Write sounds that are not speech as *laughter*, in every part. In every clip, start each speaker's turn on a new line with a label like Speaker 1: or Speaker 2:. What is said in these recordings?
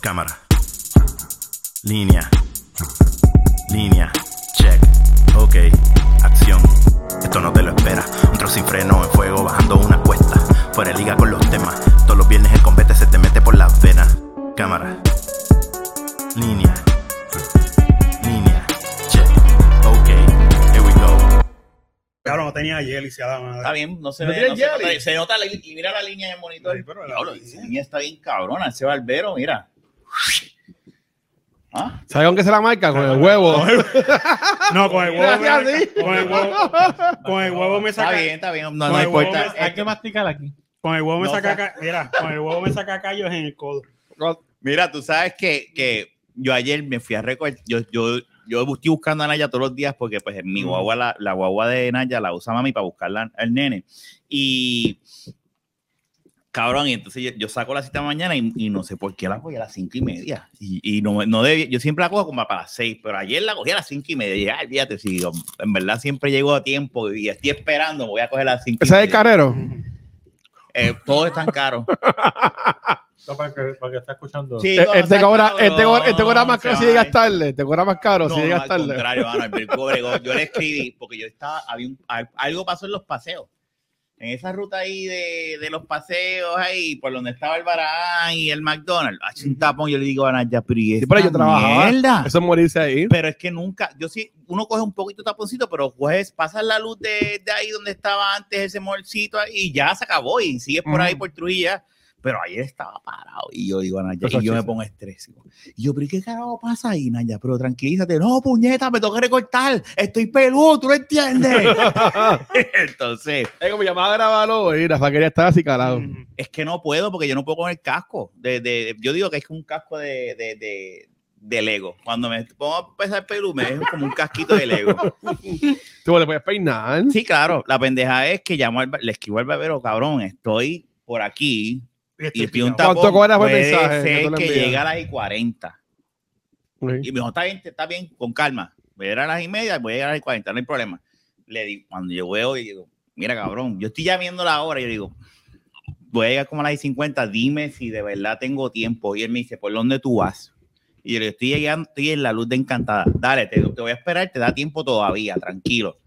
Speaker 1: Cámara. Línea. Línea. Check. Ok. Acción. Esto no te lo espera. Un trozo sin freno en fuego bajando una cuesta. Fuera de liga con los temas. Todos los viernes el combate se te mete por las venas. Cámara. Línea. Línea. Check. Ok. Here we go.
Speaker 2: Claro, no tenía ayer y se ha dado
Speaker 3: Está
Speaker 2: madre.
Speaker 3: bien, no se
Speaker 2: ¿No
Speaker 3: ve.
Speaker 2: tiene
Speaker 3: no se,
Speaker 2: jelly?
Speaker 3: nota- se nota la, y mira la línea en el monitor.
Speaker 2: Sí, pero la-
Speaker 3: Diablo, esa línea está bien cabrona. Ese barbero, mira. ¿Ah?
Speaker 4: ¿Sabes con qué se la marca? Con el huevo.
Speaker 2: No, con el huevo.
Speaker 4: Gracias,
Speaker 2: me-
Speaker 4: sí.
Speaker 2: Con el huevo. Con el huevo me
Speaker 3: Está
Speaker 2: saca.
Speaker 3: bien, está bien. No, no,
Speaker 2: Con el
Speaker 3: importa.
Speaker 2: huevo me-
Speaker 3: Es que-
Speaker 5: masticar aquí.
Speaker 2: Con el huevo me
Speaker 3: No,
Speaker 2: saca.
Speaker 3: o sea-
Speaker 2: ca- Mira, con el huevo me saca callos en el codo.
Speaker 3: mira, tú sabes que, que yo ayer me fui a recoger. Yo, yo, yo estoy buscando a Naya todos los días porque pues en mi guagua, la, la guagua de Naya la usa mami para buscarla al nene. Y cabrón, y entonces yo, yo saco la cita mañana y, y no sé por qué la cogí a las cinco y media. Y, y no, no debía, yo siempre la cojo como para las seis, pero ayer la cogí a las cinco y media. Y dije, "Ay, fíjate, si yo- en verdad siempre llego a tiempo y estoy esperando, voy a coger a las cinco. y
Speaker 4: *laughs* ¿Ese es el
Speaker 3: media".
Speaker 4: carrero?
Speaker 3: Eh, todo es tan
Speaker 4: *laughs*
Speaker 3: caro.
Speaker 5: Para que, para que está escuchando.
Speaker 3: Sí, no,
Speaker 4: Este
Speaker 3: está
Speaker 4: este cobra,
Speaker 3: cabrón,
Speaker 4: este cobra, este cobra
Speaker 3: no,
Speaker 4: más
Speaker 3: se
Speaker 4: caro si
Speaker 3: van a
Speaker 4: llegas
Speaker 3: ir.
Speaker 4: tarde. Te cobra más caro
Speaker 3: No,
Speaker 4: si
Speaker 3: no,
Speaker 4: llegas
Speaker 3: al
Speaker 4: tarde.
Speaker 3: contrario,
Speaker 4: *laughs*
Speaker 3: Ana, Alberto Obregón. Yo le escribí porque yo estaba, había un- al- algo pasó en los paseos. En esa ruta ahí de, de los paseos, ahí por donde estaba el Barán y el McDonald's, hace un tapón. Yo le digo a Ana, ya, pero ¿y
Speaker 4: Sí, pero yo
Speaker 3: esta
Speaker 4: trabajaba.
Speaker 3: mierda?
Speaker 4: Eso es morirse ahí.
Speaker 3: Pero es que nunca, yo sí, uno coge un poquito de taponcito, pero pues pasa la luz de, de ahí donde estaba antes ese molcito ahí, y ya se acabó y sigues por ahí por Trujillo. Pero ayer estaba parado y yo digo, Naya,
Speaker 4: Eso
Speaker 3: y yo
Speaker 4: sí,
Speaker 3: me
Speaker 4: sí.
Speaker 3: pongo estrés. Y yo, pero ¿y ¿qué carajo pasa ahí, Naya? Pero tranquilízate, no, puñeta, me tengo que recortar, estoy peludo, tú no entiendes.
Speaker 4: *laughs*
Speaker 3: *laughs* Entonces,
Speaker 4: Es Eh, como llamaba a grabarlo y la faquería estaba así calado.
Speaker 2: Ujú.
Speaker 3: es que no puedo porque yo no puedo con el casco. De, de- yo digo que es como un casco de, de, de, de Lego. Cuando me pongo a pesar pelú, me es como un casquito de Lego.
Speaker 4: Tú le puedes peinar.
Speaker 3: Sí, claro. La pendeja es que llamo al, ba- le escribo al barbero, cabrón, estoy por aquí y
Speaker 2: estoy
Speaker 3: pido un
Speaker 2: picado.
Speaker 3: tapón.
Speaker 4: ¿Cuánto cobras por
Speaker 3: Puede
Speaker 4: mensaje que tú
Speaker 3: ser
Speaker 4: le
Speaker 3: que
Speaker 4: envías?
Speaker 3: llega a las y 40.
Speaker 4: Sí.
Speaker 3: Y me dijo, está bien, está bien, con calma. Voy a llegar a las y media, voy a llegar a las y 40, no hay problema. Le digo, cuando yo veo y digo, mira, cabrón, yo estoy ya viendo la hora. y Yo digo, voy a llegar como a las y 50, dime si de verdad tengo tiempo. Y él me dice, ¿por dónde tú vas? Y yo le digo, estoy llegando, estoy en la luz de encantada. Dale, te, te voy a esperar, te da tiempo todavía, tranquilo.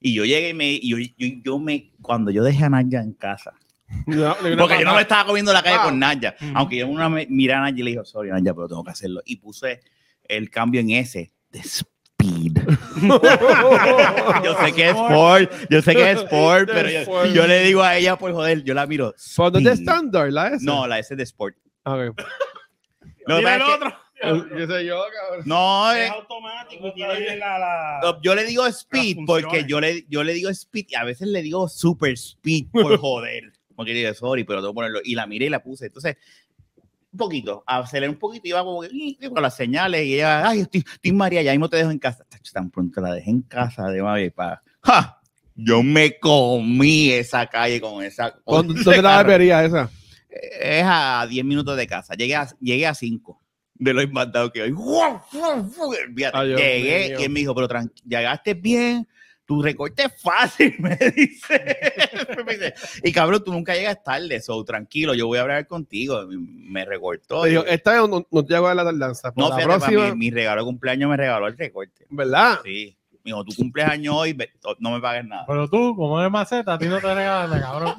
Speaker 3: Y yo llegué y me, y yo, yo, yo me, cuando yo dejé a Naya en casa,
Speaker 4: *laughs* No, le di
Speaker 3: porque yo
Speaker 4: una
Speaker 3: no
Speaker 4: patada.
Speaker 3: me estaba comiendo la calle
Speaker 4: Ah.
Speaker 3: con Naya.
Speaker 2: Ujú.
Speaker 3: Aunque yo una me- miré a Naya y le dije, sorry, Naya, pero tengo que hacerlo. Y puse el cambio en ese de speed. *laughs* yo sé que es sport, yo sé que es sport, pero yo, yo le digo a ella, pues joder, yo la miro.
Speaker 4: Por donde
Speaker 3: speed.
Speaker 4: es estándar, la S.
Speaker 3: No, la S de sport.
Speaker 4: Ah, ok.
Speaker 3: Lo
Speaker 2: Mira
Speaker 3: que pasa
Speaker 2: el
Speaker 3: es que-
Speaker 2: otro.
Speaker 4: Qué sé *laughs* yo, cabrón.
Speaker 3: no, eh,
Speaker 2: Es automático y tiene la. la...
Speaker 3: yo le digo speed
Speaker 2: Las funciones.
Speaker 3: porque yo le, yo le digo speed y a veces le digo super speed
Speaker 2: *laughs*
Speaker 3: por joder. Porque le digo, sorry, pero tengo que ponerlo. Y la miré y la puse. Entonces, un poquito, aceleré un poquito y iba como que "Ih", con las señales y ella, ay, estoy, estoy María, ya mismo te dejo en casa. Tacho, Tan pronto la dejé en casa de madre para. ¡Ja! Yo me comí esa calle con esa. *laughs* con
Speaker 4: ¿Dónde
Speaker 3: ese
Speaker 4: dónde la
Speaker 3: carro.
Speaker 4: barbería esa?
Speaker 3: Eh, Es a 10 minutos de casa. Llegué a, llegué a 5 de los mandados que hoy. ¡Wow! ¡Wow! ¡Wow! Fíjate,
Speaker 4: Ay, Dios
Speaker 3: llegué
Speaker 4: mío.
Speaker 3: y él me dijo, pero tranqui- llegaste bien, tu recorte es fácil, *laughs* me dice. Me dice, y cabrón, tú nunca llegas tarde, so tranquilo, yo voy a hablar contigo. Y Me recortó.
Speaker 4: Te digo,
Speaker 3: Yo-
Speaker 4: esta vez no, no te hago de la tardanza. Por
Speaker 3: no,
Speaker 4: la
Speaker 3: fíjate, pa'
Speaker 4: próxima, Ah.
Speaker 3: mí, mi regalo de cumpleaños me regaló el recorte.
Speaker 4: ¿verdad?
Speaker 3: Sí. Me dijo, tú cumples años hoy, ve- no me pagues nada.
Speaker 5: Pero tú, como eres maceta, a ti no te regalan nada, cabrón.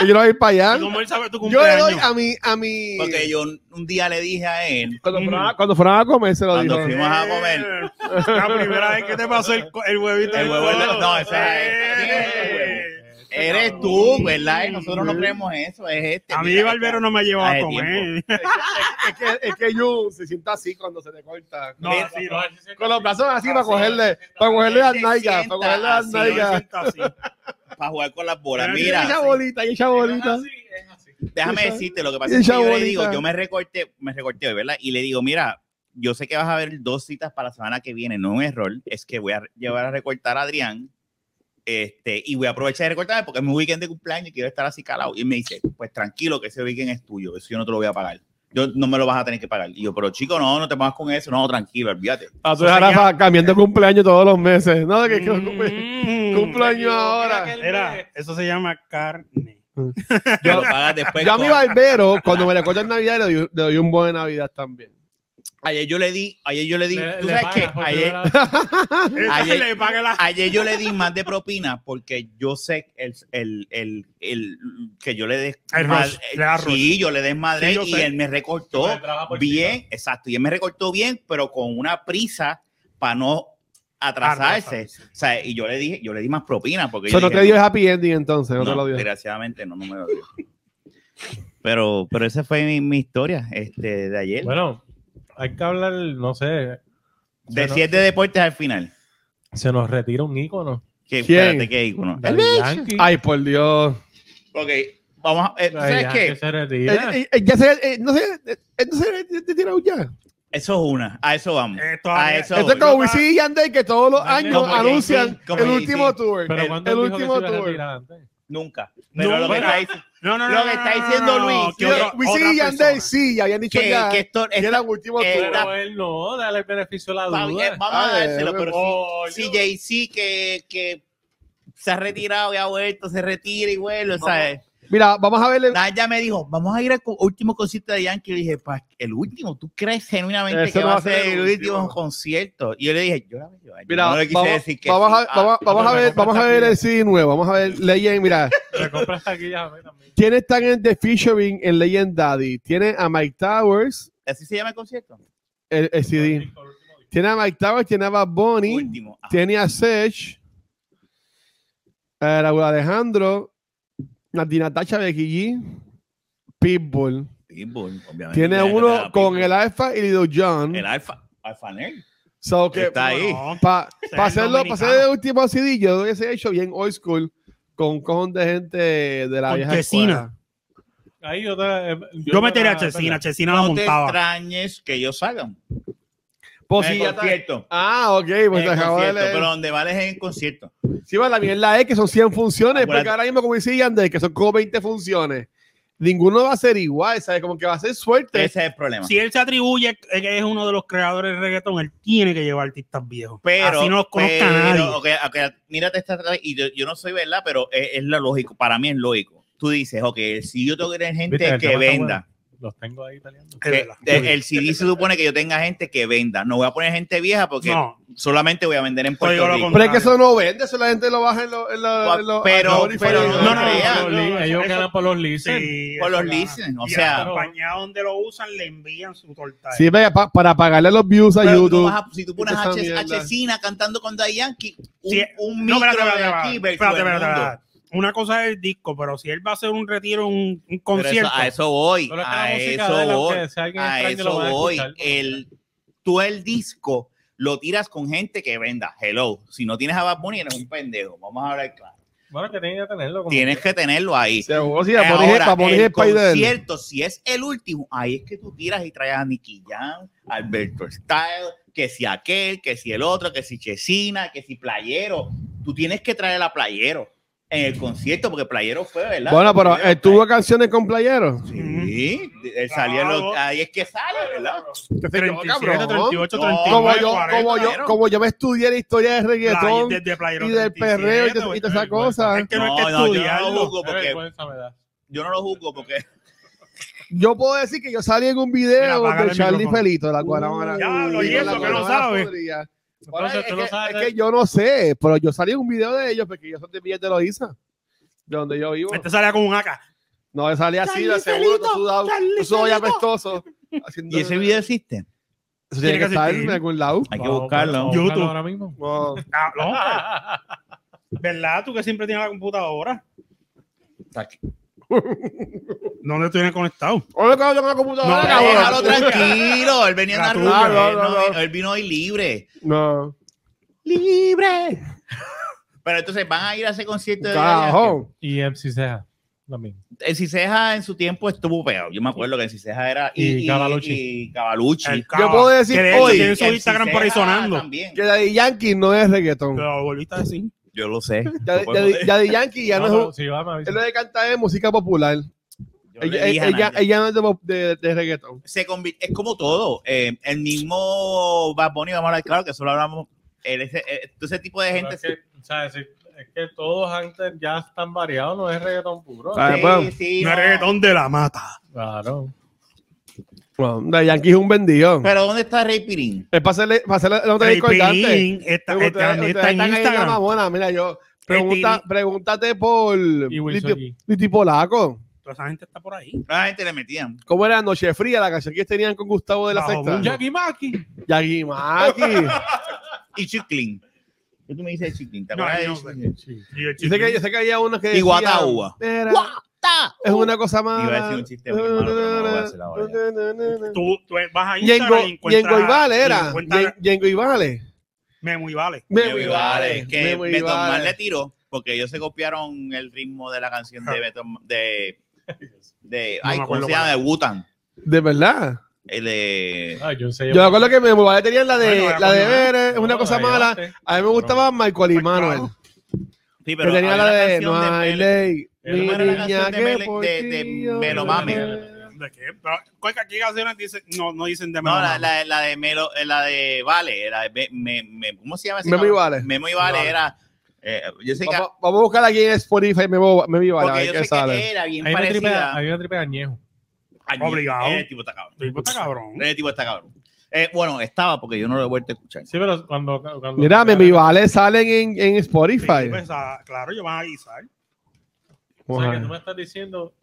Speaker 4: Yo quiero ir para
Speaker 2: ¿Y
Speaker 4: allá.
Speaker 2: ¿Cómo él sabe tu
Speaker 4: Yo le
Speaker 2: cumpleaños?
Speaker 4: doy a mi. A mi
Speaker 3: Porque yo un un día le dije a él,
Speaker 4: cuando, fueron a, cuando fueron a comer, se lo
Speaker 3: Mm. Cuando
Speaker 4: digo.
Speaker 3: fui- Fuimos a comer.
Speaker 2: Eh, La primera vez que te pasó el, co- el huevito.
Speaker 3: El
Speaker 2: en
Speaker 3: huevo,
Speaker 2: codo.
Speaker 3: no, esa es-
Speaker 2: Eh.
Speaker 3: eres tú, ¿verdad? Y nosotros no creemos eso, es este.
Speaker 2: A mí
Speaker 3: mira,
Speaker 2: Barbero no me ha llevado
Speaker 3: Ay,
Speaker 2: a comer.
Speaker 4: Es que, es que Yu se sienta así cuando se te corta.
Speaker 2: No, Ah,
Speaker 3: Mira,
Speaker 2: sí, no.
Speaker 4: Con los brazos así para
Speaker 3: Así,
Speaker 4: cogerle, para cogerle
Speaker 3: Él
Speaker 4: las
Speaker 3: se
Speaker 4: nalgas,
Speaker 3: sienta
Speaker 4: para cogerle las
Speaker 3: así,
Speaker 2: Sí, yo
Speaker 4: nalgas.
Speaker 2: siento así.
Speaker 3: para jugar con las bolas.
Speaker 2: Pero
Speaker 4: Y esa
Speaker 3: Mira,
Speaker 4: bolita, y esa
Speaker 2: Ah,
Speaker 4: bolita.
Speaker 3: déjame
Speaker 4: esa-
Speaker 3: decirte lo que pasa.
Speaker 4: esa
Speaker 3: Es que yo le
Speaker 4: bolita.
Speaker 3: digo, yo me recorté, me recorté hoy, ¿verdad? Y le digo, mira, yo sé que vas a ver dos citas para la semana que viene, no un error, es que voy a llevar a recortar a Adrián. Este, y voy a aprovechar de recortarme porque es mi weekend de cumpleaños y quiero estar así calado. Y él me dice, pues tranquilo, que ese weekend es tuyo, eso yo no te lo voy a pagar. Yo no me lo vas a tener que pagar. Y yo, pero chico, no, no te pongas con eso, no, tranquilo,
Speaker 5: *laughs*
Speaker 3: olvídate.
Speaker 4: Ah,
Speaker 2: Eso
Speaker 4: tú eres
Speaker 2: se llama-
Speaker 4: Rafa cambiando cumpleaños todos los meses. No, que, que-
Speaker 2: Mm.
Speaker 4: cumpleaños ahora.
Speaker 2: Era, eso se llama carne.
Speaker 3: Yo lo pagas después.
Speaker 4: Yo a mi
Speaker 3: Pues con-
Speaker 4: barbero, cuando me le corto en Navidad, le doy, le doy un buen de Navidad también.
Speaker 3: Ayer yo le di, ayer yo le di,
Speaker 5: Le-
Speaker 3: tú
Speaker 5: le
Speaker 3: sabes
Speaker 5: pagas
Speaker 3: que
Speaker 5: por
Speaker 3: ayer,
Speaker 5: primera
Speaker 4: *laughs*
Speaker 5: vez.
Speaker 3: Ayer-
Speaker 2: le pague la
Speaker 3: ayer yo le di más de propina porque yo sé el, el, el, el- que yo le des
Speaker 2: El
Speaker 3: mal-
Speaker 2: rush, le da rush.
Speaker 3: sí, yo le des madre
Speaker 2: Sí, yo
Speaker 3: y
Speaker 2: sé.
Speaker 3: él me recortó
Speaker 2: Pues,
Speaker 5: Le trabaja por
Speaker 3: bien, exacto, y él me recortó bien, pero con una prisa para no atrasarse.
Speaker 2: Atrasarse.
Speaker 3: O sea, y yo le dije, yo le di más propina porque
Speaker 4: Eso
Speaker 3: yo
Speaker 4: no
Speaker 3: dije,
Speaker 4: te dio el happy ending entonces, no, te
Speaker 3: Pues no,
Speaker 4: lo dio.
Speaker 3: desgraciadamente no, no me lo dio. Pero, pero esa fue mi, mi historia este, de ayer.
Speaker 5: Bueno, hay que hablar, no sé,
Speaker 3: de
Speaker 5: bueno.
Speaker 3: siete deportes al final.
Speaker 5: se nos retira un ícono.
Speaker 3: Que,
Speaker 4: ¿Quién?
Speaker 3: Espérate, ¿qué ícono?
Speaker 5: Daddy Yankee.
Speaker 4: Ay, por Dios.
Speaker 3: Ok, vamos a. eh,
Speaker 5: Daddy
Speaker 3: ¿Sabes
Speaker 5: Yankee
Speaker 3: qué?
Speaker 5: se
Speaker 4: Eh,
Speaker 5: retira.
Speaker 4: eh, eh, ya se, eh, no sé, eh, eh, no sé, eh, te tiraron ya.
Speaker 3: Eso es una, a eso vamos.
Speaker 2: Eh,
Speaker 3: a
Speaker 2: todavía-
Speaker 3: eso
Speaker 4: Esto es
Speaker 3: voy.
Speaker 4: como Wisin y Yandel que todos los
Speaker 5: Dale.
Speaker 4: años
Speaker 5: Como
Speaker 4: anuncian
Speaker 3: Jay-Z, como
Speaker 4: el último
Speaker 3: Jay-Z.
Speaker 4: tour.
Speaker 5: Pero
Speaker 3: el-
Speaker 5: cuando
Speaker 4: el
Speaker 5: él dijo que se
Speaker 4: último
Speaker 5: iba a
Speaker 4: tour.
Speaker 5: retirar antes.
Speaker 3: Nunca. Pero lo que
Speaker 2: Nunca.
Speaker 3: está diciendo-
Speaker 2: No, no, no.
Speaker 3: Lo que está diciendo Luis,
Speaker 4: Sí,
Speaker 3: que otra-
Speaker 4: Wisin y Yandel sí, ya habían dicho
Speaker 3: que,
Speaker 4: ya.
Speaker 3: que esto
Speaker 4: que
Speaker 3: esto-
Speaker 4: era el último
Speaker 3: eh,
Speaker 4: tour.
Speaker 5: Pero él no, dale el beneficio a la
Speaker 3: está bien,
Speaker 5: duda.
Speaker 3: vamos a
Speaker 4: Ay,
Speaker 3: dárselo, pero
Speaker 2: coño.
Speaker 3: si, si Jay-Z que, que se ha retirado y ha vuelto, se retira y vuelve, ¿sabes?
Speaker 4: Mira, vamos a ver el-
Speaker 3: Naya me dijo, vamos a ir al co- último concierto de Yankee. Y le dije, pa, el último, ¿tú crees genuinamente
Speaker 4: Ese
Speaker 3: que
Speaker 4: no
Speaker 3: va a ser el último, concierto? Y yo le dije, yo la veo. Yo
Speaker 4: Mira,
Speaker 3: no le quise
Speaker 4: vamos,
Speaker 3: decir que
Speaker 4: vamos
Speaker 3: sí.
Speaker 4: a,
Speaker 3: Ah,
Speaker 4: vamos, vamos a
Speaker 5: me
Speaker 4: ver,
Speaker 5: compras
Speaker 4: vamos a ver
Speaker 5: taquilla.
Speaker 4: el CD nuevo, vamos a ver Legend, mira,
Speaker 3: *laughs*
Speaker 5: Le compras taquillas a mí también.
Speaker 4: ¿quiénes están en The Featuring en Legend Daddy? Tiene a Mike Towers,
Speaker 3: ¿Así se llama el concierto?
Speaker 4: el, el CD. Tiene a Mike Towers, tiene a Bad Bunny,
Speaker 3: Último. Ah,
Speaker 4: tiene a Sech, a Raúl Alejandro, Natina Tacha Becky G, Pitbull.
Speaker 3: Pitbull, obviamente.
Speaker 4: Tiene
Speaker 3: Ya que te
Speaker 4: uno
Speaker 3: da
Speaker 4: con
Speaker 3: Pitbull.
Speaker 4: el Alfa y Lido John.
Speaker 3: El Alfa. Alfa Nerd.
Speaker 4: So que
Speaker 3: Está ahí.
Speaker 4: para
Speaker 2: Ser
Speaker 4: hacerlo, pa' hacer
Speaker 2: dominicano.
Speaker 4: el último CD, yo doy ese hecho bien old school con un cojón de gente de la
Speaker 2: Con
Speaker 4: vieja
Speaker 2: Chesina.
Speaker 4: escuela.
Speaker 5: Ahí yo, te,
Speaker 2: Yo metería a
Speaker 5: te-
Speaker 2: Chesina, Chesina la
Speaker 3: No te
Speaker 2: montaba.
Speaker 3: extrañes que ellos salgan.
Speaker 4: Pues
Speaker 3: En
Speaker 4: sí,
Speaker 3: el
Speaker 4: ya está.
Speaker 3: concierto.
Speaker 4: Ah, ok, pues
Speaker 3: En
Speaker 4: te
Speaker 3: el
Speaker 4: acabo de
Speaker 3: concierto,
Speaker 4: leer.
Speaker 3: pero donde vale es en concierto.
Speaker 4: Sí, va, la mierda es que son 100 funciones,
Speaker 3: Acuérdate.
Speaker 4: porque ahora mismo, como dice Yandel, que son como 20 funciones. Ninguno va a ser igual, ¿sabes? Como que va a ser suerte.
Speaker 3: Ese es el problema.
Speaker 2: Si él se atribuye que es uno de los creadores de reggaetón, él tiene que llevar artistas viejos.
Speaker 3: Pero,
Speaker 2: Así no los conozca
Speaker 3: pero,
Speaker 2: nadie.
Speaker 3: ok, ok, mírate esta tra- y yo, yo no soy verdad, pero es, es lo lógico. Para mí es lógico. Tú dices, ok, si yo tengo que tener gente
Speaker 5: Viste, el
Speaker 3: que
Speaker 5: tema está
Speaker 3: venda.
Speaker 5: Los tengo ahí italianos.
Speaker 2: Es
Speaker 3: Que-
Speaker 2: verdad.
Speaker 3: de- el CD se supone que yo tenga gente que venda. No voy a poner gente vieja porque
Speaker 2: No,
Speaker 3: solamente voy a vender en Puerto
Speaker 2: digo lo
Speaker 3: Rico.
Speaker 4: pero es que eso no vende, eso la gente lo baja en los. En la- en los-
Speaker 3: Pero-
Speaker 4: en los Spotify.
Speaker 3: pero-
Speaker 2: no, no, no,
Speaker 3: creas.
Speaker 2: no, no, no,
Speaker 5: ellos
Speaker 2: eso-
Speaker 5: ganan por los licencias.
Speaker 2: sí,
Speaker 3: Por
Speaker 2: eso
Speaker 3: los
Speaker 2: gana.
Speaker 3: listens, o
Speaker 2: Y
Speaker 3: sea-
Speaker 2: a la compañía donde lo usan le envían su torta.
Speaker 4: Sí, vea, pa- para pagarle los views a
Speaker 3: Pero tú no
Speaker 4: YouTube.
Speaker 3: vas a- si tú pones
Speaker 4: Esa
Speaker 3: a
Speaker 4: mierda.
Speaker 3: Chesina cantando con Daddy Yankee, un,
Speaker 2: Sí,
Speaker 3: un
Speaker 2: no,
Speaker 3: micro
Speaker 2: espérate, espérate,
Speaker 3: de
Speaker 2: espérate,
Speaker 3: aquí versus
Speaker 2: espérate,
Speaker 3: el
Speaker 2: espérate,
Speaker 3: mundo.
Speaker 2: espérate. Una cosa es el disco, pero si él va a hacer un retiro, un, un
Speaker 3: Pero eso-
Speaker 2: concierto,
Speaker 3: a eso voy.
Speaker 5: Pero es que la
Speaker 3: a
Speaker 5: música
Speaker 3: eso
Speaker 5: de él,
Speaker 3: voy.
Speaker 5: aunque sea alguien
Speaker 3: a
Speaker 5: extraño,
Speaker 3: eso
Speaker 5: lo van a
Speaker 3: voy.
Speaker 5: escuchar.
Speaker 3: El, tú el disco lo tiras con gente que venda. Hello. Si no tienes a Bad Bunny, eres un pendejo. Vamos a hablar claro.
Speaker 5: Bueno, que tienen que tenerlo. como
Speaker 3: Tienes que tenerlo ahí.
Speaker 4: Seguro, sí, para poner-
Speaker 3: Ahora,
Speaker 4: para poner
Speaker 3: el
Speaker 4: el país de él.
Speaker 3: concierto, si es el último, ahí es que tú tiras y traes a Nicky Jam, Alberto Style, que si aquel, que si el otro, que si Chesina, que si Playero. Tú tienes que traer a Playero en el concierto, porque Playero fue, ¿verdad?
Speaker 4: Bueno, pero
Speaker 3: Fue,
Speaker 4: eh, tuvo canciones con playeros.
Speaker 3: Sí, él salía en los-
Speaker 2: Claro.
Speaker 3: ahí es que sale, ¿verdad?
Speaker 2: 37,
Speaker 4: cabrón.
Speaker 2: 38,
Speaker 3: No,
Speaker 2: 39,
Speaker 4: Como yo,
Speaker 2: 40.
Speaker 4: como yo, como yo me estudié la historia del
Speaker 2: Play-
Speaker 4: reggaetón
Speaker 2: desde Playero
Speaker 4: y del
Speaker 2: 37,
Speaker 4: perreo y de-
Speaker 2: güey.
Speaker 4: y de esas cosas.
Speaker 2: Es que no, hay que
Speaker 3: No, no, yo no
Speaker 2: estudiarlo.
Speaker 3: lo juzgo
Speaker 5: Qué
Speaker 3: porque
Speaker 5: vergüenza me da.
Speaker 3: yo no lo juzgo porque
Speaker 4: Yo puedo decir que yo salí en un
Speaker 2: Mira,
Speaker 4: video
Speaker 2: apágale
Speaker 4: de
Speaker 2: el
Speaker 4: Charlie
Speaker 2: micrófono. Uh,
Speaker 4: Felito, la guanábana.
Speaker 2: Diablo,
Speaker 4: y
Speaker 2: y
Speaker 4: la
Speaker 2: eso que no
Speaker 4: guanábana
Speaker 2: sabe.
Speaker 4: podría. Ahora,
Speaker 5: Entonces,
Speaker 4: es,
Speaker 5: tú
Speaker 4: que,
Speaker 5: no sabes.
Speaker 4: es que yo no sé, pero yo salí en un video de ellos porque yo soy de Villas de Loíza, de donde yo vivo.
Speaker 2: Este salía con un AK.
Speaker 4: No, yo salí así, de seguro, todo sudado, todo sudado y apestoso. haciendo-
Speaker 3: y ese video existe.
Speaker 4: Eso tiene que estar en
Speaker 2: existir.
Speaker 4: algún lado.
Speaker 3: Hay que
Speaker 5: Vamos,
Speaker 3: buscarlo.
Speaker 5: vamos a buscarlo
Speaker 2: YouTube.
Speaker 5: ahora mismo.
Speaker 4: No.
Speaker 2: Ah, no, *laughs* ¿Verdad? Tú que siempre tienes la computadora. ¿Dónde tienes conectado?
Speaker 4: Ahora que hablo con la computadora,
Speaker 2: No,
Speaker 3: Déjalo
Speaker 4: cabrón.
Speaker 3: tranquilo, él venía
Speaker 2: La
Speaker 3: en
Speaker 2: tuya.
Speaker 3: la
Speaker 4: No, no,
Speaker 3: él vino hoy libre.
Speaker 4: No,
Speaker 3: Libre. Pero entonces van a ir a ese concierto de
Speaker 4: cajón.
Speaker 5: Y MC Ceja también.
Speaker 3: El Ciseja en su tiempo estuvo peor. Yo me acuerdo que el Ciseja era
Speaker 5: Y Cavalucci.
Speaker 3: y Cavalucci.
Speaker 2: El Cava,
Speaker 4: puedo decir
Speaker 2: que de hecho
Speaker 4: hoy
Speaker 2: Tiene su
Speaker 3: El
Speaker 2: Instagram por ahí
Speaker 3: Ciseja
Speaker 2: sonando.
Speaker 3: también.
Speaker 4: Que Daddy Yankee no es reggaetón.
Speaker 2: Pero volviste a decir.
Speaker 3: Yo lo sé.
Speaker 4: Daddy, Daddy- Daddy Yankee ya no,
Speaker 5: No,
Speaker 4: es.
Speaker 5: no, si va, me avisa.
Speaker 4: Él lo que canta es música popular.
Speaker 3: Yo le
Speaker 4: Ella,
Speaker 3: dije a
Speaker 4: ella, ella,
Speaker 3: Naya.
Speaker 4: no es de, pop- de, de reggaetón.
Speaker 3: se convi- es como todo. eh, el mismo Bad Bunny, vamos a hablar claro que solo hablamos. el- ese, eh, todo ese tipo de
Speaker 5: Pero
Speaker 3: gente.
Speaker 5: es que, ¿sabes? Si- es que todos antes ya están variados, no es reggaetón puro.
Speaker 4: Ah, pues,
Speaker 3: sí,
Speaker 2: No
Speaker 3: no.
Speaker 2: es reggaetón de la mata.
Speaker 5: Claro.
Speaker 4: Bueno, de Yankee es un vendido.
Speaker 3: Pero ¿dónde está Rey Pirín?
Speaker 4: Eh, Es para hacerle, para hacerle la nota
Speaker 2: Ey,
Speaker 4: discordante.
Speaker 2: Pirín, está,
Speaker 4: Ustedes-
Speaker 2: está- está
Speaker 4: ustedes
Speaker 2: en
Speaker 4: están ahí en la
Speaker 2: Instagram.
Speaker 4: mamona. Mira, yo. Pregunta,
Speaker 2: Pirín.
Speaker 4: pregúntate por
Speaker 5: Y
Speaker 4: Liti-
Speaker 5: Wilson G.
Speaker 4: Liti Polaco.
Speaker 2: Toda esa gente está por ahí.
Speaker 3: La gente le metían.
Speaker 4: ¿Cómo era Noche Fría, la canción que tenían con Gustavo de la
Speaker 2: Bajo
Speaker 4: Sexta?
Speaker 2: mundo.
Speaker 5: Jackie Maki.
Speaker 4: Yagimaki.
Speaker 3: Y Chiclin. ¿Qué tú me dices de Chiclin? ¿Te
Speaker 2: No,
Speaker 3: acuerdas de
Speaker 2: no,
Speaker 3: Chiclín?
Speaker 2: Y el
Speaker 4: Yo sé que, yo
Speaker 2: chico-
Speaker 4: sé que había unos que.
Speaker 3: Y Guataúba.
Speaker 4: "Mira, Es una cosa mala.
Speaker 3: Iba a decir un chiste muy malo, pero no lo voy a hacer ahora
Speaker 2: Tú, tú vas a
Speaker 4: Yengo,
Speaker 2: Instagram y encuentras...
Speaker 4: Yengo y Vale era.
Speaker 2: encuentras-
Speaker 4: Yengo y Vale.
Speaker 2: Memo y Vale.
Speaker 3: Memo y Vale, que
Speaker 4: Memo y
Speaker 3: Beto
Speaker 4: Vale.
Speaker 3: Mal le tiró porque ellos se copiaron el ritmo de la canción de Beto
Speaker 2: *laughs*
Speaker 3: de de
Speaker 2: Ah. No
Speaker 3: ay,
Speaker 2: me
Speaker 3: ¿cómo
Speaker 2: acuerdo
Speaker 3: se llama?
Speaker 2: cuál
Speaker 3: de Wutan
Speaker 4: De verdad.
Speaker 3: el de
Speaker 5: Ah, yo sé.
Speaker 4: Yo me acuerdo que Memo y Vale tenían la de,
Speaker 2: Bueno, era
Speaker 4: la de
Speaker 2: como-
Speaker 4: ver, es una cosa mala. A mí me gustaba Michael y
Speaker 2: Pues claro.
Speaker 4: Manuel.
Speaker 3: sí
Speaker 4: Pero tenía
Speaker 3: había
Speaker 4: la
Speaker 3: una
Speaker 4: de
Speaker 3: canción
Speaker 4: No hay
Speaker 3: Mele-
Speaker 4: ley.
Speaker 5: Era
Speaker 4: Mi
Speaker 5: como era la
Speaker 4: niña
Speaker 3: canción de
Speaker 4: que
Speaker 3: Mele-
Speaker 4: por
Speaker 3: de- de
Speaker 4: ti yo-
Speaker 3: Melo Mami.
Speaker 2: ¿De qué? Pero, ¿cuál que aquí canciones dicen, no, no dicen de
Speaker 3: no
Speaker 2: Memo
Speaker 3: la,
Speaker 2: Mami?
Speaker 3: la, la de Melo eh, la de Vale la de Be- me, me- ¿cómo se llama ese
Speaker 4: Memo y
Speaker 3: cabrón?
Speaker 4: Vale.
Speaker 3: Memo y Vale,
Speaker 5: Vale.
Speaker 3: era eh, yo sé que
Speaker 4: Vamos vamos a buscar aquí en Spotify Memo Memo y Vale a
Speaker 3: porque
Speaker 4: ver
Speaker 3: yo
Speaker 4: qué
Speaker 3: sé
Speaker 4: sale.
Speaker 3: que era bien
Speaker 5: Hay una tripe,
Speaker 3: parecida
Speaker 5: hay una tripe de añejo.
Speaker 3: Ay,
Speaker 2: Obligado.
Speaker 3: el tipo está cabrón
Speaker 2: Tipo "Pues está cabrón.
Speaker 3: el tipo está cabrón Eh, bueno estaba porque yo no lo he vuelto a escuchar
Speaker 5: Sí, pero cuando. cuando
Speaker 4: Mira, Memo y Vale salen en, en
Speaker 2: Sí,
Speaker 4: Spotify.
Speaker 2: pues, ah, claro, ellos van a guisar.
Speaker 5: O sea, que
Speaker 4: Ojalá.
Speaker 5: tú me estás diciendo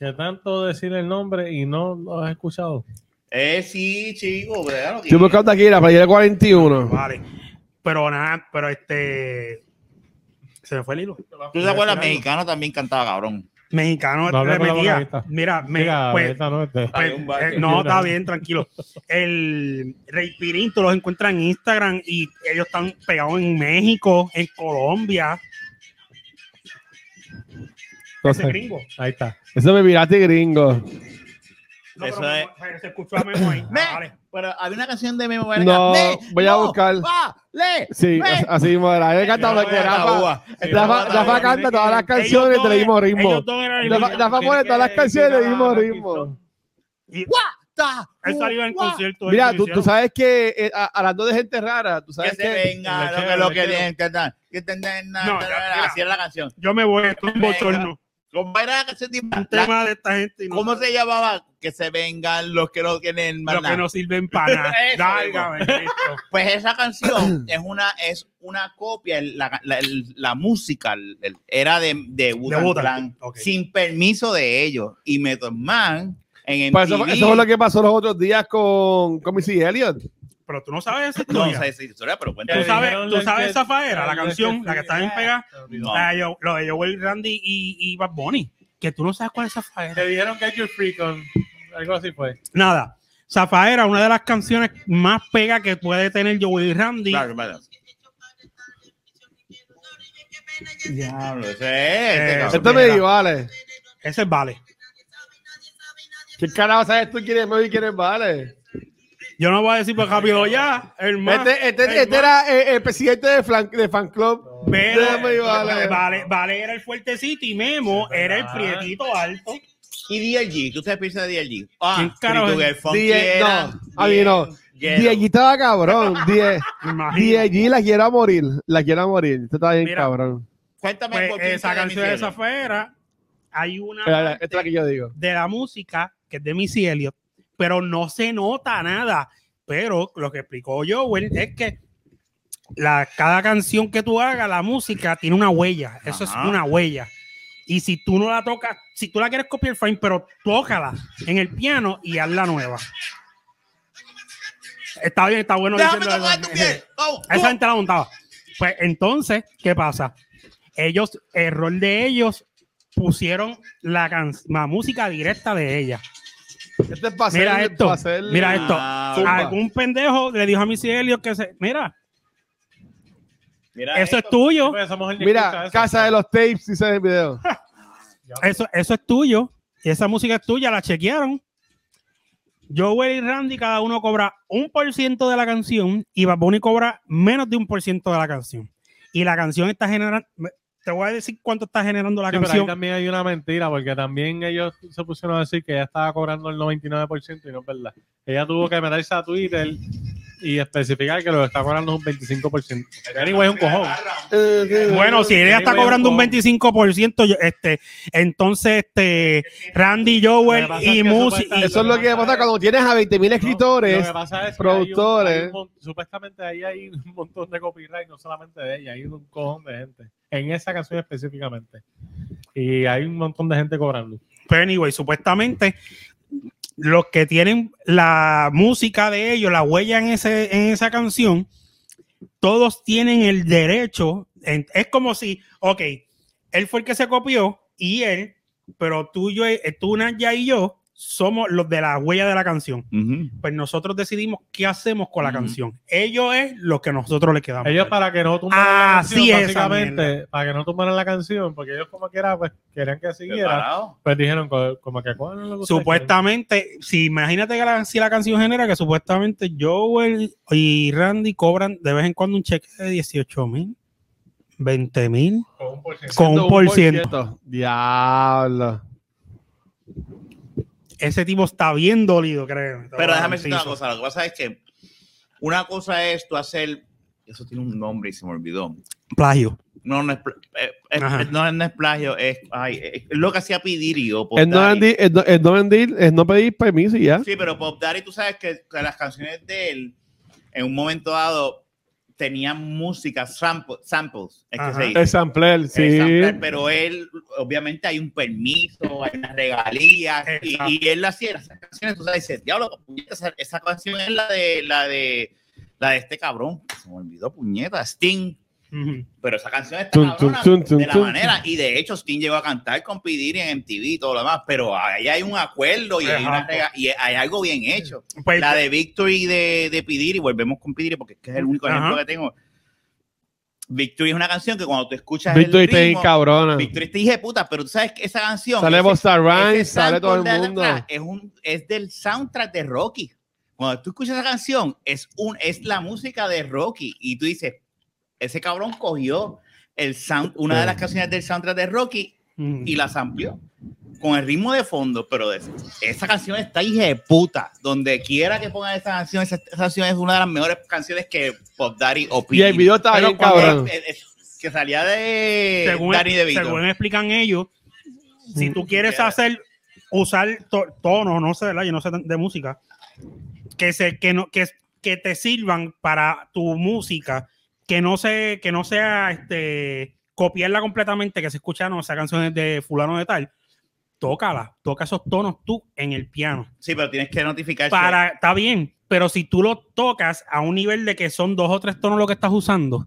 Speaker 5: que tanto decir el nombre y no lo has escuchado.
Speaker 3: eh sí chico ¿verdad?
Speaker 4: Estoy buscando aquí la playera 41.
Speaker 2: Vale. Pero nada, pero este. Se me fue el hilo.
Speaker 3: ¿Tú te acuerdas? Mexicano también cantaba cabrón.
Speaker 2: Mexicano
Speaker 5: No hable
Speaker 2: le
Speaker 5: con la
Speaker 2: metía-
Speaker 5: boca abierta.
Speaker 2: Mira, me-
Speaker 5: Mira,
Speaker 2: pues,
Speaker 5: esta no, este.
Speaker 2: pues,
Speaker 3: Hay un bar
Speaker 2: eh,
Speaker 3: que-
Speaker 2: no, está bien, tranquilo. El Rey Pirín, tú los encuentras en Instagram y ellos están pegados en México, en Colombia.
Speaker 4: No
Speaker 2: Ese
Speaker 4: sé.
Speaker 2: gringo.
Speaker 5: Ahí está.
Speaker 4: Eso me miraste gringo.
Speaker 2: No,
Speaker 3: Eso
Speaker 2: pero
Speaker 3: es-
Speaker 2: me- se escuchó a
Speaker 4: *coughs*
Speaker 2: Memo ahí.
Speaker 3: Me,
Speaker 2: Ah, vale.
Speaker 3: pero había una canción de Memo
Speaker 4: No, voy a buscar.
Speaker 3: ¡Vale!
Speaker 4: Sí, as- así mismo era. Él canta
Speaker 5: Yo
Speaker 4: porque
Speaker 5: era
Speaker 4: Rafa-
Speaker 5: Sí,
Speaker 4: Rafa,
Speaker 5: no,
Speaker 4: Rafa
Speaker 5: no, no,
Speaker 4: canta
Speaker 5: no,
Speaker 4: todas las
Speaker 5: ellos
Speaker 4: canciones
Speaker 2: dos
Speaker 4: del mismo
Speaker 2: eran-
Speaker 4: ritmo.
Speaker 2: ellos dos eran
Speaker 4: Rafa-
Speaker 2: el-
Speaker 4: Rafa pone todas las canciones del mismo ritmo.
Speaker 2: y- Él salió en el concierto.
Speaker 4: Mira,
Speaker 2: ese que
Speaker 4: tú, tú
Speaker 2: hicieron.
Speaker 4: sabes que eh, a- hablando de gente rara, tú
Speaker 3: Que
Speaker 4: sabes
Speaker 3: se
Speaker 4: que.
Speaker 3: venga lo
Speaker 5: Me
Speaker 3: que
Speaker 5: quedo,
Speaker 3: lo
Speaker 5: me
Speaker 3: que
Speaker 5: quedo.
Speaker 3: den, tan, tan, que tan, tan, tan,
Speaker 2: No,
Speaker 3: tan,
Speaker 2: ya,
Speaker 3: tan,
Speaker 2: mira.
Speaker 3: Así era la canción.
Speaker 2: Yo me voy, esto es un
Speaker 3: Venga.
Speaker 2: bochorno.
Speaker 3: ¿Cómo era la canción? tipo?
Speaker 2: Un
Speaker 3: La-
Speaker 2: tema de esta gente. y no-
Speaker 3: ¿Cómo se llamaba? Que se vengan los que no tienen más
Speaker 2: Lo que
Speaker 3: nada.
Speaker 2: no sirven para nada.
Speaker 3: Eso
Speaker 2: Válgame, Cristo.
Speaker 3: Pues
Speaker 2: *clears throat*
Speaker 3: esa canción es una, es una copia, el- la, la- el- la música el- el- era de, de Wu-Tang
Speaker 2: Wu-Tang,
Speaker 3: Clan,
Speaker 2: ok.
Speaker 3: sin permiso de ellos. Y Method Man en
Speaker 4: Pues eso,
Speaker 3: MTV,
Speaker 4: eso fue lo que pasó los otros días con, con Missy Elliot.
Speaker 2: Pero tú no sabes esa
Speaker 3: No,
Speaker 2: historia.
Speaker 3: sé esa historia, pero
Speaker 2: Tú
Speaker 3: cuéntame.
Speaker 2: sabes- tú sabes esa faera, la canción, la que está bien pegada.
Speaker 3: Ah, No.
Speaker 2: La de Joe- lo de Joel Randy y, y Bad Bunny. Que tú no sabes cuál es Zafaera.
Speaker 5: Te dijeron que you're free con. Algo así fue.
Speaker 2: Nada. Zafaera, una de las canciones más pegas que puede tener Joel Randy.
Speaker 3: Claro, claro. Diablo, ese es,
Speaker 2: Eh,
Speaker 3: este cabrón.
Speaker 4: Esto me
Speaker 2: mira.
Speaker 4: dijo, vale.
Speaker 2: Ese es Vale.
Speaker 4: ¿Qué carajo sabes tú quién es Memo y quién es Vale?
Speaker 2: Yo no voy a decir pues rápido ya. El más,
Speaker 4: Este, este-
Speaker 2: el
Speaker 4: este
Speaker 2: más.
Speaker 4: era eh, el presidente de, flan- de fan club.
Speaker 2: Pero,
Speaker 4: Memo y Vale.
Speaker 2: vale. Vale, era el fuertecito y Memo
Speaker 5: Sí,
Speaker 2: era el
Speaker 5: verdad.
Speaker 2: prietito alto.
Speaker 3: Y DLG, ¿tú sabes piensas de DLG? Ah,
Speaker 2: ¿Quién carajo
Speaker 3: Free to
Speaker 2: es?
Speaker 3: Get Funky
Speaker 4: Die-
Speaker 3: era,
Speaker 4: no, a mí no.
Speaker 3: Get-
Speaker 4: Diego estaba cabrón. Die-
Speaker 2: Imagínate.
Speaker 4: Diego la quiero a morir. La quiero a morir. Esto está bien
Speaker 2: Mira.
Speaker 4: cabrón.
Speaker 3: Cuéntame
Speaker 2: Pues,
Speaker 3: por qué
Speaker 2: esa
Speaker 3: ustedes
Speaker 2: canción
Speaker 3: me
Speaker 2: de
Speaker 3: hicieron.
Speaker 2: Zafaera, hay una
Speaker 4: Mira, mira, Esta es la
Speaker 2: parte
Speaker 4: que yo digo.
Speaker 2: de la música que es de Missy Elliott, pero no se nota nada. Pero lo que explicó Joel es que la, cada canción que tú hagas, la música tiene una huella. Eso
Speaker 3: Ajá.
Speaker 2: es una huella. Y si tú no la tocas, si tú la quieres copiar, fine, pero tócala en el piano y haz la nueva. Está bien, está bueno.
Speaker 3: Déjame
Speaker 2: diciendo
Speaker 3: tocar
Speaker 2: eso.
Speaker 3: tu piel. Vamos,
Speaker 2: Esa
Speaker 3: vamos.
Speaker 2: gente la montaba. Pues entonces, ¿qué pasa? Ellos, error de ellos, pusieron la, can- la música directa de ella.
Speaker 4: Este es para hacer-
Speaker 2: Mira esto,
Speaker 4: para hacer-
Speaker 2: mira esto.
Speaker 3: Ah,
Speaker 4: Zumba.
Speaker 2: Algún pendejo le dijo a Missy Elliott que se, mira,
Speaker 3: mira
Speaker 2: eso es
Speaker 3: esto.
Speaker 2: tuyo,
Speaker 4: Mira, Casa de los Tapes, dice en el video.
Speaker 2: eso, eso es tuyo, y esa música es tuya, la chequearon. Joel y Randy, cada uno cobra un por ciento de la canción y Bad Bunny cobra menos de un por ciento de la canción. Y la canción está generando, te voy a decir cuánto está generando la
Speaker 5: Sí, pero ahí
Speaker 2: canción.
Speaker 5: también hay una mentira, porque también ellos se pusieron a decir que ella estaba cobrando el 99% y no es verdad. Ella tuvo que meterse a Twitter y especificar que lo que está cobrando es un 25%. Anyway, es un cojón.
Speaker 2: Bueno, si ella está
Speaker 5: Anyway,
Speaker 2: cobrando un
Speaker 5: con-
Speaker 2: 25%, yo- este, entonces este, Randy
Speaker 5: Lo
Speaker 2: Joel
Speaker 5: que pasa es
Speaker 2: y
Speaker 5: que
Speaker 2: Musi.
Speaker 5: supuestamente-
Speaker 4: Eso es lo que pasa cuando tienes a 20.000
Speaker 5: No,
Speaker 4: escritores.
Speaker 5: lo que pasa es que
Speaker 4: productores.
Speaker 5: hay un- hay un mon- supuestamente ahí hay un montón de copyright, no solamente de ella, hay un cojón de gente. En esa canción específicamente. Y hay un montón de gente cobrando.
Speaker 2: Pero anyway, supuestamente los que tienen la música de ellos, la huella en, ese, en esa canción, todos tienen el derecho. en- es como si, ok, él fue el que se copió y él, pero tú, yo, eh, tú Naya y yo somos los de la huella de la canción.
Speaker 3: Ujú.
Speaker 2: Pues nosotros decidimos qué hacemos con la
Speaker 3: Ujú.
Speaker 2: canción. Ellos es lo que nosotros le
Speaker 4: Ah,
Speaker 2: quedamos.
Speaker 5: Ellos para que no tumbaran
Speaker 2: Ah,
Speaker 5: la canción,
Speaker 2: sí, esa
Speaker 5: básicamente, para que no tumbaran la canción, porque ellos como quiera, pues querían que siguiera.
Speaker 3: Preparado.
Speaker 5: Pues dijeron co- como que ¿cuál es lo que ustedes
Speaker 2: supuestamente, si imagínate que la, si la canción genera que supuestamente Joel y Randy cobran de vez en cuando un cheque de 18 mil, 20 mil,
Speaker 5: quieren? Con un por ciento.
Speaker 2: con un por ciento.
Speaker 4: Diablo.
Speaker 2: Ese tipo está bien dolido, creo.
Speaker 3: Pero déjame decirte una cosa. Lo que pasa es que una cosa es tú hacer. Eso tiene un nombre y se me olvidó.
Speaker 2: Plagio.
Speaker 3: No, no es, pl- eh, es-
Speaker 2: Ajá.
Speaker 3: es- no, es- no es plagio. Es, ay, es lo que hacía Pidirio. Pop
Speaker 4: Es no,
Speaker 3: Daddy.
Speaker 4: vendir- es, no, es no vendir, es no pedir permiso y ya.
Speaker 3: Sí, pero Pop Daddy, tú sabes que, que las canciones de él, en un momento dado, tenían música, sample- samples. Es que
Speaker 2: Ajá.
Speaker 3: se dice.
Speaker 4: El sampler, sí.
Speaker 3: El sampler, pero él, obviamente, hay un permiso, hay una regalía, y,
Speaker 2: Exacto.
Speaker 3: y él la hacía esas canciones. Tú sabes, dice, diablo, puñeta, esa, esa canción es la de, la de la de este cabrón. Se me olvidó, puñeta, Sting.
Speaker 2: Ujú.
Speaker 3: Pero esa canción está
Speaker 4: Tum,
Speaker 3: cabrona
Speaker 4: tum, tum, tum,
Speaker 3: de la
Speaker 4: tum.
Speaker 3: manera. Y de hecho, Sting llegó a cantar con P. Diddy en MTV y todo lo demás. Pero ahí hay un acuerdo y, hay, una
Speaker 2: Exacto.
Speaker 3: rega- y hay algo bien hecho.
Speaker 2: Pues,
Speaker 3: La de Victory de, de P. Diddy, volvemos con P. Diddy porque es que es el único
Speaker 2: Ajá.
Speaker 3: ejemplo que tengo. Victory es una canción que cuando tú escuchas
Speaker 4: Victory
Speaker 3: el
Speaker 4: está bien
Speaker 3: ritmo,
Speaker 4: cabrona.
Speaker 3: Victory te dije puta, pero tú sabes que esa canción
Speaker 4: Sale
Speaker 3: ese-
Speaker 4: Bossa Rhymes,
Speaker 3: ese
Speaker 4: sale todo
Speaker 3: sample
Speaker 4: el
Speaker 3: de
Speaker 4: mundo.
Speaker 3: atrás Es, un, es del soundtrack de Rocky. Cuando tú escuchas esa canción, es, un, es la música de Rocky. Y tú dices, ese cabrón cogió el sound, una de las canciones del soundtrack de Rocky
Speaker 2: ujú.
Speaker 3: y la amplió con el ritmo de fondo. Pero de- esa canción está hija de puta. Donde quiera que pongan esa canción, esa, esa canción es una de las mejores canciones que Pop Daddy o
Speaker 4: Y el
Speaker 3: P.
Speaker 4: video está
Speaker 2: Pero
Speaker 4: bien
Speaker 2: cuando-
Speaker 4: cabrón.
Speaker 3: Es- es- que salía de
Speaker 2: según,
Speaker 3: Danny DeVito.
Speaker 2: según explican ellos, si tú quieres
Speaker 3: Ya.
Speaker 2: hacer, usar to- tonos, no sé, ¿verdad? yo no sé tan- de música, que, se, que, no, que, que te sirvan para tu música, que no, se, que no sea este, copiarla completamente, que se escucha, no, esa canción es de fulano de tal, tócala, toca esos tonos tú en el piano.
Speaker 3: Sí, pero tienes que notificar.
Speaker 2: Para, está bien, pero si tú lo tocas a un nivel de que son dos o tres tonos lo que estás usando,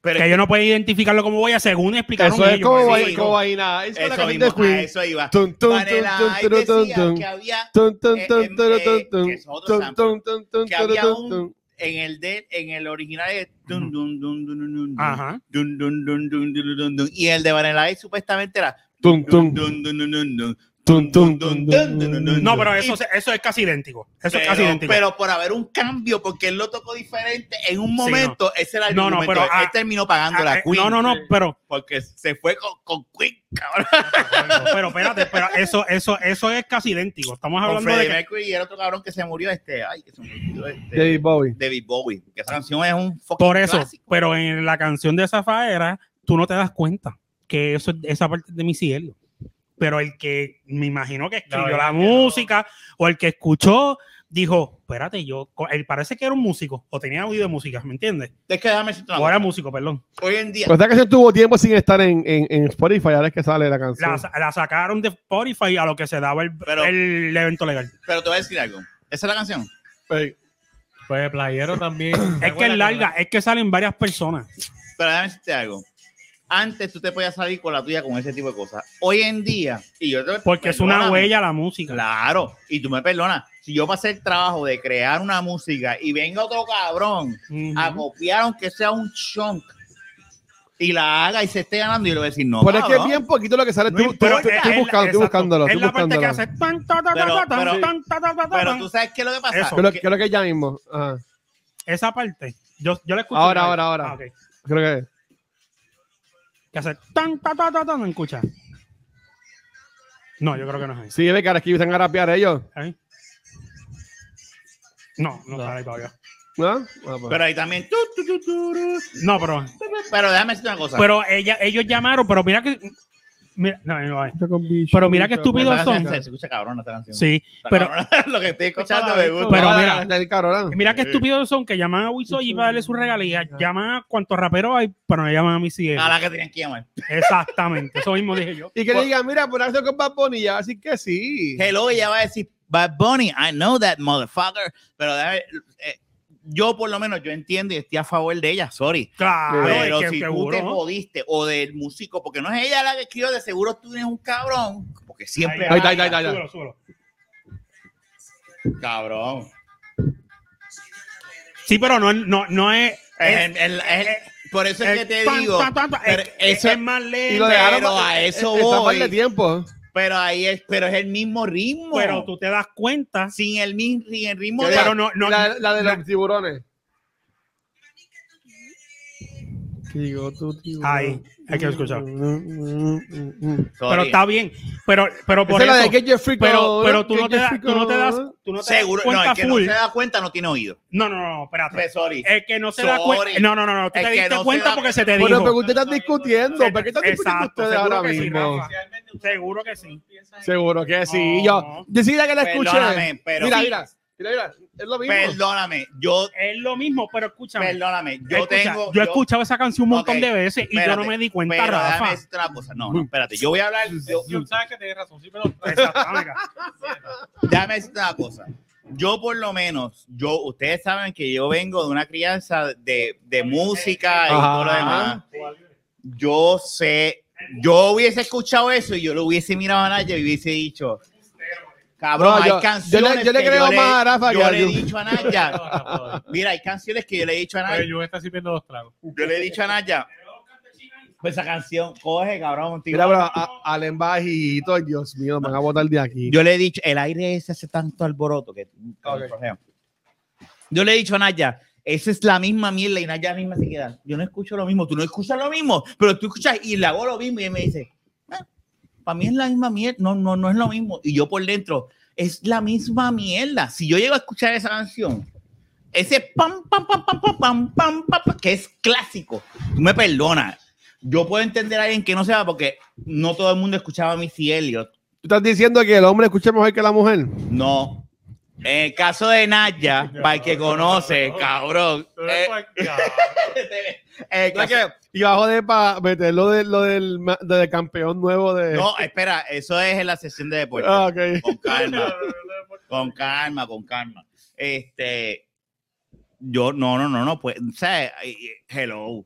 Speaker 3: Pero
Speaker 2: que yo no puedo identificarlo como voy a, según explicaron
Speaker 4: Eso es
Speaker 2: ellos,
Speaker 4: como
Speaker 2: pues,
Speaker 3: sí,
Speaker 4: vai-
Speaker 3: yo-
Speaker 4: como vaina. Es la
Speaker 3: eso
Speaker 4: canción
Speaker 3: mismo,
Speaker 4: de
Speaker 3: a
Speaker 4: Queen.
Speaker 3: eso iba.
Speaker 4: Tun, tun,
Speaker 3: Vanilla Ice
Speaker 4: tun, tun, tun,
Speaker 3: decía
Speaker 4: tun.
Speaker 3: que había
Speaker 4: Tun, tun,
Speaker 3: eh,
Speaker 4: tun,
Speaker 3: em,
Speaker 4: tun,
Speaker 3: eh,
Speaker 4: tun, tun.
Speaker 3: que es otro
Speaker 4: Tun,
Speaker 3: sample.
Speaker 4: tun, tun, tun,
Speaker 3: Que
Speaker 4: tun,
Speaker 3: había
Speaker 4: tun,
Speaker 3: un-
Speaker 4: tun.
Speaker 3: en el de en el original es dun, dun, dun, dun, dun, dun,
Speaker 2: Ajá.
Speaker 3: dun, dun, dun, dun, dun, dun, dun. y el de Vanilla Ice supuestamente era
Speaker 4: Tun,
Speaker 3: dun, dun,
Speaker 4: tun,
Speaker 3: dun, dun, dun, dun.
Speaker 4: tun, tun,
Speaker 3: dun,
Speaker 4: tun,
Speaker 3: dun, dun, dun.
Speaker 4: tun.
Speaker 2: No, pero eso, se- eso es casi idéntico. Eso es casi
Speaker 3: pero,
Speaker 2: idéntico.
Speaker 3: pero por haber un cambio porque él lo tocó diferente en un
Speaker 2: no.
Speaker 3: momento ese era el
Speaker 2: No, no,
Speaker 3: argumento.
Speaker 2: pero,
Speaker 3: él
Speaker 2: ah,
Speaker 3: terminó pagando
Speaker 2: Ah,
Speaker 3: la
Speaker 2: eh,
Speaker 3: Queen
Speaker 2: no, no, no, pero,
Speaker 3: porque se fue con, con Queen cabrón
Speaker 2: pero espérate, pero eso, eso, eso es casi idéntico. Estamos
Speaker 3: con
Speaker 2: hablando de
Speaker 3: Freddie
Speaker 2: que
Speaker 3: Mercury y el otro cabrón que se murió este ay que se murió este
Speaker 4: David Bowie.
Speaker 3: David Bowie que esa canción es un fucking
Speaker 2: por eso,
Speaker 3: clásico.
Speaker 2: pero en la canción de Zafaera, tú no te das cuenta que eso, esa parte es de mi cielo. Pero el que me imagino que escribió
Speaker 5: No,
Speaker 2: la
Speaker 5: es que
Speaker 2: música o el que escuchó dijo, espérate, yo, co- él parece que era un músico o tenía oído de música, ¿me entiendes?
Speaker 3: Es que déjame decirte una
Speaker 2: O era
Speaker 3: cosa.
Speaker 2: músico, perdón.
Speaker 3: Hoy en día,
Speaker 4: Pues esta canción tuvo tiempo sin estar en, en, en Spotify, ahora es que sale la canción.
Speaker 2: La, sa- la sacaron de Spotify a lo que se daba el,
Speaker 3: Pero-
Speaker 2: el evento legal.
Speaker 3: pero te voy a decir algo. Esa es la canción.
Speaker 4: Ey,
Speaker 5: Pues Playero también.
Speaker 2: *coughs* Es que es larga, es que salen varias personas.
Speaker 3: Pero déjame decirte algo. Antes tú te podías salir con la tuya con ese tipo de cosas. Hoy en día, y yo te-
Speaker 2: Porque es una
Speaker 3: perdóname.
Speaker 2: huella la música.
Speaker 3: Claro, y tú me perdonas. Si yo pasé el trabajo de crear una música y venga otro cabrón
Speaker 2: Ujú.
Speaker 3: a copiar, aunque sea un chunk, y la haga y se esté ganando, yo le voy a decir no.
Speaker 4: Pero pues es que es
Speaker 3: cabrón.
Speaker 4: bien poquito lo que sale.
Speaker 3: No
Speaker 4: Tú- tú-
Speaker 3: importa,
Speaker 4: estoy
Speaker 2: es la-
Speaker 4: buscando, estoy
Speaker 2: exacto.
Speaker 4: buscándolo.
Speaker 2: Es
Speaker 4: Estoy
Speaker 2: la parte que
Speaker 4: buscándolo.
Speaker 2: hace tan, ta, ta, ta,
Speaker 3: Pero-
Speaker 2: ta, tan,
Speaker 3: pero-
Speaker 2: tan, ta, ta, ta, ta,
Speaker 3: Pero
Speaker 2: tan.
Speaker 3: tú sabes qué es lo que pasa.
Speaker 2: Eso.
Speaker 4: ¿Qué es lo- qué es lo que es ya mismo? Ajá.
Speaker 2: Esa parte. Yo, yo la escucho.
Speaker 4: Ahora,
Speaker 2: una vez.
Speaker 4: ahora, ahora.
Speaker 2: Ah, ok.
Speaker 4: Creo que es.
Speaker 2: Que hace tan, ta, ta, ta, tan, escucha. No, yo creo que no es ahí.
Speaker 4: Sí, ve que ahora aquí están a rapear ellos.
Speaker 2: ¿Ahí? No, no,
Speaker 5: No.
Speaker 2: está ahí todavía.
Speaker 4: ¿Ah? Ah, pues.
Speaker 3: Pero ahí también. tu, tu, tu, tu, ru.
Speaker 2: No, pero,
Speaker 3: Pero déjame decirte una cosa.
Speaker 2: pero ella, ellos llamaron, pero mira que. Mira, no, no, no. Pero mira qué estúpidos
Speaker 3: Esa
Speaker 2: son.
Speaker 3: canción Se escucha cabrón esta canción.
Speaker 2: Sí,
Speaker 3: Está
Speaker 2: pero
Speaker 3: cabrona. *laughs* lo que estoy escuchando me
Speaker 2: Pero
Speaker 3: gusta.
Speaker 4: Pero
Speaker 2: mira.
Speaker 4: mira, cabrón.
Speaker 2: mira qué estúpidos son que llaman a Wiso y para darle su regalía. Llaman a cuantos raperos hay, pero no llaman a mis
Speaker 3: A
Speaker 2: hijas.
Speaker 3: la que tenían que llamar.
Speaker 2: Exactamente, eso mismo dije yo.
Speaker 4: Y que le digan, mira, por eso con Bad Bunny, ya, así que sí.
Speaker 3: Hello, ella va a decir, Bad Bunny, I know that motherfucker. Pero déjame, eh, yo por lo menos yo entiendo y estoy a favor de ella, sorry.
Speaker 2: Claro,
Speaker 3: Pero
Speaker 2: es que
Speaker 3: si tú
Speaker 2: seguro,
Speaker 3: te
Speaker 2: ¿no?
Speaker 3: jodiste o del músico, porque no es ella la que escribió, de seguro tú eres un cabrón. Porque siempre
Speaker 4: Ahí está,
Speaker 3: hay-
Speaker 4: ahí está, ahí está.
Speaker 2: Súbelo, súbelo.
Speaker 3: cabrón.
Speaker 2: Sí, pero no, no, no es.
Speaker 3: Es- es- es- por Eh, eso es, que te
Speaker 2: tan,
Speaker 3: digo.
Speaker 2: tan, tan, tan,
Speaker 3: pero
Speaker 2: es,
Speaker 3: eso-
Speaker 2: es más lento.
Speaker 4: Y lo dejaron
Speaker 3: pero
Speaker 4: pa-
Speaker 3: a eso
Speaker 4: está
Speaker 3: voy.
Speaker 4: mal de tiempo.
Speaker 3: Pero ahí es, pero es el mismo ritmo.
Speaker 2: Pero tú te das cuenta.
Speaker 3: sin el mismo sin el ritmo.
Speaker 4: Yo
Speaker 3: de-
Speaker 2: Pero no, no,
Speaker 4: la, la de
Speaker 2: no.
Speaker 4: los tiburones. Que llegó tu tiburón.
Speaker 2: Ay, hay que
Speaker 4: Mm,
Speaker 2: escuchar.
Speaker 3: Sorry.
Speaker 2: pero está bien. pero pero por
Speaker 4: Esa es la de
Speaker 2: eso
Speaker 4: Get Your Freak
Speaker 2: pero
Speaker 4: On,
Speaker 2: pero tú no
Speaker 4: Get
Speaker 2: te
Speaker 4: Your
Speaker 2: das
Speaker 4: Freak
Speaker 2: tú no te das
Speaker 4: On.
Speaker 2: tú no te das
Speaker 3: seguro, no,
Speaker 2: cuenta
Speaker 3: el que no se
Speaker 2: full eh,
Speaker 3: da cuenta no tiene oído.
Speaker 2: no no no espérate
Speaker 3: Pues, sorry.
Speaker 2: el que no se da
Speaker 3: Sorry.
Speaker 2: cuenta no no no no tú
Speaker 3: El
Speaker 2: te
Speaker 3: que
Speaker 2: diste
Speaker 3: no se
Speaker 2: cuenta
Speaker 3: da-
Speaker 2: porque se te
Speaker 4: Bueno, pero
Speaker 2: dijo
Speaker 4: ustedes están discutiendo. ¿Por qué están discutiendo
Speaker 2: Exacto,
Speaker 4: ustedes
Speaker 2: seguro
Speaker 4: ahora
Speaker 2: que sí,
Speaker 4: mismo?
Speaker 2: Rafa. seguro que sí
Speaker 4: Seguro que sí.
Speaker 2: No.
Speaker 4: Yo, decida que la escuché.
Speaker 3: Perdóname, pero
Speaker 4: mira,
Speaker 3: Sí,
Speaker 4: mira, mira, mira. Es lo mismo.
Speaker 3: perdóname, yo
Speaker 2: es lo mismo pero escúchame
Speaker 3: perdóname, yo
Speaker 2: Escucha,
Speaker 3: tengo
Speaker 2: yo he escuchado esa canción un montón
Speaker 3: Ok,
Speaker 2: de veces y yo
Speaker 3: espérate,
Speaker 2: no me di
Speaker 3: pero
Speaker 2: cuenta
Speaker 3: déjame
Speaker 2: Rafa
Speaker 3: decirte una cosa. No, no, espérate, yo voy a hablar yo- yo-
Speaker 5: Yo sabes que tenés razón, sí, pero
Speaker 2: Exactamente.
Speaker 3: déjame decirte una cosa. Yo por lo menos, yo ustedes saben que yo vengo de una crianza de, de música y
Speaker 4: Ajá.
Speaker 3: todo lo demás. Yo sé, yo hubiese escuchado eso y yo lo hubiese mirado a Naya y hubiese dicho, cabrón,
Speaker 4: No,
Speaker 3: hay
Speaker 4: yo- yo le-
Speaker 3: canciones
Speaker 4: yo le
Speaker 3: que
Speaker 4: creo más a Rafa
Speaker 3: yo
Speaker 4: que a
Speaker 3: le he
Speaker 4: Yu.
Speaker 3: dicho a Naya. Mira, hay canciones que yo le he dicho a Naya.
Speaker 5: Pero yo Pues está sirviendo dos tragos.
Speaker 3: Yo le he dicho a Naya. Pues esa canción, coge, cabrón. tío.
Speaker 4: Mira, pero a- Allen bajito, ay, Dios mío, me van a botar de aquí.
Speaker 3: Yo le he dicho, el aire ese hace tanto alboroto que.
Speaker 4: Ok.
Speaker 3: Yo le he dicho a Naya, esa es la misma mierda y Naya misma se queda. Yo no escucho lo mismo, tú no escuchas lo mismo, pero tú escuchas y la hago lo mismo y ella me dice, para mí es la misma mierda, no, no, no es lo mismo. Y yo por dentro, es la misma mierda. Si yo llego a escuchar esa canción, ese pam, pam, pam, pam, pam, pam, pam, pam, pam, que es clásico, tú me perdonas. Yo puedo entender a alguien que no sepa porque no todo el mundo escuchaba a Missy Elliott.
Speaker 4: Tú estás diciendo que el hombre escucha mejor que la mujer.
Speaker 3: No. En el caso de Naya, para el que conoce, cabrón. eh, *laughs* en el caso-
Speaker 4: Y bajo de para meter lo, de, lo del, ma- de- del campeón nuevo de.
Speaker 3: no, espera, eso es en la sesión de deporte.
Speaker 4: Ah, ok.
Speaker 3: Con calma, con calma, con calma. Este, yo, no, no, no, no, pues, ¿sabes? Eh, eh, Hello.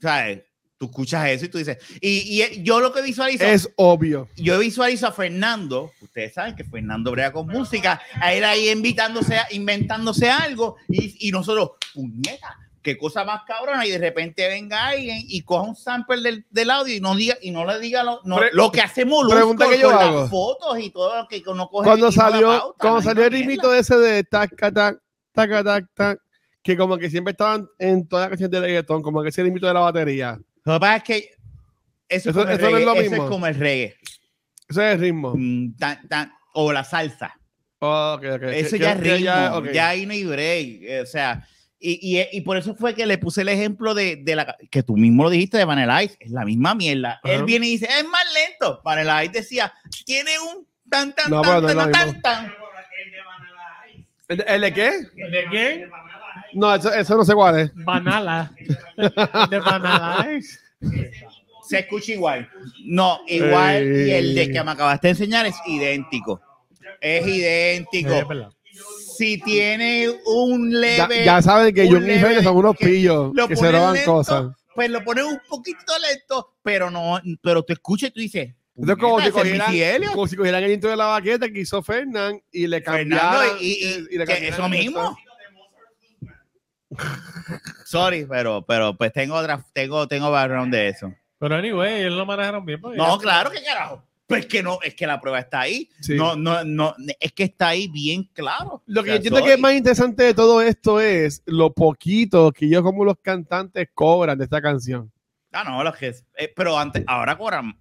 Speaker 3: ¿Sabes? Tú escuchas eso y tú dices, y, y, eh, yo lo que visualizo,
Speaker 4: Es obvio.
Speaker 3: yo visualizo a Fernando, ustedes saben que Fernando brega con música, a él ahí invitándose, a- inventándose algo, y, y nosotros, puñeta, qué cosa más cabrona, y de repente venga alguien y coja un sample del, del audio y no diga, y no le diga lo, no-
Speaker 4: Pre-
Speaker 3: lo que hace Molusco
Speaker 4: pregunta que yo
Speaker 3: con
Speaker 4: hago.
Speaker 3: las fotos y todo lo que no coge.
Speaker 4: Cuando
Speaker 3: y no da
Speaker 4: salió,
Speaker 3: pauta,
Speaker 4: cuando
Speaker 3: no hay
Speaker 4: salió el
Speaker 3: una
Speaker 4: ritmito
Speaker 3: mierda.
Speaker 4: ese de tac, ca, tac, tac, tac, tac, que como que siempre estaban en todas las canciones de reggaetón, como que ese ritmito de la batería.
Speaker 3: Lo que pasa es que eso, es
Speaker 4: Eso-
Speaker 3: como el
Speaker 4: eso no es lo
Speaker 3: reggae, eso
Speaker 4: mismo.
Speaker 3: es como el reggae.
Speaker 4: Ese es el ritmo.
Speaker 3: Mm, tan- tan- o la salsa.
Speaker 4: Ok, ok.
Speaker 3: Eso
Speaker 4: Que-
Speaker 3: ya es
Speaker 4: que-
Speaker 3: ritmo, ya,
Speaker 4: ok.
Speaker 3: ahí no hay break, eh, o sea, y, eh, y- y por eso fue que le puse el ejemplo de, de la, que tú mismo lo dijiste de Vanilla Ice, es la misma mierda.
Speaker 4: Ajá.
Speaker 3: Él viene y dice, es más lento. Vanilla Ice decía, tiene un tan, tan,
Speaker 4: No, pero
Speaker 3: tan,
Speaker 4: no es
Speaker 3: tan,
Speaker 4: lo
Speaker 3: tan,
Speaker 4: mismo.
Speaker 3: tan.
Speaker 4: ¿El, el de qué?
Speaker 5: ¿De quién?
Speaker 4: No, eso, eso no sé cuál es.
Speaker 5: Banala. De Banala.
Speaker 3: Se escucha igual. No, igual, y el de
Speaker 4: Eh.
Speaker 3: que me acabaste de enseñar es idéntico. Es idéntico. Si tiene un
Speaker 4: Ya,
Speaker 3: leve...
Speaker 4: ya saben que
Speaker 3: un
Speaker 4: yo y Fede
Speaker 3: leve
Speaker 4: son unos
Speaker 3: que
Speaker 4: pillos
Speaker 3: lo
Speaker 4: que se
Speaker 3: ponen
Speaker 4: roban
Speaker 3: lento,
Speaker 4: cosas.
Speaker 3: Pues lo pones un poquito lento, pero no, pero tú escuchas y tú dices.
Speaker 4: Eso es como
Speaker 3: "Puñeta, ese
Speaker 4: si
Speaker 3: es
Speaker 4: cogieran,
Speaker 3: Missy Elliott,
Speaker 4: como si cogieran el intro de la baqueta que hizo Fernán y le cambiaran.
Speaker 3: Fernando", y, y-
Speaker 4: eh, y le
Speaker 3: que
Speaker 4: cambiaran
Speaker 3: eso
Speaker 4: el
Speaker 3: mismo.
Speaker 4: intro.
Speaker 3: Sorry, pero, pero pues tengo otra, tengo, tengo background de eso.
Speaker 5: Pero anyway, ellos lo manejaron bien. porque-
Speaker 3: No, claro que carajo. Pues que no, es que la prueba está ahí.
Speaker 4: Sí.
Speaker 3: No, no, no, es que está ahí bien claro.
Speaker 4: Lo que
Speaker 3: O sea,
Speaker 4: yo entiendo que es
Speaker 3: sorry.
Speaker 4: más interesante de todo esto es lo poquito que yo como los cantantes cobran de esta canción.
Speaker 3: Ah, no, los que, eh, pero antes, ahora cobran.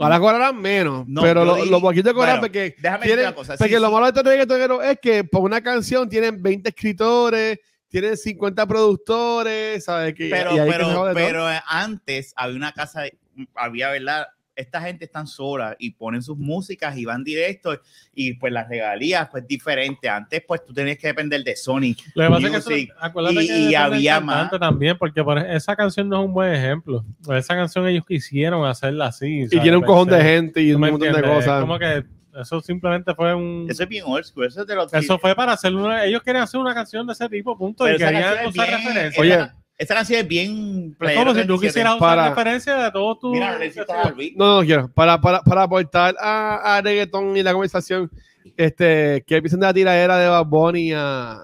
Speaker 4: Ahora cobrarán menos,
Speaker 3: Mm. No,
Speaker 4: pero
Speaker 3: yo
Speaker 4: lo,
Speaker 3: diría-
Speaker 4: lo poquito que cobran
Speaker 3: bueno,
Speaker 4: porque,
Speaker 3: Déjame decir
Speaker 4: tienen-
Speaker 3: una cosa.
Speaker 4: porque
Speaker 3: sí,
Speaker 4: lo este
Speaker 3: sí.
Speaker 4: malo de estos reggaetoneros es que por una canción tienen 20 escritores, tienen 50 productores, ¿sabes? Que,
Speaker 3: Pero,
Speaker 4: y ahí que se
Speaker 3: pero,
Speaker 4: jode todo.
Speaker 3: pero eh, antes había una casa, de- había, ¿verdad? Esta gente están sola y ponen sus músicas y van directo y pues las regalías pues diferente. Antes pues tú tenías que depender de Sony.
Speaker 5: Lo que pasa es que
Speaker 3: Music.
Speaker 5: eso- acuérdate
Speaker 3: Y-
Speaker 5: que
Speaker 3: y
Speaker 5: depende del
Speaker 3: había
Speaker 5: cantante
Speaker 3: más.
Speaker 5: también, porque por ej- esa canción no es un buen ejemplo. Esa canción ellos quisieron hacerla así.
Speaker 4: Y tiene un cojón de gente y
Speaker 5: ¿Tú
Speaker 4: un
Speaker 5: me
Speaker 4: montón de
Speaker 5: entiendes? Es
Speaker 4: cosas.
Speaker 5: como que eso simplemente fue un.
Speaker 3: Eso es bien old school, eso es de los
Speaker 5: Eso fue para hacer una. Ellos querían hacer una canción de ese tipo, punto.
Speaker 3: Pero
Speaker 5: Y
Speaker 3: esa
Speaker 5: querían
Speaker 3: canción es
Speaker 5: usar
Speaker 3: bien-
Speaker 5: referencias.
Speaker 4: Oye,
Speaker 3: esa- esta canción es bien
Speaker 5: es
Speaker 3: playero
Speaker 5: como si tú
Speaker 3: 37.
Speaker 5: quisieras usar
Speaker 4: Para-
Speaker 5: referencias de todos tus.
Speaker 3: Mira, no necesitas a Luis.
Speaker 4: No, no quiero. Para, para, para aportar a, a reggaetón y la conversación, este, que empiecen de la tiradera de Bad Bunny a,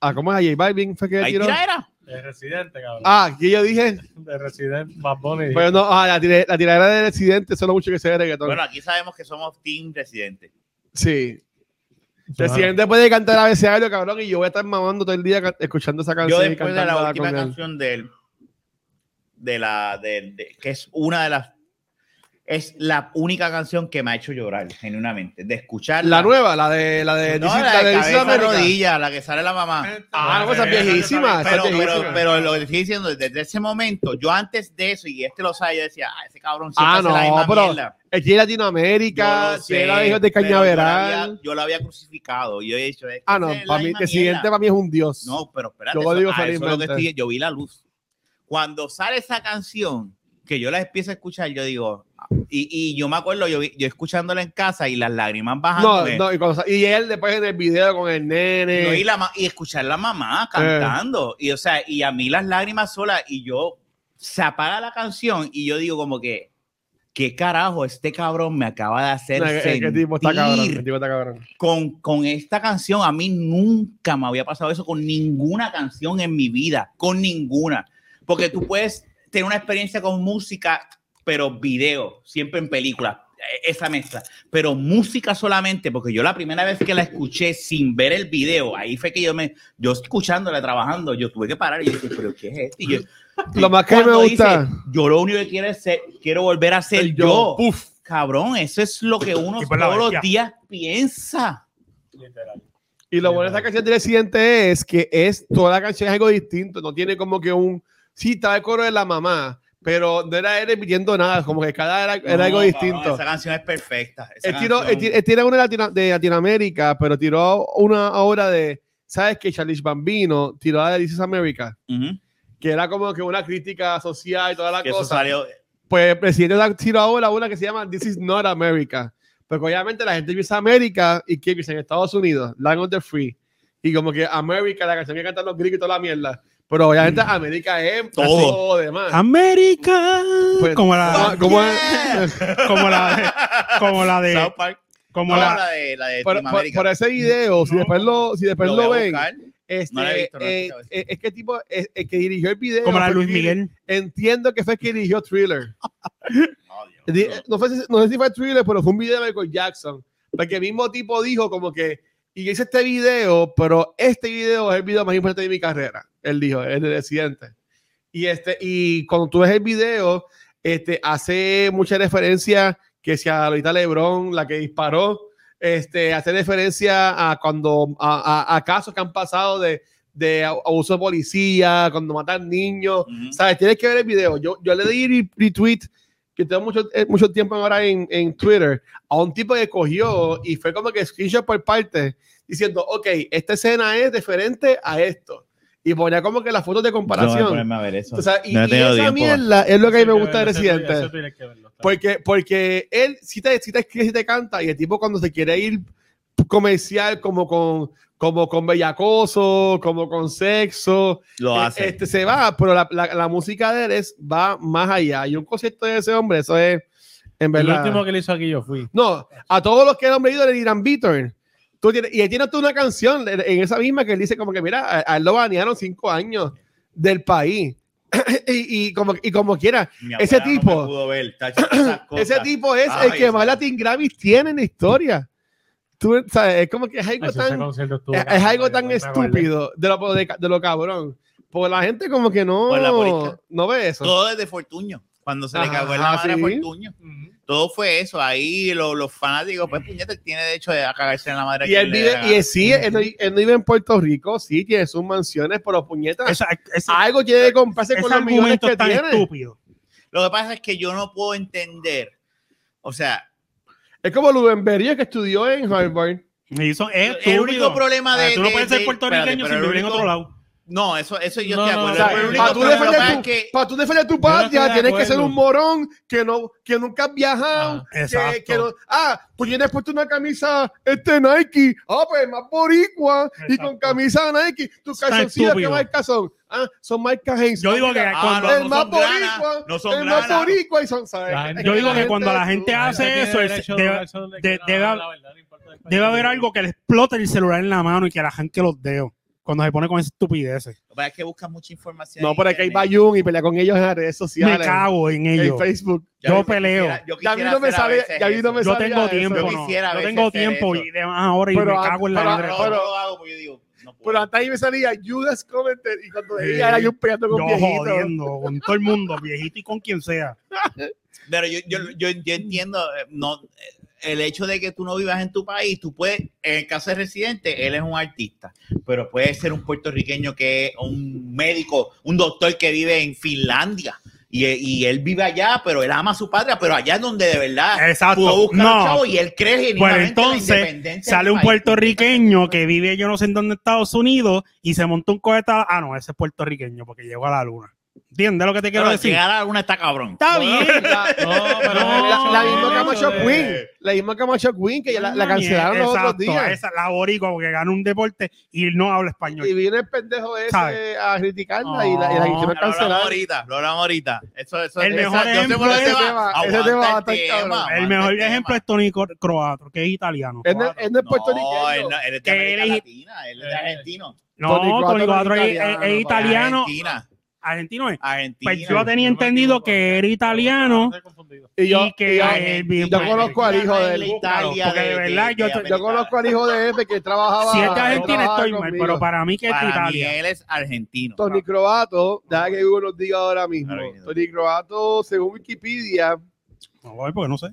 Speaker 4: a ¿cómo es? A J Balvin fue que
Speaker 3: Ahí
Speaker 4: tiró.
Speaker 3: tira era.
Speaker 5: de residente, cabrón.
Speaker 4: Ah, que yo dije,
Speaker 5: De residente, Bad Bunny.
Speaker 4: pero no, ah, la, tira- la tiradera del accidente, eso es lo mucho que se ve reggaetón.
Speaker 3: Bueno, aquí sabemos que somos Team Residente.
Speaker 4: sí.
Speaker 5: Claro.
Speaker 4: Residente puede cantar a veces algo, cabrón, y yo voy a estar mamando todo el día ca- escuchando esa
Speaker 3: Yo
Speaker 4: canción. y
Speaker 3: después de la
Speaker 4: cantándola
Speaker 3: última
Speaker 4: con él.
Speaker 3: canción de él, de la, de, de- que es una de las, es la única canción que me ha hecho llorar, genuinamente, de escuchar.
Speaker 4: La nueva, la de la de,
Speaker 3: No,
Speaker 4: This is-
Speaker 3: la de
Speaker 4: This is
Speaker 3: cabeza,
Speaker 4: America.
Speaker 3: rodilla, la que sale la mamá.
Speaker 4: Ah, no, pues esa es viejísima. esa es
Speaker 3: Pero, pero,
Speaker 4: viejísima.
Speaker 3: pero lo que estoy diciendo, desde ese momento, yo antes de eso, y este lo sabe, yo decía, ah, ese cabrón siempre
Speaker 4: Ah,
Speaker 3: hace la
Speaker 4: no,
Speaker 3: misma
Speaker 4: pero-
Speaker 3: mierda.
Speaker 4: Aquí en
Speaker 3: Yo
Speaker 4: Latinoamérica,
Speaker 3: lo
Speaker 4: si era
Speaker 3: sé,
Speaker 4: de hijos de
Speaker 3: pero yo la había-
Speaker 4: Cañaveral.
Speaker 3: Yo lo había, crucificado. y Yo he dicho, es que
Speaker 4: Ah, no,
Speaker 3: esa es la
Speaker 4: para mí,
Speaker 3: misma
Speaker 4: que siguiente
Speaker 3: mierda.
Speaker 4: para mí es un dios.
Speaker 3: No, pero espérate.
Speaker 4: Yo lo
Speaker 3: eso-
Speaker 4: digo
Speaker 3: a eso es lo que
Speaker 4: felizmente.
Speaker 3: estoy- yo vi la luz. Cuando sale esa canción, que yo la empiezo a escuchar, yo digo, y, y yo me acuerdo, yo, vi- yo escuchándola en casa y las lágrimas
Speaker 4: no, eh.
Speaker 3: bajándome.
Speaker 4: no, y, cuando sa- y él después en el video con el
Speaker 3: Y
Speaker 4: nene.
Speaker 3: oí la ma- y escuchar la mamá cantando. Y o sea, y a mí las lágrimas solas, y yo se apaga la canción y yo digo como que, ¿qué carajo? Este cabrón me acaba de hacer
Speaker 4: No, es que- es que el tipo está cabrón.
Speaker 3: sentir
Speaker 4: el tipo está cabrón.
Speaker 3: con, con esta canción, a mí nunca me había pasado eso con ninguna canción en mi vida, con ninguna. Porque tú puedes tener una experiencia con música, pero video, siempre en película, e- esa mezcla. Pero música solamente, porque yo la primera vez que la escuché sin ver el video, ahí fue que yo me, yo escuchándola, trabando, yo tuve que parar y yo dije, pero ¿qué es esto? Y yo-
Speaker 4: Lo más que me
Speaker 3: cuando
Speaker 4: gusta.
Speaker 3: dice, yo lo único que quiero es ser, quiero volver a ser
Speaker 4: Soy
Speaker 3: yo.
Speaker 4: yo".
Speaker 3: Cabrón, eso es lo que uno
Speaker 2: Y por la
Speaker 3: todos los
Speaker 2: bestia.
Speaker 3: días piensa.
Speaker 5: Literal.
Speaker 4: y lo bueno de esa canción del accidente es que es toda la canción es algo distinto. No tiene como que un. Sí, estaba el coro de la mamá, pero no era él repitiendo nada. Como que cada era, era
Speaker 3: No,
Speaker 4: algo
Speaker 3: cabrón,
Speaker 4: distinto.
Speaker 3: Esa canción es perfecta. esa
Speaker 4: Él tiró,
Speaker 3: canción.
Speaker 4: él ti- él tira una de, Latino- de Latinoamérica, pero tiró una obra de. ¿Sabes que Charlie Bambino tiró la de This is America?
Speaker 3: Ujú.
Speaker 4: Que era como que una crítica social y toda la
Speaker 3: Que eso
Speaker 4: cosa.
Speaker 3: salió.
Speaker 4: pues el presidente la tiró ahora una que se llama This is not America. Porque obviamente la gente piensa América y que piensa en Estados Unidos, Land of the Free. Y como que América, la canción que cantan los gringos y toda la mierda. Pero obviamente América es
Speaker 3: Mm. Todo.
Speaker 4: todo demás.
Speaker 2: América.
Speaker 4: Pues,
Speaker 2: Ah, como la,
Speaker 4: Ah, ¿cómo es?
Speaker 3: Yeah.
Speaker 2: como la de, como la de,
Speaker 3: South Park.
Speaker 2: como
Speaker 3: No,
Speaker 2: la,
Speaker 3: la de, la de
Speaker 4: Pues, Por,
Speaker 3: Team
Speaker 4: por-
Speaker 3: América.
Speaker 4: por ese video, si
Speaker 2: No.
Speaker 4: después lo, si después
Speaker 3: Lo
Speaker 4: lo,
Speaker 3: voy a
Speaker 4: ven,
Speaker 3: buscar.
Speaker 4: este,
Speaker 3: No lo he visto, no lo he
Speaker 4: eh,
Speaker 3: visto.
Speaker 4: eh, es que tipo, es, el que dirigió el video.
Speaker 2: como la de
Speaker 4: fue
Speaker 2: Luis
Speaker 4: que-
Speaker 2: Miguel.
Speaker 4: Entiendo que fue el que dirigió Thriller.
Speaker 3: Oh, Dios.
Speaker 4: Di- No, fue- no sé si fue thriller, pero fue un video de Michael Jackson. Porque el mismo tipo dijo como que, y yo hice este video, pero este video es el video más importante de mi carrera. Él dijo, el del accidente. Y, este, y cuando tú ves el video, este, hace mucha referencia que si a Lolita Lebron, la que disparó, este, hace referencia a cuando a, a- a casos que han pasado de, de abuso de policía, cuando matan niños,
Speaker 3: Ujú.
Speaker 4: ¿Sabes? Tienes que ver el video. Yo, yo le di re- retweet, que tengo mucho, eh, mucho tiempo ahora en, en Twitter, a un tipo que cogió y fue como que screenshot por parte, diciendo, ok, esta escena es diferente a esto. Y ponía como que las fotos de
Speaker 3: Yo voy a
Speaker 4: comparación.
Speaker 3: ponerme a ver eso.
Speaker 4: O sea, y,
Speaker 3: No he
Speaker 4: y
Speaker 3: tenido
Speaker 4: esa
Speaker 3: tiempo.
Speaker 4: mierda es lo que a mí me gusta de
Speaker 5: Ese- ese- ese
Speaker 4: Residente.
Speaker 5: tienes que verlo.
Speaker 4: Porque, porque él sí te, sí te escribe, sí te canta, y el tipo cuando se quiere ir comercial, como con, como con bellacoso, como con sexo,
Speaker 3: Lo
Speaker 4: eh,
Speaker 3: hace.
Speaker 4: Este se va, pero la, la- la música de él es, va más allá. Y un concierto de ese hombre, eso es, en
Speaker 5: El
Speaker 4: verdad.
Speaker 5: último que le hizo aquí yo fui.
Speaker 4: No, a todos los que el hombre ido le dirán Beaton. Tú tienes, y él tiene hasta una canción en en esa misma que él dice como que, mira, a, a él lo banearon cinco años del país. *clears throat* y, y como, y como quiera,
Speaker 3: Mi
Speaker 4: ese
Speaker 3: abuela no
Speaker 4: tipo-
Speaker 3: me pudo ver, tacho, esas cosas.
Speaker 4: ese tipo es
Speaker 3: Ay,
Speaker 4: el que más
Speaker 3: esa-
Speaker 4: Latin Grammys tiene en la historia. Tú, sabes, es como que es algo
Speaker 5: Ese
Speaker 4: tan...
Speaker 5: concierto estuvo
Speaker 4: Es, es
Speaker 5: cabrón,
Speaker 4: algo
Speaker 5: yo
Speaker 4: tan
Speaker 5: me acordé.
Speaker 4: estúpido de lo, de, de lo cabrón. Por la gente como que
Speaker 3: Por la
Speaker 4: no,
Speaker 3: política.
Speaker 4: no ve eso.
Speaker 3: Todo es de Fortuño. Cuando se le
Speaker 4: Ajá,
Speaker 3: cagó en la madre a
Speaker 4: sí.
Speaker 3: Fortuño.
Speaker 5: Ujú.
Speaker 3: todo fue eso. Ahí lo- los fanáticos, pues puñete, tiene derecho de a cagarse en la madre. a
Speaker 4: Y
Speaker 3: quien
Speaker 4: él
Speaker 3: le dé la
Speaker 4: vive,
Speaker 3: gana.
Speaker 4: y él sí, él, no- él no vive en Puerto Rico, sí, tiene sus mansiones, pero puñetas,
Speaker 2: Esa- esa-
Speaker 3: Ah,
Speaker 4: algo tiene que comprarse con
Speaker 2: ese
Speaker 4: los millones
Speaker 2: argumento
Speaker 4: que
Speaker 2: es tan
Speaker 4: tiene.
Speaker 2: estúpido.
Speaker 3: Lo que pasa es que yo no puedo entender. O sea,
Speaker 4: Es como Lubenberio que estudió en Harvard.
Speaker 2: Y son- es
Speaker 3: el
Speaker 2: estúpido.
Speaker 3: único problema de.
Speaker 2: Ah, tú no
Speaker 3: de-
Speaker 2: puedes
Speaker 3: de-
Speaker 2: ser puertorriqueño
Speaker 3: espérate, pero
Speaker 2: sin
Speaker 3: el
Speaker 2: vivir en
Speaker 3: único-
Speaker 2: otro lado.
Speaker 3: No, eso, eso yo
Speaker 2: No,
Speaker 3: estoy de
Speaker 2: no,
Speaker 3: acuerdo.
Speaker 4: O sea,
Speaker 2: no,
Speaker 3: Pero el
Speaker 2: pa'
Speaker 3: único
Speaker 4: para tú
Speaker 3: problema
Speaker 4: defender
Speaker 3: es
Speaker 4: tu,
Speaker 3: que.
Speaker 4: pa' tú defender tu
Speaker 5: estoy
Speaker 4: patria,
Speaker 5: de
Speaker 4: tienes que ser
Speaker 5: acuerdo.
Speaker 4: un morón que no que nunca has viajado.
Speaker 5: Ah,
Speaker 4: que-
Speaker 2: exacto.
Speaker 4: que no- ah, tú tienes puesto una camisa este Nike. Ah, pues más boricua y
Speaker 2: Exacto.
Speaker 4: con camisa Nike. Tus
Speaker 2: Está
Speaker 4: calzoncillos, ¿qué
Speaker 2: estúpido.
Speaker 4: marcas son? Ah, son marcas Hanes.
Speaker 2: Yo digo que
Speaker 3: Ah,
Speaker 2: cuando,
Speaker 3: no,
Speaker 4: el más
Speaker 3: son grana,
Speaker 4: boricua,
Speaker 3: no son
Speaker 4: el más
Speaker 3: grana.
Speaker 4: boricua y son, ¿sabes?
Speaker 5: La gente-
Speaker 4: Es
Speaker 2: yo digo que
Speaker 4: gente
Speaker 2: cuando la
Speaker 4: es
Speaker 2: gente
Speaker 4: estúpida.
Speaker 2: hace eso, es- debe- de- debe- debe haber algo que le explote el celular en la mano y que le arranque los dedos cuando se pone con esas estupideces.
Speaker 3: Lo que pasa es que buscan mucha información.
Speaker 4: No,
Speaker 3: en
Speaker 4: por aquí hay
Speaker 3: internet.
Speaker 4: Bayun y pelea con ellos en las redes sociales.
Speaker 2: Me cago en
Speaker 4: en
Speaker 2: ello.
Speaker 4: Facebook.
Speaker 3: Ya
Speaker 2: yo
Speaker 3: ves,
Speaker 2: peleo.
Speaker 3: quisiera- yo
Speaker 4: Ya a mí
Speaker 3: quisiera
Speaker 4: no me
Speaker 3: hacer a
Speaker 4: sale-
Speaker 3: veces
Speaker 4: ya a mí no me
Speaker 3: eso.
Speaker 2: Yo
Speaker 4: sabía
Speaker 2: tengo
Speaker 4: eso.
Speaker 2: tiempo,
Speaker 3: Yo
Speaker 2: no.
Speaker 3: quisiera a
Speaker 2: Yo
Speaker 3: veces
Speaker 2: tengo
Speaker 3: hacer
Speaker 2: tiempo
Speaker 3: eso.
Speaker 2: y demás ahora y
Speaker 4: Pero
Speaker 2: me
Speaker 4: a-
Speaker 2: cago en la
Speaker 4: pero-
Speaker 3: No,
Speaker 2: madre.
Speaker 3: no,
Speaker 4: pero-
Speaker 3: no lo hago porque yo digo. No puedo.
Speaker 4: Pero hasta ahí me salía Judas Commenter y cuando
Speaker 2: Sí.
Speaker 4: veía era yo peleando con
Speaker 2: Yo
Speaker 4: viejitos.
Speaker 2: jodiendo con todo el mundo, viejito y con quien sea.
Speaker 3: Pero yo, yo, yo, yo entiendo eh, no, eh, el hecho de que tú no vivas en tu país, tú puedes, en el caso de residente, él es un artista, pero puede ser un puertorriqueño que es un médico, un doctor que vive en Finlandia. Y, eh, y él vive allá, pero él ama a su patria, pero allá es donde de verdad
Speaker 2: Exacto.
Speaker 3: pudo buscar
Speaker 2: No.
Speaker 3: al chavo y él cree
Speaker 2: Bueno,
Speaker 3: genuinamente en la
Speaker 2: entonces
Speaker 3: independencia
Speaker 2: sale
Speaker 3: del
Speaker 2: un
Speaker 3: país.
Speaker 2: puertorriqueño que vive yo no sé en dónde Estados Unidos y se montó un cohete. a la- Ah, no, ese es puertorriqueño porque llegó a la luna. ¿Entiendes lo que te quiero
Speaker 3: Pero
Speaker 2: decir?
Speaker 3: llegar a la luna está cabrón.
Speaker 2: Está bien.
Speaker 4: La, Ah, la- la misma Camacho Queen, la misma Camacho Queen que ya la, la cancelaron los otros
Speaker 2: Exacto,
Speaker 4: días.
Speaker 2: Esa, la boricua porque gana un deporte y no habla español.
Speaker 4: Y viene el pendejo ese
Speaker 2: ¿Sabe?
Speaker 4: a criticarla y la, y la
Speaker 2: No,
Speaker 4: quisieron
Speaker 3: Lo hablamos
Speaker 4: cancelar.
Speaker 3: ahorita, lo hablamos ahorita. Eso, eso,
Speaker 2: El
Speaker 3: esa-
Speaker 2: mejor
Speaker 3: yo sé
Speaker 2: ejemplo
Speaker 3: por dónde
Speaker 4: es-
Speaker 3: va.
Speaker 4: ese tema- ese
Speaker 3: Aguanta
Speaker 4: tema
Speaker 3: el
Speaker 4: va a estar
Speaker 3: tema,
Speaker 4: cabrón.
Speaker 3: aguanta
Speaker 2: el mejor
Speaker 3: tema.
Speaker 2: ejemplo es Tony Cor- Croato, que es italiano.
Speaker 4: Él no, él no es
Speaker 3: No,
Speaker 4: puertorriqueño.
Speaker 3: él no- él es de
Speaker 2: Que él
Speaker 3: América
Speaker 2: es-
Speaker 3: Latina, él es de
Speaker 5: Eh,
Speaker 3: argentino.
Speaker 2: No,
Speaker 4: Tony Croato
Speaker 2: Tony
Speaker 4: no es
Speaker 2: Croato es,
Speaker 4: italiano,
Speaker 2: es- es
Speaker 4: papá.
Speaker 2: italiano.
Speaker 3: Argentina.
Speaker 2: Argentino es.
Speaker 3: Argentina.
Speaker 2: Pues yo tenía entendido que era italiano.
Speaker 4: Y yo,
Speaker 2: y que
Speaker 4: y yo-
Speaker 2: él bien
Speaker 4: yo
Speaker 2: bueno.
Speaker 4: conozco al hijo de él.
Speaker 2: Italia, porque de verdad yo te-
Speaker 4: Yo conozco al hijo de este que trabajaba.
Speaker 2: Si es de Argentina
Speaker 4: trabajaba
Speaker 2: estoy mal,
Speaker 4: conmigo.
Speaker 2: pero para mí que es de
Speaker 3: Para mí
Speaker 2: Italia.
Speaker 3: él es argentino.
Speaker 4: Tony Croato, deja que Hugo nos diga ahora mismo.
Speaker 3: Ahora viene.
Speaker 4: Tony Croato, según Wikipedia,
Speaker 2: No voy porque no sé.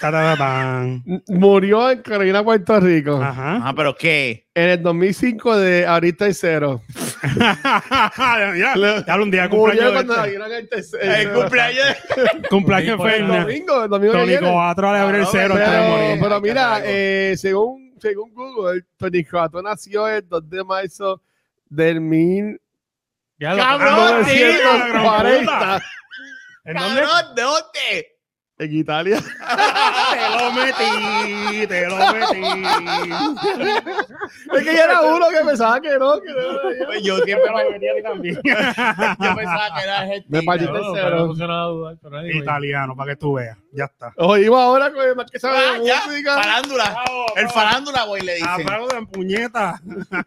Speaker 2: Tatatán.
Speaker 4: m- murió en Carolina, Puerto Rico.
Speaker 2: Ajá.
Speaker 3: Ah, pero ¿qué?
Speaker 4: En el 2005 de ahorita y cero.
Speaker 2: Ah. *laughs* ya, ya hablo un día
Speaker 4: Murió
Speaker 2: cumpleaños. de
Speaker 4: cuando
Speaker 2: este.
Speaker 4: dieron el tercero.
Speaker 3: El cumpleaños.
Speaker 2: Cumpleaños
Speaker 5: Por el
Speaker 4: El
Speaker 2: enfermo.
Speaker 4: domingo, el domingo que
Speaker 2: Tony
Speaker 4: viene.
Speaker 2: Coatro le abre el
Speaker 3: Ah,
Speaker 2: cero
Speaker 3: no,
Speaker 2: antes de morir.
Speaker 4: Pero, pues,
Speaker 3: Ay,
Speaker 4: pero mira,
Speaker 3: carajo.
Speaker 4: eh, según, según Google, Tony Croato nació el 2 de marzo del
Speaker 5: Ah,
Speaker 3: ¡Cabrón, sí,
Speaker 4: 1940
Speaker 2: ¿En dónde?
Speaker 3: ¡Cabrón, dónde!
Speaker 4: en Italia.
Speaker 2: Te lo metí, te lo metí.
Speaker 4: Es que yo era uno que pensaba que no. Que no era yo.
Speaker 3: Pues yo siempre me-
Speaker 2: también.
Speaker 3: yo pensaba que era argentino.
Speaker 4: Me partiste el cero.
Speaker 2: *laughs* Italiano, para que tú veas. Ya está.
Speaker 4: Oye, iba ahora con el más que sabe
Speaker 3: Ah,
Speaker 4: de
Speaker 3: ya,
Speaker 4: música.
Speaker 3: farándula. El farándula, güey, le dicen.
Speaker 2: Aplaudan puñeta.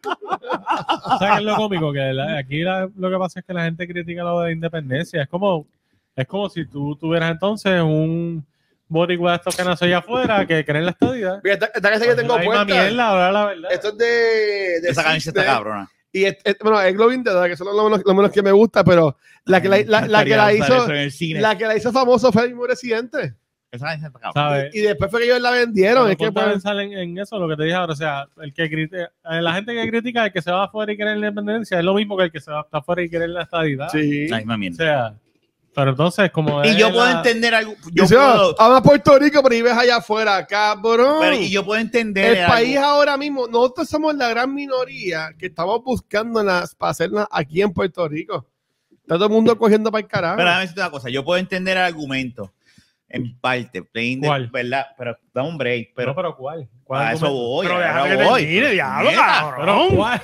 Speaker 5: ¿Sabes qué es lo cómico? Que la- aquí la- lo que pasa es que la gente critica lo de la independencia. Es como, es como si tú tuvieras entonces un boricua de estos que nació allá afuera, que creen la estadía.
Speaker 4: Mira, esta, esta que
Speaker 5: La
Speaker 4: yo tengo
Speaker 5: misma
Speaker 4: puesta.
Speaker 5: mierda, ahora la verdad.
Speaker 4: Esto es de. de
Speaker 3: Esa camiseta
Speaker 4: Cisne.
Speaker 3: está cabrona.
Speaker 4: Y es- es- bueno, es Globin de que son lo menos, lo menos que me gusta, pero la que la, la- la que la
Speaker 3: Estaría usar
Speaker 4: hizo.
Speaker 3: eso en el cine.
Speaker 4: La que la hizo famoso fue el mismo residente.
Speaker 3: Esa camiseta está cabrona.
Speaker 5: ¿Sabes?
Speaker 4: Y después fue que ellos la vendieron. Es que
Speaker 5: Ponte a
Speaker 4: pues,
Speaker 5: pensar en, en eso, lo que te dije ahora. O sea, el que critica, eh, la gente que critica el que se va afuera y quiere la independencia es lo mismo que el que se va afuera y quiere la estadidad.
Speaker 4: sí.
Speaker 3: La misma
Speaker 5: O
Speaker 3: mierda.
Speaker 5: sea, pero entonces, como.
Speaker 3: Y
Speaker 5: es
Speaker 3: yo puedo
Speaker 5: la-
Speaker 3: entender algo. Yo
Speaker 4: Yo Dice,
Speaker 3: puedo,
Speaker 4: "Ah, ama Puerto Rico, pero vives allá afuera, cabrón.
Speaker 3: pero- y yo puedo entender
Speaker 4: "Oh, el
Speaker 3: algo.
Speaker 4: país ahora mismo, nosotros somos la gran minoría que estamos buscando las, para hacerlas aquí en Puerto Rico. Está todo el mundo cogiendo para el carajo.
Speaker 3: Pero déjame decirte una cosa, yo puedo entender el argumento en parte, plain de-
Speaker 5: ¿Cuál?
Speaker 3: ¿verdad? Pero da un break, pero,
Speaker 5: No, pero ¿cuál? ¿Cuál
Speaker 3: a eso
Speaker 5: argumento?
Speaker 3: voy.
Speaker 2: Pero
Speaker 3: a
Speaker 2: déjame
Speaker 3: eso
Speaker 2: que
Speaker 3: voy.
Speaker 2: termine, diablo,
Speaker 3: Mira,
Speaker 2: cabrón.
Speaker 5: Pero ¿cuál?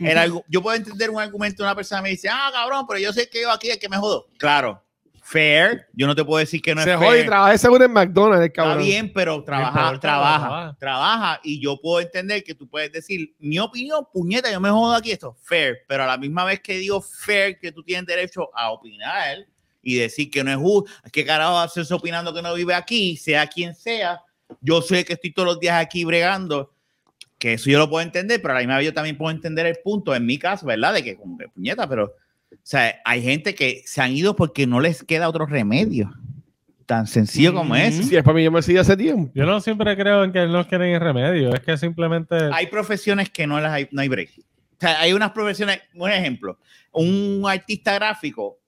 Speaker 3: el argu- yo puedo entender un argumento de una persona que me dice, ah, cabrón, pero yo sé que yo aquí es que me jodo. Claro, fair, yo no te puedo decir que no
Speaker 4: se
Speaker 3: es
Speaker 4: jode y
Speaker 3: fair.
Speaker 4: trabaja seguro en McDonald's,
Speaker 3: Está
Speaker 4: cabrón.
Speaker 3: bien, pero trabaja,
Speaker 5: importa,
Speaker 3: trabaja, trabaja,
Speaker 5: trabaja.
Speaker 3: Y yo puedo entender que tú puedes decir, mi opinión, puñeta, yo me jodo aquí, esto es fair. Pero a la misma vez que digo fair, que tú tienes derecho a opinar y decir que no es justo, que carajo haces opinando que no vive aquí, sea quien sea. Yo sé que estoy todos los días aquí bregando, que eso yo lo puedo entender, pero a la misma vez yo también puedo entender el punto, en mi caso, ¿verdad? De que, como que puñeta, pero. O sea, hay gente que se han ido porque no les queda otro remedio. Tan sencillo como es.
Speaker 4: Sí, es para mí, yo me sigue hace tiempo.
Speaker 5: Yo no siempre creo en que no quieren remedio, es que simplemente...
Speaker 3: Hay profesiones que no las hay, no hay break. O sea, hay unas profesiones, un ejemplo, un artista gráfico,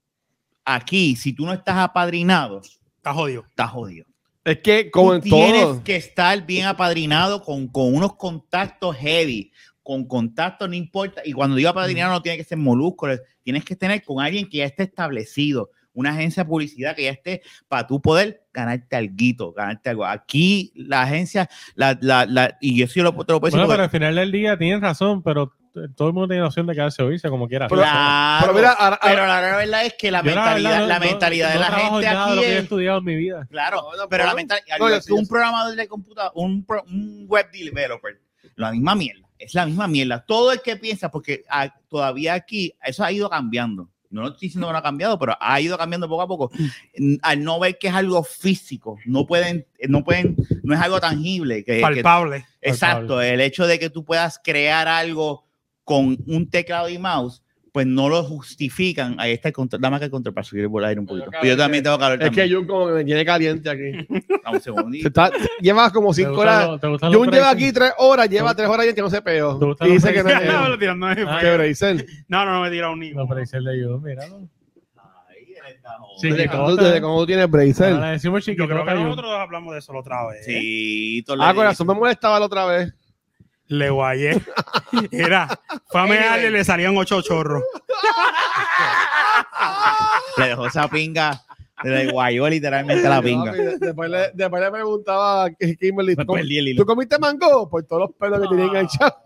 Speaker 3: aquí, si tú no estás apadrinado,
Speaker 2: Está jodido.
Speaker 3: estás jodido.
Speaker 4: Es que, como
Speaker 3: Tú
Speaker 4: en
Speaker 3: tienes
Speaker 4: todo.
Speaker 3: que estar bien apadrinado con, con unos contactos heavy, con contactos no importa. Y cuando digo apadrinado no tiene que ser molusco, tienes que tener con alguien que ya esté establecido, una agencia de publicidad que ya esté para tú poder ganarte algo, ganarte algo. Aquí la agencia, la, la, la- y yo pues sí lo, te lo puedo decir
Speaker 5: Bueno,
Speaker 3: porque-
Speaker 5: pero al final del día tienen razón, pero t- todo el mundo tiene la opción de quedarse oírse como quiera.
Speaker 4: Pero-
Speaker 3: Claro,
Speaker 4: Pero mira, ahora- ahora-
Speaker 3: pero la gran verdad es que la
Speaker 5: Yo,
Speaker 3: mentalidad,
Speaker 5: verdad, no-
Speaker 3: la
Speaker 5: no-
Speaker 3: mentalidad
Speaker 5: no
Speaker 3: de la
Speaker 5: trabajo
Speaker 3: gente
Speaker 5: nada de
Speaker 3: aquí
Speaker 5: lo que yo he
Speaker 3: es,
Speaker 5: estudiado en mi vida.
Speaker 3: Claro,
Speaker 4: No, no,
Speaker 3: pero
Speaker 4: no.
Speaker 3: la mentalidad,
Speaker 4: No, yo sí, yo
Speaker 3: un
Speaker 4: sí.
Speaker 3: programador de computadora, un, pro- un web developer, la misma mierda, es la misma mierda. Todo el que piensa, porque ah, todavía aquí eso ha ido cambiando. No estoy diciendo que no ha cambiado, pero ha ido cambiando poco a poco. N- Al no ver que es algo físico, no pueden, no pueden, no es algo tangible. Que, que-
Speaker 2: Palpable.
Speaker 3: exacto, el hecho de que tú puedas crear algo con un teclado y mouse, pues no lo justifican. Ahí está el control, dame que el control para subir el aire un
Speaker 5: Pero
Speaker 3: poquito.
Speaker 5: cabrón,
Speaker 3: Yo también tengo calor.
Speaker 4: es que
Speaker 3: también.
Speaker 4: Jun como que me tiene caliente aquí.
Speaker 3: Dame un segundito.
Speaker 4: *laughs* Se está- lleva como
Speaker 5: ¿Te
Speaker 4: cinco
Speaker 5: gustan
Speaker 4: horas.
Speaker 5: los- te gustan los
Speaker 4: Jun lleva
Speaker 5: precios?
Speaker 4: aquí tres horas, lleva
Speaker 5: ¿Te-
Speaker 4: tres horas y que no se peó.
Speaker 5: ¿Te gustan
Speaker 4: Y
Speaker 5: los
Speaker 2: *laughs*
Speaker 4: dice que no
Speaker 5: precios?
Speaker 4: es-
Speaker 2: Lo tiran, no, es-
Speaker 5: Ah,
Speaker 4: que Bracer.
Speaker 2: no, no, no me tiraron ni.
Speaker 5: Los precios de ayuda, míralo.
Speaker 3: Ahí está,
Speaker 5: Sí,
Speaker 3: joder.
Speaker 4: Desde
Speaker 5: que
Speaker 4: cuando
Speaker 5: cosa.
Speaker 4: desde cuando tú tienes Bracer.
Speaker 5: Ahora le decimos
Speaker 2: Yo creo
Speaker 5: chiquito
Speaker 2: que
Speaker 5: cayó.
Speaker 2: nosotros hablamos de eso la otra vez.
Speaker 3: Sí, todo
Speaker 4: Ah,
Speaker 3: lo
Speaker 4: corazón, me molestaba la otra vez.
Speaker 2: Le guayé. *laughs* Era, fue a mear y le salían ocho chorros.
Speaker 3: *laughs* Le dejó esa pinga, le guayó literalmente
Speaker 4: *laughs*
Speaker 3: la pinga.
Speaker 4: Papi, de- Después le, después le preguntaba a Kimberly,
Speaker 3: Me
Speaker 4: ¿tú, com-
Speaker 3: perdí el
Speaker 4: ¿tú *laughs*
Speaker 3: hilo.
Speaker 4: comiste mango? Por todos los pelos que tenía
Speaker 3: Ah.
Speaker 4: enganchado.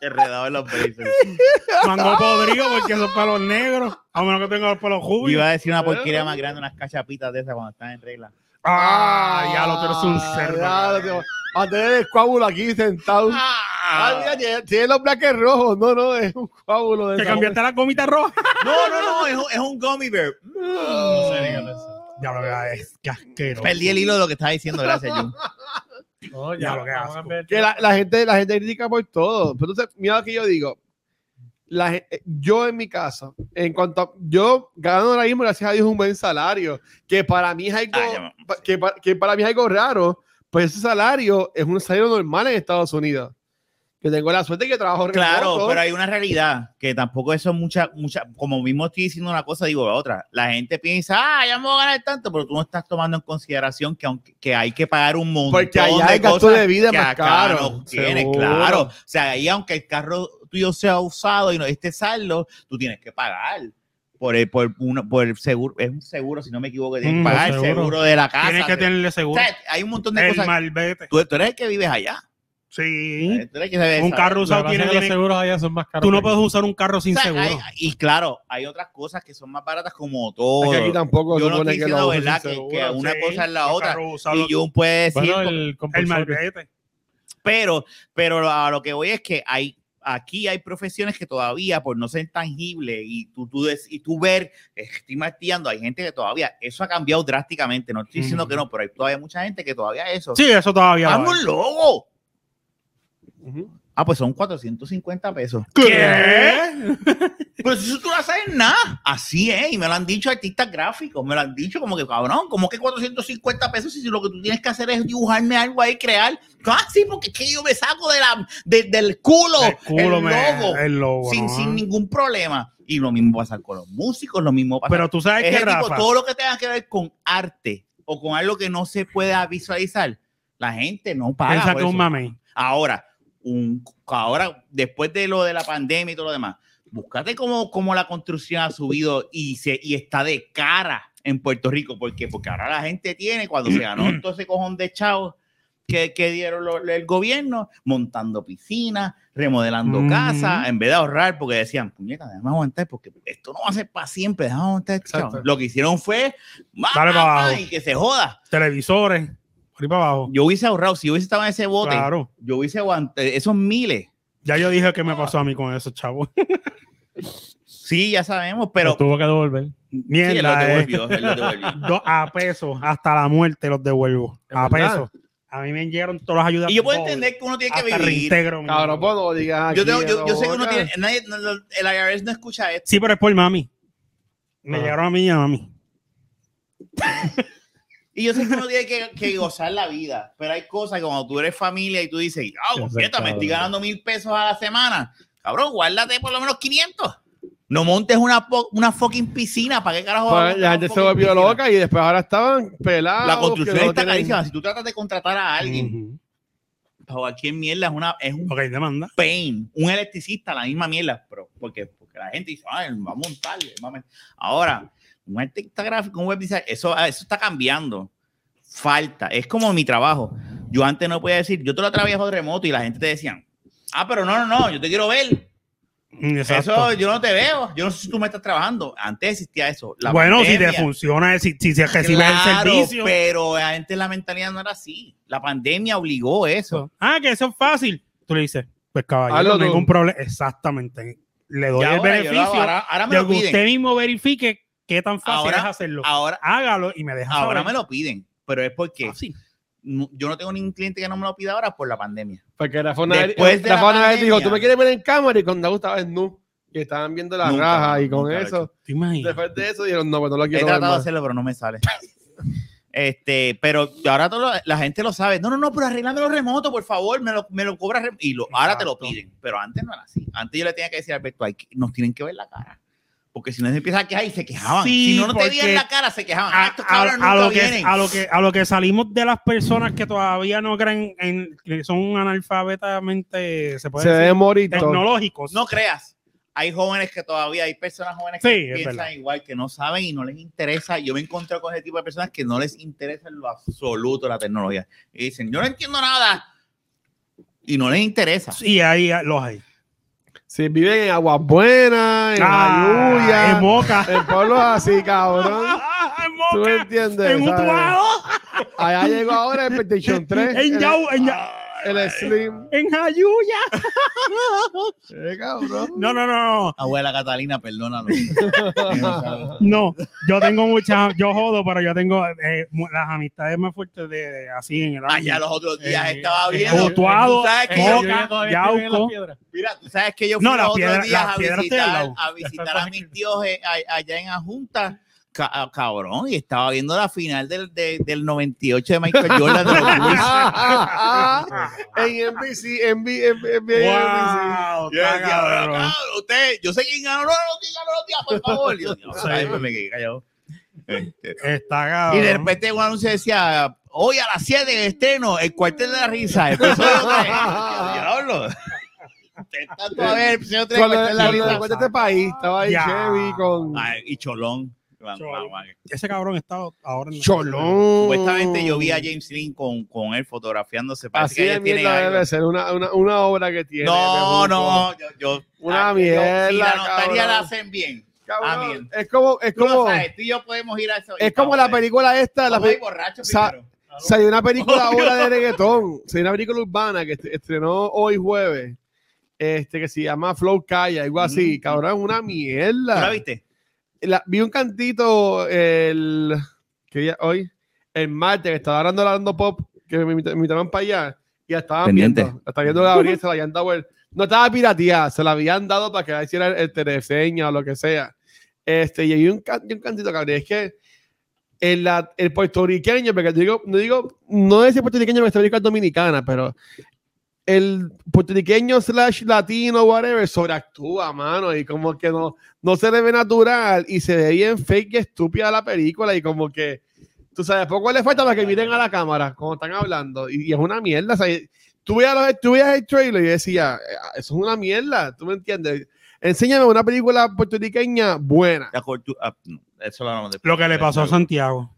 Speaker 3: Enredado en los braces.
Speaker 2: *laughs* Mango podrido porque son palos negros. A menos que tenga los palos
Speaker 3: Yo iba
Speaker 2: jubios.
Speaker 3: a decir una porquería más grande, unas cachapitas de esas cuando están en regla.
Speaker 2: Ah, ya lo eres un cerdo.
Speaker 4: cerdo. A tener el coágulo aquí sentado. Ah, mira, tiene- tiene los blaques rojos. No, no, es un coágulo de
Speaker 2: Te
Speaker 4: esa-
Speaker 2: cambiaste la gomita roja.
Speaker 3: No, no, no, es un, es un gummy bear.
Speaker 5: No sé ni qué pensar.
Speaker 2: Ya lo veo, es casquero.
Speaker 3: Perdí el hilo de lo que estaba diciendo, gracias, Jun.
Speaker 5: No, ya,
Speaker 2: Ya lo
Speaker 5: lo
Speaker 2: que asco.
Speaker 4: Que la, la gente, la gente critica por todo. Pero entonces, mira lo que yo digo. La gen- eh, yo en mi casa, en cuanto a- yo gano ahora mismo, gracias a Dios, un buen salario, que para mí es algo,
Speaker 3: Ah, ya me-
Speaker 4: pa- que, pa- que para mí es algo raro, pues ese salario es un salario normal en Estados Unidos. Que tengo la suerte que trabajo
Speaker 3: Claro,
Speaker 4: remoto.
Speaker 3: pero hay una realidad que tampoco eso es mucha, mucha, como mismo estoy diciendo una cosa, digo la otra. La gente piensa, ah, ya me voy a ganar tanto, pero tú no estás tomando en consideración que aunque que hay que pagar un montón
Speaker 4: Porque allá
Speaker 3: de
Speaker 4: el gasto
Speaker 3: cosas
Speaker 4: de vida es
Speaker 3: que
Speaker 4: más
Speaker 3: acá
Speaker 4: caro,
Speaker 3: no tienes,
Speaker 4: seguro.
Speaker 3: claro. O sea, ahí aunque el carro tuyo sea usado y no esté saldo, tú tienes que pagar. Por el, por, uno, por el seguro, es un seguro, si no me equivoco, que tienes que
Speaker 2: Mm,
Speaker 3: pagar el
Speaker 5: seguro.
Speaker 3: seguro de la casa.
Speaker 2: Tienes que tenerle
Speaker 3: O
Speaker 2: seguro.
Speaker 3: sea, hay un montón de
Speaker 2: El
Speaker 3: cosas.
Speaker 2: malvete.
Speaker 3: Tú, tú eres el que vives allá. Tú
Speaker 2: Sí.
Speaker 3: eres el que sabes
Speaker 2: Un
Speaker 3: saber.
Speaker 2: carro usado tiene,
Speaker 5: los
Speaker 2: tiene-
Speaker 5: seguros allá son más caros.
Speaker 2: Tú no
Speaker 5: que
Speaker 2: puedes usar un carro sin
Speaker 3: O sea,
Speaker 2: seguro.
Speaker 3: hay- y claro, hay otras cosas que son más baratas como
Speaker 4: Es
Speaker 3: todo.
Speaker 4: que aquí tampoco
Speaker 3: yo
Speaker 4: se
Speaker 3: no
Speaker 4: supone
Speaker 3: estoy
Speaker 4: que lo
Speaker 3: diciendo,
Speaker 4: usen
Speaker 3: ¿verdad?
Speaker 4: sin
Speaker 3: Que, que
Speaker 4: seguro.
Speaker 3: una
Speaker 2: Sí,
Speaker 3: cosa es la
Speaker 2: los
Speaker 3: otra.
Speaker 2: carros usados
Speaker 3: Y
Speaker 2: los-
Speaker 3: yo puede decir,
Speaker 5: Bueno,
Speaker 3: como-
Speaker 5: el
Speaker 2: el
Speaker 5: compulsorio.
Speaker 2: malvete.
Speaker 3: pero, pero a lo que voy es que hay, aquí hay profesiones que todavía, por no ser tangible y tú, tú, des- y tú ver, estoy martillando, hay gente que todavía, eso ha cambiado drásticamente. No estoy diciendo
Speaker 2: Ujú.
Speaker 3: que no, pero hay todavía mucha gente que todavía eso.
Speaker 2: Sí, eso todavía.
Speaker 3: ¡Hazme
Speaker 2: va.
Speaker 3: un logo!
Speaker 4: Ujú.
Speaker 3: Ah, pues son 450 pesos.
Speaker 2: ¿Qué?
Speaker 3: Pero eso tú no haces en nada. Así es, y me lo han dicho artistas gráficos, me lo han dicho como que, cabrón, como que 450 pesos si lo que tú tienes que hacer es dibujarme algo ahí, crear. Ah, sí, porque es que yo me saco de la, de- del culo el,
Speaker 2: El culo, me-
Speaker 3: logo
Speaker 2: el logo,
Speaker 3: sin,
Speaker 2: ¿no?
Speaker 3: sin ningún problema. Y lo mismo pasa con los músicos, lo mismo pasa
Speaker 2: Pero tú sabes
Speaker 3: es
Speaker 2: que,
Speaker 3: que, tipo,
Speaker 2: Rafa.
Speaker 3: todo lo que tenga que ver con arte o con algo que no se pueda visualizar, la gente no paga.
Speaker 2: Piensa
Speaker 3: por
Speaker 2: que es un
Speaker 3: eso.
Speaker 2: mame.
Speaker 3: Ahora, un, ahora, después de lo de la pandemia y todo lo demás, búscate cómo, cómo la construcción ha subido y, se, y está de cara en Puerto Rico. ¿Por qué? Porque ahora la gente tiene, cuando
Speaker 2: *clears throat*
Speaker 3: se ganó todo ese cojón de chavos que, que dieron lo- el gobierno, montando piscinas, remodelando
Speaker 2: Ujú.
Speaker 3: casas, en vez de ahorrar, porque decían, puñeta, déjame aguantar, porque esto no va a ser para siempre, déjame aguantar. estos
Speaker 4: Exacto.
Speaker 3: chavos". Lo que hicieron fue, "Ma,
Speaker 2: Dale para
Speaker 3: ma,
Speaker 2: abajo.
Speaker 3: y que se joda.
Speaker 2: Televisores. Por ahí para abajo.
Speaker 3: Yo hubiese ahorrado, si yo hubiese estado en ese bote,
Speaker 2: Claro.
Speaker 3: yo hubiese aguantado esos miles.
Speaker 2: Ya yo dije que me pasó a mí con eso, chavo.
Speaker 3: Sí, ya sabemos,
Speaker 5: Pero
Speaker 3: pero
Speaker 5: tuvo que devolver.
Speaker 3: Sí, él los
Speaker 2: Mierda, eh.
Speaker 3: devolvió, él los
Speaker 4: *laughs*
Speaker 3: devolvió.
Speaker 2: Do- a pesos, hasta la muerte los devuelvo.
Speaker 4: Es
Speaker 2: A
Speaker 4: verdad.
Speaker 2: pesos. A mí me llegaron todas las ayudas.
Speaker 3: Y yo puedo
Speaker 2: dobles.
Speaker 3: entender que uno tiene que
Speaker 2: hasta
Speaker 3: vivir.
Speaker 2: reintegro. mi
Speaker 4: Cabrón,
Speaker 2: hermano.
Speaker 4: pues no digas
Speaker 3: Yo,
Speaker 4: aquí,
Speaker 3: tengo- yo,
Speaker 4: no
Speaker 3: yo sé que uno
Speaker 4: boca.
Speaker 3: tiene. nadie- no, no, el IRS no escucha esto.
Speaker 2: Sí, pero es por mami. Me
Speaker 4: Ah.
Speaker 2: llegaron a mí y a mami.
Speaker 3: Y yo sé que uno tiene que, que gozar la vida, pero hay cosas que cuando tú eres familia y tú dices, ah,
Speaker 5: Eso,
Speaker 3: puñeta, me estoy
Speaker 5: cabrón.
Speaker 3: ganando mil pesos a la semana. Cabrón, guárdate por lo menos 500. No montes una, po- una fucking piscina. ¿Para qué carajo? vas a
Speaker 4: Pues,
Speaker 3: montar
Speaker 4: la
Speaker 3: una
Speaker 4: gente se
Speaker 3: fucking
Speaker 4: volvió
Speaker 3: piscina?
Speaker 4: loca y después ahora estaban pelados.
Speaker 3: La construcción
Speaker 4: que no
Speaker 3: está
Speaker 4: tienen-
Speaker 3: carísima. Si tú tratas de contratar a alguien,
Speaker 4: Ujú.
Speaker 3: para aquí en mierda es, una, es un
Speaker 2: Ok, demanda.
Speaker 3: pain. Un electricista, la misma mierda, pero porque, porque la gente dice, ay, va a montarle. va a men-". Ahora, un artista gráfico, un web design, eso, ah, eso está cambiando. Falta. Es como mi trabajo. Yo antes no podía decir, yo te lo trabajo remoto y la gente te decían, ah, pero no, no, no, yo te quiero ver.
Speaker 2: Exacto.
Speaker 3: Eso yo no te veo. Yo no sé si tú me estás trabajando. Antes existía eso. La
Speaker 2: bueno, si te
Speaker 3: pandemia-
Speaker 2: funciona, si, si se recibe
Speaker 3: Claro,
Speaker 2: el servicio.
Speaker 3: Pero la gente la mentalidad no era así. La pandemia obligó eso.
Speaker 2: Ah, que eso es fácil. Tú le dices, pues caballero,
Speaker 4: Hazlo
Speaker 2: no
Speaker 4: tú.
Speaker 2: ningún problema. Exactamente. Le doy el
Speaker 3: Y ahora yo lo hago,
Speaker 2: beneficio
Speaker 3: ahora, ahora me
Speaker 2: de
Speaker 3: lo
Speaker 2: que usted
Speaker 3: piden.
Speaker 2: mismo verifique qué tan fácil
Speaker 3: Ahora-
Speaker 2: es hacerlo.
Speaker 3: Ahora,
Speaker 2: Hágalo y me deja
Speaker 3: ahora
Speaker 2: saber. Ah,
Speaker 3: me lo piden. Pero es porque
Speaker 2: Fácil.
Speaker 3: no- yo no tengo ningún cliente que no me lo pida ahora por la pandemia.
Speaker 4: Porque Rafa Nadal
Speaker 3: Después de la
Speaker 4: dijo,
Speaker 3: pandemia.
Speaker 4: tú me quieres ver en cámara y cuando Gustavo es nu. Y estaban viendo la
Speaker 3: Nunca,
Speaker 4: raja y
Speaker 3: nunca
Speaker 4: con
Speaker 3: lo he
Speaker 4: eso.
Speaker 2: ¿Te imaginas?
Speaker 4: Después de eso dijeron, no, pues no lo
Speaker 3: He
Speaker 4: quiero ver
Speaker 3: tratado de
Speaker 4: más.
Speaker 3: hacerlo, pero no me sale. *laughs* Este, pero ahora todo lo- la gente lo sabe. No, no, no, pero arréglamelo remoto, por favor. Me lo, me lo cobras rem- y lo, ahora te lo
Speaker 2: Exacto.
Speaker 3: piden. Pero antes no era así. Antes yo le tenía que decir a Alberto, hay que- nos tienen que ver la cara. Porque si no se empieza a quejar y se quejaban.
Speaker 2: Sí,
Speaker 3: si no, no te
Speaker 2: porque
Speaker 3: veían la cara, se quejaban.
Speaker 2: a,
Speaker 3: Ah, estos cabrones
Speaker 2: a- a
Speaker 3: nunca
Speaker 2: lo que,
Speaker 3: vienen.
Speaker 2: a, lo que, a lo que salimos de las personas que todavía no creen en que son analfabetamente se puede
Speaker 4: Se ve
Speaker 2: decir,
Speaker 4: morito.
Speaker 2: tecnológicos.
Speaker 3: No creas. Hay jóvenes que todavía, hay personas jóvenes que
Speaker 2: Sí, es
Speaker 3: piensan
Speaker 2: verdad.
Speaker 3: igual, que no saben y no les interesa. Yo me encontré con ese tipo de personas que no les interesa en lo absoluto la tecnología. Y dicen, yo no entiendo nada. Y no les interesa.
Speaker 2: Y ahí ah, los hay.
Speaker 4: Si viven en Aguas Buenas, en
Speaker 2: Ah, en
Speaker 4: Ayuya,
Speaker 2: Moca.
Speaker 4: en pueblos así, cabrón.
Speaker 2: Ah, *laughs* en
Speaker 4: ¿Tú me
Speaker 2: Moca.
Speaker 4: entiendes?
Speaker 2: En
Speaker 4: ¿sabes?
Speaker 2: Utuado.
Speaker 4: Allá llegó ahora el PlayStation
Speaker 2: *laughs*
Speaker 4: 3.
Speaker 2: En
Speaker 4: el-
Speaker 2: Yau. En, Ya-
Speaker 3: Ah.
Speaker 4: El Slim.
Speaker 2: en Jayuya.
Speaker 4: Eh, cabrón.
Speaker 2: No, no, no,
Speaker 3: Abuela Catalina, perdónalo.
Speaker 2: no. No, yo tengo muchas, yo jodo, pero yo tengo eh, mu- las amistades más fuertes de, de- así en el
Speaker 3: Allá Ah, los otros días estaba viendo.
Speaker 2: Utuado,
Speaker 3: Tú sabes que
Speaker 2: Moca,
Speaker 3: yo-
Speaker 2: Yauco.
Speaker 3: Mira, tú sabes que yo fui
Speaker 2: No, las
Speaker 3: los otros
Speaker 2: piedras-
Speaker 3: días
Speaker 2: las
Speaker 3: a
Speaker 2: piedras estoy al
Speaker 3: visitar,
Speaker 2: lado.
Speaker 3: a, visitar a
Speaker 2: *laughs*
Speaker 3: mis tíos eh, a- allá en Ajunta. Ca- ah, cabrón, y estaba viendo la final del, de- del 98 de Michael Jordan. de
Speaker 2: *laughs*
Speaker 3: los Bulls.
Speaker 2: Ah,
Speaker 4: en NBC, en B- en- en- en-
Speaker 2: Wow,
Speaker 3: Yo decía,
Speaker 2: cabrón.
Speaker 3: "Cabrón, usted, yo sé quién ganó, no, no, quién ganó los días, por favor. Y yo, "Diablo,
Speaker 2: Sí.
Speaker 3: ay, pues me quedé callado. Este,
Speaker 2: Está cabrón.
Speaker 3: Y de repente un anuncio decía, hoy a las 7 en el estreno, el cuartel de la risa. El episodio tres".
Speaker 4: *laughs*
Speaker 3: Yo, Diablo. Usted está todavía en el episodio tres,
Speaker 4: Cuando
Speaker 3: cuartel de la
Speaker 4: cuando
Speaker 3: risa.
Speaker 4: después de este país estaba ahí
Speaker 2: Ya.
Speaker 4: Chevy con
Speaker 3: Ay, y Cholón.
Speaker 2: Cholón. Ese cabrón está ahora en la-
Speaker 4: Cholón.
Speaker 3: Supuestamente yo vi a James Lynn con, con él fotografiándose. Parece
Speaker 4: Así
Speaker 3: que
Speaker 4: de
Speaker 3: ellos tienen
Speaker 4: mierda
Speaker 3: algo.
Speaker 4: debe ser una, una, una obra que tiene.
Speaker 3: No,
Speaker 4: de Junco.
Speaker 3: no, yo, yo-
Speaker 4: Una
Speaker 3: ah, yo-
Speaker 4: mierda,
Speaker 3: Si la notaría
Speaker 4: cabrón.
Speaker 3: la hacen bien. Ah,
Speaker 4: Cabrón,
Speaker 3: bien.
Speaker 4: es como, es
Speaker 3: Tú lo
Speaker 4: como,
Speaker 3: sabes, tú y yo podemos ir a eso.
Speaker 4: es como la película esta. La
Speaker 3: Vamos a ir
Speaker 4: peli-
Speaker 3: borracho
Speaker 4: Sa-
Speaker 3: primero.
Speaker 4: salió una película ahora de reggaetón. Salió una película urbana que est- estrenó hoy jueves. Este que se llama Flow Calla, algo así.
Speaker 3: Mm.
Speaker 4: Cabrón, una
Speaker 3: ¿Tú la
Speaker 2: Ah.
Speaker 4: mierda.
Speaker 3: viste?
Speaker 4: La- vi un cantito el. ¿Qué día? Hoy. El martes, que estaba hablando hablando pop, que me invita- me invitaron para allá. Y la estaban
Speaker 3: Pendiente.
Speaker 4: viendo. La estaba viendo Gabriel, se la habían dado. el- no estaba pirateada, se la habían dado para que la hiciera el, el teleseña o lo que sea. Este, y hay un, can- y un cantito, Gabriel, es que el, la- el puertorriqueño, porque yo digo, no digo, no es el puertorriqueño, me estoy diciendo dominicana, pero el puertorriqueño slash latino, whatever, sobreactúa, mano, y como que no, no se le ve natural y se ve bien fake y estúpida la película y como que, tú sabes, poco le falta para que miren a la cámara cuando están hablando y, y es una mierda, o sea, y- tú veías, los- tú veías el trailer y decía, eso es una mierda, ¿tú me entiendes? Enséñame una película puertorriqueña buena.
Speaker 3: La cortu- ah, no, eso lo hablamos después.
Speaker 2: Lo que le pasó a Santiago.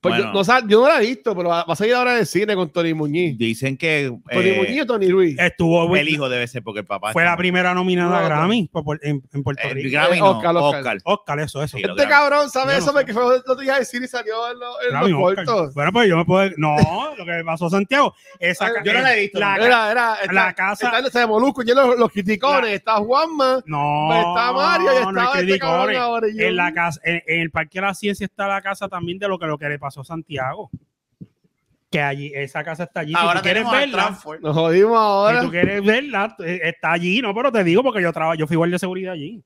Speaker 4: Pues
Speaker 3: Bueno.
Speaker 4: yo, no, sab- yo no la he visto, pero va va a salir ahora en el cine con Tony Muñiz.
Speaker 3: Dicen que eh,
Speaker 4: Tony Muñiz o Tony Ruiz.
Speaker 2: Estuvo
Speaker 3: el hijo debe ser porque el papá.
Speaker 2: fue la primera nominada
Speaker 4: No,
Speaker 2: a
Speaker 4: no.
Speaker 2: Grammy por- por- en, en Puerto
Speaker 3: El
Speaker 2: Rico.
Speaker 3: Grammy no,
Speaker 4: Oscar,
Speaker 3: Oscar,
Speaker 4: Oscar.
Speaker 2: Oscar, eso, eso.
Speaker 3: Sí, lo-
Speaker 4: este cabrón sabe
Speaker 2: Yo no
Speaker 4: eso
Speaker 2: sé.
Speaker 4: porque fue lo dije decir y salió en, lo- en
Speaker 2: Grammy,
Speaker 4: los
Speaker 2: Oscar.
Speaker 4: cortos.
Speaker 2: Bueno, pues yo me puedo. No, lo que le pasó a Santiago. Esa,
Speaker 4: Yo
Speaker 2: ca-
Speaker 3: no la he visto,
Speaker 2: la
Speaker 3: no.
Speaker 2: ca-
Speaker 4: Era, era, está,
Speaker 2: la casa-
Speaker 4: Está, está de Molusco, y los, los criticones,
Speaker 2: La-
Speaker 4: está Juanma, pues
Speaker 2: no,
Speaker 4: está Mario y
Speaker 2: no,
Speaker 4: estaba
Speaker 2: es que
Speaker 4: este
Speaker 2: digo,
Speaker 4: cabrón
Speaker 2: ore,
Speaker 4: ahora. y yo-
Speaker 2: en la casa, en, en el Parque de la Ciencia está la casa también de lo que, lo que le pasó a Santiago. Que allí, esa casa está allí. Si
Speaker 3: Ahora
Speaker 2: tú quieres
Speaker 3: tenemos a
Speaker 2: verla,
Speaker 3: Tranford.
Speaker 4: Nos jodimos ahora.
Speaker 2: Si tú quieres verla, eh, está allí, no, pero te digo porque yo trabajo, yo fui guardia de seguridad allí.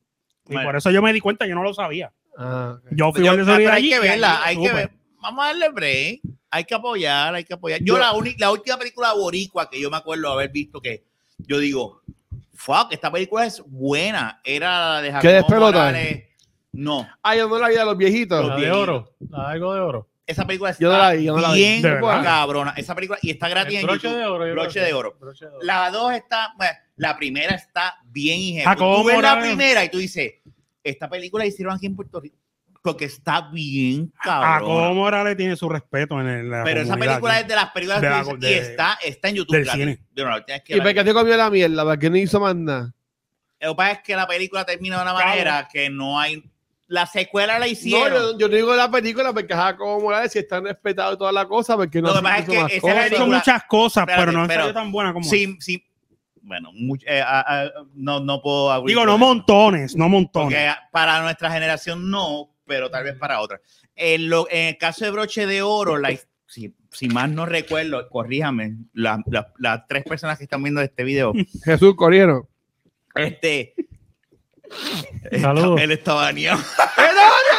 Speaker 2: Y
Speaker 3: Bueno.
Speaker 2: por eso yo me di cuenta, yo no lo sabía.
Speaker 4: Ah, ok.
Speaker 2: Yo fui
Speaker 3: Yo-
Speaker 2: guardia de
Speaker 3: ah,
Speaker 2: seguridad
Speaker 3: pero hay
Speaker 2: allí.
Speaker 3: que
Speaker 2: y
Speaker 3: verla,
Speaker 2: allí
Speaker 3: hay
Speaker 2: supe.
Speaker 3: que ver. vamos a darle break. Hay que apoyar, hay que apoyar. Yo, la, uni- la última película boricua que yo me acuerdo haber visto que yo digo, fuck, esta película es buena. Era la de Jacobo
Speaker 4: despelota.
Speaker 3: Morales. No,
Speaker 4: Ay, yo no la vi a los viejitos.
Speaker 5: La de
Speaker 3: viejitos.
Speaker 5: oro. La algo de oro.
Speaker 3: esa película está
Speaker 4: Yo no la vi, yo no la vi.
Speaker 3: bien
Speaker 4: De verdad.
Speaker 3: cabrona. Esa película, y está gratis
Speaker 5: El
Speaker 3: en
Speaker 5: broche
Speaker 3: YouTube.
Speaker 5: de oro. yo
Speaker 3: Broche
Speaker 5: creo que-
Speaker 3: de oro.
Speaker 5: broche de oro.
Speaker 3: La dos está, bueno, la primera está bien
Speaker 2: Ah,
Speaker 3: ingenua.
Speaker 2: ¿cómo
Speaker 3: Tú ves la
Speaker 2: era?
Speaker 3: primera y tú dices, esta película la hicieron aquí en Puerto Rico porque está bien
Speaker 2: A
Speaker 3: cabrón.
Speaker 2: Cobo Morales tiene su respeto en el- la
Speaker 3: Pero esa
Speaker 2: comunidad,
Speaker 3: película
Speaker 2: ¿no?
Speaker 3: es de las películas
Speaker 2: De
Speaker 3: que
Speaker 2: la-
Speaker 3: tú dices,
Speaker 2: de-
Speaker 3: y está, está en YouTube.
Speaker 2: del
Speaker 3: gratis.
Speaker 2: cine.
Speaker 3: Yo no, la tienes que
Speaker 4: Y
Speaker 3: ver.
Speaker 4: porque se comió la mierda, porque no hizo más nada.
Speaker 3: Lo que pasa es que la película termina de una
Speaker 2: Claro.
Speaker 3: manera que no hay. La secuela la
Speaker 4: No,
Speaker 3: hicieron.
Speaker 4: yo, yo no digo la película porque Jacobo Morales si están respetados y toda la cosa, porque no
Speaker 3: Lo que
Speaker 4: hizo
Speaker 3: pasa es que
Speaker 4: más
Speaker 3: esa
Speaker 2: Cobo
Speaker 4: cosas.
Speaker 2: ha hecho
Speaker 3: película-
Speaker 2: muchas cosas,
Speaker 3: Espérate,
Speaker 2: pero no han
Speaker 3: pero-
Speaker 2: salido tan buena como.
Speaker 3: Sí, sí. Bueno, much- eh, a- a- no, no puedo abrir.
Speaker 2: Digo, no montones, no montones.
Speaker 3: Porque para nuestra generación no, pero tal vez para otra. En, lo, en el caso de Broche de Oro, la, his- si, si más no recuerdo, corríjame, la- la- las tres personas que están viendo este video,
Speaker 4: Jesús Corriero.
Speaker 3: este.
Speaker 5: Saludos.
Speaker 3: Él estaba baneado.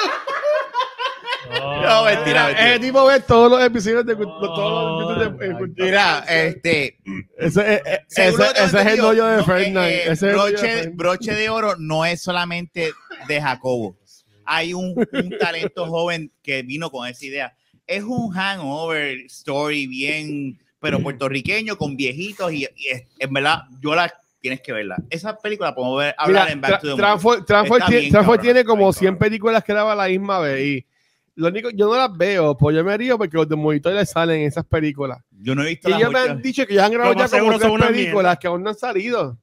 Speaker 5: Oh.
Speaker 3: *laughs* No, mentira, mentira.
Speaker 4: Ese tipo eh, ve todos los episodios de cult-
Speaker 5: Oh,
Speaker 4: todos los episodios de- de
Speaker 5: ay,
Speaker 4: cultura.
Speaker 3: Mira, este.
Speaker 4: Ese, eh, eh, ese,
Speaker 3: según lo que tengo
Speaker 4: ese es el
Speaker 3: entendido,
Speaker 4: rollo de
Speaker 3: no, eh,
Speaker 4: Fernández.
Speaker 3: eh,
Speaker 4: Ese es el rollo de
Speaker 3: broche,
Speaker 4: Fernández.
Speaker 3: broche de oro no es solamente de Jacobo. Hay un, un talento joven que vino con esa idea. Es un hangover story bien, pero puertorriqueño con viejitos y, y es- en verdad yo la tienes que verla. Esa película la podemos ver hablar
Speaker 4: Mira,
Speaker 3: en Back
Speaker 4: Tra-
Speaker 3: to the Moon.
Speaker 4: Transform- Transform
Speaker 3: Está
Speaker 4: tiene-
Speaker 3: bien,
Speaker 4: Transform
Speaker 3: cabrón,
Speaker 4: tiene
Speaker 3: está
Speaker 4: como
Speaker 3: bien,
Speaker 4: 100
Speaker 3: cabrón.
Speaker 4: películas que daba la misma vez. Y lo único, yo no las veo, pues yo me río porque los de monitor les salen esas películas.
Speaker 3: Yo no he visto
Speaker 4: Y
Speaker 3: la
Speaker 4: ellos me han dicho que ya han grabado
Speaker 2: Lo
Speaker 4: ya
Speaker 2: más
Speaker 4: como
Speaker 2: seguro
Speaker 4: tres
Speaker 2: son una
Speaker 4: películas
Speaker 2: mierda.
Speaker 4: que aún no han salido.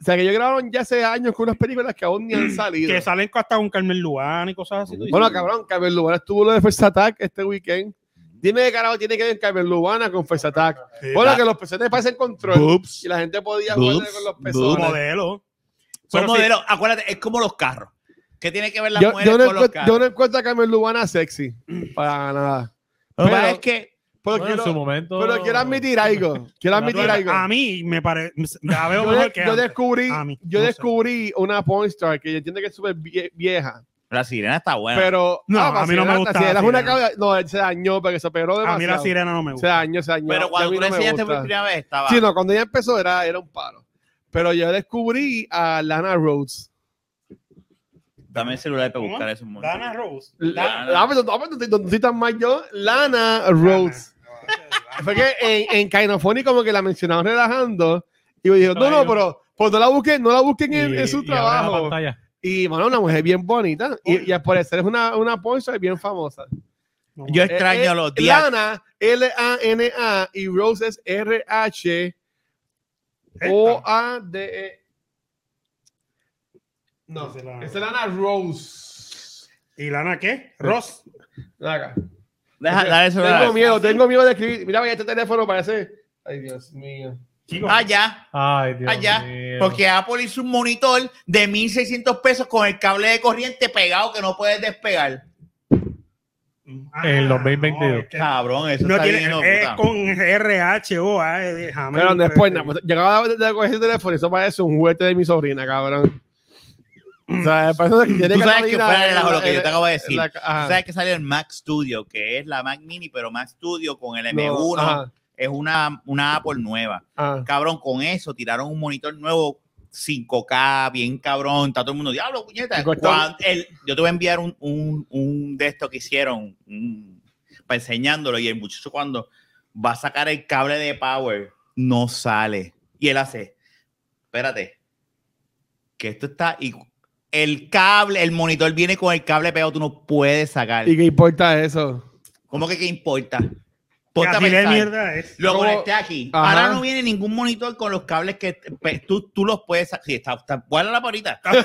Speaker 4: O sea, que ellos grabaron ya hace años con unas películas que aún
Speaker 3: *clears throat*
Speaker 4: ni han salido.
Speaker 2: Que salen hasta con Carmen Lubán y cosas así. tú dices. "Ah,
Speaker 4: Bueno, cabrón, Carmen Lubana estuvo lo de First Attack este weekend. Dime qué carajo tiene que ver Carmen Lubana con First Attack.
Speaker 2: Sí,
Speaker 4: Bueno,
Speaker 3: la-
Speaker 4: que los pezones pasen control.
Speaker 3: Boobs.
Speaker 4: Y la gente podía
Speaker 3: Boobs,
Speaker 4: jugar con los
Speaker 2: Son
Speaker 4: pezones.
Speaker 2: modelos.
Speaker 3: Son
Speaker 2: Pero sí,
Speaker 3: modelos. Acuérdate, es como los carros. ¿Qué tiene que ver las
Speaker 4: Yo,
Speaker 3: mujeres
Speaker 4: yo no
Speaker 3: con los
Speaker 4: encuentro, yo
Speaker 3: carros?
Speaker 4: no encuentro a Carmen
Speaker 2: *clears throat*
Speaker 4: Lubana sexy. Para nada.
Speaker 3: Lo que pasa
Speaker 4: pero-
Speaker 3: es que
Speaker 4: Pero,
Speaker 5: Bueno, en su
Speaker 4: quiero,
Speaker 5: momento.
Speaker 4: pero quiero admitir algo. Quiero admitir algo.
Speaker 2: a mí me parece. La
Speaker 3: *laughs*
Speaker 2: veo
Speaker 4: Yo,
Speaker 2: mejor
Speaker 4: de-
Speaker 2: que
Speaker 4: yo
Speaker 2: antes.
Speaker 4: descubrí,
Speaker 2: A mí,
Speaker 4: yo
Speaker 2: no sé.
Speaker 4: descubrí una porn star que yo entiendo que es súper vie- vieja.
Speaker 3: la sirena está buena.
Speaker 4: Pero
Speaker 2: Ah. No,
Speaker 4: la
Speaker 2: a mí no
Speaker 4: sirena-
Speaker 2: me
Speaker 4: la
Speaker 2: gusta
Speaker 4: sirena
Speaker 2: la
Speaker 4: es una
Speaker 2: sirena.
Speaker 4: cabra- No, se dañó porque se operó demasiado.
Speaker 2: A mí la sirena no me
Speaker 4: Se
Speaker 2: gusta.
Speaker 4: dañó, se dañó.
Speaker 3: Pero
Speaker 4: Ya a
Speaker 3: cuando
Speaker 4: mí
Speaker 3: tú
Speaker 4: no
Speaker 3: la
Speaker 4: me
Speaker 3: enseñaste por
Speaker 4: gusta.
Speaker 3: primera vez, estaba.
Speaker 4: Sí, no, cuando ella empezó era, era un palo. Pero yo descubrí a Lana Rhodes.
Speaker 3: Dame el celular para
Speaker 2: ¿Cómo?
Speaker 3: buscar eso. un momento.
Speaker 2: Dana Rose.
Speaker 4: La-
Speaker 3: Lana.
Speaker 4: la- pero no, pero no estoy- no estoy tan mal yo. Lana Rhodes. Fue que en, en Kainofoni como que la mencionaban relajando. Y yo dije, no, no, pero pues no la busquen, no la busquen en, en su
Speaker 5: y abre la
Speaker 4: trabajo.
Speaker 5: pantalla.
Speaker 4: Y, mano, una mujer bien bonita. Y, y al parecer es una, una pornstar bien famosa.
Speaker 3: Yo extraño
Speaker 4: Eh, eh,
Speaker 3: los días.
Speaker 4: Lana, L-A-N-A, y Rose es
Speaker 2: Oh,
Speaker 4: R-H-O-A-D-E. E. No,
Speaker 2: Esa es la-
Speaker 4: es Lana Rose.
Speaker 2: ¿Y Lana qué? Ross.
Speaker 4: Acá.
Speaker 3: Deja, dale el celular.
Speaker 4: Tengo miedo, tengo miedo de escribir. Mira, vaya, este teléfono parece. Ay, Dios mío.
Speaker 2: Chicos,
Speaker 3: Ah, ya,
Speaker 5: Ay, Dios
Speaker 3: Allá,
Speaker 5: mío.
Speaker 3: porque Apple hizo un monitor de 1600 pesos con el cable de corriente pegado que no puedes despegar.
Speaker 2: ah,
Speaker 5: en los 2022.
Speaker 2: no, es que-
Speaker 3: Cabrón, Ah, eso
Speaker 2: No
Speaker 3: está
Speaker 2: tiene,
Speaker 3: bien, hijo de
Speaker 2: es
Speaker 3: puta.
Speaker 2: con RHO, ah, eh, de jamás.
Speaker 4: Pero después, nada, pues, llegaba de, de coger ese teléfono y eso parece un juguete de mi sobrina, cabrón. O sea, parece que tiene
Speaker 3: Tú sabes que
Speaker 4: Catalina
Speaker 3: fuera de
Speaker 4: en
Speaker 3: relajo
Speaker 4: la-
Speaker 3: lo que yo te acabo de
Speaker 4: en
Speaker 3: decir.
Speaker 4: la-
Speaker 3: Tú
Speaker 4: ajá.
Speaker 3: sabes que sale el Mac Studio, que es la Mac Mini, pero Mac Studio con el
Speaker 4: No,
Speaker 3: M1
Speaker 4: ajá,
Speaker 3: es una, una Apple nueva.
Speaker 4: ajá.
Speaker 3: Cabrón, con eso tiraron un monitor nuevo 5K, bien cabrón. Está todo el mundo, diablo, puñeta.
Speaker 4: Y costó-
Speaker 3: Cuan- el- yo te voy a enviar un, un, un de esto que hicieron un- para enseñándolo. Y el muchacho, cuando va a sacar el cable de power, no sale. Y él hace, espérate, que esto está. Y el cable, el monitor viene con el cable pegado, tú no puedes sacar.
Speaker 4: ¿Y qué
Speaker 3: *laughs*
Speaker 4: importa eso?
Speaker 3: ¿Cómo que qué importa?
Speaker 2: Que
Speaker 3: Ponte a
Speaker 2: así de
Speaker 3: pensar.
Speaker 2: mierda es.
Speaker 3: Lo
Speaker 4: Como-
Speaker 3: conecté aquí.
Speaker 4: Ajá.
Speaker 3: Ahora no viene ningún monitor con los cables que pe- tú, tú los puedes. sa- Sí, está, está buena la porita. *laughs* Está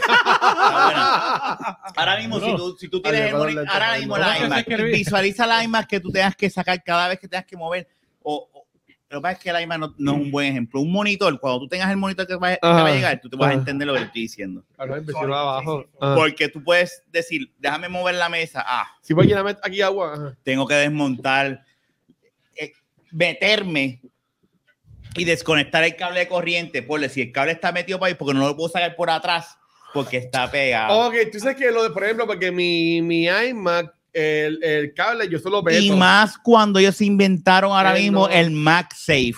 Speaker 3: buena. Ahora mismo, si tú, si tú tienes
Speaker 4: Ay,
Speaker 3: el
Speaker 4: me
Speaker 3: moni-
Speaker 4: duele el
Speaker 3: ahora
Speaker 4: teléfono.
Speaker 3: mismo
Speaker 5: ¿Cómo
Speaker 3: la
Speaker 5: que se
Speaker 3: iMac,
Speaker 5: escribe?
Speaker 3: visualiza la iMac que tú tengas que sacar cada vez que tengas que mover. O, o- lo que pasa es que la iMac no, no es un buen ejemplo. Un monitor, cuando tú tengas el monitor que va, que va a
Speaker 4: Ajá.
Speaker 3: llegar, tú te vas a
Speaker 4: Ajá.
Speaker 3: entender lo que te estoy diciendo.
Speaker 4: Cabrón, empezó abajo.
Speaker 2: Sí, sí,
Speaker 4: Ajá.
Speaker 3: Porque tú puedes decir, déjame mover la mesa. Ah,
Speaker 4: Si voy a llenarme pues, aquí agua. ajá.
Speaker 3: tengo que desmontar, eh, meterme y desconectar el cable de corriente. Por decir, el cable está metido para ahí porque no lo puedo sacar por atrás porque está pegado.
Speaker 4: Ok, tú sabes que lo de, por ejemplo, porque mi, mi iMac el, el cable, yo solo veo.
Speaker 3: Y más cuando ellos inventaron ahora
Speaker 4: Él
Speaker 3: mismo
Speaker 4: Oh, no.
Speaker 3: el MagSafe,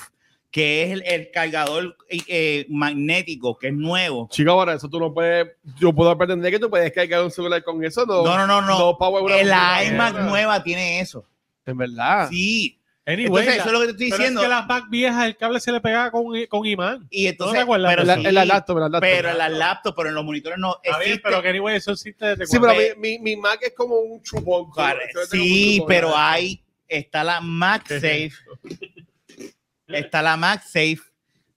Speaker 3: que es el, el cargador eh, eh, magnético, que es nuevo.
Speaker 4: Chico, ahora eso tú no puedes. Yo puedo pretender que tú puedes cargar un celular con eso. No,
Speaker 3: No, no, no, no.
Speaker 4: power una
Speaker 3: Eh, La
Speaker 4: computadora.
Speaker 3: iMac nueva tiene eso.
Speaker 4: En verdad.
Speaker 3: Sí.
Speaker 5: Anyway,
Speaker 3: Entonces,
Speaker 5: la-
Speaker 3: eso es lo que te estoy
Speaker 5: pero
Speaker 3: diciendo.
Speaker 5: es que las Mac viejas el cable se le pegaba con, con imán.
Speaker 3: Y entonces,
Speaker 5: ¿No te acuerdas?
Speaker 3: pero,
Speaker 4: En la,
Speaker 3: sí,
Speaker 4: en la laptop, en la laptop.
Speaker 3: pero en las laptops, pero en los monitores no
Speaker 5: Está bien,
Speaker 3: existe.
Speaker 5: pero que anyway, eso existe desde
Speaker 4: Sí,
Speaker 5: cuando-
Speaker 4: pero mi, mi, mi Mac es como un chupón.
Speaker 3: Claro,
Speaker 4: Yo tengo un
Speaker 3: sí,
Speaker 4: chupón,
Speaker 3: pero ah,
Speaker 4: ¿verdad?
Speaker 3: hay, está la
Speaker 5: *laughs*
Speaker 3: MagSafe. está la MagSafe.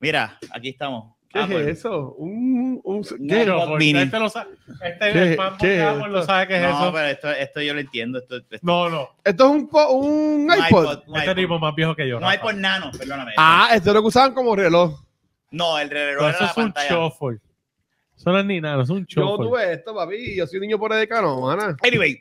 Speaker 3: Mira, aquí estamos. Ah, pues,
Speaker 4: ¿Qué es
Speaker 3: Apple.
Speaker 4: eso? Un. un
Speaker 3: No,
Speaker 5: Pero,
Speaker 3: Mac
Speaker 5: porque
Speaker 3: Mini.
Speaker 5: Este lo sabe. Este
Speaker 4: ¿Qué-
Speaker 5: el mambo
Speaker 4: qué es
Speaker 5: de Apple lo
Speaker 4: esto?
Speaker 5: sabe que es
Speaker 3: No,
Speaker 5: eso.
Speaker 3: pero esto, esto yo lo entiendo. Esto, esto-
Speaker 5: No, no.
Speaker 4: Esto es un, po- un
Speaker 3: no hay
Speaker 4: iPod.
Speaker 3: por- no hay
Speaker 5: Este tipo
Speaker 3: por-
Speaker 5: es más viejo que yo.
Speaker 3: no hay
Speaker 5: Rafa.
Speaker 3: por nano, perdóname.
Speaker 4: Ah, esto es lo que usaban como reloj.
Speaker 3: No, el reloj
Speaker 5: Pero
Speaker 3: era
Speaker 5: eso
Speaker 3: la
Speaker 5: es un
Speaker 3: pantalla.
Speaker 5: chofer. Eso no es ni nada, eso es un
Speaker 4: Yo no
Speaker 5: chofer.
Speaker 4: tuve esto, papi. Yo soy un niño por de cano, Ana.
Speaker 3: Anyway,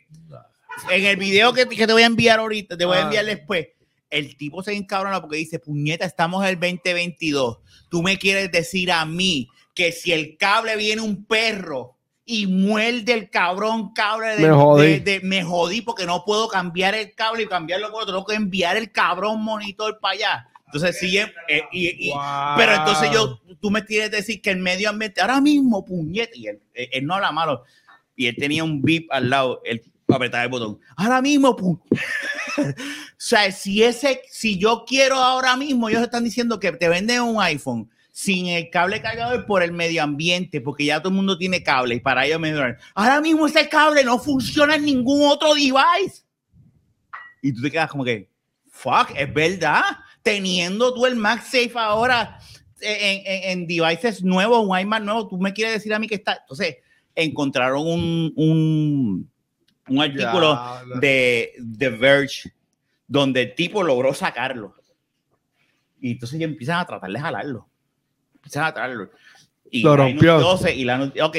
Speaker 3: en el video que, que te voy a enviar ahorita, te voy a
Speaker 4: Ah.
Speaker 3: enviar después, el tipo se encabrona porque dice, puñeta, estamos en el 2022. Tú me quieres decir a mí que si el cable viene un perro y muerde el cabrón cable de,
Speaker 4: Me jodí.
Speaker 3: de- de- me jodí porque no puedo cambiar el cable y cambiarlo por otro, tengo que enviar el cabrón monitor para allá. Entonces siguen, eh, y- y- pero entonces yo, tú me tienes que decir que el medio ambiente, ahora mismo, puñeta, y él, él- él no habla malo, y él tenía un beep al lado, él apretaba el botón, ahora mismo, pu- *laughs* o sea, si ese, si yo quiero ahora mismo, ellos están diciendo que te venden un iPhone sin el cable cargador por el medio ambiente, porque ya todo el mundo tiene cable y para ellos mejorar. Ahora mismo ese cable no funciona en ningún otro device. Y tú te quedas como que, fuck, es verdad. Teniendo tú el MagSafe ahora en, en- en devices nuevos, un iMac nuevo, tú me quieres decir a mí que está. Entonces, encontraron un, un, un artículo
Speaker 4: Diablo.
Speaker 3: de The Verge donde el tipo logró sacarlo. Y entonces ya empiezan a tratar de jalarlo. Empiezan a jalarlo. Y
Speaker 4: Lo
Speaker 3: Linus
Speaker 4: rompió.
Speaker 3: 12 y la, ok,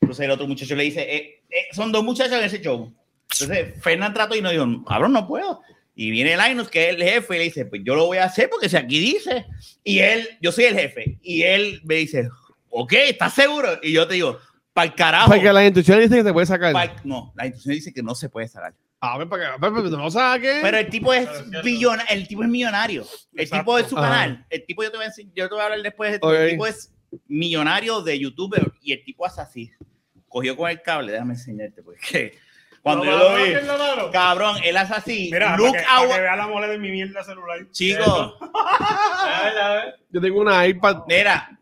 Speaker 3: entonces el otro muchacho le dice, eh, eh, son dos muchachos en ese show. Entonces Fernán trató y no dijo, cabrón, no puedo. Y viene Linus, que es el jefe, y le dice, pues yo lo voy a hacer porque si aquí dice. Y él, yo soy el jefe. Y él me dice, ok, ¿estás seguro? Y yo te digo, para el carajo.
Speaker 4: Para que las instituciones dicen que te puedes sacar.
Speaker 3: pa'l- no, la institución dice que no se puede sacar.
Speaker 4: A ver, Ah, pues, para que para que no saques.
Speaker 3: Pero el tipo es
Speaker 5: Pero es cierto.
Speaker 3: billona- el tipo es millonario. El
Speaker 5: Exacto.
Speaker 3: tipo de su
Speaker 4: Ajá.
Speaker 3: canal. El tipo, yo te voy a enseñar, yo te voy a hablar después. de esto.
Speaker 4: Ok.
Speaker 3: El tipo es millonario de YouTube y el tipo hace así. Cogió con el cable, déjame enseñarte, porque cuando yo lo vi, cabrón, él hace así.
Speaker 2: Mira,
Speaker 3: look
Speaker 2: para que,
Speaker 3: out,
Speaker 2: para que vea la mole de mi mierda celular.
Speaker 3: chico.
Speaker 4: Yo tengo una iPad.
Speaker 3: Mira,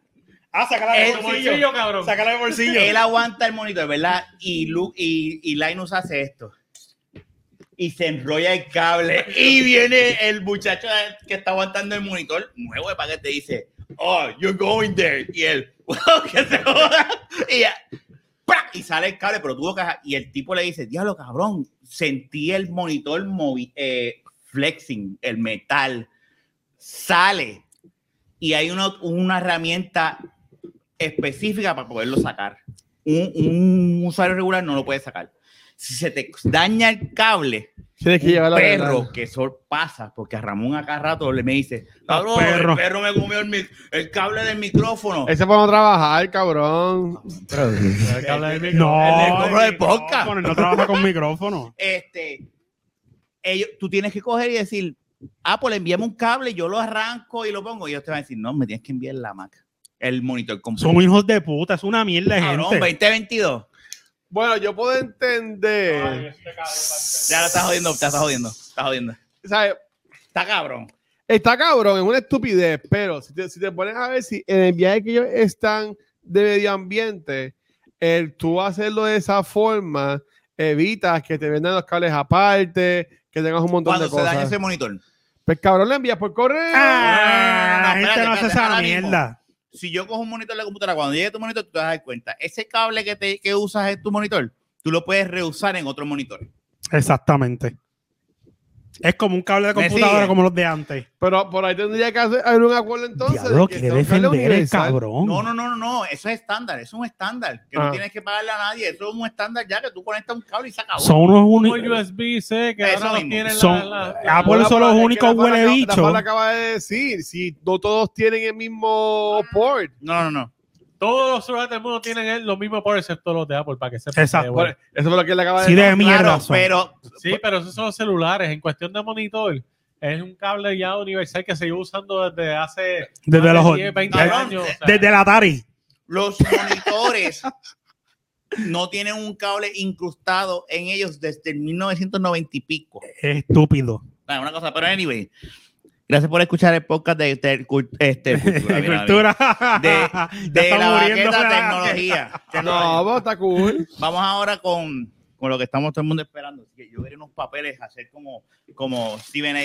Speaker 2: Ah, sácala del
Speaker 3: El
Speaker 2: bolsillo.
Speaker 5: bolsillo, cabrón.
Speaker 2: Sácala del bolsillo.
Speaker 3: él aguanta el monitor, ¿verdad? Y, Luke, y, y Linus hace esto. Y se enrolla el cable. Y viene el muchacho que está aguantando el monitor, nuevo de paquete, dice, oh, you're going there. Y él, "Wow, que se joda". Y, ya, ¡pra! y sale el cable, pero tuvo que... Y el tipo le dice, diablo, cabrón, sentí el monitor movi- eh, flexing, el metal. Sale. Y hay una, una herramienta específica para poderlo sacar. Un, un usuario regular no lo puede sacar. Si se te daña el cable,
Speaker 4: Tienes que llevar
Speaker 3: un
Speaker 4: la
Speaker 3: perro, que eso pasa, porque a Ramón acá rato le me dice, cabrón,
Speaker 2: perros.
Speaker 3: el perro me comió el, mic- el cable del micrófono.
Speaker 4: Ese para no trabajar, cabrón.
Speaker 5: El cable del micro.
Speaker 2: No,
Speaker 3: el micrófono de
Speaker 2: el micrófono,
Speaker 3: podcast.
Speaker 2: él No trabaja con micrófono.
Speaker 3: Este, ellos, tú tienes que coger y decir, ah, pues le envíame un cable, yo lo arranco y lo pongo. Y ellos te van a decir, no, me tienes que enviar la Mac, el monitor completo.
Speaker 2: Son hijos de puta, es una mierda de
Speaker 3: Cabrón,
Speaker 2: gente.
Speaker 3: 2022.
Speaker 4: Bueno, yo puedo
Speaker 5: Ay,
Speaker 4: entender.
Speaker 5: este cabrón, parece-
Speaker 3: Ya lo estás jodiendo, te estás jodiendo, estás jodiendo.
Speaker 4: ¿Sabes?
Speaker 3: Está cabrón.
Speaker 4: Está cabrón, es una estupidez, pero si te, si te pones a ver si en el viaje que ellos están de medio ambiente, el tú hacerlo de esa forma, evitas que te vendan los cables aparte, que tengas un montón
Speaker 3: Cuando
Speaker 4: de
Speaker 3: se daña
Speaker 4: cosas.
Speaker 3: ese monitor.
Speaker 4: Pues cabrón, le envías por correo.
Speaker 2: Ah,
Speaker 3: No, no,
Speaker 2: la
Speaker 3: no,
Speaker 2: gente no
Speaker 3: espérate,
Speaker 2: hace esa
Speaker 3: espérate, ahora
Speaker 2: mierda.
Speaker 3: si yo cojo un monitor de la computadora, cuando llegue tu monitor, tú te vas a dar cuenta. Ese cable que, te, que usas en tu monitor, tú lo puedes reusar en otro monitor.
Speaker 2: Exactamente. Es como un cable de
Speaker 3: ¿Me
Speaker 2: computadora
Speaker 3: sigue?
Speaker 2: como los de antes.
Speaker 4: Pero por ahí tendría que hacer, haber un acuerdo entonces. de
Speaker 2: Diablo,
Speaker 4: que
Speaker 2: quiere
Speaker 4: sea un cable
Speaker 2: defender el
Speaker 4: universal.
Speaker 2: cabrón.
Speaker 3: No, no, no, no, no. Eso es estándar. Eso es un estándar. Que
Speaker 4: Ah.
Speaker 3: no tienes que pagarle a nadie. Eso es un estándar ya que tú conectas un cable y se acabó.
Speaker 2: Son unos
Speaker 5: Como
Speaker 2: únicos.
Speaker 5: USB-C que
Speaker 3: Eso
Speaker 5: ahora los
Speaker 3: mismo.
Speaker 5: tienen la-
Speaker 2: Son-
Speaker 5: la-
Speaker 2: Apple
Speaker 4: Bueno,
Speaker 2: son
Speaker 4: pero
Speaker 2: los
Speaker 4: es que
Speaker 2: únicos
Speaker 4: la Paula
Speaker 2: huele
Speaker 4: acaba-
Speaker 2: bichos.
Speaker 4: La Paula acaba de decir, si no todos tienen el mismo port.
Speaker 3: No, no, no.
Speaker 5: Todos los celulares del mundo tienen el- los mismos por excepto los de Apple, para que sepan.
Speaker 2: Exacto.
Speaker 5: que,
Speaker 4: Bueno,
Speaker 5: bueno,
Speaker 4: eso es lo que le acaba de
Speaker 2: Sí,
Speaker 4: decir.
Speaker 2: de mierda.
Speaker 3: Claro,
Speaker 2: son.
Speaker 3: pero
Speaker 5: sí, pero esos son los celulares. En cuestión de monitor, es un cable ya universal que se lleva usando desde hace
Speaker 2: Desde
Speaker 5: más de
Speaker 2: los eh,
Speaker 5: 10, 20
Speaker 3: Cabrón,
Speaker 5: años. o sea,
Speaker 2: desde la Atari.
Speaker 3: los monitores no tienen un cable incrustado en ellos desde el 1990 y pico.
Speaker 2: Estúpido.
Speaker 3: Bueno, una cosa, pero anyway. Gracias por escuchar el podcast de, de cult- este,
Speaker 2: *laughs*
Speaker 3: cultura. mira,
Speaker 2: Cultura. *laughs* Ya
Speaker 3: *laughs* De, de
Speaker 2: estamos
Speaker 3: la
Speaker 2: muriendo
Speaker 3: baqueta
Speaker 2: por la-
Speaker 3: *laughs* tecnología.
Speaker 4: No, vos está *laughs* cool.
Speaker 3: Vamos ahora con, con lo que estamos todo el mundo esperando. Así que yo veré unos papeles hacer como, como Steven A.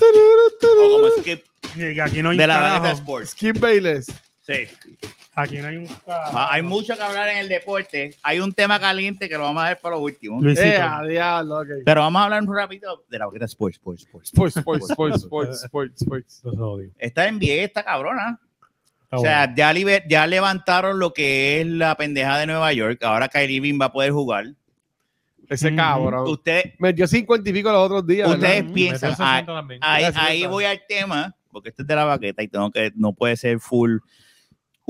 Speaker 3: O como Skip
Speaker 2: Llega, Aquí no hay
Speaker 3: de
Speaker 2: un
Speaker 3: la Gaveta
Speaker 2: carajo.
Speaker 3: Sports.
Speaker 4: Skip Bayless.
Speaker 3: Sí.
Speaker 2: Aquí no hay un carajo.
Speaker 3: Ah, Hay mucho que hablar en el deporte. Hay un tema caliente que lo vamos a ver para lo último.
Speaker 2: Luisito.
Speaker 4: Eh, a diablo, ok.
Speaker 3: Pero vamos a hablar un ratito de la Gaveta Sports, Sports, Sports.
Speaker 4: Sports, sports, sports, sports, sports, sports.
Speaker 5: eso se lo digo.
Speaker 3: Esta NBA está cabrona.
Speaker 5: Está
Speaker 3: o sea, ya, liber- ya levantaron lo que es la pendeja de Nueva York. Ahora Kyrie Irving va a poder jugar.
Speaker 4: Ese
Speaker 2: Ujú.
Speaker 3: Ah.
Speaker 4: cabrón.
Speaker 3: Usted,
Speaker 4: Me dio cinco y pico los otros días. ¿verdad?
Speaker 3: ustedes
Speaker 2: Ujú.
Speaker 5: bueno. Metió
Speaker 3: piensan, ah,
Speaker 5: 60 también.
Speaker 3: Ahí,
Speaker 4: Gracias,
Speaker 3: ahí
Speaker 4: Gustavo.
Speaker 3: voy al tema, porque este es de la baqueta y tengo que, no puede ser full.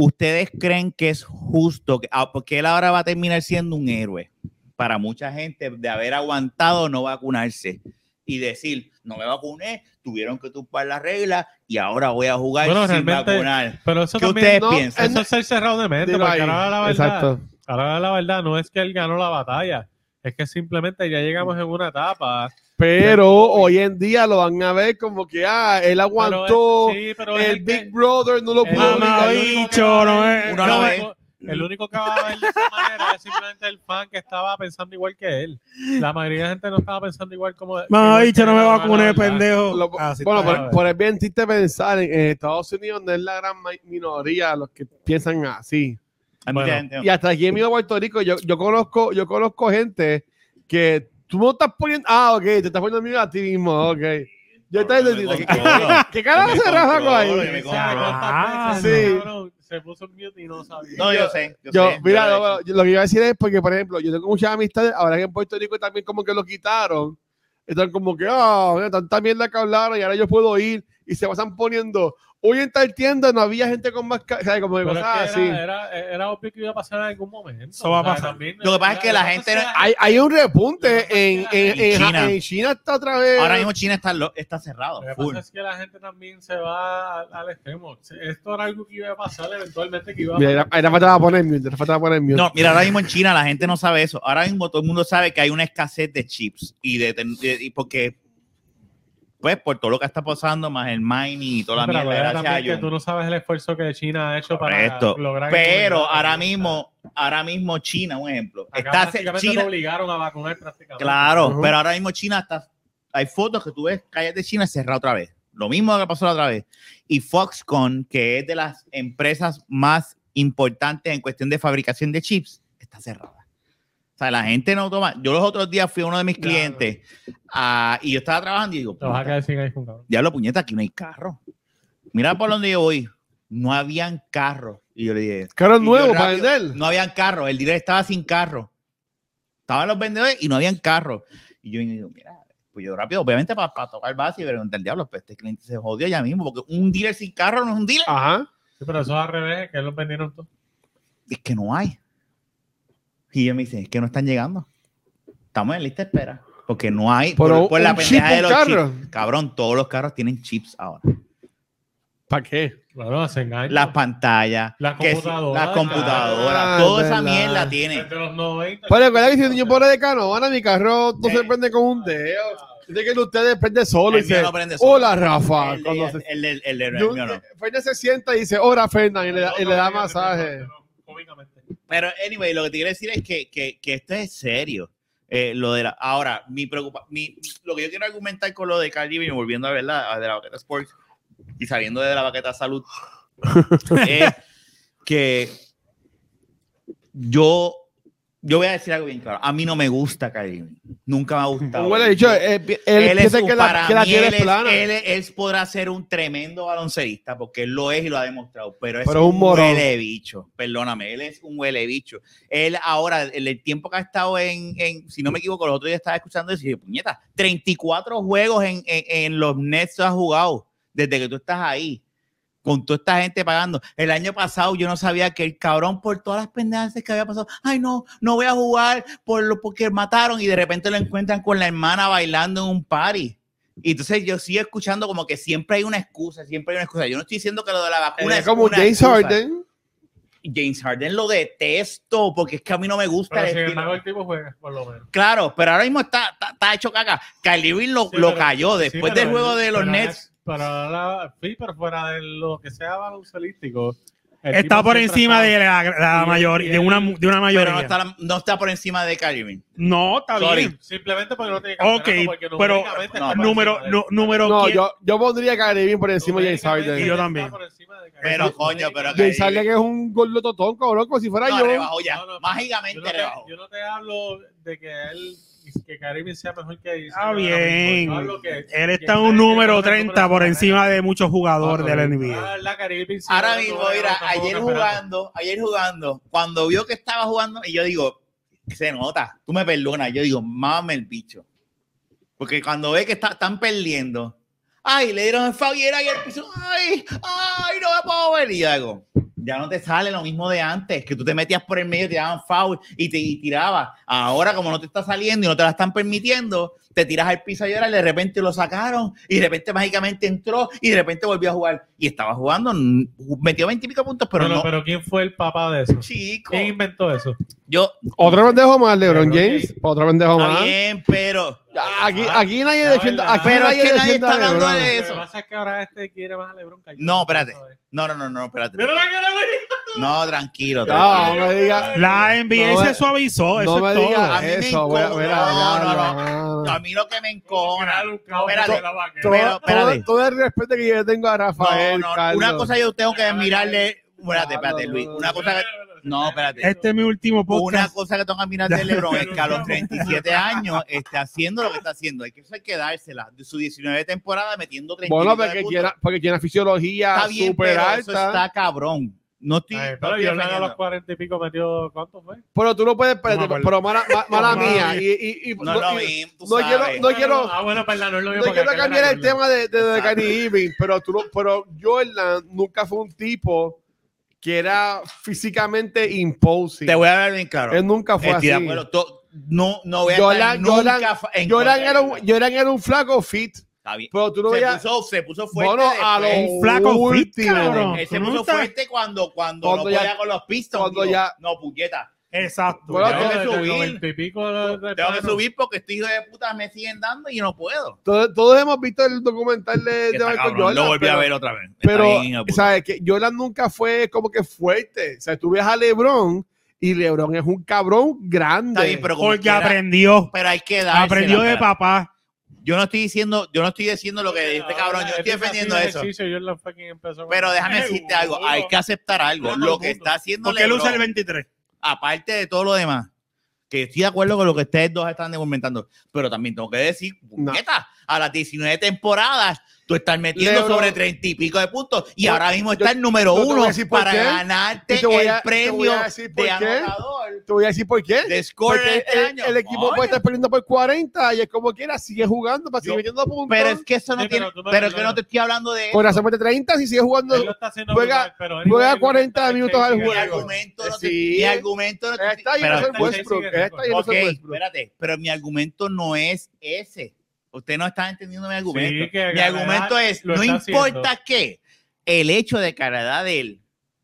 Speaker 3: ¿Ustedes creen que es justo? que- ah, porque él ahora va a terminar siendo un héroe para mucha gente de haber aguantado no vacunarse y decir, no me vacuné, tuvieron que tumbar las reglas y ahora voy a jugar
Speaker 5: Bueno,
Speaker 3: sin
Speaker 5: realmente-
Speaker 3: vacunar.
Speaker 5: Pero eso
Speaker 3: ¿Qué
Speaker 5: también.
Speaker 3: ustedes
Speaker 4: no,
Speaker 3: piensan?
Speaker 5: Eso es ser cerrado de mente,
Speaker 4: Dilo
Speaker 5: porque
Speaker 4: ahí.
Speaker 5: ahora la verdad,
Speaker 4: Exacto.
Speaker 5: ahora la verdad no es que él ganó la batalla, es que simplemente ya llegamos en una etapa.
Speaker 4: Pero hoy en día lo van a ver como que, ah, él aguantó,
Speaker 5: Pero es- sí, pero es
Speaker 4: el
Speaker 5: que-
Speaker 4: Big Brother no lo
Speaker 5: el-
Speaker 4: pudo
Speaker 5: el
Speaker 2: Mamá,
Speaker 4: obligar.
Speaker 5: único
Speaker 2: bicho,
Speaker 5: que va a
Speaker 2: no
Speaker 5: ver-
Speaker 2: es-
Speaker 5: el
Speaker 3: Uno no
Speaker 5: único- El único que va a ver de esa manera es simplemente el fan que estaba pensando igual que él. La mayoría de gente no estaba pensando igual como.
Speaker 2: Mamá,
Speaker 5: igual
Speaker 2: bicho,
Speaker 5: que
Speaker 2: no
Speaker 5: él,
Speaker 2: me
Speaker 5: la
Speaker 2: vacuné,
Speaker 5: verdad.
Speaker 2: pendejo.
Speaker 4: Lo-
Speaker 2: Ah, sí,
Speaker 4: bueno,
Speaker 2: está
Speaker 5: bien.
Speaker 4: por, por el bien triste pensar en, en Estados Unidos no es la gran ma- minoría los que piensan así.
Speaker 3: Hay
Speaker 5: Bueno,
Speaker 3: mucha gente-
Speaker 4: Y hasta aquí en mi Puerto Rico yo, yo conozco yo conozco gente que tú no estás poniendo, ah, ok, te estás poniendo amigo a ti mismo, ok. Yo
Speaker 3: Cabrón,
Speaker 4: estás
Speaker 3: me
Speaker 4: ¿qué, qué,
Speaker 3: controlo.
Speaker 4: qué carajo
Speaker 3: Yo
Speaker 4: se
Speaker 3: me
Speaker 4: raja
Speaker 3: controlo,
Speaker 4: con ahí?
Speaker 3: yo me
Speaker 5: O
Speaker 3: controlo.
Speaker 5: sea,
Speaker 2: Ah,
Speaker 5: ¿cuántas veces,
Speaker 4: sí.
Speaker 5: cabrón, se puso en mute y no sabía.
Speaker 3: No, yo sé. Yo,
Speaker 4: Yo,
Speaker 3: sé,
Speaker 4: mira,
Speaker 3: yo
Speaker 4: lo,
Speaker 3: lo he hecho.
Speaker 4: lo- lo que iba a decir es porque, por ejemplo, yo tengo muchas amistades, ahora que en Puerto Rico también como que lo quitaron, están como que, ah, mira, tanta mierda que hablaron y ahora yo puedo ir y se pasan poniendo, hoy en tal tienda no había gente con más, como de
Speaker 5: Pero es
Speaker 3: ah,
Speaker 4: cosas
Speaker 5: que
Speaker 4: así.
Speaker 5: era, era- era obvio que iba a pasar en algún momento.
Speaker 2: Eso va a
Speaker 5: O sea,
Speaker 2: pasar.
Speaker 5: también-
Speaker 3: Lo que pasa es que la
Speaker 5: pasa
Speaker 3: gente
Speaker 5: es
Speaker 3: no- ah,
Speaker 5: que la
Speaker 4: Hay, hay un repunte en, en, en,
Speaker 3: En
Speaker 4: en China.
Speaker 3: China.
Speaker 4: está otra vez.
Speaker 3: Ahora mismo China está, lo- está cerrado.
Speaker 5: Lo que
Speaker 3: full.
Speaker 5: pasa es que la gente también se va al, al extremo. Esto era algo que iba a pasar eventualmente, que iba a
Speaker 4: Mira, era, era faltaba poner mute, era faltaba poner mute.
Speaker 3: No, mira, ahora mismo en China la gente no sabe eso. Ahora mismo todo el mundo sabe que hay una escasez de chips y de, de- y porque pues por todo lo que está pasando más el mining y toda la
Speaker 5: Pero
Speaker 3: mierda
Speaker 5: acuérdate
Speaker 3: gracias a
Speaker 5: también que
Speaker 3: John.
Speaker 5: tú no sabes el esfuerzo que China ha hecho para
Speaker 3: Correcto.
Speaker 5: lograr.
Speaker 3: Pero
Speaker 5: esto.
Speaker 3: ahora mismo, ahora mismo China, un ejemplo,
Speaker 5: Acá
Speaker 3: está
Speaker 5: prácticamente
Speaker 3: China,
Speaker 5: te obligaron a vacunar prácticamente.
Speaker 3: claro,
Speaker 4: Ujú.
Speaker 3: pero ahora mismo China está hay fotos que tú ves calles de China cerradas otra vez. Lo mismo que pasó la otra vez. Y Foxconn, que es de las empresas más importantes en cuestión de fabricación de chips, está cerrada. O sea, la gente no toma. Yo los otros días fui a uno de mis
Speaker 4: Claro.
Speaker 3: clientes ah, y yo estaba trabajando y digo,
Speaker 5: Te vas a quedar sin iPhone, cabrón.
Speaker 3: diablo, puñeta, aquí no hay carro. Mira por donde yo voy. No habían carro. Y yo le dije,
Speaker 4: Carro
Speaker 3: y
Speaker 4: nuevo
Speaker 3: yo
Speaker 4: para
Speaker 3: rápido,
Speaker 4: vender.
Speaker 3: No habían carro, el dealer estaba sin carro. Estaban los vendedores y no habían carro. Y yo digo, mira, pues yo rápido, obviamente para, tocar base y preguntar, diablo, pues este cliente se jodió ya mismo, porque un dealer sin carro no es un dealer.
Speaker 4: Ajá.
Speaker 5: Sí, pero eso es al revés, que los vendieron todos.
Speaker 3: Es que no hay. Y ellos me dicen, es que no están llegando. Estamos en lista de espera. Porque no hay.
Speaker 4: Pero
Speaker 3: por, por la
Speaker 4: un
Speaker 3: pendeja
Speaker 4: chip,
Speaker 3: de
Speaker 4: un
Speaker 3: los
Speaker 4: carro.
Speaker 3: chips. Cabrón, todos los carros tienen chips ahora.
Speaker 4: ¿Para qué?
Speaker 5: Claro, hacen años.
Speaker 3: Las pantallas,
Speaker 5: Las
Speaker 3: que si-
Speaker 5: computadoras,
Speaker 3: las computadoras,
Speaker 4: Ah,
Speaker 3: toda
Speaker 4: verdad.
Speaker 3: esa mierda tiene.
Speaker 5: Desde los 90.
Speaker 4: Pues recuerda que si yo pobre de cano, ahora mi carro no se prende con un dedo. Dice que usted prende solo y
Speaker 3: El mío
Speaker 4: dice,
Speaker 3: no prende solo.
Speaker 4: hola Rafa.
Speaker 3: El
Speaker 4: Cuando
Speaker 3: de-
Speaker 4: se-
Speaker 3: el de- el de- el
Speaker 4: Yo-
Speaker 3: mío no.
Speaker 4: Fernan se sienta y dice, hola Fernan, y le, da- y le da masaje.
Speaker 5: Cómicamente.
Speaker 3: Pero, anyway, lo que te quiero decir es que, que- que esto es serio. Eh, lo de la, ahora, mi preocupa, mi, lo que yo quiero argumentar con lo de Cardi B, volviendo a verla, a de la baqueta Sports y saliendo de la baqueta Salud, es que yo, yo voy a decir algo bien claro. A mí no me gusta Cardi B. Nunca me ha gustado.
Speaker 4: Bueno, he dicho, eh, pi- él,
Speaker 3: Él es
Speaker 4: piensa
Speaker 3: un-
Speaker 4: que
Speaker 3: para
Speaker 4: la, que la
Speaker 3: mí, él
Speaker 4: tiene
Speaker 3: es-
Speaker 4: plana.
Speaker 3: él es- él podrá ser un tremendo baloncerista porque él lo es y lo ha demostrado, pero es
Speaker 4: Pero un morón.
Speaker 3: huele bicho. Perdóname, él es un huele bicho. Él ahora, el, el tiempo que ha estado en, en- si no me equivoco, los otros días estaba escuchando y dije, puñeta, 34 juegos en, en- en los Nets has jugado desde que tú estás ahí. con toda esta gente pagando. El año pasado yo no sabía que el cabrón por todas las pendejas que había pasado, ay no, no voy a jugar por lo, porque mataron y de repente lo encuentran con la hermana bailando en un party. Y entonces yo sigo escuchando como que siempre hay una excusa, siempre hay una excusa. Yo no estoy diciendo que lo de la vacuna
Speaker 4: Es
Speaker 3: es
Speaker 4: Eh, como
Speaker 3: una
Speaker 4: James
Speaker 3: excusa.
Speaker 4: Harden.
Speaker 3: James Harden lo detesto porque es que a mí no me gusta
Speaker 5: Pero
Speaker 3: el
Speaker 5: sin
Speaker 3: estilo.
Speaker 5: embargo, el tipo juega, por lo menos.
Speaker 3: Claro, pero ahora mismo está, está, está hecho caca. Kyrie Irving lo,
Speaker 5: Sí,
Speaker 3: lo
Speaker 5: pero-
Speaker 3: cayó
Speaker 5: sí,
Speaker 3: después
Speaker 5: pero
Speaker 3: del juego
Speaker 5: él-
Speaker 3: de los
Speaker 5: pero
Speaker 3: Nets.
Speaker 5: es- Para la, sí, pero fuera de lo que sea baloncelístico. el
Speaker 2: Está
Speaker 5: tipo
Speaker 2: por
Speaker 5: siempre
Speaker 2: encima de
Speaker 5: está-
Speaker 2: la, la
Speaker 5: Y él-
Speaker 2: mayoría,
Speaker 5: y
Speaker 2: de
Speaker 5: él-
Speaker 2: una, de una mayoría.
Speaker 3: Pero no está, no está por encima de Kyrie Irving.
Speaker 2: No, está
Speaker 3: Sorry.
Speaker 2: bien.
Speaker 5: Simplemente porque no tiene
Speaker 2: Ok,
Speaker 5: campeonato, porque
Speaker 2: pero-
Speaker 5: numéricamente
Speaker 3: no,
Speaker 5: está por
Speaker 2: Número,
Speaker 5: encima de él.
Speaker 2: nu- número
Speaker 4: No,
Speaker 2: quien-
Speaker 4: yo, yo pondría a Kyrie Irving por encima de James
Speaker 5: Numéricamente
Speaker 2: Y
Speaker 4: Harden.
Speaker 2: yo
Speaker 5: está
Speaker 2: también.
Speaker 5: por encima de Kyrie.
Speaker 3: Pero, coño, pero
Speaker 5: Yo-
Speaker 4: James Harden es un gordo totón, cabrón, como si fuera
Speaker 3: No,
Speaker 4: yo.
Speaker 3: rebajó ya.
Speaker 5: No, no,
Speaker 3: Mágicamente
Speaker 5: yo no te-
Speaker 3: rebajó.
Speaker 5: Yo no te hablo de que él que Caribe sea mejor que Jason
Speaker 2: Está
Speaker 5: ahora mismo.
Speaker 2: bien.
Speaker 5: Yo hablo que-
Speaker 2: Él
Speaker 5: que
Speaker 2: está en
Speaker 5: Kyrie
Speaker 2: un número
Speaker 5: Irving es el
Speaker 2: 30 por
Speaker 5: número
Speaker 2: encima de muchos jugadores
Speaker 4: Ah,
Speaker 2: del
Speaker 4: no,
Speaker 5: primero.
Speaker 2: NBA.
Speaker 5: Ah, la Kyrie Irving sí
Speaker 3: Ahora
Speaker 5: no
Speaker 3: mismo,
Speaker 5: ganó
Speaker 3: mira,
Speaker 5: tampoco
Speaker 3: ayer
Speaker 5: campeonato.
Speaker 3: jugando, ayer jugando, cuando vio que estaba jugando, y yo digo, se nota, tú me perdonas, yo digo, mame el bicho. Porque cuando ve que está- están perdiendo, ay, le dieron el foul y era y el piso, ay, ay, no me puedo ver. Y yo hago, ya no te sale lo mismo de antes, que tú te metías por el medio, te daban foul y te y tirabas. Ahora, como no te está saliendo y no te la están permitiendo, te tiras al piso y ahora de repente lo sacaron y de repente mágicamente entró y de repente volvió a jugar. Y estaba jugando, mm, metió 20 y pico puntos, pero
Speaker 5: Bueno,
Speaker 3: no.
Speaker 5: pero ¿quién fue el papá de eso?
Speaker 3: Chico,
Speaker 5: ¿Quién inventó eso?
Speaker 3: yo,
Speaker 4: Otro pendejo más, LeBron
Speaker 5: LeBron
Speaker 4: James.
Speaker 5: James.
Speaker 4: Otro pendejo
Speaker 3: está
Speaker 4: más.
Speaker 3: bien, Ah. pero.
Speaker 4: Aquí, aquí nadie
Speaker 5: La
Speaker 4: defiende.
Speaker 5: verdad.
Speaker 4: Aquí
Speaker 5: Pero
Speaker 4: nadie
Speaker 3: es que nadie
Speaker 4: defiende
Speaker 3: está
Speaker 4: a
Speaker 3: hablando
Speaker 4: LeBron.
Speaker 3: de-
Speaker 5: Lo
Speaker 3: eso.
Speaker 5: que pasa es que ahora este quiere más a LeBron que a
Speaker 3: No,
Speaker 5: Jason,
Speaker 3: espérate.
Speaker 5: ¿sabes?
Speaker 3: No, no, no, no, espérate.
Speaker 5: Mira la cara, güey.
Speaker 3: No, tranquilo. tranquilo.
Speaker 4: No, no me digas.
Speaker 2: La NBA
Speaker 4: No me-
Speaker 2: se suavizó, eso
Speaker 4: No me
Speaker 2: es todo.
Speaker 4: digas
Speaker 3: A mí me
Speaker 4: eso. voy a- voy a-
Speaker 3: incomoda.
Speaker 4: voy a-
Speaker 3: No, A mí lo que me encojona.
Speaker 5: Como que era un
Speaker 3: espérate.
Speaker 5: caos de la vaca.
Speaker 4: Todo-
Speaker 3: Pero, espérate.
Speaker 4: todo- Todo el respeto que yo le tengo a Rafael.
Speaker 3: No, no,
Speaker 4: Carlos.
Speaker 3: una cosa yo tengo que mirarle. Espérate, espérate, Luis. Una cosa que, No, espérate.
Speaker 2: Este es mi último
Speaker 3: una
Speaker 2: podcast.
Speaker 3: cosa que tengo que
Speaker 4: *laughs*
Speaker 3: mirar de LeBron es que a los 37 años está haciendo lo que está haciendo. Hay que, eso hay que dársela. De su 19 temporada metiendo 30
Speaker 4: Bueno, porque tiene, porque tiene una fisiología
Speaker 3: Está bien,
Speaker 4: súper
Speaker 3: pero eso
Speaker 4: alta.
Speaker 3: está cabrón. No estoy.
Speaker 5: Ay,
Speaker 3: no
Speaker 5: Pero
Speaker 3: estoy
Speaker 5: yo a los
Speaker 3: defendiendo.
Speaker 5: 40 y pico metió, ¿cuánto fue?
Speaker 4: Pero tú no puedes, espérate,
Speaker 2: No me acuerdo.
Speaker 4: pero mala, ma- mala
Speaker 2: No,
Speaker 4: mía.
Speaker 2: no,
Speaker 4: Y, y, y-
Speaker 3: No es lo
Speaker 4: y-
Speaker 3: mismo, tú
Speaker 4: no quiero-
Speaker 3: sabes.
Speaker 4: no quiero-
Speaker 5: Ah, bueno, perdón, no es lo
Speaker 4: no
Speaker 5: mismo
Speaker 4: quiero
Speaker 5: porque acá
Speaker 4: cambiar
Speaker 5: era
Speaker 4: el tema de, de, de
Speaker 3: Exacto.
Speaker 4: Kyrie Irving, pero, tú no- pero Jordan nunca fue un tipo que era físicamente imposing.
Speaker 3: Te voy a hablar bien claro.
Speaker 4: Él nunca fue
Speaker 3: Estoy de
Speaker 4: así.
Speaker 3: acuerdo. To- No, no voy a
Speaker 4: Yolan-
Speaker 3: estar nunca
Speaker 4: Yolan-
Speaker 3: fa- en
Speaker 4: Jordan,
Speaker 3: contra de
Speaker 4: era un,
Speaker 3: Yolan.
Speaker 4: Jordan era un flaco fit,
Speaker 3: Está bien.
Speaker 4: pero tú no
Speaker 3: se,
Speaker 4: veías...
Speaker 3: puso, se puso fuerte.
Speaker 4: Bueno, a
Speaker 3: después.
Speaker 4: lo
Speaker 2: Un flaco fit,
Speaker 4: último.
Speaker 2: cabrón.
Speaker 3: Él se
Speaker 2: Tú no
Speaker 3: puso
Speaker 2: estás-
Speaker 3: fuerte cuando, cuando,
Speaker 4: Cuando
Speaker 3: no podía
Speaker 4: ya-
Speaker 3: con los pistos.
Speaker 4: cuando
Speaker 3: digo,
Speaker 4: ya-
Speaker 3: No, puñeta.
Speaker 2: Exacto.
Speaker 4: Bueno,
Speaker 2: ya.
Speaker 3: tengo que
Speaker 5: Desde el
Speaker 3: subir.
Speaker 5: 90 y pico de- de
Speaker 3: Tengo que
Speaker 5: plano.
Speaker 3: subir porque estos hijos de puta me siguen dando y no puedo.
Speaker 4: Todos, todos hemos visto el documental de, de
Speaker 3: Está
Speaker 4: Michael
Speaker 3: cabrón, lo volví a
Speaker 4: pero-
Speaker 3: ver otra vez. Está
Speaker 4: Pero,
Speaker 3: bien, hijo de puta.
Speaker 4: ¿sabes? Que Jordan nunca fue como que fuerte. O sea, tú ves a LeBron y LeBron es un cabrón grande.
Speaker 3: Está bien, pero como
Speaker 2: Porque
Speaker 3: quiera,
Speaker 2: aprendió.
Speaker 3: Pero hay que dar.
Speaker 2: Aprendió de papá.
Speaker 3: Yo no estoy diciendo, yo no estoy diciendo lo que dice cabrón, yo no estoy
Speaker 5: Este
Speaker 3: defendiendo
Speaker 5: hacía
Speaker 3: eso.
Speaker 5: ejercicio, yo lo fucking empezó con-
Speaker 3: Pero déjame decirte algo, hay que aceptar algo.
Speaker 5: Todo el
Speaker 3: Lo que
Speaker 5: mundo.
Speaker 3: está haciendo
Speaker 2: Porque él usa
Speaker 3: LeBron,
Speaker 2: el 23.
Speaker 3: aparte de todo lo demás, que estoy de acuerdo con lo que ustedes dos están argumentando, pero también tengo que decir,
Speaker 4: No.
Speaker 3: puñeta, a las 19 temporadas tú estás metiendo
Speaker 4: Lebron-
Speaker 3: sobre 30 y pico de puntos y
Speaker 4: Yo-
Speaker 3: ahora mismo está
Speaker 4: yo-
Speaker 3: el número
Speaker 4: yo te voy a
Speaker 3: uno
Speaker 4: decir por
Speaker 3: para
Speaker 4: qué, y
Speaker 3: ganarte
Speaker 4: te voy a-
Speaker 3: el
Speaker 4: te voy
Speaker 3: premio
Speaker 4: a decir por
Speaker 3: de
Speaker 4: qué.
Speaker 3: anotador
Speaker 4: Te voy a decir por qué.
Speaker 3: de scorer
Speaker 4: Porque
Speaker 3: este
Speaker 4: el,
Speaker 3: año.
Speaker 4: el equipo
Speaker 3: Coño,
Speaker 4: puede estar perdiendo por 40 y es como quiera, sigue jugando para
Speaker 3: Yo-
Speaker 4: seguir metiendo puntos.
Speaker 3: pero es que eso no
Speaker 5: Sí,
Speaker 3: tiene,
Speaker 5: pero tú me
Speaker 3: pero es que
Speaker 5: perdonas.
Speaker 3: no te estoy hablando de eso.
Speaker 4: Con razón mete 30 si sigue jugando.
Speaker 5: Él lo está haciendo
Speaker 4: Juega-
Speaker 5: brutal, pero él
Speaker 4: juega
Speaker 5: igual
Speaker 4: 40
Speaker 5: está
Speaker 4: minutos al
Speaker 5: en
Speaker 3: Mi
Speaker 5: Chelsea,
Speaker 4: juego.
Speaker 5: ganó.
Speaker 3: argumento no te-
Speaker 4: Sí.
Speaker 3: mi argumento no te-
Speaker 4: Está ahí
Speaker 3: Espérate.
Speaker 4: en
Speaker 5: Espérate.
Speaker 4: Westbrook. Está ahí en
Speaker 3: Ok,
Speaker 4: Westbrook.
Speaker 3: espérate, pero mi argumento no es ese. Usted no está entendiendo mi argumento.
Speaker 5: Sí, que
Speaker 3: mi
Speaker 5: la
Speaker 3: argumento
Speaker 5: edad
Speaker 3: es,
Speaker 5: lo
Speaker 3: no
Speaker 5: está
Speaker 3: importa qué, el hecho de que a la edad de él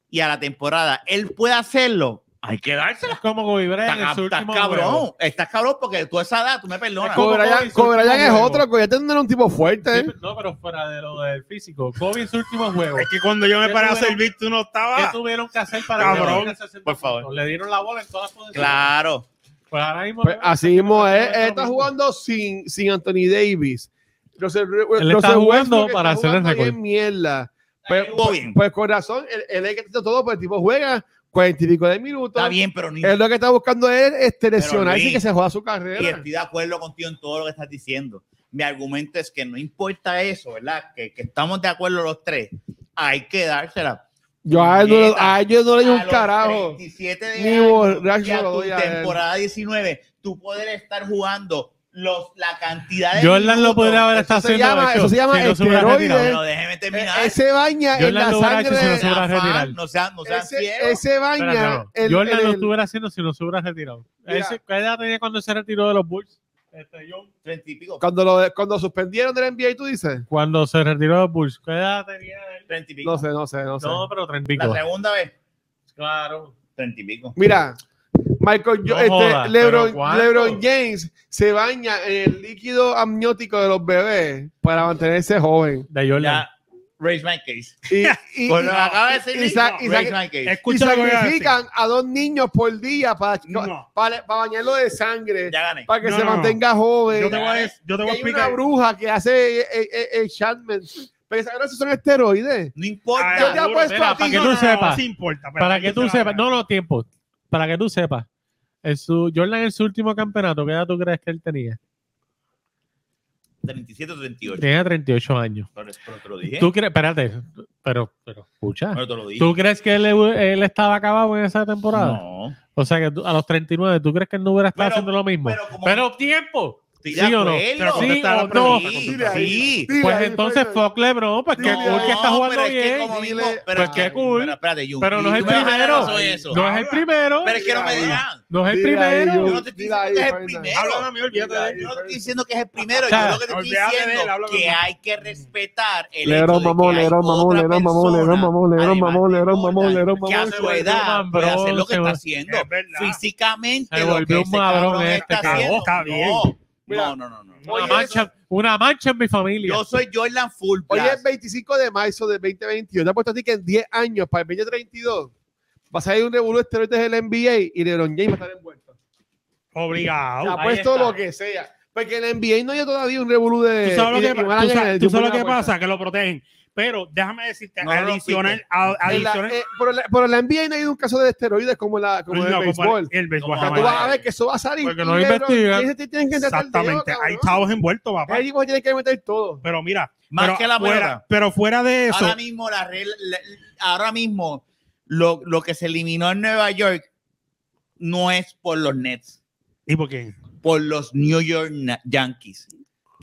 Speaker 3: y a la temporada, él pueda hacerlo, hay que dárselo.
Speaker 5: Es como Kobe Bryant en
Speaker 3: Estás
Speaker 5: su último
Speaker 3: cabrón,
Speaker 5: juego.
Speaker 3: estás cabrón porque tú a esa edad, tú me perdonas.
Speaker 5: Es como-
Speaker 4: Cobrayan
Speaker 5: Kobe, su último
Speaker 4: es
Speaker 5: juego.
Speaker 4: otro. Cobrayan no era un tipo
Speaker 5: Sí,
Speaker 4: fuerte. ¿eh?
Speaker 5: pero- no, pero fuera de lo del físico. Kobe en su último juego.
Speaker 2: Es que cuando yo me
Speaker 5: Yo
Speaker 2: paré a
Speaker 5: tuve-
Speaker 2: servir, tú no
Speaker 5: ¿Qué
Speaker 2: estabas.
Speaker 5: tuvieron que hacer para
Speaker 2: Cabrón,
Speaker 5: que ganara 60
Speaker 3: por favor.
Speaker 5: puntos? Le dieron la bola en todas posiciones.
Speaker 3: Claro.
Speaker 5: Pues ahora mismo.
Speaker 4: Pues así mismo es. Él está
Speaker 5: Él
Speaker 4: jugando sin, sin Anthony Davis. Russell- Russell
Speaker 5: está
Speaker 4: Westbrook
Speaker 5: jugando
Speaker 4: está
Speaker 5: para hacer el
Speaker 4: jugando bien
Speaker 5: récord.
Speaker 4: mierda. Pues,
Speaker 3: Jugó bien.
Speaker 4: pues corazón, él, él es que está todo, pues el tipo juega 40 y pico de minutos.
Speaker 3: Está bien, pero ni
Speaker 4: Él lo que está buscando es este, lesionarse y
Speaker 3: Luis,
Speaker 4: que se juega su
Speaker 3: Y
Speaker 4: carrera.
Speaker 3: estoy de acuerdo contigo en todo lo que estás diciendo. Mi argumento es que no importa eso, ¿verdad? Que, que estamos de acuerdo los tres. Hay que dársela.
Speaker 4: Yo a él no, le-
Speaker 3: Nieta,
Speaker 4: a él yo no le doy
Speaker 3: A
Speaker 4: un
Speaker 3: los
Speaker 4: carajo.
Speaker 3: 37 de
Speaker 4: Ni
Speaker 3: año,
Speaker 4: borracho
Speaker 3: y a
Speaker 4: lo
Speaker 3: tu
Speaker 4: doy a él.
Speaker 3: temporada 19, tú poder estar jugando los, la cantidad de.
Speaker 5: Jordan lo
Speaker 3: minutos-
Speaker 5: podría haber
Speaker 4: Eso
Speaker 5: estado
Speaker 4: se
Speaker 5: haciendo.
Speaker 4: llama-
Speaker 5: eso,
Speaker 4: eso se llama
Speaker 5: si no se hubiera
Speaker 4: esteroides.
Speaker 5: retirado.
Speaker 3: Pero déjeme terminar.
Speaker 4: E- Ese baña en
Speaker 5: Jordan
Speaker 4: la
Speaker 5: lo hubiera hecho si no
Speaker 4: sangre.
Speaker 5: se hubiera
Speaker 3: Afán,
Speaker 5: retirado.
Speaker 3: no sean, no sean
Speaker 4: Ese,
Speaker 3: ciegos.
Speaker 4: ese
Speaker 5: Espérate,
Speaker 4: baña.
Speaker 5: no.
Speaker 4: el-
Speaker 5: Jordan lo
Speaker 4: el-
Speaker 5: estuviera haciendo si no se hubiera retirado.
Speaker 4: Mira.
Speaker 5: Ese, ¿Qué edad tenía cuando se retiró de los Bulls? Este, John.
Speaker 3: Treinta y pico.
Speaker 4: Cuando lo cuando suspendieron del NBA, tú dices.
Speaker 5: Cuando se retiró de los Bulls, ¿qué edad tenía él?
Speaker 3: Treinta y pico.
Speaker 4: No sé, no sé, no sé.
Speaker 5: No, pero treinta y
Speaker 3: La
Speaker 5: pico.
Speaker 3: segunda vez,
Speaker 5: Claro.
Speaker 3: treinta y pico.
Speaker 4: Mira, Michael,
Speaker 5: No
Speaker 4: este,
Speaker 5: jodas,
Speaker 4: LeBron,
Speaker 5: ¿pero cuánto?
Speaker 4: LeBron James se baña en el líquido amniótico de los bebés para mantenerse joven.
Speaker 5: De Jordan.
Speaker 3: Ya, raise my case.
Speaker 2: *laughs*
Speaker 4: Y, y-
Speaker 3: Bueno,
Speaker 4: y-
Speaker 3: acaba de decir
Speaker 4: y sa- y
Speaker 3: mismo,
Speaker 4: sa-
Speaker 3: raise my case.
Speaker 4: y
Speaker 2: Escucha lo que voy a decir.
Speaker 4: sacrifican a dos niños por día para,
Speaker 2: No.
Speaker 4: para, para bañarlo de sangre,
Speaker 3: Ya gané.
Speaker 4: para que
Speaker 2: No,
Speaker 4: se
Speaker 2: no, no.
Speaker 4: mantenga joven.
Speaker 2: Yo te voy a, dec- yo te
Speaker 4: Y
Speaker 2: voy a
Speaker 4: hay una
Speaker 2: explicar.
Speaker 4: bruja que hace eh, eh, eh, enchantment. Pero ahora esos son esteroides.
Speaker 2: Ah,
Speaker 3: No
Speaker 4: Yo te
Speaker 3: importa.
Speaker 2: seguro,
Speaker 4: apuesto
Speaker 2: mira,
Speaker 4: a ti,
Speaker 2: para que
Speaker 5: no,
Speaker 2: tú
Speaker 5: no, no,
Speaker 2: sepas.
Speaker 5: sí
Speaker 2: importa, pero
Speaker 5: Para
Speaker 2: ahí
Speaker 5: que
Speaker 2: se
Speaker 5: tú
Speaker 2: la
Speaker 5: sepas.
Speaker 2: gana.
Speaker 5: No, no, tiempo. Para que tú sepas. En su, Jordan en su último campeonato, ¿qué edad tú crees que él tenía?
Speaker 3: 37 o 38.
Speaker 5: Tenía 38 años.
Speaker 3: Pero, pero te lo dije.
Speaker 5: ¿Tú crees? Espérate. Pero, pero, escucha.
Speaker 3: Pero te lo dije.
Speaker 5: ¿Tú crees que él, él estaba acabado en esa temporada?
Speaker 3: No.
Speaker 5: O sea que tú- a los 39, ¿tú crees que el hubiera estado
Speaker 3: Pero-
Speaker 5: haciendo lo mismo?
Speaker 3: pero como-
Speaker 5: tiempo.
Speaker 3: ¿Sí
Speaker 5: ¿Sí o no?
Speaker 2: Pero
Speaker 5: Sí,
Speaker 2: contesta la
Speaker 5: o
Speaker 2: pregunta,
Speaker 5: no.
Speaker 3: Sí,
Speaker 2: contesta.
Speaker 3: sí.
Speaker 4: Dile
Speaker 5: Pues
Speaker 4: ahí,
Speaker 5: entonces,
Speaker 4: Michael.
Speaker 5: fuck LeBron, porque
Speaker 4: Dile
Speaker 5: cool que está jugando
Speaker 3: pero es que
Speaker 5: bien.
Speaker 3: como mismo-
Speaker 4: Dile-
Speaker 3: pero,
Speaker 5: Pues qué cool.
Speaker 3: Pero, espérate, Jun,
Speaker 5: Pero
Speaker 3: tú
Speaker 5: no es el
Speaker 3: me vas a dejar
Speaker 5: primero.
Speaker 3: soy eso.
Speaker 5: No es el primero.
Speaker 3: Pero es que no me dejan.
Speaker 5: No es el
Speaker 4: Dile ahí,
Speaker 5: primero.
Speaker 3: Yo
Speaker 4: Jun.
Speaker 3: no te estoy
Speaker 4: Dile ahí,
Speaker 3: diciendo que es el
Speaker 4: Fernan.
Speaker 3: primero.
Speaker 2: Háblame a mí, olvídate de él.
Speaker 3: Yo no te estoy diciendo que es el primero.
Speaker 5: Claro.
Speaker 3: Yo lo que te estoy
Speaker 2: Olvídate de él,
Speaker 3: diciendo
Speaker 2: háblame
Speaker 3: que
Speaker 2: de él.
Speaker 3: hay que respetar el hecho
Speaker 4: Lerón,
Speaker 3: de
Speaker 4: mamón,
Speaker 3: que hay
Speaker 4: lerón, mamón,
Speaker 3: otra
Speaker 4: lerón, mamón,
Speaker 3: persona,
Speaker 4: lerón, mamón, lerón,
Speaker 3: además
Speaker 4: mamón,
Speaker 3: de
Speaker 4: lerón, mamón,
Speaker 3: Jordan,
Speaker 4: lerón,
Speaker 3: que a
Speaker 4: mamón.
Speaker 3: su
Speaker 5: Se volvió
Speaker 3: edad
Speaker 5: un
Speaker 3: puede
Speaker 5: mambrón,
Speaker 3: hacer lo que
Speaker 5: se
Speaker 3: está
Speaker 5: vol-
Speaker 3: haciendo.
Speaker 2: Es verdad.
Speaker 3: Físicamente
Speaker 5: Se
Speaker 3: lo que
Speaker 5: volvió un
Speaker 3: ese
Speaker 5: mabrón
Speaker 3: cabrón
Speaker 5: este,
Speaker 3: está
Speaker 5: cabrón.
Speaker 3: haciendo.
Speaker 2: Está bien.
Speaker 3: No, No,
Speaker 4: Mira,
Speaker 3: no, no, no.
Speaker 5: Una
Speaker 4: Oye,
Speaker 5: mancha, una mancha en mi familia.
Speaker 3: Yo soy Jordan Full
Speaker 4: Hoy
Speaker 3: Blast.
Speaker 4: es 25 de marzo de 2022. Te apuesto a ti que en 10 años, para el 2032, va a salir un revolú de esteroides del NBA y LeBron James va a estar envuelto.
Speaker 2: Oh,
Speaker 4: Te
Speaker 2: Obligado.
Speaker 4: apuesto
Speaker 5: está.
Speaker 4: lo que sea. Porque en el NBA no hay todavía un revolú de.
Speaker 2: Tú sabes
Speaker 4: y
Speaker 2: lo
Speaker 4: de-
Speaker 2: que,
Speaker 4: y van a
Speaker 2: tú
Speaker 4: pues. ganar,
Speaker 2: sabes- tú
Speaker 4: yo
Speaker 2: sabes lo
Speaker 4: pongo
Speaker 2: que
Speaker 4: la apuesta.
Speaker 2: pasa, que lo protegen. Pero déjame decirte,
Speaker 3: No, no, no,
Speaker 2: adicional,
Speaker 3: fuiste.
Speaker 2: a-
Speaker 4: En la-
Speaker 2: adicional,
Speaker 4: eh, pero, la, pero en la NBA no hay un caso de esteroides como, la, como en
Speaker 2: no,
Speaker 4: el
Speaker 2: como
Speaker 4: béisbol.
Speaker 2: el béisbol,
Speaker 4: O sea,
Speaker 3: no,
Speaker 4: tú
Speaker 3: no,
Speaker 4: vas a
Speaker 3: no.
Speaker 4: ver que eso va a salir.
Speaker 5: Porque
Speaker 4: y
Speaker 5: no
Speaker 4: LeBron
Speaker 5: investigan.
Speaker 4: James te tienen que tratar de
Speaker 2: Exactamente.
Speaker 4: loca,
Speaker 2: Hay
Speaker 4: cabrón.
Speaker 2: chavos envueltos, papá.
Speaker 4: Ahí tipo tienen que meter todo.
Speaker 2: Pero mira,
Speaker 3: Más
Speaker 2: pero
Speaker 3: que la
Speaker 2: fuera-
Speaker 3: pelota.
Speaker 2: Pero fuera de eso,
Speaker 3: Ahora mismo la regla- la- ahora mismo lo, lo que se eliminó en Nueva York no es por los Nets,
Speaker 2: ¿y por qué?
Speaker 3: por los New York Na- Yankees.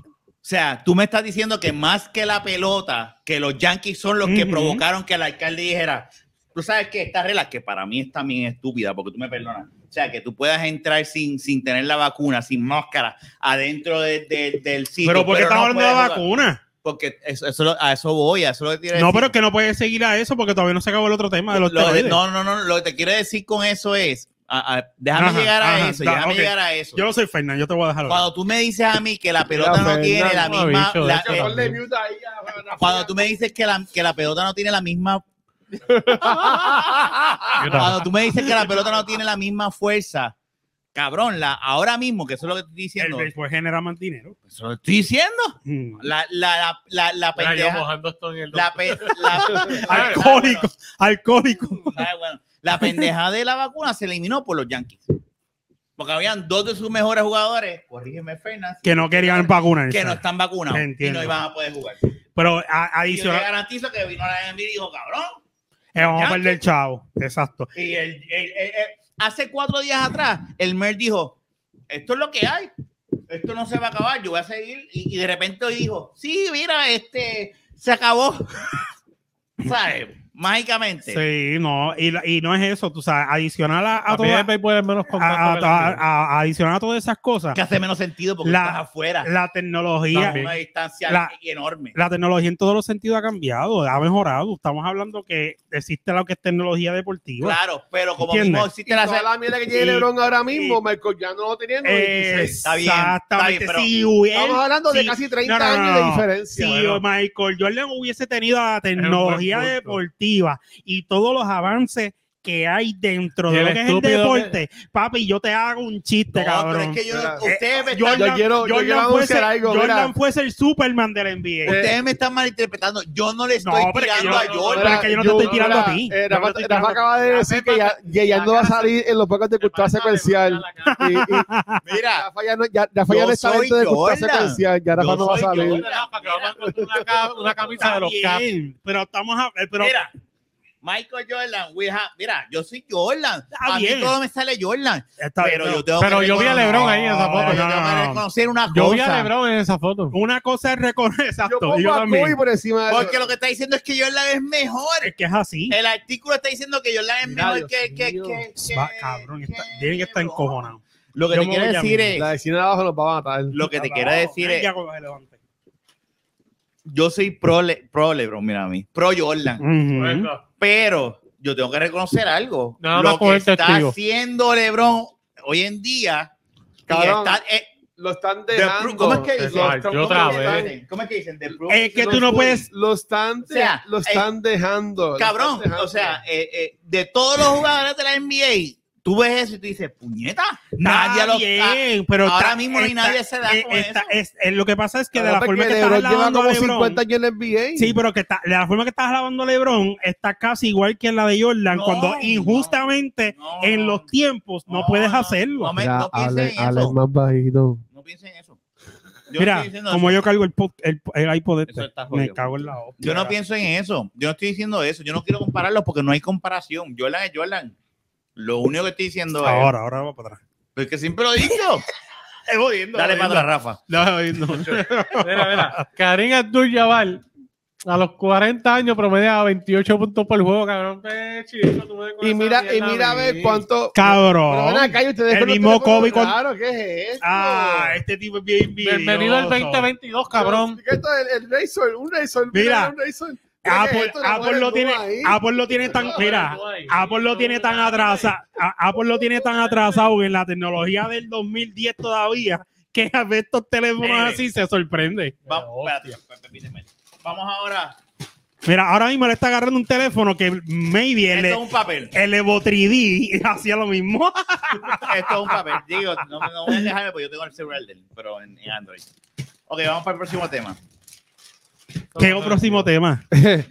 Speaker 3: O sea, tú me estás diciendo que más que la pelota, que los Yankees son los que
Speaker 2: Ujú.
Speaker 3: provocaron que el alcalde dijera, tú sabes que esta regla, que para mí es también estúpida, porque tú me perdonas. O sea, que tú puedas entrar sin, sin tener la vacuna, sin máscara, adentro de- de- del sitio.
Speaker 2: pero porque estamos hablando
Speaker 3: no
Speaker 2: de
Speaker 3: puedes jugar.
Speaker 2: vacuna.
Speaker 3: Porque eso, eso lo- a eso voy, a eso lo que tiene
Speaker 2: No, pero es que no puedes seguir a eso porque todavía no se acabó el otro tema de los
Speaker 3: Lo-
Speaker 2: esteroides.
Speaker 3: no, no, no, lo que te quiero decir con eso es, a- a- déjame
Speaker 2: Ajá,
Speaker 3: llegar a
Speaker 2: ajá,
Speaker 3: eso,
Speaker 2: da,
Speaker 3: déjame
Speaker 2: ok.
Speaker 3: llegar a eso.
Speaker 2: Yo no soy Fernando, yo te voy a dejar. hablar.
Speaker 3: cuando tú me dices a mí que la pelota
Speaker 4: Mira,
Speaker 3: no tiene la
Speaker 5: Fernando,
Speaker 3: misma,
Speaker 5: bicho,
Speaker 3: la-
Speaker 5: eso
Speaker 3: eh,
Speaker 5: también.
Speaker 4: Ponle mute ahí ah, a- a- a-
Speaker 3: cuando tú me dices que la, que la pelota no tiene la misma, cuando tú me dices que la pelota no tiene la misma fuerza, cabrón, la, ahora mismo, que eso es lo que te estoy
Speaker 2: El
Speaker 3: diciendo, eso
Speaker 2: béisbol genera más dinero.
Speaker 3: es lo que estoy diciendo,
Speaker 2: Mm.
Speaker 3: la, la, la, la, la
Speaker 5: Mira, yo
Speaker 3: pendeja-
Speaker 5: mojando esto en el-
Speaker 3: la pe- la-
Speaker 2: Alcohólico, alcohólico.
Speaker 3: Ah, bueno, la pendeja de la vacuna se eliminó por los Yankees. Porque habían dos de sus mejores jugadores, corrígeme Fernández,
Speaker 2: Que no querían vacunarse.
Speaker 3: que no están vacunados
Speaker 2: Entiendo.
Speaker 3: y no iban a poder jugar.
Speaker 2: Pero a-
Speaker 3: Y yo te
Speaker 2: adicional,
Speaker 3: garantizo que vino la NBA y dijo, cabrón.
Speaker 2: eh, vamos a
Speaker 3: Yankees.
Speaker 2: perder chavo. Exacto.
Speaker 3: Y el, el- el- el- hace cuatro días atrás, el Mer dijo, esto es lo que hay, esto no se va a acabar, yo voy a seguir. Y, y de repente hoy dijo, sí, mira, este, se acabó. *laughs* ¿Sabes? Mágicamente.
Speaker 2: Sí, no, y, la- y no es eso, tú sabes, adicional a, a
Speaker 5: Para mí
Speaker 2: toda-
Speaker 5: el béisbol es menos compacto
Speaker 2: a- a-
Speaker 5: que la NBA.
Speaker 2: a- a- adicional a todas esas cosas,
Speaker 3: Que hace menos sentido porque
Speaker 2: La-
Speaker 3: estás afuera.
Speaker 2: la tecnología,
Speaker 3: Estás a una distancia
Speaker 2: La-
Speaker 3: enorme.
Speaker 2: la tecnología en todos los sentidos ha cambiado, ha mejorado. Estamos hablando que existe lo que es tecnología deportiva.
Speaker 3: Claro, pero como
Speaker 2: ¿Entiendes?
Speaker 3: mismo existe
Speaker 4: Y
Speaker 3: la
Speaker 4: toda la mierda que
Speaker 2: y-
Speaker 4: tiene LeBron ahora mismo,
Speaker 2: y-
Speaker 4: Michael ya no lo tenía en los 16.
Speaker 3: está bien,
Speaker 2: Exactamente.
Speaker 3: está bien,
Speaker 2: si hubiera-
Speaker 4: Estamos hablando de
Speaker 2: si-
Speaker 4: casi
Speaker 2: no,
Speaker 4: 30
Speaker 2: no,
Speaker 4: años
Speaker 2: no,
Speaker 4: de
Speaker 2: no.
Speaker 4: diferencia.
Speaker 2: si Michael Jordan hubiese tenido la tecnología
Speaker 5: buen punto.
Speaker 2: deportiva y todos los avances que hay dentro
Speaker 5: Y
Speaker 2: de
Speaker 5: el
Speaker 2: lo que es el
Speaker 5: estúpido que-
Speaker 2: deporte, papi, yo te hago un chiste,
Speaker 3: No, pero
Speaker 2: cabrón.
Speaker 3: es que yo,
Speaker 4: Mira.
Speaker 3: ustedes, me
Speaker 2: Jordan,
Speaker 3: están,
Speaker 4: Yo quiero- yo
Speaker 2: Jordan
Speaker 4: quiero
Speaker 2: fuese,
Speaker 4: anunciar algo,
Speaker 2: Jordan
Speaker 4: mira.
Speaker 2: fuese el Superman del NBA.
Speaker 3: ustedes me están malinterpretando. Yo no le
Speaker 2: No,
Speaker 3: estoy
Speaker 2: pero es que
Speaker 3: tirando
Speaker 2: yo-
Speaker 3: a
Speaker 2: pero
Speaker 3: Jordan.
Speaker 2: es que yo no te estoy tirando a ti.
Speaker 4: eh,
Speaker 2: Yo no
Speaker 4: Rafa,
Speaker 2: te estoy
Speaker 4: Rafa
Speaker 2: tirando a
Speaker 4: acaba de decir que ya, que ya no va a salir en los pocos de cultura secuencial. Y, y
Speaker 3: Mira,
Speaker 4: Rafa ya no, ya, Rafa ya
Speaker 3: Yo
Speaker 4: no está
Speaker 3: soy
Speaker 4: dentro de cultura
Speaker 3: Jordan.
Speaker 4: secuencial. Ya Rafa
Speaker 3: Yo
Speaker 4: no va a
Speaker 3: soy
Speaker 4: salir.
Speaker 3: Jordan.
Speaker 5: Rafa, que vamos a encontrar una ca- una camisa
Speaker 2: Está
Speaker 5: de los Caps.
Speaker 2: bien, pero estamos a, eh, pero
Speaker 3: mira, Michael Jordan, we have- mira, yo soy Jordan.
Speaker 2: Está
Speaker 3: a mí
Speaker 2: bien.
Speaker 3: todo me sale Jordan.
Speaker 2: Está
Speaker 3: Pero
Speaker 2: bien,
Speaker 3: yo tengo
Speaker 5: Pero
Speaker 3: que
Speaker 5: yo vi a
Speaker 3: reconocer-
Speaker 5: LeBron ahí en esa
Speaker 3: Pero
Speaker 5: foto.
Speaker 3: yo
Speaker 2: No,
Speaker 3: tengo
Speaker 2: no,
Speaker 3: que
Speaker 2: no.
Speaker 3: reconocer una cosa.
Speaker 5: Yo vi a LeBron en esa foto.
Speaker 2: Una cosa es *laughs* reconocer,
Speaker 4: Yo
Speaker 2: exacto.
Speaker 4: pongo
Speaker 2: y Yo
Speaker 4: a
Speaker 2: también.
Speaker 4: Kobe por encima de
Speaker 3: Porque lo que está diciendo es que Jordan es mejor.
Speaker 2: Es que es así.
Speaker 3: El artículo está diciendo que Jordan es
Speaker 4: Mira,
Speaker 3: mejor
Speaker 4: Dios
Speaker 3: que, que,
Speaker 4: mío.
Speaker 3: que- que-
Speaker 2: Va, cabrón, está, tiene que estar
Speaker 3: LeBron.
Speaker 2: encojonado.
Speaker 3: Lo que
Speaker 2: Yo
Speaker 3: te
Speaker 2: me
Speaker 3: quiero
Speaker 2: voy a
Speaker 3: decir
Speaker 2: mí.
Speaker 3: es,
Speaker 4: La vecina de abajo nos va a matar.
Speaker 3: lo que te quiero decir
Speaker 2: Ay,
Speaker 3: es,
Speaker 2: ya cuando se levante.
Speaker 3: yo soy pro, Le- pro LeBron, mira a mí, pro Jordan.
Speaker 2: Ujú.
Speaker 3: pero yo tengo que reconocer algo.
Speaker 5: Nada más
Speaker 3: lo
Speaker 5: con
Speaker 3: que
Speaker 5: el
Speaker 3: está
Speaker 5: testigo.
Speaker 3: haciendo LeBron hoy en día. y
Speaker 4: Cabrón.
Speaker 3: está- eh,
Speaker 4: Lo están
Speaker 3: the
Speaker 4: dejando.
Speaker 3: proof- ¿Cómo es que
Speaker 5: Te
Speaker 3: dicen?
Speaker 5: faltó
Speaker 3: ¿Cómo
Speaker 5: otra
Speaker 2: eh.
Speaker 3: es que
Speaker 5: vez.
Speaker 3: dicen? ¿Cómo es que dicen? The proof
Speaker 2: Es que
Speaker 3: is
Speaker 2: tú no
Speaker 3: the
Speaker 2: puedes.
Speaker 4: Lo están, de-
Speaker 3: O sea,
Speaker 4: lo están dejando. lo
Speaker 3: Cabrón,
Speaker 4: están dejando.
Speaker 3: o sea, eh, eh, de todos los jugadores de la NBA, tú ves eso y tú dices, puñeta, nadie
Speaker 2: Nadie
Speaker 3: lo
Speaker 2: bien, pero
Speaker 3: ahora
Speaker 2: está-
Speaker 3: mismo no hay
Speaker 2: está-
Speaker 3: nadie a esa edad
Speaker 2: eh,
Speaker 3: como
Speaker 2: está-
Speaker 3: eso.
Speaker 2: es- eh, lo que pasa es que de la
Speaker 4: Cabrón,
Speaker 2: forma
Speaker 4: porque
Speaker 2: que estás
Speaker 4: LeBron lleva
Speaker 2: lavando a
Speaker 4: como
Speaker 2: LeBron,
Speaker 4: 50 años en el NBA.
Speaker 2: sí, pero que está, la forma que estás lavando a LeBron está casi igual que la de Jordan,
Speaker 3: No,
Speaker 2: cuando
Speaker 3: no,
Speaker 2: injustamente
Speaker 3: no,
Speaker 2: en los tiempos no, puedes hacerlo.
Speaker 3: No, me- no pienses en eso.
Speaker 4: más bajito.
Speaker 3: No pienses en eso. Yo no
Speaker 2: Mira,
Speaker 3: estoy diciendo
Speaker 2: como
Speaker 3: eso.
Speaker 2: yo cargo el, pod- el, el iPod este,
Speaker 3: Eso está
Speaker 2: me
Speaker 3: jodido.
Speaker 2: cago en la hostia.
Speaker 3: Yo no pienso en eso. Yo no estoy diciendo eso. Yo no quiero compararlos porque no hay comparación. Jordan es Jordan. Lo único que estoy diciendo
Speaker 2: Ahora, ahora vamos para atrás.
Speaker 3: es. Porque siempre
Speaker 2: *laughs*
Speaker 3: lo digo. Dale para atrás, Rafa.
Speaker 2: *laughs*
Speaker 5: Mira, mira. Karim Abdul-Jabbar a los 40 años promedia 28 puntos por juego, cabrón. Qué chido, tú me con
Speaker 4: Y
Speaker 5: esa
Speaker 4: mira, y
Speaker 5: mierda
Speaker 4: mira a
Speaker 5: mí.
Speaker 4: ver cuánto. Pero
Speaker 2: Cabrón.
Speaker 4: ven acá y ustedes
Speaker 2: El
Speaker 4: con los
Speaker 2: mismo
Speaker 4: teléfonos
Speaker 2: Kobe con-
Speaker 4: raros, ¿qué es esto?
Speaker 2: Ah, este tipo es bien
Speaker 5: Bienvenido al
Speaker 2: envidioso.
Speaker 5: 2022, cabrón.
Speaker 4: ¿Qué esto es? El, el Razor, un Razor.
Speaker 2: Mira.
Speaker 4: un Razor. ¿Qué es
Speaker 2: Apple,
Speaker 4: esto? La
Speaker 2: Apple
Speaker 4: mujer
Speaker 2: lo
Speaker 4: nuda
Speaker 2: tiene,
Speaker 4: ahí.
Speaker 2: Apple lo tiene tan, mira, Apple lo tiene tan atrasado, Apple lo tiene tan atrasado en la tecnología del 2010 todavía que a ver estos teléfonos
Speaker 3: Mire.
Speaker 2: así se sorprende.
Speaker 3: Vamos, espérate, permíteme. Vamos ahora.
Speaker 2: Mira, ahora mismo le está agarrando un teléfono que maybe el,
Speaker 3: Esto es
Speaker 2: *laughs*
Speaker 3: un papel.
Speaker 2: el Evo 3D hacía lo mismo.
Speaker 3: Esto es un papel. Digo, no, no voy a dejarme porque yo tengo el celular de él, pero en, en Android. Ok, vamos para el próximo tema.
Speaker 2: ¿Qué otro próximo tema?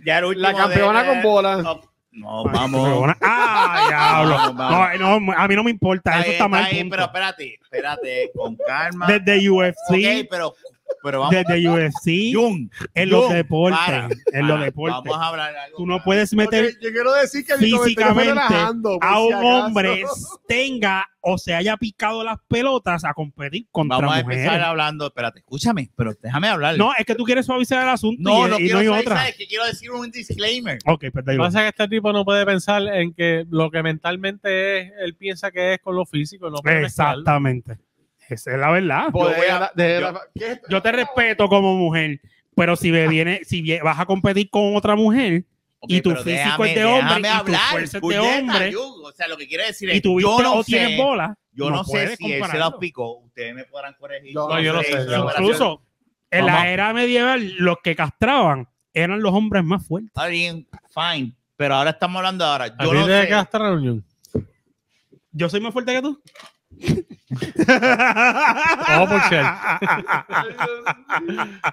Speaker 3: Ya el último
Speaker 4: La campeona
Speaker 3: de-
Speaker 4: con bola.
Speaker 3: Oh, no, vamos.
Speaker 2: Perdona. Ah, diablo.
Speaker 3: Vamos, vamos.
Speaker 2: No, no, a mí no me importa,
Speaker 3: Está
Speaker 2: eso
Speaker 3: bien,
Speaker 2: está mal.
Speaker 3: bien,
Speaker 2: punto.
Speaker 3: pero espérate, espérate, con calma.
Speaker 2: Desde UFC,
Speaker 3: Ok, pero, pero vamos.
Speaker 2: desde UFC.
Speaker 3: Jun,
Speaker 2: En los
Speaker 3: Jun,
Speaker 2: deportes,
Speaker 3: para,
Speaker 2: en los
Speaker 3: para,
Speaker 2: deportes.
Speaker 3: Vamos a hablar algo.
Speaker 2: Tú no
Speaker 3: para.
Speaker 2: puedes meter
Speaker 4: Porque yo quiero decir que mi comentario fue
Speaker 2: físicamente
Speaker 4: relajando, por
Speaker 2: a
Speaker 4: si
Speaker 2: un
Speaker 4: acaso.
Speaker 2: hombre tenga o se haya picado las pelotas a competir contra
Speaker 3: Vamos a
Speaker 2: mujeres.
Speaker 3: empezar hablando. Espérate, escúchame, pero déjame hablar.
Speaker 2: No, es que tú quieres suavizar el asunto
Speaker 3: no,
Speaker 2: y,
Speaker 3: no
Speaker 2: y no
Speaker 3: quiero
Speaker 2: hay
Speaker 3: saber,
Speaker 2: otra.
Speaker 3: ¿sabes? Que quiero decir un disclaimer.
Speaker 2: Ok, pues perdón.
Speaker 5: Lo que pasa es que este tipo no puede pensar en que lo que mentalmente es, él piensa que es con lo físico. No puede mezclarlo.
Speaker 2: Exactamente. Esa es la verdad.
Speaker 4: Poder-
Speaker 3: voy a-
Speaker 4: de-
Speaker 3: yo-
Speaker 4: ¿Qué es esto?
Speaker 2: Yo
Speaker 4: *laughs*
Speaker 2: te respeto como mujer, pero si me viene, si vie- vas a competir con otra mujer
Speaker 3: Ok,
Speaker 2: Y tu
Speaker 3: pero
Speaker 2: físico es de hombre
Speaker 3: déjame
Speaker 2: y tu
Speaker 3: hablar,
Speaker 2: fuerza es de
Speaker 3: puñeta,
Speaker 2: hombre.
Speaker 3: Yu, O sea, lo que quiero decir es,
Speaker 2: y tú viste
Speaker 3: yo no
Speaker 2: o tienes
Speaker 3: sé,
Speaker 2: bola,
Speaker 3: yo no, sé
Speaker 2: puedes
Speaker 3: si él se
Speaker 2: compararlo.
Speaker 3: los picó. Ustedes me podrán corregir.
Speaker 4: No, yo no sé,
Speaker 3: esa
Speaker 4: yo no sé.
Speaker 3: operación.
Speaker 2: Incluso en
Speaker 3: Vamos.
Speaker 2: la era medieval, los que castraban eran los hombres más fuertes.
Speaker 3: Está bien, fine. Pero ahora estamos hablando ahora.
Speaker 5: ¿A
Speaker 3: Yo
Speaker 5: ti
Speaker 3: no
Speaker 5: te
Speaker 3: sé.
Speaker 5: quedaste en la reunión?
Speaker 2: Yo soy más fuerte que
Speaker 5: *laughs*
Speaker 2: tú.
Speaker 5: Vamos Oh, por ser.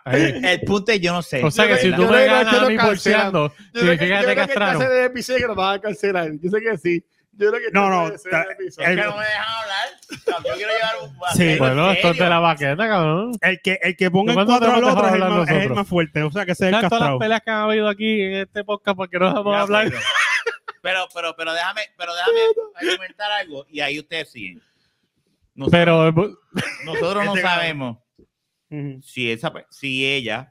Speaker 5: Ahí.
Speaker 3: El punto es yo no sé.
Speaker 5: O sea
Speaker 4: Yo
Speaker 5: que si
Speaker 4: creo-
Speaker 5: tú
Speaker 4: yo
Speaker 5: me
Speaker 4: creo que
Speaker 5: ganas
Speaker 4: yo
Speaker 5: a
Speaker 4: lo
Speaker 5: mí
Speaker 4: cancelan.
Speaker 5: bolseando,
Speaker 4: Yo creo que-
Speaker 5: significa
Speaker 4: yo
Speaker 5: que te
Speaker 4: creo que esta
Speaker 5: castraron.
Speaker 4: serie de episodios que nos van a cancelar. Yo sé que sí. Yo creo que
Speaker 2: No, no,
Speaker 4: esta serie de
Speaker 2: ta-
Speaker 4: episodios-
Speaker 3: Es que no me dejan hablar. O sea, Yo quiero llevar un.
Speaker 2: Sí.
Speaker 3: hacerlo en
Speaker 5: Bueno, esto es de
Speaker 3: serio.
Speaker 5: la baqueta, cabrón.
Speaker 2: *laughs* El que, el que ponga en
Speaker 5: ¿Cuándo
Speaker 2: cuatro al
Speaker 5: tenemos que
Speaker 2: otro es el,
Speaker 5: hablar
Speaker 2: más, Este es el
Speaker 5: nosotros?
Speaker 2: más fuerte. O sea, que sea el
Speaker 5: Tanto las
Speaker 2: castrado.
Speaker 5: peleas que han habido aquí en este podcast porque no vamos a
Speaker 3: Ya,
Speaker 5: hablar.
Speaker 3: pero- Pero, pero, pero déjame, pero déjame argumentar algo y ahí ustedes siguen. Nos-
Speaker 5: Pero
Speaker 3: nosotros no
Speaker 2: Este cabrón.
Speaker 3: sabemos
Speaker 2: Ujú,
Speaker 3: si esa, pe- si ella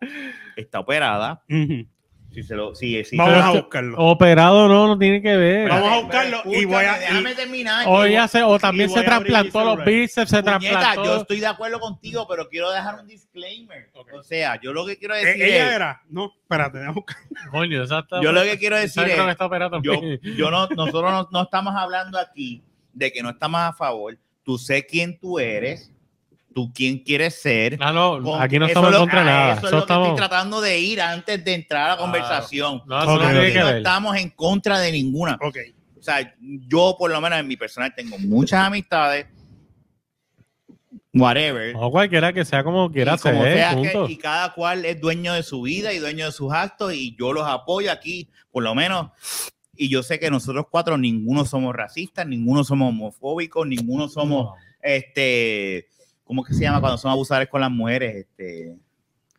Speaker 3: está operada,
Speaker 2: ujú.
Speaker 3: si se lo, si, si-
Speaker 2: Vamos
Speaker 5: Pero Oh,
Speaker 2: a
Speaker 5: esto-
Speaker 2: buscarlo.
Speaker 5: operado no, no tiene que ver.
Speaker 2: Vamos a
Speaker 3: Pero
Speaker 2: buscarlo y voy a-
Speaker 3: escúchame, Déjame terminar.
Speaker 5: O,
Speaker 3: que-
Speaker 5: ella se, o también
Speaker 2: y
Speaker 5: se
Speaker 2: voy a abrir mi
Speaker 5: trasplantó los
Speaker 2: celular.
Speaker 5: bíceps, se
Speaker 3: Puñeta, yo
Speaker 5: trasplantó.
Speaker 3: estoy de acuerdo contigo, pero quiero dejar un disclaimer. O sea, yo lo que quiero
Speaker 2: Eh,
Speaker 3: decir
Speaker 2: ella
Speaker 3: es,
Speaker 2: era. No, espérate, déjame buscar.
Speaker 5: Coño, esa está-
Speaker 3: yo lo que quiero
Speaker 5: esa
Speaker 3: decir
Speaker 5: creo que
Speaker 3: es,
Speaker 5: está operada *laughs*
Speaker 3: yo,
Speaker 5: también.
Speaker 3: yo no, nosotros no, no estamos hablando aquí de que no estamos a favor. Tú sé quién tú eres, tú quién quieres ser.
Speaker 5: Ah, no,
Speaker 3: Con-
Speaker 5: aquí no
Speaker 3: eso
Speaker 5: estamos
Speaker 3: es
Speaker 5: en
Speaker 3: lo-
Speaker 5: contra de
Speaker 3: a
Speaker 5: nada.
Speaker 3: Eso es
Speaker 5: Eso
Speaker 3: lo que
Speaker 5: estamos,
Speaker 3: estoy tratando de ir antes de entrar a la conversación.
Speaker 5: no, eso
Speaker 2: Ok,
Speaker 5: no
Speaker 2: ok.
Speaker 5: tiene que
Speaker 3: No
Speaker 5: ver.
Speaker 3: estamos en contra de ninguna.
Speaker 2: Ok.
Speaker 3: O sea, yo por lo menos en mi personal tengo muchas amistades. Whatever.
Speaker 5: O cualquiera que sea como quiera
Speaker 3: y, como
Speaker 5: ser,
Speaker 3: sea que-
Speaker 5: punto.
Speaker 3: y cada cual es dueño de su vida y dueño de sus actos y yo los apoyo aquí, por lo menos. Y yo sé que nosotros cuatro ninguno somos racistas, ninguno somos homofóbicos, ninguno somos, este, ¿cómo que se llama cuando son abusadores con las mujeres? Este,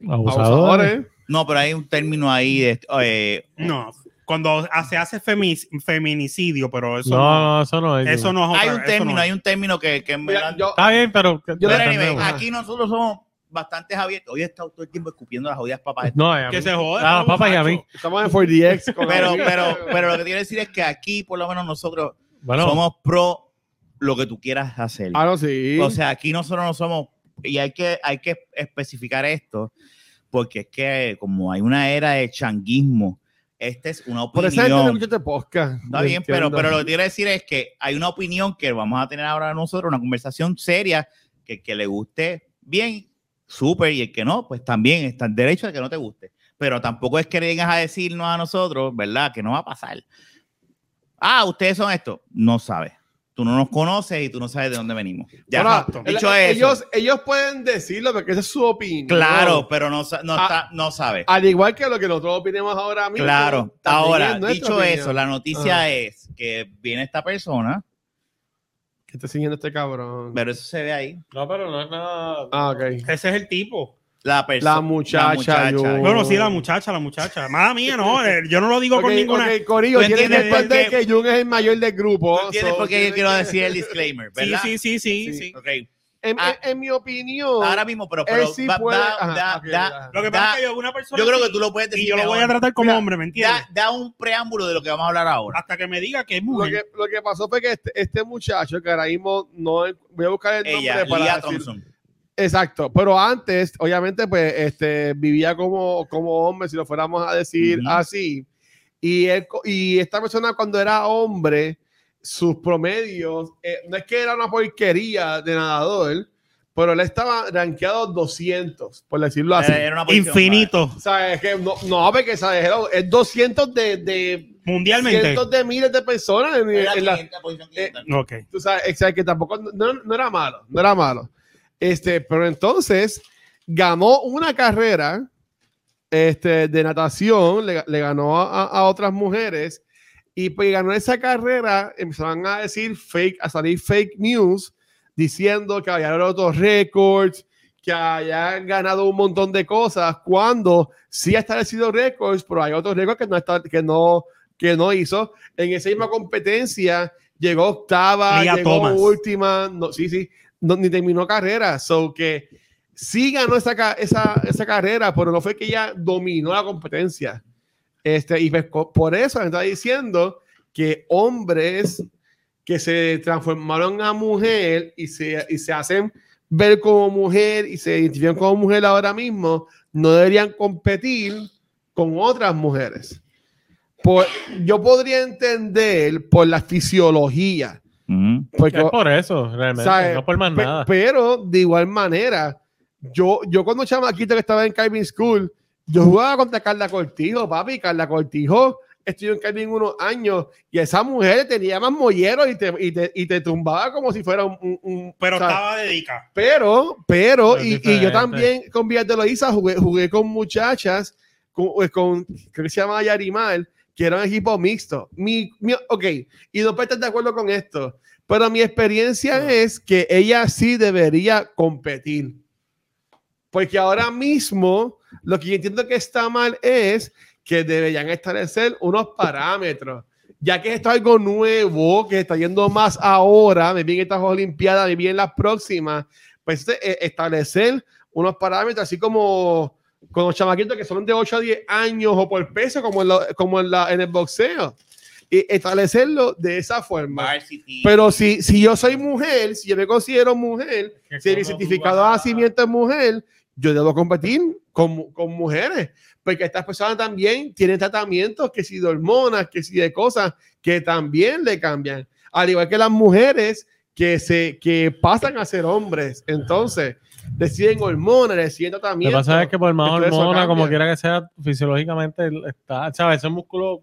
Speaker 5: abusadores.
Speaker 3: no, pero hay un término ahí de, este, eh,
Speaker 2: No. Cuando se hace femi- feminicidio, pero eso
Speaker 5: no,
Speaker 2: no,
Speaker 5: no, eso no es.
Speaker 2: eso no es otra-
Speaker 3: Hay un
Speaker 2: eso
Speaker 3: término,
Speaker 2: no es.
Speaker 3: hay un término que, que en verdad-
Speaker 4: Mira, yo-
Speaker 5: Está bien, pero.
Speaker 4: Yo-
Speaker 3: Pero
Speaker 5: pero
Speaker 3: anyway,
Speaker 5: no.
Speaker 3: aquí nosotros somos bastante abiertos. Hoy he estado todo el tiempo escupiendo las jodidas papas.
Speaker 5: No, a mí.
Speaker 2: Que se jode.
Speaker 5: A las
Speaker 2: todo,
Speaker 5: papas Ah, y a
Speaker 2: macho.
Speaker 5: mí.
Speaker 4: Estamos en 4DX. con
Speaker 3: Pero,
Speaker 4: amigos.
Speaker 3: pero, pero lo que quiero decir es que aquí, por lo menos, nosotros
Speaker 5: Bueno,
Speaker 3: somos pro lo que tú quieras hacer.
Speaker 4: Ah, no, sí.
Speaker 3: O sea, aquí nosotros no somos, y hay que, hay que especificar esto, porque es que como hay una era de changuismo, esta es una
Speaker 4: por
Speaker 3: opinión.
Speaker 4: eso no escucha este podcast.
Speaker 3: Está
Speaker 4: Yo
Speaker 3: bien, pero,
Speaker 4: entiendo.
Speaker 3: pero lo que quiero decir es que hay una opinión que vamos a tener ahora nosotros, una conversación seria, que, que le guste bien, súper, y el que no, pues también está en derecho a que no te guste. Pero tampoco es que vengas a decirnos a nosotros, ¿verdad? Que no va a pasar. Ah, ustedes son esto. No sabes. Tú no nos conoces y tú no sabes de dónde venimos. Ya,
Speaker 4: Ahora,
Speaker 3: dicho
Speaker 4: el-
Speaker 3: eso.
Speaker 4: Ellos, ellos pueden decirlo porque esa es su opinión.
Speaker 3: Claro, pero no, sa- no,
Speaker 4: Ah.
Speaker 3: está- no sabes.
Speaker 4: Al igual que lo que nosotros opinemos ahora mismo.
Speaker 3: Claro.
Speaker 4: también
Speaker 3: Ahora,
Speaker 4: es nuestra
Speaker 3: dicho
Speaker 4: opinión. Ah.
Speaker 3: eso, la noticia es que viene esta persona,
Speaker 4: Que esté siguiendo este cabrón.
Speaker 3: pero eso se ve ahí.
Speaker 5: No, pero no es nada.
Speaker 4: Ah, ok.
Speaker 2: Ese es el tipo.
Speaker 3: La persona.
Speaker 4: La muchacha, yo-
Speaker 2: No, no, sí, la muchacha, la muchacha. Mala mía,
Speaker 5: Oh.
Speaker 2: no. eh, Yo no lo digo
Speaker 4: Ok,
Speaker 2: con ninguna.
Speaker 4: ok, Corillo,
Speaker 3: ¿Tú
Speaker 4: tienes que
Speaker 3: entiendes por
Speaker 4: entender
Speaker 3: qué?
Speaker 4: que Jun es el mayor del grupo.
Speaker 3: ¿Entiendes
Speaker 4: so
Speaker 3: por qué
Speaker 4: tiene
Speaker 3: yo quiero
Speaker 4: que-
Speaker 3: decir el disclaimer? ¿verdad?
Speaker 2: Sí, sí, sí, sí,
Speaker 4: Sí.
Speaker 2: sí.
Speaker 3: Ok.
Speaker 4: En,
Speaker 3: Ah.
Speaker 4: en- en mi opinión.
Speaker 3: Ahora mismo, pero, pero
Speaker 4: Él sí
Speaker 3: da-
Speaker 4: puede-
Speaker 3: da-
Speaker 4: ajá,
Speaker 3: da-
Speaker 4: ok,
Speaker 3: da-
Speaker 4: ya.
Speaker 2: Lo que
Speaker 3: da-
Speaker 2: pasa es que alguna persona.
Speaker 3: yo creo que
Speaker 2: sí,
Speaker 3: tú lo puedes decir.
Speaker 2: Y yo lo voy a
Speaker 3: mejor.
Speaker 2: tratar como hombre, ¿me entiendes?
Speaker 3: da, da un preámbulo de lo que vamos a hablar ahora.
Speaker 2: Hasta que me diga que es
Speaker 4: Lo
Speaker 2: mujer.
Speaker 4: que, lo que pasó fue que este, este muchacho, que ahora mismo no. Voy a buscar el nombre
Speaker 3: Ella,
Speaker 4: para
Speaker 3: Lia
Speaker 4: decir-
Speaker 3: Thompson.
Speaker 4: Exacto, pero antes, obviamente, pues, este, vivía como, como hombre, si lo fuéramos a decir
Speaker 3: Ujú.
Speaker 4: así. Y, él co- y esta persona cuando era hombre, sus promedios, eh, no es que era una porquería de nadador, pero él estaba rankeado 200, por decirlo así.
Speaker 3: Era una posición,
Speaker 2: Ah, Infinito.
Speaker 4: O sea, es que no, no, porque ¿sabes? Hello, es 200 de, de
Speaker 2: Mundialmente.
Speaker 4: cientos de miles de personas en-
Speaker 3: ¿vale? Era
Speaker 2: Eh,
Speaker 4: en la,
Speaker 3: 500, posición 500.
Speaker 2: Ok.
Speaker 4: tú sabes, o sea, que tampoco, no, no era malo, no era malo. Este, pero entonces ganó una carrera este, de natación, le, le ganó a, a otras mujeres y pues ganó esa carrera, empezaron a decir fake, a salir fake news diciendo que había roto récords, que había ganado un montón de cosas, cuando sí ha establecido récords, pero hay otros récords que no, está, que no, que no hizo. En esa misma competencia llegó octava,
Speaker 2: Leah
Speaker 4: llegó
Speaker 2: Thomas.
Speaker 4: última, no, sí, sí, no, ni terminó carrera, so que sí ganó esa, ca- esa, esa carrera, pero no fue que ella dominó la competencia. Este, y pues co- por eso me está diciendo que hombres que se transformaron a mujer y se, y se hacen ver como mujer y se identifican como mujer ahora mismo, no deberían competir con otras mujeres. Por- yo podría entender por la fisiología.
Speaker 3: Ujú.
Speaker 4: Porque,
Speaker 5: Es por eso, realmente.
Speaker 4: ¿sabes?
Speaker 5: No por más
Speaker 4: Pe-
Speaker 5: nada.
Speaker 4: Pero de igual manera, yo, yo cuando chamaquito que estaba en Calvin School, yo jugaba contra Carla Cortijo, papi. Carla Cortijo estudió en Calvin unos años y esa mujer tenía más molleros y te, y te, y te tumbaba como si fuera un. un- un-
Speaker 2: Pero
Speaker 4: o sea,
Speaker 2: estaba dedicada.
Speaker 4: pero, pero,
Speaker 5: Es
Speaker 4: y, y yo
Speaker 5: diferente.
Speaker 4: también con Villas de Loíza jugué, jugué con muchachas, con, eh, con- creo que se llama Yarimal, que era un equipo mixto. Mi, mi- ok, y no puedo estar de acuerdo con esto, pero mi experiencia es que ella sí debería competir. Porque ahora mismo lo que yo entiendo que está mal es que deberían establecer unos parámetros. Ya que esto es algo nuevo, que se está yendo más ahora, me bien estas Olimpiadas, me bien las próximas, pues este, eh, establecer unos parámetros, así como con los chamaquitos que son de 8 a 10 años o por peso, como en, la- como en, la- en el boxeo. Y establecerlo de esa forma.
Speaker 3: Varsity.
Speaker 4: Pero si, si yo soy mujer, si yo me considero mujer,
Speaker 5: Que
Speaker 4: si mi
Speaker 5: cuando tú
Speaker 4: certificado de
Speaker 5: vas a-
Speaker 4: nacimiento es mujer, yo debo competir con, mu- con mujeres, porque estas personas también tienen tratamientos que si de hormonas, que si de cosas que también le cambian, al igual que las mujeres que, se, que pasan a ser hohombres, entonces deciden hormonas, deciden
Speaker 5: Lo que
Speaker 4: tratamientos.
Speaker 5: pasa es que por más
Speaker 4: Entonces, eso
Speaker 5: hormona, como
Speaker 4: cambia.
Speaker 5: quiera que sea, fisiológicamente está, ¿sabes? Ese músculo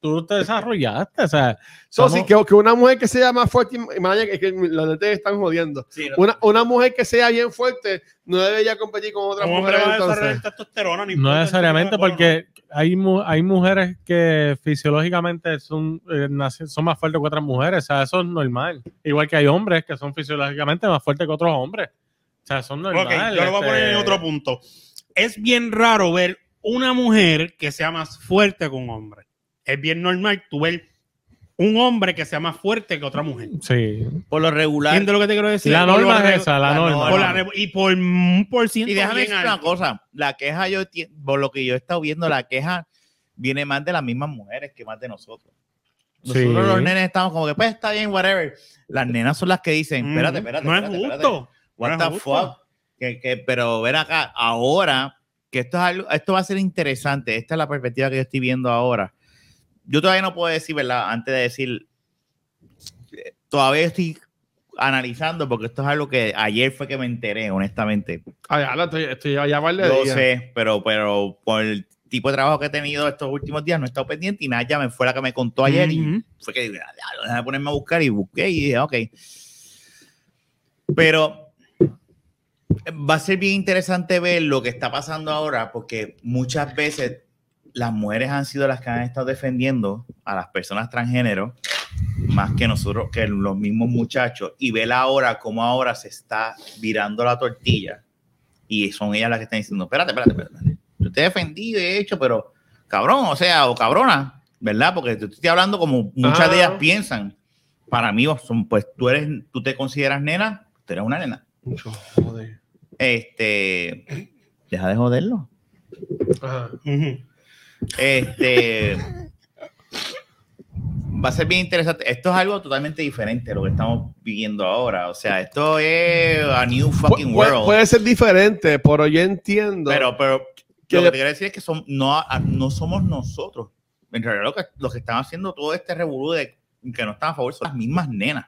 Speaker 5: tú te desarrollaste, o sea,
Speaker 4: So,
Speaker 5: estamos-
Speaker 4: sí, que, que una mujer que sea más fuerte, y más- es que los netes están jodiendo.
Speaker 3: Sí, no-
Speaker 4: Una, una mujer que sea bien fuerte no debería competir con otra
Speaker 2: Un hombre
Speaker 4: mujer.
Speaker 2: va a
Speaker 4: Entonces.
Speaker 2: desarrollar testosterona. no
Speaker 5: no
Speaker 2: importa el
Speaker 5: necesariamente
Speaker 2: tipo de hormona.
Speaker 5: porque hay, mu- hay mujeres que fisiológicamente son, eh, naci- son más fuertes que otras mujeres, o sea, eso es normal. Igual que hay hombres que son fisiológicamente más fuertes que otros hombres, o sea, son normales.
Speaker 2: Ok, yo lo voy a poner en
Speaker 5: este,
Speaker 2: otro punto. Es bien raro ver una mujer que sea más fuerte que un hombre. es bien normal tú ver un hombre que sea más fuerte que otra mujer.
Speaker 5: Sí.
Speaker 3: Por lo regular.
Speaker 2: ¿Entiendes lo que te quiero decir?
Speaker 5: La
Speaker 2: Por lo
Speaker 5: norma
Speaker 2: re-
Speaker 5: es esa, la
Speaker 3: la
Speaker 5: norma.
Speaker 3: norma.
Speaker 2: por la re- y por un por ciento.
Speaker 3: Y déjame
Speaker 2: bien
Speaker 3: decir una
Speaker 2: alto.
Speaker 3: cosa, la queja yo ti- por lo que yo he estado viendo, la queja viene más de las mismas mujeres que más de nosotros. Nosotros
Speaker 5: Sí.
Speaker 3: los nenes estamos como que pues está bien, whatever. Las nenas son las que dicen,
Speaker 2: Mm,
Speaker 3: espérate, espérate.
Speaker 2: No
Speaker 3: espérate,
Speaker 2: es
Speaker 3: espérate.
Speaker 2: justo.
Speaker 3: What
Speaker 2: No es
Speaker 3: the
Speaker 2: justo.
Speaker 3: fuck? Que, que- pero ver acá, ahora, que esto es algo, esto va a ser interesante. Esta es la perspectiva que yo estoy viendo ahora. Yo todavía no puedo decir, ¿verdad? Antes de decir, eh, todavía estoy analizando, porque esto es algo que ayer fue que me enteré, honestamente.
Speaker 4: Ay, ala, Ah, estoy, estoy allá par de
Speaker 3: Yo
Speaker 4: días.
Speaker 3: sé, pero, pero por el tipo de trabajo que he tenido estos últimos días, no he estado pendiente y Naya me fue la que me contó ayer y
Speaker 2: Ujú.
Speaker 3: fue que dije, "Ah, diablo, déjame ponerme a buscar y busqué y dije, ok. Pero va a ser bien interesante ver lo que está pasando ahora porque muchas veces las mujeres han sido las que han estado defendiendo a las personas transgénero más que nosotros, que los mismos muchachos, y ver ahora cómo ahora se está virando la tortilla y son ellas las que están diciendo, espérate, espérate, espérate, yo te he defendido y he hecho, pero cabrón, o sea, o cabrona, ¿verdad? Porque te estoy hablando como muchas
Speaker 4: Ah.
Speaker 3: de ellas piensan. Para mí, son, pues tú eres, tú te consideras nena, tú eres una nena.
Speaker 4: Mucho, joder.
Speaker 3: Este, deja de joderlo.
Speaker 4: Ajá.
Speaker 2: Ujú.
Speaker 3: Este. Va a ser bien interesante. Esto es algo totalmente diferente a lo que estamos viviendo ahora. O sea, esto es a new fucking
Speaker 4: Pu- puede-
Speaker 3: world.
Speaker 4: Puede ser diferente, pero yo entiendo.
Speaker 3: pero, pero
Speaker 4: que-
Speaker 3: lo que te quiero decir es que son, no, a- no somos nosotros. En realidad, lo que, los que están haciendo todo este revolú de que no están a favor son las mismas nenas.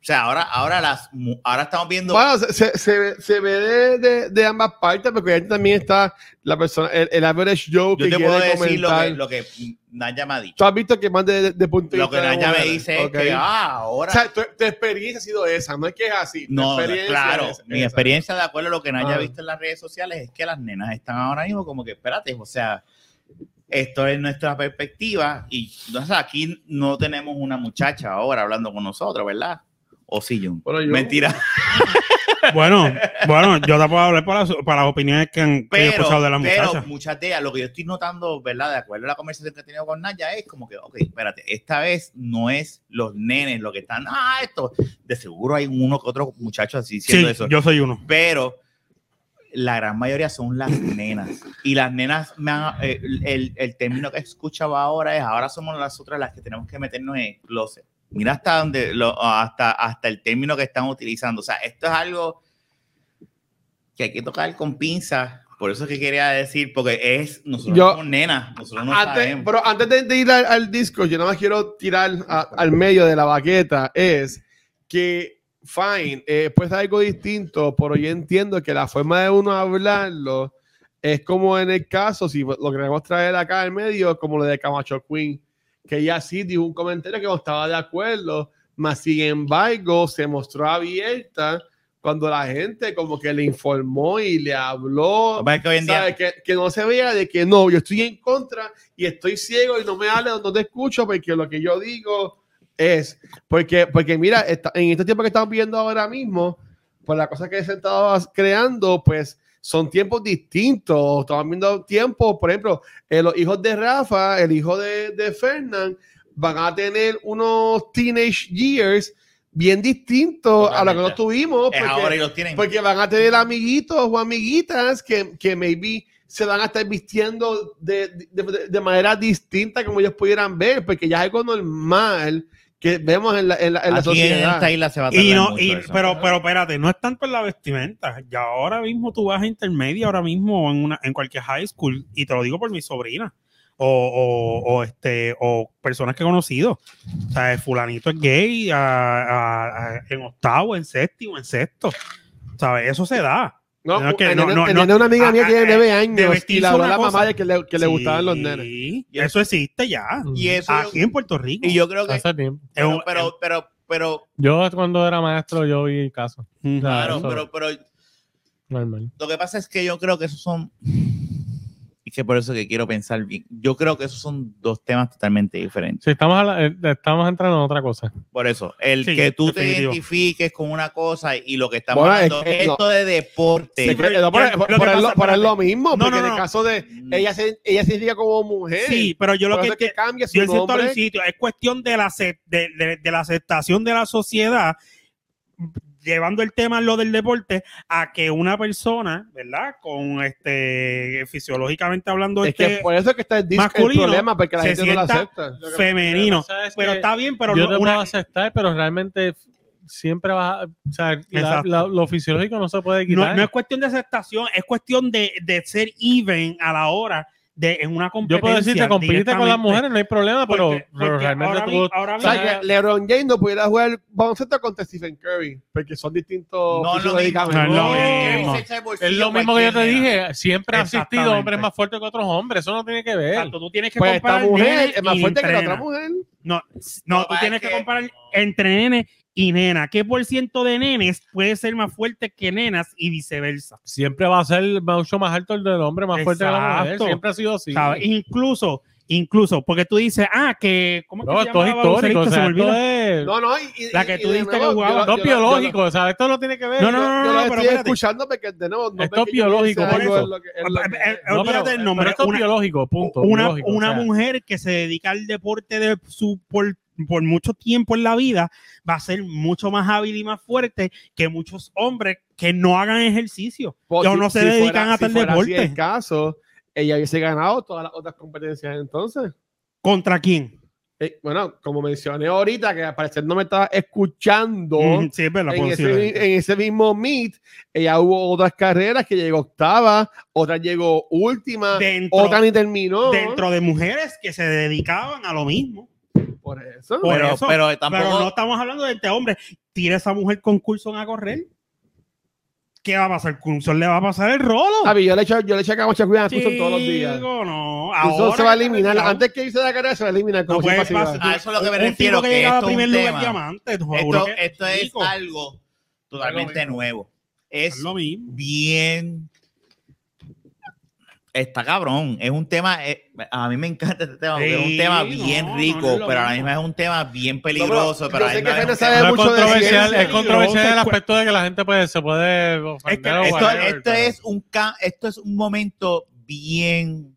Speaker 3: O sea, ahora, ahora, las, mu- ahora estamos viendo.
Speaker 4: Bueno, se, se, se ve, se ve de, de- de ambas partes, porque ahí también está la persona, el, el average Joe
Speaker 3: Yo
Speaker 4: que
Speaker 3: te
Speaker 4: quiere
Speaker 3: puedo decir lo
Speaker 4: comentar.
Speaker 3: que, lo que Naya me ha dicho.
Speaker 4: Tú has visto que más de, de punto de
Speaker 3: Lo que
Speaker 4: vista de
Speaker 3: Naya me
Speaker 4: mujeres,
Speaker 3: dice
Speaker 4: ¿ok?
Speaker 3: es que ah, ahora.
Speaker 4: O sea, tu, tu experiencia ha sido esa, no es que es así. tu
Speaker 3: No,
Speaker 4: experiencia
Speaker 3: claro.
Speaker 4: es
Speaker 3: mi
Speaker 4: esa.
Speaker 3: experiencia, de acuerdo a lo que Naya
Speaker 4: Ah.
Speaker 3: ha visto en las redes sociales, es que las nenas están ahora mismo como que, espérate, o sea, esto es nuestra perspectiva y entonces aquí no tenemos una muchacha ahora hablando con nosotros, ¿verdad? O sí, Jun.
Speaker 4: Bueno, yo-
Speaker 3: Mentira.
Speaker 2: Bueno, bueno, yo te puedo hablar para las, para las opiniones que, han, que he
Speaker 3: Pero,
Speaker 2: escuchado de las
Speaker 3: pero
Speaker 2: muchachas.
Speaker 3: muchas de ellas, lo que yo estoy notando, ¿verdad? De acuerdo a la conversación que he tenido con Naya, es como que, ok, espérate, esta vez no es los nenes los que están, ah, esto, de seguro hay uno que otro muchacho así
Speaker 2: Sí,
Speaker 3: diciendo eso.
Speaker 2: yo soy uno.
Speaker 3: pero la gran mayoría son las nenas. Y las nenas, me han- eh, el, el término que escuchaba ahora es, ahora somos las otras las que tenemos que meternos en el closet. Mira hasta, donde, lo- hasta, hasta el término que están utilizando. O sea, esto es algo que hay que tocar con pinzas. Por eso es que quería decir, porque es, nosotros
Speaker 4: Yo-
Speaker 3: somos nenas, nosotros no
Speaker 4: antes,
Speaker 3: sabemos.
Speaker 4: pero antes de, de ir al, al disco, yo nada más quiero tirar a- al medio de la baqueta, es que, fine, eh, puede ser algo distinto, pero yo entiendo que la forma de uno hablarlo es como en el caso, si lo queremos traer acá al medio, como lo de Camacho Queen, que ella sí dijo un comentario que no estaba de acuerdo, mas sin embargo se mostró abierta cuando la gente como que le informó y le habló.
Speaker 3: Lo que pasa es que hoy en día-
Speaker 4: ¿sabe? Que, que no se vea de que no, yo estoy en contra y estoy ciego y no me hablen, no te escucho porque lo que yo digo es, porque, porque mira, esta- en este tiempo que estamos viviendo ahora mismo, por la cosa que se estaba creando, pues son tiempos distintos, estamos viendo tiempos, por ejemplo, eh, los hijos de Rafa, el hijo de, de Fernán, van a tener unos teenage years bien distintos a los que
Speaker 3: Totalmente.
Speaker 4: no tuvimos.
Speaker 3: Es ahora y los tienen.
Speaker 4: Porque van a tener amiguitos o amiguitas que, que maybe se van a estar vistiendo de, de- de manera distinta como ellos pudieran ver, porque ya es algo normal que vemos en la, en la, en la
Speaker 3: Aquí en
Speaker 4: sociedad.
Speaker 3: esta isla se va a tardar
Speaker 2: Y no,
Speaker 3: mucho
Speaker 2: y-
Speaker 3: eso.
Speaker 2: pero, pero espérate, no es tanto en la vestimenta. Ya ahora mismo tú vas a intermedia, ahora mismo en, una, en cualquier high school, y te lo digo por mi sobrina, o, o, o, este, o personas que he conocido. O sea, el fulanito es gay a- a- a- en octavo, en séptimo, en sexto. ¿Sabes? Eso se da.
Speaker 4: No,
Speaker 2: No, que
Speaker 4: el
Speaker 2: no,
Speaker 4: nene-
Speaker 2: no,
Speaker 4: el
Speaker 2: no.
Speaker 4: nene de una amiga mía
Speaker 2: Ah,
Speaker 4: tiene
Speaker 2: eh,
Speaker 4: nueve
Speaker 2: de
Speaker 4: años
Speaker 2: vestirse
Speaker 4: y la habló a
Speaker 2: una
Speaker 4: la
Speaker 2: cosa.
Speaker 4: mamá de que le, que le
Speaker 2: Sí,
Speaker 4: gustaban los nenes.
Speaker 2: Eso existe ya.
Speaker 4: Mm.
Speaker 3: y eso
Speaker 4: Ah,
Speaker 3: yo-
Speaker 2: Aquí en Puerto Rico.
Speaker 3: y yo creo que
Speaker 5: Hace tiempo.
Speaker 2: Es un-
Speaker 3: pero, pero, pero, pero
Speaker 5: Yo cuando era maestro, yo vi el caso.
Speaker 2: Ujú.
Speaker 5: Claro,
Speaker 3: Claro, pero, pero
Speaker 5: normal.
Speaker 3: lo que pasa es que yo creo que esos son Es que por eso que quiero pensar bien. Yo creo que esos son dos temas totalmente diferentes.
Speaker 5: Si estamos, a la- eh, estamos entrando en otra cosa.
Speaker 3: Por eso, el
Speaker 2: Sí,
Speaker 3: que tú te
Speaker 2: definitivo.
Speaker 3: identifiques con una cosa y lo que estamos
Speaker 4: Bueno,
Speaker 3: hablando,
Speaker 4: es que no.
Speaker 3: esto de
Speaker 4: Se
Speaker 3: deporte.
Speaker 2: pero
Speaker 4: cree- no, pero-
Speaker 2: yo-
Speaker 4: por-
Speaker 2: lo
Speaker 4: por
Speaker 2: que
Speaker 4: es lo-
Speaker 2: pasa-
Speaker 4: por es lo mismo,
Speaker 2: No,
Speaker 4: porque
Speaker 2: no,
Speaker 4: en el
Speaker 2: no.
Speaker 4: caso de ella se ella se identifica como
Speaker 5: pues,
Speaker 4: mujer.
Speaker 2: Sí, pero yo lo
Speaker 4: Por
Speaker 2: que,
Speaker 4: eso es que cambia su
Speaker 2: yo siento al
Speaker 4: nombre.
Speaker 2: sitio, es cuestión de la, ace- de, de- de la aceptación de la sociedad, llevando el tema lo del deporte, a que una persona, ¿verdad? Con este, fisiológicamente hablando,
Speaker 4: Es que
Speaker 2: este
Speaker 4: por eso es que está el, dis- el
Speaker 2: masculino
Speaker 4: problema, porque la
Speaker 2: se
Speaker 4: gente no la
Speaker 2: sienta-
Speaker 4: acepta.
Speaker 2: femenino.
Speaker 5: Lo que pasa es
Speaker 2: Pero
Speaker 5: que
Speaker 2: está bien, pero
Speaker 5: yo
Speaker 2: no
Speaker 5: te
Speaker 2: una-
Speaker 5: puedo aceptar, pero realmente siempre vas a. O sea, la-
Speaker 2: Exacto.
Speaker 5: la- lo fisiológico no se puede
Speaker 2: no,
Speaker 5: quitar.
Speaker 2: no es cuestión de aceptación, es cuestión de, de ser even a la hora de en una competencia.
Speaker 5: yo puedo decir, te compite con las
Speaker 2: directamente.
Speaker 5: mujeres, no hay problema, pero,
Speaker 2: Porque-
Speaker 5: pero
Speaker 2: porque
Speaker 5: realmente
Speaker 2: ahora
Speaker 5: tú.
Speaker 2: mi- ahora
Speaker 5: o
Speaker 4: O
Speaker 5: sea,
Speaker 2: mi-
Speaker 4: sea, que LeBron James no pudiera jugar baloncesto contra Stephen Curry, porque son distintos
Speaker 3: No es lo mismo.
Speaker 4: fisiológicamente. Pues
Speaker 2: No es lo
Speaker 3: Porque
Speaker 2: mismo.
Speaker 3: él se echa el bolsillo
Speaker 5: Es lo mismo que yo te
Speaker 3: cualquier nena.
Speaker 5: dije, siempre ha existido
Speaker 2: Exactamente.
Speaker 5: hombres más fuertes que otros hombres, eso no tiene que ver.
Speaker 2: Exacto, tú tienes que
Speaker 4: Pues esta
Speaker 2: comparar
Speaker 4: mujer
Speaker 2: nene
Speaker 4: es más
Speaker 2: y
Speaker 4: fuerte que la otra
Speaker 2: nena.
Speaker 4: mujer.
Speaker 2: No, s-
Speaker 3: Lo
Speaker 2: no, tú
Speaker 3: que pasa
Speaker 2: tienes
Speaker 3: es
Speaker 2: que
Speaker 3: que-
Speaker 2: comparar entre nene y nena. ¿Qué por ciento de nenes puede ser más fuerte que nenas y viceversa?
Speaker 5: Siempre va a ser mucho más alto el del hombre, más fuerte que la mujer,
Speaker 2: Exacto.
Speaker 5: siempre ha sido así.
Speaker 2: ¿Sabes? Incluso, incluso, porque tú dices, ah, que. ¿Cómo es que
Speaker 5: No,
Speaker 2: se
Speaker 5: esto es
Speaker 2: llamaba
Speaker 5: histórico, o
Speaker 2: baloncelista? Se
Speaker 5: sea,
Speaker 2: me
Speaker 5: esto
Speaker 2: olvida.
Speaker 5: es, no,
Speaker 4: No, no, y, y-
Speaker 2: La que
Speaker 4: y
Speaker 2: tú
Speaker 4: de
Speaker 2: dijiste que
Speaker 4: nuevo, yo
Speaker 2: jugaba.
Speaker 4: la-
Speaker 2: No
Speaker 4: yo la-
Speaker 5: biológico, o sea, esto no tiene que ver.
Speaker 2: No, no,
Speaker 4: Yo,
Speaker 2: no,
Speaker 4: yo
Speaker 2: no, pero
Speaker 4: la estoy
Speaker 2: espérate.
Speaker 4: escuchando porque de nuevo no
Speaker 5: Esto
Speaker 4: ve
Speaker 5: es
Speaker 4: que yo
Speaker 5: biológico,
Speaker 4: piense
Speaker 2: por
Speaker 4: algo
Speaker 2: eso.
Speaker 4: en lo que- en lo
Speaker 2: Eh, eh,
Speaker 4: que-
Speaker 2: eh, olvídate del nombre,
Speaker 5: pero esto es
Speaker 2: una-
Speaker 5: biológico, punto.
Speaker 2: una,
Speaker 5: biológico, o
Speaker 2: una
Speaker 5: sea,
Speaker 2: mujer que se dedica al deporte de su, por, por mucho tiempo en la vida va a ser mucho más hábil y más fuerte que muchos hombres que no hagan ejercicio.
Speaker 4: Pues,
Speaker 2: o no se dedican a
Speaker 4: si
Speaker 2: tal
Speaker 4: fuera así
Speaker 2: deporte.
Speaker 4: el caso, ella hubiese ganado todas las otras competencias entonces.
Speaker 2: ¿Contra quién?
Speaker 4: Eh, bueno, como mencioné ahorita, que al parecer no me estaba escuchando
Speaker 2: Mm, *laughs* sí, es verdad,
Speaker 4: en, ese,
Speaker 2: posiblemente.
Speaker 4: en ese mismo meet, ella hubo otras carreras que llegó octava, otra llegó última,
Speaker 2: Dentro-
Speaker 4: otra ni terminó.
Speaker 2: dentro de mujeres que se dedicaban a lo mismo.
Speaker 4: Por eso.
Speaker 2: Por
Speaker 3: pero,
Speaker 2: eso,
Speaker 3: pero tampoco.
Speaker 2: Pero no estamos hablando de este hombre. Tira a esa mujer con Coulson a correr. ¿Qué va a pasar? Coulson le va a pasar el rolo.
Speaker 4: Sabi, yo le echo, yo le echo camucha cuidado a Coulson Ah, todos los días.
Speaker 2: Chico, no.
Speaker 4: Coulson
Speaker 2: Ahora
Speaker 4: se va a
Speaker 2: que está
Speaker 4: eliminar.
Speaker 2: retirado,
Speaker 4: Antes que irse de la carrera, se va a eliminar.
Speaker 2: no
Speaker 4: Como
Speaker 2: puede
Speaker 4: sin pasividad.
Speaker 2: pasar.
Speaker 3: Ah, eso es lo que me
Speaker 2: Un tipo
Speaker 3: refiero, que
Speaker 2: llegaba
Speaker 3: esto es un
Speaker 2: primer lugar
Speaker 3: tema.
Speaker 2: diamante, te juro
Speaker 3: Esto,
Speaker 2: que-
Speaker 3: esto es
Speaker 2: chico,
Speaker 3: algo totalmente nuevo. Es
Speaker 2: es lo mismo.
Speaker 3: bien. Está cabrón. Es un tema. eh, a mí me encanta este tema. porque es
Speaker 2: Sí,
Speaker 3: un tema
Speaker 2: no,
Speaker 3: bien
Speaker 2: no, no
Speaker 3: rico,
Speaker 2: es lo
Speaker 3: pero ahora
Speaker 2: mismo.
Speaker 3: mismo es un tema bien peligroso.
Speaker 4: yo
Speaker 3: pero
Speaker 4: sé
Speaker 3: ahí
Speaker 4: que
Speaker 3: no es
Speaker 4: Fena
Speaker 3: un
Speaker 4: sabe
Speaker 3: tema-
Speaker 5: no es
Speaker 4: mucho de
Speaker 5: controversial,
Speaker 4: ciencia.
Speaker 5: es controversial
Speaker 2: Entonces,
Speaker 5: el
Speaker 2: cu-
Speaker 5: aspecto de que la gente puede, se puede ofender o
Speaker 2: esto-
Speaker 3: esto,
Speaker 5: whatever,
Speaker 3: esto
Speaker 5: pero-
Speaker 3: es un ca- esto es un momento bien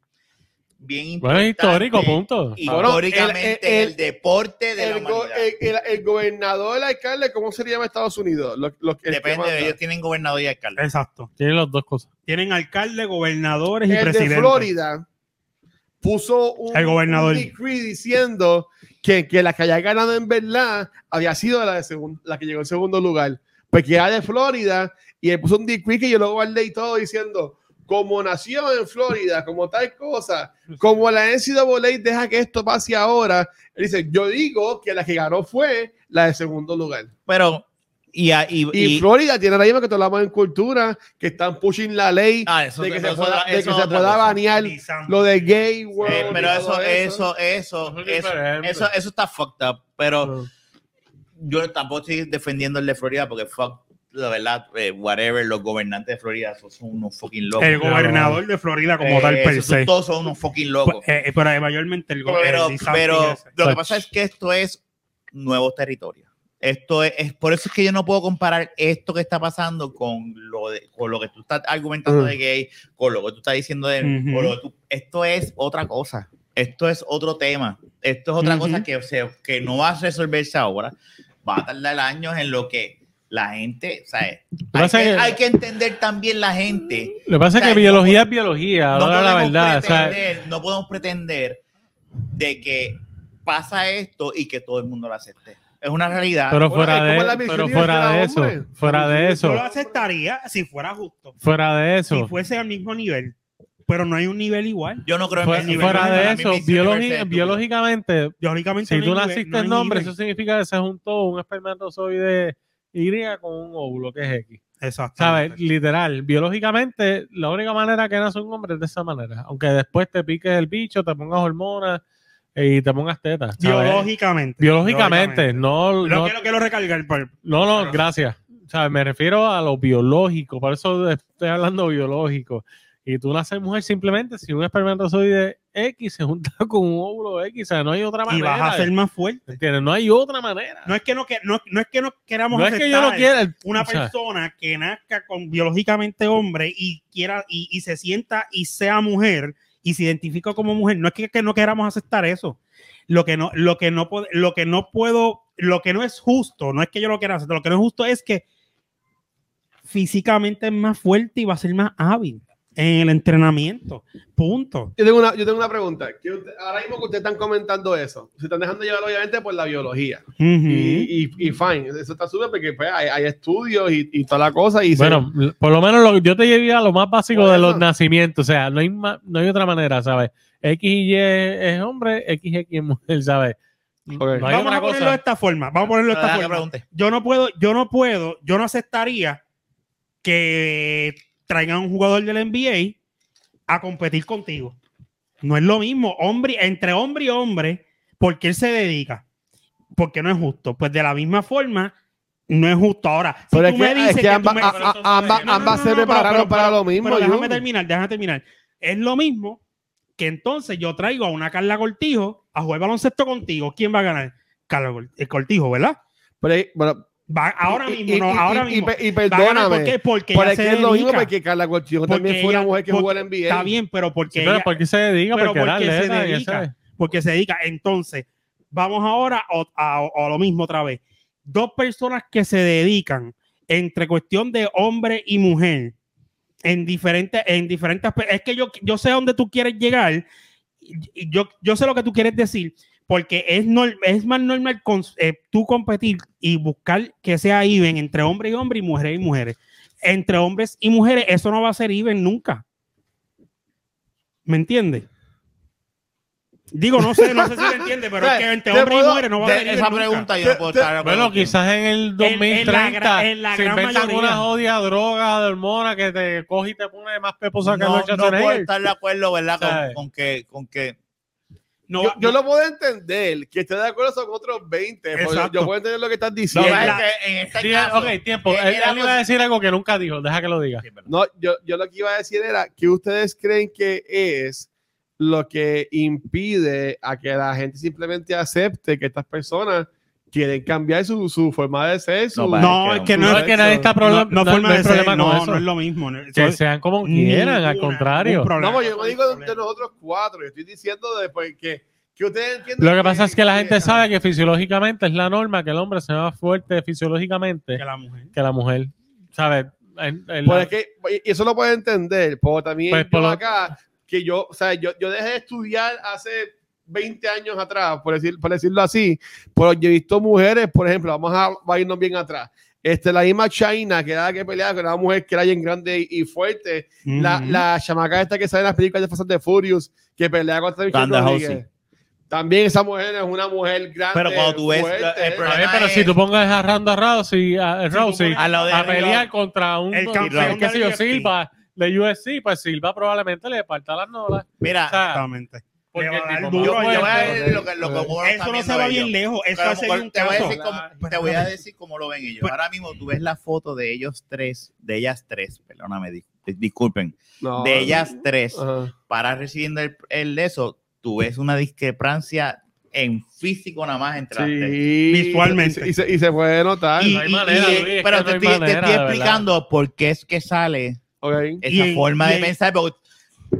Speaker 3: bien
Speaker 5: Bueno, es
Speaker 3: importante,
Speaker 5: histórico, punto.
Speaker 4: Bueno,
Speaker 3: históricamente
Speaker 4: el- el-
Speaker 3: en el deporte de la
Speaker 4: el, go-
Speaker 3: humanidad
Speaker 4: el, el, el gobernador, el alcalde, ¿cómo se llama Estados Unidos? Lo- lo- el Eh, que
Speaker 3: depende
Speaker 4: manda.
Speaker 3: de ellos tienen gobernador y alcalde
Speaker 2: Exacto.
Speaker 5: Tiene las dos cosas.
Speaker 2: Tienen alcalde, gobernadores y
Speaker 4: El de
Speaker 2: presidentes.
Speaker 4: Florida puso un,
Speaker 2: El gobernador.
Speaker 4: un decree diciendo que, que la que haya ganado en verdad había sido la, de segun- la que llegó en segundo lugar. Porque era de Florida y él puso un decree que yo lo guardé y todo diciendo como nación en Florida, como tal cosa, como la NCAA deja que esto pase ahora, él dice, yo digo que la que ganó fue la de segundo lugar.
Speaker 3: pero y, a- y-
Speaker 4: Y,
Speaker 3: y-
Speaker 4: Florida tiene la misma que hablamos en cultura, que están pushing la ley
Speaker 3: Ah, eso-
Speaker 4: de que
Speaker 3: eso-
Speaker 4: se
Speaker 3: eso-
Speaker 4: pueda,
Speaker 3: eso
Speaker 4: de que
Speaker 3: es
Speaker 4: se
Speaker 3: otra
Speaker 4: pueda
Speaker 3: cosa.
Speaker 4: banear
Speaker 2: Y San-
Speaker 4: lo de gay world.
Speaker 3: eh, pero
Speaker 4: y
Speaker 3: eso
Speaker 4: todo
Speaker 3: eso eso
Speaker 5: Eso es
Speaker 3: eso
Speaker 5: diferente.
Speaker 3: eso eso está fucked up pero yo tampoco estoy defendiendo el de Florida porque fuck la verdad eh, whatever los gobernantes de Florida son unos fucking locos
Speaker 2: El gobernador de Florida Eh, como
Speaker 3: Eh,
Speaker 2: tal per
Speaker 3: esos son-
Speaker 2: se.
Speaker 3: todos son unos fucking locos
Speaker 2: Pues, eh, pero eh, mayormente el
Speaker 3: pero,
Speaker 2: gobernador.
Speaker 3: pero lo que pasa es que esto es nuevos territorios. Esto es, es- por eso es que yo no puedo comparar esto que está pasando con lo de- con lo que tú estás argumentando
Speaker 4: Ujú.
Speaker 3: de gay, con lo que tú estás diciendo de
Speaker 2: Ujú.
Speaker 3: con lo que tú- esto es otra cosa. Esto es otro tema. Esto es otra
Speaker 2: Ujú.
Speaker 3: cosa que, se- que no va a resolverse ahora. Va a tardar años en lo que la gente, ¿sabes? Hay
Speaker 5: pasa
Speaker 3: que,
Speaker 5: que-
Speaker 3: hay que entender también la gente
Speaker 5: Lo que pasa es
Speaker 3: O
Speaker 5: que
Speaker 3: sea,
Speaker 5: biología es biología,
Speaker 3: no
Speaker 5: ahora la
Speaker 3: podemos
Speaker 5: verdad. o sea,
Speaker 3: pretender, no podemos pretender de que pasa esto y que todo el mundo lo acepte. Es una realidad.
Speaker 5: pero
Speaker 4: Bueno,
Speaker 5: fuera
Speaker 4: es como la
Speaker 5: de,
Speaker 4: Miss
Speaker 5: pero
Speaker 4: Universe
Speaker 5: fuera
Speaker 4: era
Speaker 5: de eso,
Speaker 4: hombre.
Speaker 5: fuera de
Speaker 2: Yo
Speaker 5: eso,
Speaker 2: lo aceptaría si fuera justo.
Speaker 5: fuera de
Speaker 2: Si
Speaker 5: eso,
Speaker 2: fuese al mismo nivel. Pero no hay un nivel igual.
Speaker 3: yo no creo en
Speaker 5: fuera,
Speaker 3: el nivel
Speaker 5: fuera
Speaker 3: humano,
Speaker 5: de
Speaker 3: a mí me
Speaker 5: eso,
Speaker 3: dice
Speaker 5: biologi-
Speaker 3: Universal,
Speaker 5: biológicamente,
Speaker 2: Teóricamente.
Speaker 5: si
Speaker 2: no hay
Speaker 5: tú
Speaker 2: nivel-
Speaker 5: naciste
Speaker 2: no hay
Speaker 5: en nombre,
Speaker 2: nivel.
Speaker 5: eso significa que se juntó un espermatozoide Y con un óvulo, que es X.
Speaker 2: Ah,
Speaker 5: ¿Sabes?
Speaker 2: Exactamente.
Speaker 5: Literal, biológicamente, la única manera que nace un hombre es de esa manera. Aunque después te piques el bicho, te pongas hormonas eh, y te pongas tetas. ¿sabes?
Speaker 2: Biológicamente.
Speaker 5: Biológicamente, no,
Speaker 2: Lo
Speaker 5: no,
Speaker 2: quiero, quiero recargar. por-
Speaker 5: no, no,
Speaker 2: pero-
Speaker 5: gracias. O sea, me refiero a lo biológico, por eso estoy hablando biológico. Y tú naces mujer simplemente si un espermatozoide X se junta *laughs* con un óvulo X. O sea, no hay otra
Speaker 2: Y
Speaker 5: manera.
Speaker 2: vas a ser más fuerte.
Speaker 5: ¿entiendes? No hay otra manera.
Speaker 2: No es que no, que, no, no es que no queramos
Speaker 5: No es que yo
Speaker 2: aceptar
Speaker 5: no quiera. el-
Speaker 2: una
Speaker 5: o sea,
Speaker 2: persona que nazca con biológicamente hombre y quiera y, y se sienta y sea mujer y se identifica como mujer, no es que, que no queramos aceptar eso. Lo que no, lo que no pod- lo que no puedo, lo que no es justo, no es que yo lo quiera aceptar, lo que no es justo es que físicamente es más fuerte y va a ser más hábil en el entrenamiento. Punto.
Speaker 4: Yo tengo una, yo tengo una pregunta. que usted- ahora mismo que ustedes están comentando eso, se están dejando llevar obviamente por la biología.
Speaker 2: Ujú.
Speaker 4: Y, y, y fine, eso está súper porque pues, hay, hay estudios y, y toda la cosa. Y se-
Speaker 5: Bueno, l- por lo menos lo- yo te llevé a lo más básico
Speaker 4: Por
Speaker 5: de
Speaker 4: eso.
Speaker 5: los nacimientos. O sea, no hay, ma- no hay otra manera, ¿sabes? X y Y es hombre, X, X es mujer, ¿sabes?
Speaker 4: Ok.
Speaker 5: No hay
Speaker 2: Vamos
Speaker 5: otra
Speaker 2: a ponerlo de
Speaker 5: cosa.
Speaker 2: esta forma. Vamos a ponerlo de esta
Speaker 3: Nada que
Speaker 2: forma.
Speaker 3: pregunte.
Speaker 2: yo no puedo, yo no puedo, yo no aceptaría que traigan a un jugador del NBA a competir contigo. No es lo mismo, hombre, entre hombre y hombre, porque él se dedica, porque no es justo. Pues de la misma forma, no es justo. Ahora, si
Speaker 4: pero
Speaker 2: tú
Speaker 4: es
Speaker 2: me
Speaker 4: que,
Speaker 2: dices
Speaker 4: es que
Speaker 2: que tú
Speaker 4: ambas,
Speaker 2: me-
Speaker 4: a- a- ambas-
Speaker 5: No, no,
Speaker 4: ambas
Speaker 2: no,
Speaker 4: se
Speaker 2: no, pero-
Speaker 4: prepararon
Speaker 2: pero-
Speaker 4: para lo mismo.
Speaker 2: pero déjame
Speaker 4: Jun.
Speaker 2: terminar, déjame terminar. Es lo mismo que entonces yo traigo a una Carla Cortijo a jugar baloncesto contigo. ¿Quién va a ganar? Carla Cort- eh, Cortijo, ¿verdad?
Speaker 4: Pero hay- bueno,
Speaker 2: Va- ahora
Speaker 4: y-
Speaker 2: mismo,
Speaker 4: y-
Speaker 2: no,
Speaker 4: y-
Speaker 2: ahora
Speaker 4: y-
Speaker 2: mismo.
Speaker 4: Y, y
Speaker 2: Va a ganar,
Speaker 4: perdóname.
Speaker 2: ¿Por qué? Porque
Speaker 4: Por
Speaker 2: ella
Speaker 4: aquí
Speaker 2: se
Speaker 4: es lo mismo
Speaker 2: dedica.
Speaker 4: porque Carla Corchillón
Speaker 2: Porque
Speaker 4: también fue una
Speaker 2: ella-
Speaker 4: mujer que
Speaker 2: porque-
Speaker 4: jugó en NBA.
Speaker 2: Está bien, pero porque,
Speaker 5: Sí, pero
Speaker 2: ella-
Speaker 5: ¿por qué se dedica?
Speaker 2: pero
Speaker 5: porque
Speaker 2: ¿por qué
Speaker 5: darle
Speaker 2: se
Speaker 5: esa y
Speaker 2: dedica?
Speaker 5: esa.
Speaker 2: porque se dedica. Entonces, vamos ahora o- a, o- a lo mismo otra vez. Dos personas que se dedican entre cuestión de hombre y mujer en diferentes, en diferentes aspe- Es que yo, yo sé a dónde tú quieres llegar. y- y Yo, yo sé lo que tú quieres decir, porque es, nor- es más normal con- eh, tú competir y buscar que sea even entre hombre y hombre y mujeres y mujeres. Entre hombres y mujeres, eso no va a ser even nunca. ¿Me entiendes? Digo, no sé, no sé si me entiende, pero
Speaker 4: *laughs*
Speaker 2: es que entre
Speaker 4: Te
Speaker 2: hombres y
Speaker 4: puedo-
Speaker 2: mujeres no va a
Speaker 3: De-
Speaker 2: haber even
Speaker 3: esa
Speaker 2: nunca.
Speaker 3: pregunta yo no puedo estar de acuerdo
Speaker 5: Bueno,
Speaker 3: contigo.
Speaker 5: quizás en el
Speaker 2: En- en la
Speaker 5: 2030
Speaker 2: gra- en la
Speaker 5: se
Speaker 2: gran
Speaker 5: inventan
Speaker 2: mayoría.
Speaker 5: una odia droga de hormona que te coge y te pone más peposa que
Speaker 3: no,
Speaker 5: Arnold
Speaker 3: no puedo
Speaker 5: Schwarzenegger.
Speaker 3: estar de acuerdo, ¿verdad? Con,
Speaker 5: ¿Sabes?
Speaker 3: con que, con que
Speaker 2: No,
Speaker 4: Yo, yo
Speaker 2: no-
Speaker 4: lo puedo entender, que esté de acuerdo son otros 20. porque
Speaker 2: Exacto.
Speaker 4: Yo puedo entender lo que estás
Speaker 3: No,
Speaker 4: diciendo.
Speaker 2: es
Speaker 3: es
Speaker 2: la-
Speaker 3: que en este
Speaker 5: Sí, ah,
Speaker 3: caso.
Speaker 5: ok, tiempo.
Speaker 3: Eh,
Speaker 5: Él,
Speaker 3: era
Speaker 5: él iba a
Speaker 3: algo-
Speaker 5: decir algo que nunca dijo. Deja que lo diga.
Speaker 4: No, yo, yo lo que iba a decir era que ustedes creen que es lo que impide a que la gente simplemente acepte que estas personas quieren cambiar su, su forma de ser. Su,
Speaker 3: No,
Speaker 2: no, es que no,
Speaker 5: No
Speaker 2: es
Speaker 5: es que nadie está
Speaker 2: no,
Speaker 5: problem-
Speaker 2: no,
Speaker 5: no,
Speaker 2: forma
Speaker 5: no hay
Speaker 2: de ser,
Speaker 5: problema con
Speaker 2: no,
Speaker 5: eso.
Speaker 2: no es lo mismo. no-
Speaker 5: Que
Speaker 2: soy-
Speaker 5: sean como quieran, al
Speaker 2: ninguna-
Speaker 5: contrario.
Speaker 2: ningún problema.
Speaker 4: No, pues yo no digo de, de nosotros cuatro, yo estoy diciendo después que, que ustedes entienden.
Speaker 5: Lo que pasa es que la gente sabe que fisiológicamente es la norma que el hombre sea más fuerte fisiológicamente
Speaker 2: Que la mujer.
Speaker 5: que la mujer. ¿Sabes? En- en la-
Speaker 4: Pues es que y eso lo puedo entender, pero también
Speaker 5: Pues,
Speaker 4: yo
Speaker 5: por lo-
Speaker 4: acá, que yo, o sea, yo, yo dejé de estudiar hace 20 años atrás, por, decir, por decirlo así, pero yo he visto mujeres, por ejemplo, vamos a, va a irnos bien atrás. Este, la misma China, que era la que peleaba, que era una mujer que era bien grande y, y fuerte. La,
Speaker 2: Ujú.
Speaker 4: la chamaca esta que sale en las películas de Fast and the Furious, que peleaba contra Michelle
Speaker 3: Ronda
Speaker 4: Rodríguez.
Speaker 3: Rousey.
Speaker 4: También esa mujer es una mujer grande.
Speaker 3: Pero cuando tú ves la- el
Speaker 4: fuerte,
Speaker 3: problema-
Speaker 5: A ver, pero
Speaker 3: es-
Speaker 5: si tú pongas a Ronda Rousey, a,
Speaker 2: tú
Speaker 5: Rousey
Speaker 2: pones-
Speaker 5: a,
Speaker 3: al lado de
Speaker 5: pelear contra un
Speaker 2: El campeón
Speaker 5: qué sé
Speaker 2: del
Speaker 5: yo,
Speaker 2: UFC.
Speaker 5: Silva de UFC, pues Silva probablemente le parta las nolas. O
Speaker 3: Mira,
Speaker 5: sea,
Speaker 2: Exactamente.
Speaker 5: porque
Speaker 2: Le va a
Speaker 5: el
Speaker 2: dar
Speaker 3: yo,
Speaker 5: tipo-
Speaker 2: duro
Speaker 3: yo
Speaker 2: al
Speaker 3: voy a
Speaker 2: otro.
Speaker 3: ver lo que, lo que cómo están
Speaker 2: Eso no se
Speaker 3: viendo
Speaker 2: va
Speaker 3: ellos.
Speaker 2: bien lejos. Eso
Speaker 3: Pero
Speaker 2: ha sido
Speaker 3: como-
Speaker 2: un
Speaker 3: te voy a
Speaker 2: caso.
Speaker 3: decir cómo, te voy a decir cómo lo ven ellos.
Speaker 2: Pues-
Speaker 3: Ahora mismo tú ves la foto de ellos tres, de ellas tres, perdóname, dis- disculpen,
Speaker 5: Ah,
Speaker 4: No.
Speaker 3: de ellas tres
Speaker 4: Ajá.
Speaker 3: para recibiendo el, el eso, tú ves una discrepancia en físico nada más entre las tres.
Speaker 4: Sí,
Speaker 2: Visualmente.
Speaker 4: Y se, y se puede notar.
Speaker 2: Y-
Speaker 5: no hay manera,
Speaker 3: Y-
Speaker 5: Luis, es
Speaker 3: pero
Speaker 5: que
Speaker 3: te,
Speaker 5: no hay
Speaker 3: estoy, te
Speaker 5: manera,
Speaker 3: estoy
Speaker 5: de verdad.
Speaker 3: explicando por qué es que sale
Speaker 4: Ok.
Speaker 3: esa
Speaker 2: Y-
Speaker 3: forma
Speaker 2: y-
Speaker 3: de pensar. porque-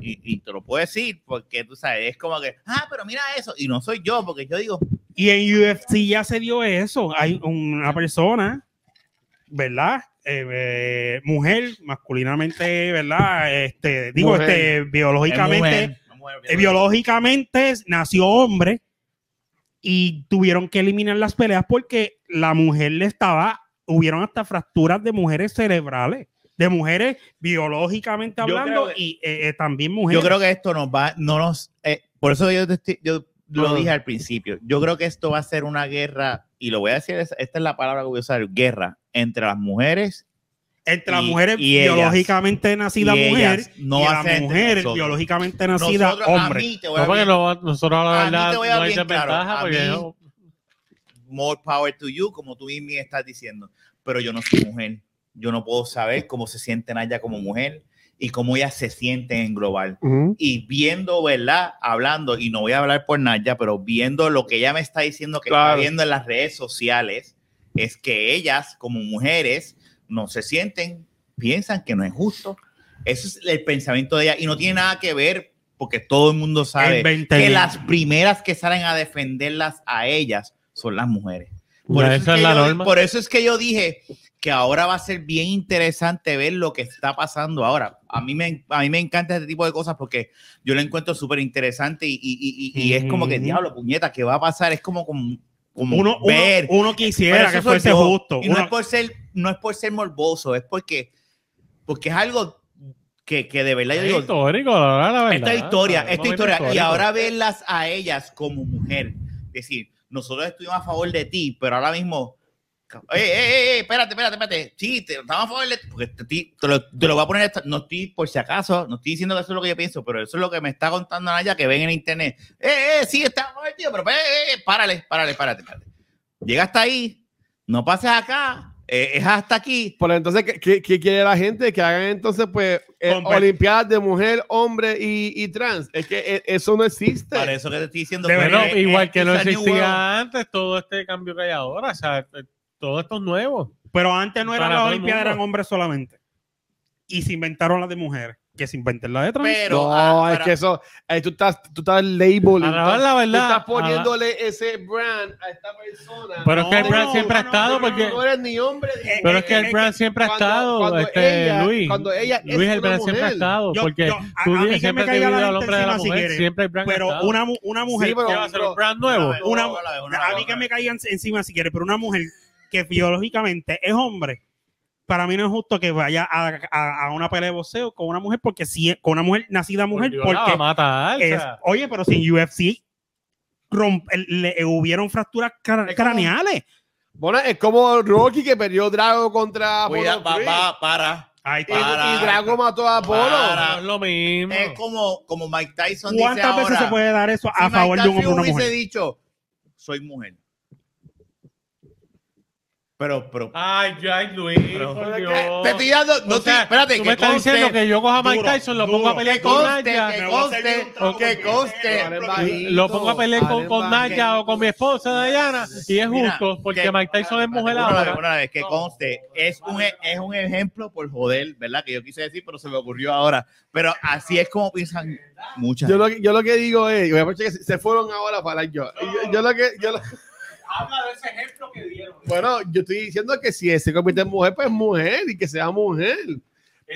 Speaker 3: y, y te lo puedo decir porque tú sabes, es como que, ah, pero mira eso. Y no soy yo, porque yo digo,
Speaker 2: Y en UFC ya se dio eso. Hay una persona, ¿verdad? Eh, eh, mujer, masculinamente, ¿verdad? Este, digo,
Speaker 4: Mujer.
Speaker 2: este, biológicamente.
Speaker 3: es mujer, es mujer,
Speaker 2: Eh, biológicamente nació hombre y tuvieron que eliminar las peleas porque la mujer le estaba, hubieron hasta fracturas de mujeres cerebrales, de mujeres biológicamente
Speaker 3: Yo creo
Speaker 2: hablando
Speaker 3: que-
Speaker 2: y eh, eh, también mujeres.
Speaker 5: Pues.
Speaker 3: Yo creo que esto nos va, no nos, eh, por eso yo, te estoy- yo lo
Speaker 5: Ah.
Speaker 4: Ajá.
Speaker 3: dije al principio, yo creo que esto va a ser una guerra, y lo voy a decir, es- esta es la palabra que voy a usar, guerra entre las mujeres
Speaker 2: entre las
Speaker 3: y-
Speaker 2: mujeres
Speaker 3: y ellas.
Speaker 2: biológicamente
Speaker 3: y
Speaker 2: nacidas mujeres
Speaker 3: ellas. No
Speaker 2: y
Speaker 3: va a
Speaker 2: las
Speaker 3: ser entre
Speaker 2: mujeres
Speaker 3: nosotros.
Speaker 2: biológicamente nacidas
Speaker 3: Nosotros, a
Speaker 2: hombres.
Speaker 3: mí, te voy a
Speaker 5: No, porque
Speaker 3: bien-
Speaker 5: no- nosotros
Speaker 3: A
Speaker 5: la
Speaker 3: mí
Speaker 5: verdad
Speaker 3: te
Speaker 5: no
Speaker 3: voy a
Speaker 5: hay
Speaker 3: bien claro,
Speaker 5: desventaja
Speaker 3: a
Speaker 5: porque
Speaker 3: mí-
Speaker 5: no-
Speaker 3: more power to you, como tú mismo estás diciendo, pero yo no soy mujer, yo no puedo saber cómo se sienten allá como mujer. y cómo ella se siente en global. Y viendo, ¿verdad? Hablando, y no voy a hablar por Naya, pero viendo lo que ella me está diciendo que está
Speaker 4: Claro.
Speaker 3: viendo en las redes sociales, es que ellas, como mujeres, no se sienten, piensan que no es justo. Ese es el pensamiento de ella. Y no tiene nada que ver, porque todo el mundo sabe
Speaker 2: En 20
Speaker 3: que
Speaker 2: mil.
Speaker 3: las primeras que salen a defenderlas a ellas son las mujeres. Por,
Speaker 5: Ya,
Speaker 3: eso es,
Speaker 5: esa es
Speaker 3: que
Speaker 5: la
Speaker 3: yo,
Speaker 5: norma.
Speaker 3: por eso es que yo dije que ahora va a ser bien interesante ver lo que está pasando ahora. A mí me, a mí me encanta este tipo de cosas porque yo lo encuentro súper interesante y, y- y- y- y es como que,
Speaker 2: Ujú.
Speaker 3: diablo, puñeta, ¿qué va a pasar? Es como, como, como
Speaker 2: Uno, uno-
Speaker 3: ver.
Speaker 2: uno
Speaker 3: Pero
Speaker 2: quisiera
Speaker 3: eso
Speaker 2: que
Speaker 3: soy
Speaker 2: fuese
Speaker 3: yo.
Speaker 2: justo.
Speaker 3: Y no,
Speaker 2: Uno-
Speaker 3: es por ser, no es por ser morboso, es porque, porque es algo que, que de verdad yo digo,
Speaker 5: histórico, la verdad, la verdad.
Speaker 3: esta historia,
Speaker 5: Un
Speaker 3: esta
Speaker 5: momento
Speaker 3: historia. Y
Speaker 5: histórico.
Speaker 3: ahora verlas a ellas como mujer. Es decir, nosotros estuvimos a favor de ti, pero ahora mismo. eh, Ey, ey, ey, ey, espérate, espérate, espérate. Sí, te, estamos a favor de ti. Porque te, ti- te lo, te lo voy a poner. esta- No estoy, por si acaso, no estoy diciendo que eso es lo que yo pienso, pero eso es lo que me está contando Naya que ven en internet. Eh, eh, sí, está a favor de ti, pero eh, eh, eh, párale, párale, párate, párate. Llega hasta ahí, no pases acá, eh, es hasta aquí.
Speaker 4: Por entonces, ¿qué- ¿qué, qué quiere la gente? Que hagan entonces, pues, eh,
Speaker 2: Compa-
Speaker 4: Olimpiadas de mujer, hombre y, y trans. Es que eh, eso no existe.
Speaker 3: Para eso que te estoy diciendo.
Speaker 2: De
Speaker 3: pues,
Speaker 5: Bueno,
Speaker 3: eh, eh,
Speaker 5: igual que no
Speaker 3: it's a new world.
Speaker 5: existía antes todo este cambio que hay ahora, o sea, eh, todo esto es nuevo.
Speaker 2: Pero antes no eran
Speaker 5: Para
Speaker 2: las
Speaker 5: todo el
Speaker 2: Olimpiadas,
Speaker 5: mundo.
Speaker 2: eran hombres solamente. Y se inventaron las de mujeres, que se inventen las de trans.
Speaker 3: Pero,
Speaker 4: no,
Speaker 3: ah,
Speaker 4: es
Speaker 3: para-
Speaker 4: que eso, eh, tú estás, tú estás labeling.
Speaker 5: Ahora, la
Speaker 4: tú
Speaker 5: verdad. ah,
Speaker 4: estás poniéndole ese brand a esta persona.
Speaker 5: Pero es que el
Speaker 4: No,
Speaker 5: brand
Speaker 4: no,
Speaker 5: siempre ha
Speaker 2: no,
Speaker 5: estado
Speaker 2: no, no,
Speaker 5: porque.
Speaker 4: No eres ni hombre. ni
Speaker 2: Eh,
Speaker 5: Pero es que
Speaker 2: eh,
Speaker 5: el brand siempre ha
Speaker 4: cuando-
Speaker 5: estado,
Speaker 4: cuando
Speaker 5: este,
Speaker 4: ella-
Speaker 5: Luis.
Speaker 4: cuando ella es
Speaker 5: Luis,
Speaker 4: una
Speaker 5: el brand siempre ha
Speaker 4: mujer.
Speaker 5: estado.
Speaker 2: Yo-
Speaker 5: porque
Speaker 2: yo- a-
Speaker 5: tú
Speaker 2: a mí
Speaker 5: dices
Speaker 2: que
Speaker 5: siempre
Speaker 2: me caiga la
Speaker 5: has dividido al
Speaker 2: gente
Speaker 5: hombre de la
Speaker 2: encima si
Speaker 5: mujer.
Speaker 2: quiere.
Speaker 5: siempre el brand ha
Speaker 2: Pero
Speaker 5: estado.
Speaker 2: una, mu- una mujer.
Speaker 4: pero-
Speaker 5: ¿Qué va a ser un brand nuevo?
Speaker 2: una,
Speaker 3: Una- Una- una-
Speaker 2: a mí que me caigan encima si quiere, pero una mujer que biológicamente es hombre, para mí no es justo que vaya a, a- a una pelea de boxeo con una mujer, porque si con una mujer nacida mujer,
Speaker 5: Porque la va a
Speaker 2: porque
Speaker 5: matar, o sea,
Speaker 2: es- oye, pero sin UFC romp- le, eh, hubieron fracturas cra-
Speaker 4: Es como-
Speaker 2: craneales.
Speaker 4: Bueno, es como Rocky que perdió Drago contra Apollo
Speaker 3: Cuida- va-
Speaker 4: Creed.
Speaker 3: va- para.
Speaker 2: Ahí
Speaker 4: Y,
Speaker 2: está.
Speaker 3: para. Ah,
Speaker 4: y Drago mató a Apolo.
Speaker 3: Para.
Speaker 5: no es lo mismo.
Speaker 3: Es como, como Mike Tyson dice
Speaker 2: ¿Cuántas veces
Speaker 3: ahora,
Speaker 2: se puede dar eso a
Speaker 3: si
Speaker 2: favor
Speaker 3: Mike
Speaker 2: de un hombre o
Speaker 3: Tyson
Speaker 2: una
Speaker 3: hubiese
Speaker 2: mujer?
Speaker 3: dicho, soy mujer. Pero, pero,
Speaker 5: Ay, ay, Luis,
Speaker 3: Pero-
Speaker 5: por
Speaker 4: Pero
Speaker 5: Dios.
Speaker 4: es que
Speaker 3: te estoy dando, no
Speaker 5: Ah, O
Speaker 3: te-
Speaker 5: sea,
Speaker 3: espérate,
Speaker 5: tú
Speaker 3: que
Speaker 5: me estás
Speaker 3: conste,
Speaker 5: diciendo que yo cojo a Mike
Speaker 2: Duro,
Speaker 5: Tyson, lo pongo
Speaker 2: duro.
Speaker 5: a pelear
Speaker 3: que
Speaker 5: con
Speaker 3: conste,
Speaker 5: Naya.
Speaker 3: que
Speaker 2: Me voy a servir
Speaker 3: conste,
Speaker 2: un trago
Speaker 3: que
Speaker 2: porque
Speaker 3: conste.
Speaker 2: me
Speaker 5: lo pongo a pelear con, con Naya o con mi esposa Dayana y es
Speaker 3: Mira,
Speaker 5: justo porque
Speaker 3: que-
Speaker 5: Mike Tyson es mujer
Speaker 3: Una vez,
Speaker 5: ahora.
Speaker 3: una vez, que conste, es un, e- es un ejemplo por joder, ¿verdad? Que yo quise decir, pero se me ocurrió ahora. Pero así es como piensan muchas.
Speaker 4: Yo lo, que- yo lo que digo es, y voy a aprovechar que se- se fueron ahora para hablar yo.
Speaker 3: Ah.
Speaker 4: Yo, yo lo que, yo lo-
Speaker 5: Habla de ese ejemplo que dieron.
Speaker 4: bueno, yo estoy diciendo que si se convierte en mujer, pues es mujer y que sea mujer.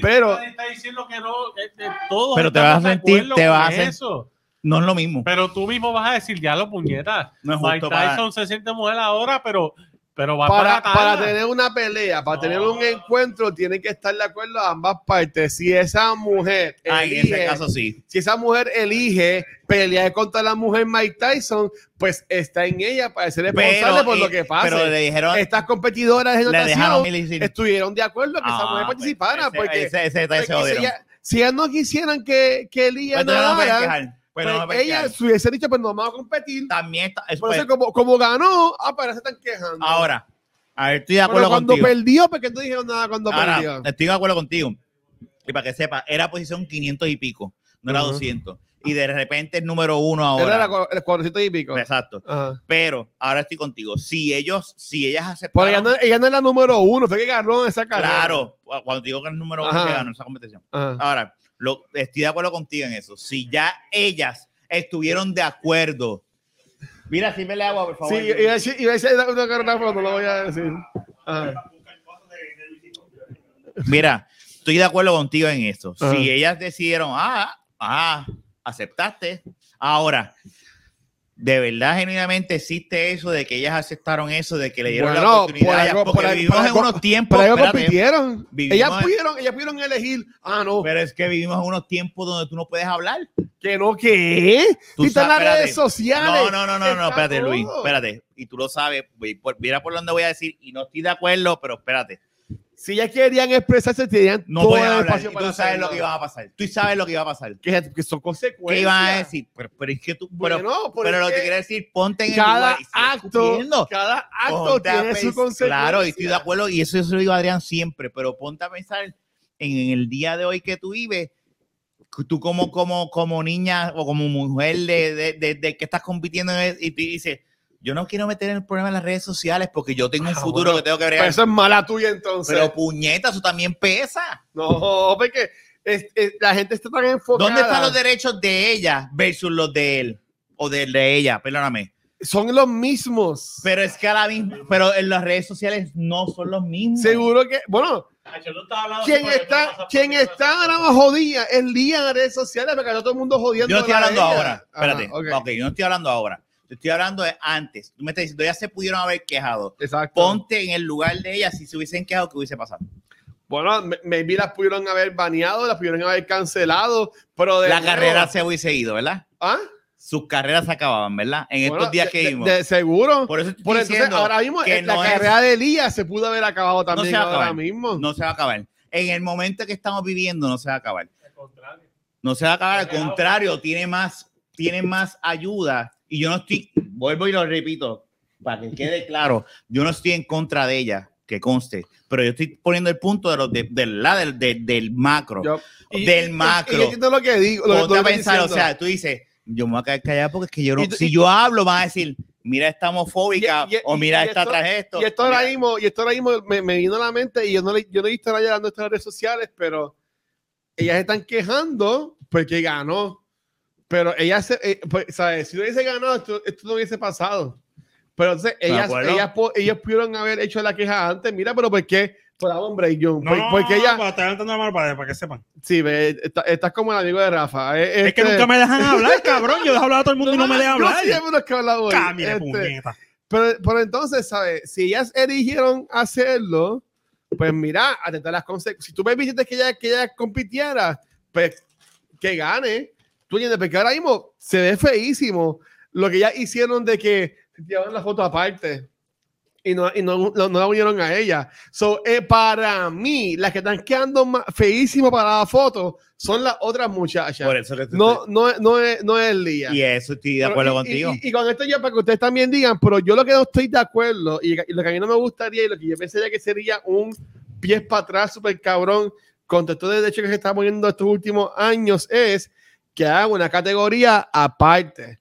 Speaker 4: Pero-
Speaker 5: está diciendo que no, que- que todos
Speaker 3: Pero te
Speaker 5: estamos
Speaker 3: vas a
Speaker 5: de
Speaker 3: sentir-
Speaker 5: acuerdo
Speaker 3: te vas
Speaker 5: con
Speaker 3: a sentir-
Speaker 5: eso.
Speaker 3: No es lo mismo.
Speaker 5: Pero tú mismo vas a decir, ya lo puñetas.
Speaker 3: No es
Speaker 5: Mike
Speaker 3: justo para-
Speaker 5: Tyson se siente mujer ahora, pero, pero va
Speaker 4: para,
Speaker 5: para,
Speaker 4: para tener una pelea, para
Speaker 5: No.
Speaker 4: tener un encuentro, tienen que estar de acuerdo ambas partes. Si esa mujer
Speaker 3: Ah, en ese
Speaker 4: elige-
Speaker 3: caso sí.
Speaker 4: si esa mujer elige pelear contra la mujer Mike Tyson, pues está en ella para ser responsable por
Speaker 3: y-
Speaker 4: lo que pasa.
Speaker 3: Pero le dijeron,
Speaker 4: Estas competidoras de
Speaker 3: le dejaron
Speaker 4: natación
Speaker 3: mil y sin-
Speaker 4: estuvieron de acuerdo que esa
Speaker 3: Ah,
Speaker 4: mujer
Speaker 3: pues,
Speaker 4: participara
Speaker 3: ese-
Speaker 4: porque pues,
Speaker 3: ese, ese,
Speaker 4: porque
Speaker 3: ese
Speaker 4: si,
Speaker 3: jodieron.
Speaker 4: ella- si ellas no quisieran que, que Elías
Speaker 3: Pues no me pueden
Speaker 4: nadara,
Speaker 3: quejar, pues no me
Speaker 4: pues
Speaker 3: pueden
Speaker 4: ella
Speaker 3: quejar.
Speaker 4: se hubiese dicho, pues no vamos a competir.
Speaker 3: también está- eso
Speaker 4: Por eso
Speaker 3: fue-
Speaker 4: como, como ganó, ah, para se están quejando.
Speaker 3: ahora, a ver, estoy de
Speaker 4: Pero
Speaker 3: acuerdo
Speaker 4: cuando
Speaker 3: contigo.
Speaker 4: perdió, porque no dijeron nada cuando
Speaker 3: Ahora,
Speaker 4: perdió.
Speaker 3: estoy de acuerdo contigo. Y para que sepa, era posición 500 y pico, no era
Speaker 4: Ujú.
Speaker 3: 200. Y de repente el número uno
Speaker 4: Era la
Speaker 3: ahora.
Speaker 4: cu- el 400 y pico.
Speaker 3: Exacto.
Speaker 4: Ajá.
Speaker 3: Pero ahora estoy contigo. Si ellos, si ellas
Speaker 4: Pero Pues, ella
Speaker 3: aceptaron,
Speaker 4: no, ella no es la número uno, fue que ganó en esa carrera.
Speaker 3: claro, Ah, cuando digo que el número uno
Speaker 4: Ajá.
Speaker 3: que ganó esa competición.
Speaker 4: Ajá.
Speaker 3: Ahora, lo, estoy de acuerdo contigo en eso. Si ya ellas estuvieron de acuerdo. Mira, sírvele agua, por favor.
Speaker 4: Sí, iba a decir, iba a decir una carrera, pero no lo voy a decir. Ajá.
Speaker 3: Mira, estoy de acuerdo contigo en eso.
Speaker 4: Ajá.
Speaker 3: Si ellas decidieron, ah, ah, aceptaste. Ahora, de verdad, genuinamente existe eso de que ellas aceptaron eso, de que le dieron la
Speaker 4: Bueno,
Speaker 3: oportunidad.
Speaker 4: por
Speaker 3: a ellas?
Speaker 4: algo-
Speaker 3: porque
Speaker 4: por algo-
Speaker 3: vivimos
Speaker 4: por algo-
Speaker 3: en unos tiempos.
Speaker 4: Pero ellos
Speaker 3: espérate,
Speaker 4: compitieron.
Speaker 3: Vivimos
Speaker 4: Ellas
Speaker 3: en-
Speaker 4: pudieron, ellas pudieron elegir. Ah, no.
Speaker 3: pero es que vivimos en unos tiempos donde tú no puedes hablar.
Speaker 4: Que no, ¿qué?
Speaker 3: Tú
Speaker 4: Si están
Speaker 3: sabes-
Speaker 4: las redes
Speaker 3: espérate.
Speaker 4: sociales.
Speaker 3: No, no, no, no, no,
Speaker 4: Está
Speaker 3: espérate,
Speaker 4: todo.
Speaker 3: Luis, espérate. Y tú lo sabes, voy por- mira por dónde voy a decir, y no estoy de acuerdo, pero espérate.
Speaker 4: Si ellas querían expresarse, tenían
Speaker 3: No
Speaker 4: todo
Speaker 3: voy
Speaker 4: el
Speaker 3: a hablar.
Speaker 4: espacio
Speaker 3: Y
Speaker 4: para
Speaker 3: tú sabes
Speaker 4: hacerlo.
Speaker 3: lo que iba a pasar. Tú sabes lo que iba a pasar.
Speaker 4: que, que son
Speaker 3: ¿Qué
Speaker 4: consecuencias.
Speaker 3: iban a decir? Pero, pero es que tú.
Speaker 4: Bueno,
Speaker 3: pero
Speaker 4: porque
Speaker 3: pero lo que quiero decir, ponte en el
Speaker 4: cada
Speaker 3: lugar y si estás
Speaker 4: acto,
Speaker 3: cumpliendo,
Speaker 4: cada acto
Speaker 3: ponte a
Speaker 4: tiene su
Speaker 3: pens-
Speaker 4: consecuencia.
Speaker 3: Claro, y estoy de acuerdo, y eso, eso lo digo a Adrián siempre, pero ponte a pensar en el día de hoy que tú vives, tú como, como, como niña o como mujer de, de- de- de que estás compitiendo en el- y tú dices, yo no quiero meter el problema en las redes sociales porque yo tengo un
Speaker 4: Ah,
Speaker 3: futuro
Speaker 4: bueno,
Speaker 3: que tengo que
Speaker 4: Pero
Speaker 3: bregar.
Speaker 4: eso es mala tuya entonces.
Speaker 3: Pero puñeta, eso también pesa.
Speaker 4: no, porque es- es- la gente está tan enfocada.
Speaker 3: ¿Dónde están los derechos de ella versus los de él? O del de ella, perdóname.
Speaker 4: Son los mismos.
Speaker 3: Pero es que a la misma, pero en las redes sociales no son los mismos.
Speaker 4: Seguro que, bueno,
Speaker 5: Ah,
Speaker 4: quien está, quien está ahora más jodida es Lía en las redes sociales porque no todo el mundo jodiendo.
Speaker 3: Yo no estoy
Speaker 4: a la
Speaker 3: hablando
Speaker 4: ella.
Speaker 3: ahora.
Speaker 4: Ajá,
Speaker 3: Espérate.
Speaker 4: ok,
Speaker 3: ok, yo no estoy hablando ahora. Yo estoy hablando de antes. Tú me estás diciendo, ya se pudieron haber quejado.
Speaker 4: Exacto.
Speaker 3: Ponte en el lugar de ella si se hubiesen quejado, ¿qué hubiese pasado?
Speaker 4: Bueno, me- maybe las pudieron haber baneado, las pudieron haber cancelado, pero de
Speaker 3: La
Speaker 4: nuevo-
Speaker 3: carrera se hubiese ido, ¿verdad?
Speaker 4: ¿Ah?
Speaker 3: Sus carreras se acababan, ¿verdad? En
Speaker 4: Bueno,
Speaker 3: estos días que
Speaker 4: de-
Speaker 3: vimos.
Speaker 4: de- de seguro.
Speaker 3: Por eso estoy
Speaker 4: Por entonces,
Speaker 3: diciendo
Speaker 4: ahora mismo,
Speaker 3: que
Speaker 4: eh, la
Speaker 3: no es-
Speaker 4: carrera de Elías se pudo haber acabado
Speaker 3: se
Speaker 4: también
Speaker 3: va a
Speaker 4: ahora
Speaker 3: acabar.
Speaker 4: mismo.
Speaker 3: no se va a acabar. En el momento que estamos viviendo no se va a acabar. No se va a acabar, al contrario, tiene más, tiene más ayuda. Y yo no estoy, vuelvo y lo repito, para que quede claro, yo no estoy en contra de ella, que conste, pero yo estoy poniendo el punto de los de- del, la- del, del- del macro.
Speaker 4: Yo-
Speaker 3: del
Speaker 4: y-
Speaker 3: macro.
Speaker 4: y yo entiendo lo que digo. Lo,
Speaker 3: Ponte
Speaker 4: lo
Speaker 3: a
Speaker 4: que
Speaker 3: pensar, o
Speaker 4: estoy diciendo.
Speaker 3: sea, tú dices, yo me voy a caer callado porque es que yo no,
Speaker 4: Y tú-
Speaker 3: si
Speaker 4: y-
Speaker 3: yo hablo, van a decir, mira esta homofóbica,
Speaker 4: Y- y-
Speaker 3: o mira
Speaker 4: y
Speaker 3: esta
Speaker 4: esto-
Speaker 3: tras esto.
Speaker 4: y esto ahora
Speaker 3: Mira,
Speaker 4: mismo, y esto ahora mismo me, me vino a la mente y yo no, le, yo no he visto a nadie dando estas redes sociales, pero ellas están quejando porque ganó. Pero ellas, se- eh, pues, ¿sabes? Si no hubiese ganado, esto, esto no hubiese pasado. Pero entonces, ellas,
Speaker 3: acuerdo.
Speaker 4: ellas, po- ellas pudieron haber hecho la queja antes. Mira, pero ¿por qué? Por la hombre, y yo.
Speaker 2: No,
Speaker 4: por-
Speaker 2: no,
Speaker 4: porque
Speaker 2: no,
Speaker 4: ella.
Speaker 2: pero estoy levantando la mano para, para que sepan.
Speaker 4: Sí, ve, está- estás como el amigo de Rafa. eh,
Speaker 2: Es que
Speaker 4: este-
Speaker 2: nunca me dejan hablar, cabrón. Yo dejo hablar a todo el mundo y no me dejan
Speaker 4: yo
Speaker 2: hablar.
Speaker 4: siempre que habla hoy,
Speaker 2: Camine,
Speaker 4: este,
Speaker 2: puñeta.
Speaker 4: pero, pero entonces, ¿sabes? Si ellas eligieron hacerlo, pues mira, atentar las consecuencias. Si tú me dijiste que ella, que ella compitiera, pues que gane. Tú entiendes, porque ahora mismo se ve feísimo lo que ellas hicieron de que llevaron la foto aparte y no, y no, no, no la unieron a ella. So, eh, para mí, las que están quedando más feísimo para la foto son las otras muchachas.
Speaker 3: por eso que tú-
Speaker 4: No, no, es- no, es, no es el día.
Speaker 3: y eso estoy de
Speaker 4: Pero-
Speaker 3: acuerdo
Speaker 4: y-
Speaker 3: contigo.
Speaker 4: Y, y con esto ya para que ustedes también digan, pero yo lo que no estoy de acuerdo y, y lo que a mí no me gustaría y lo que yo pensaría que sería un pies para atrás súper cabrón con todo esto de derecho que se está poniendo estos últimos años es que haga una categoría aparte.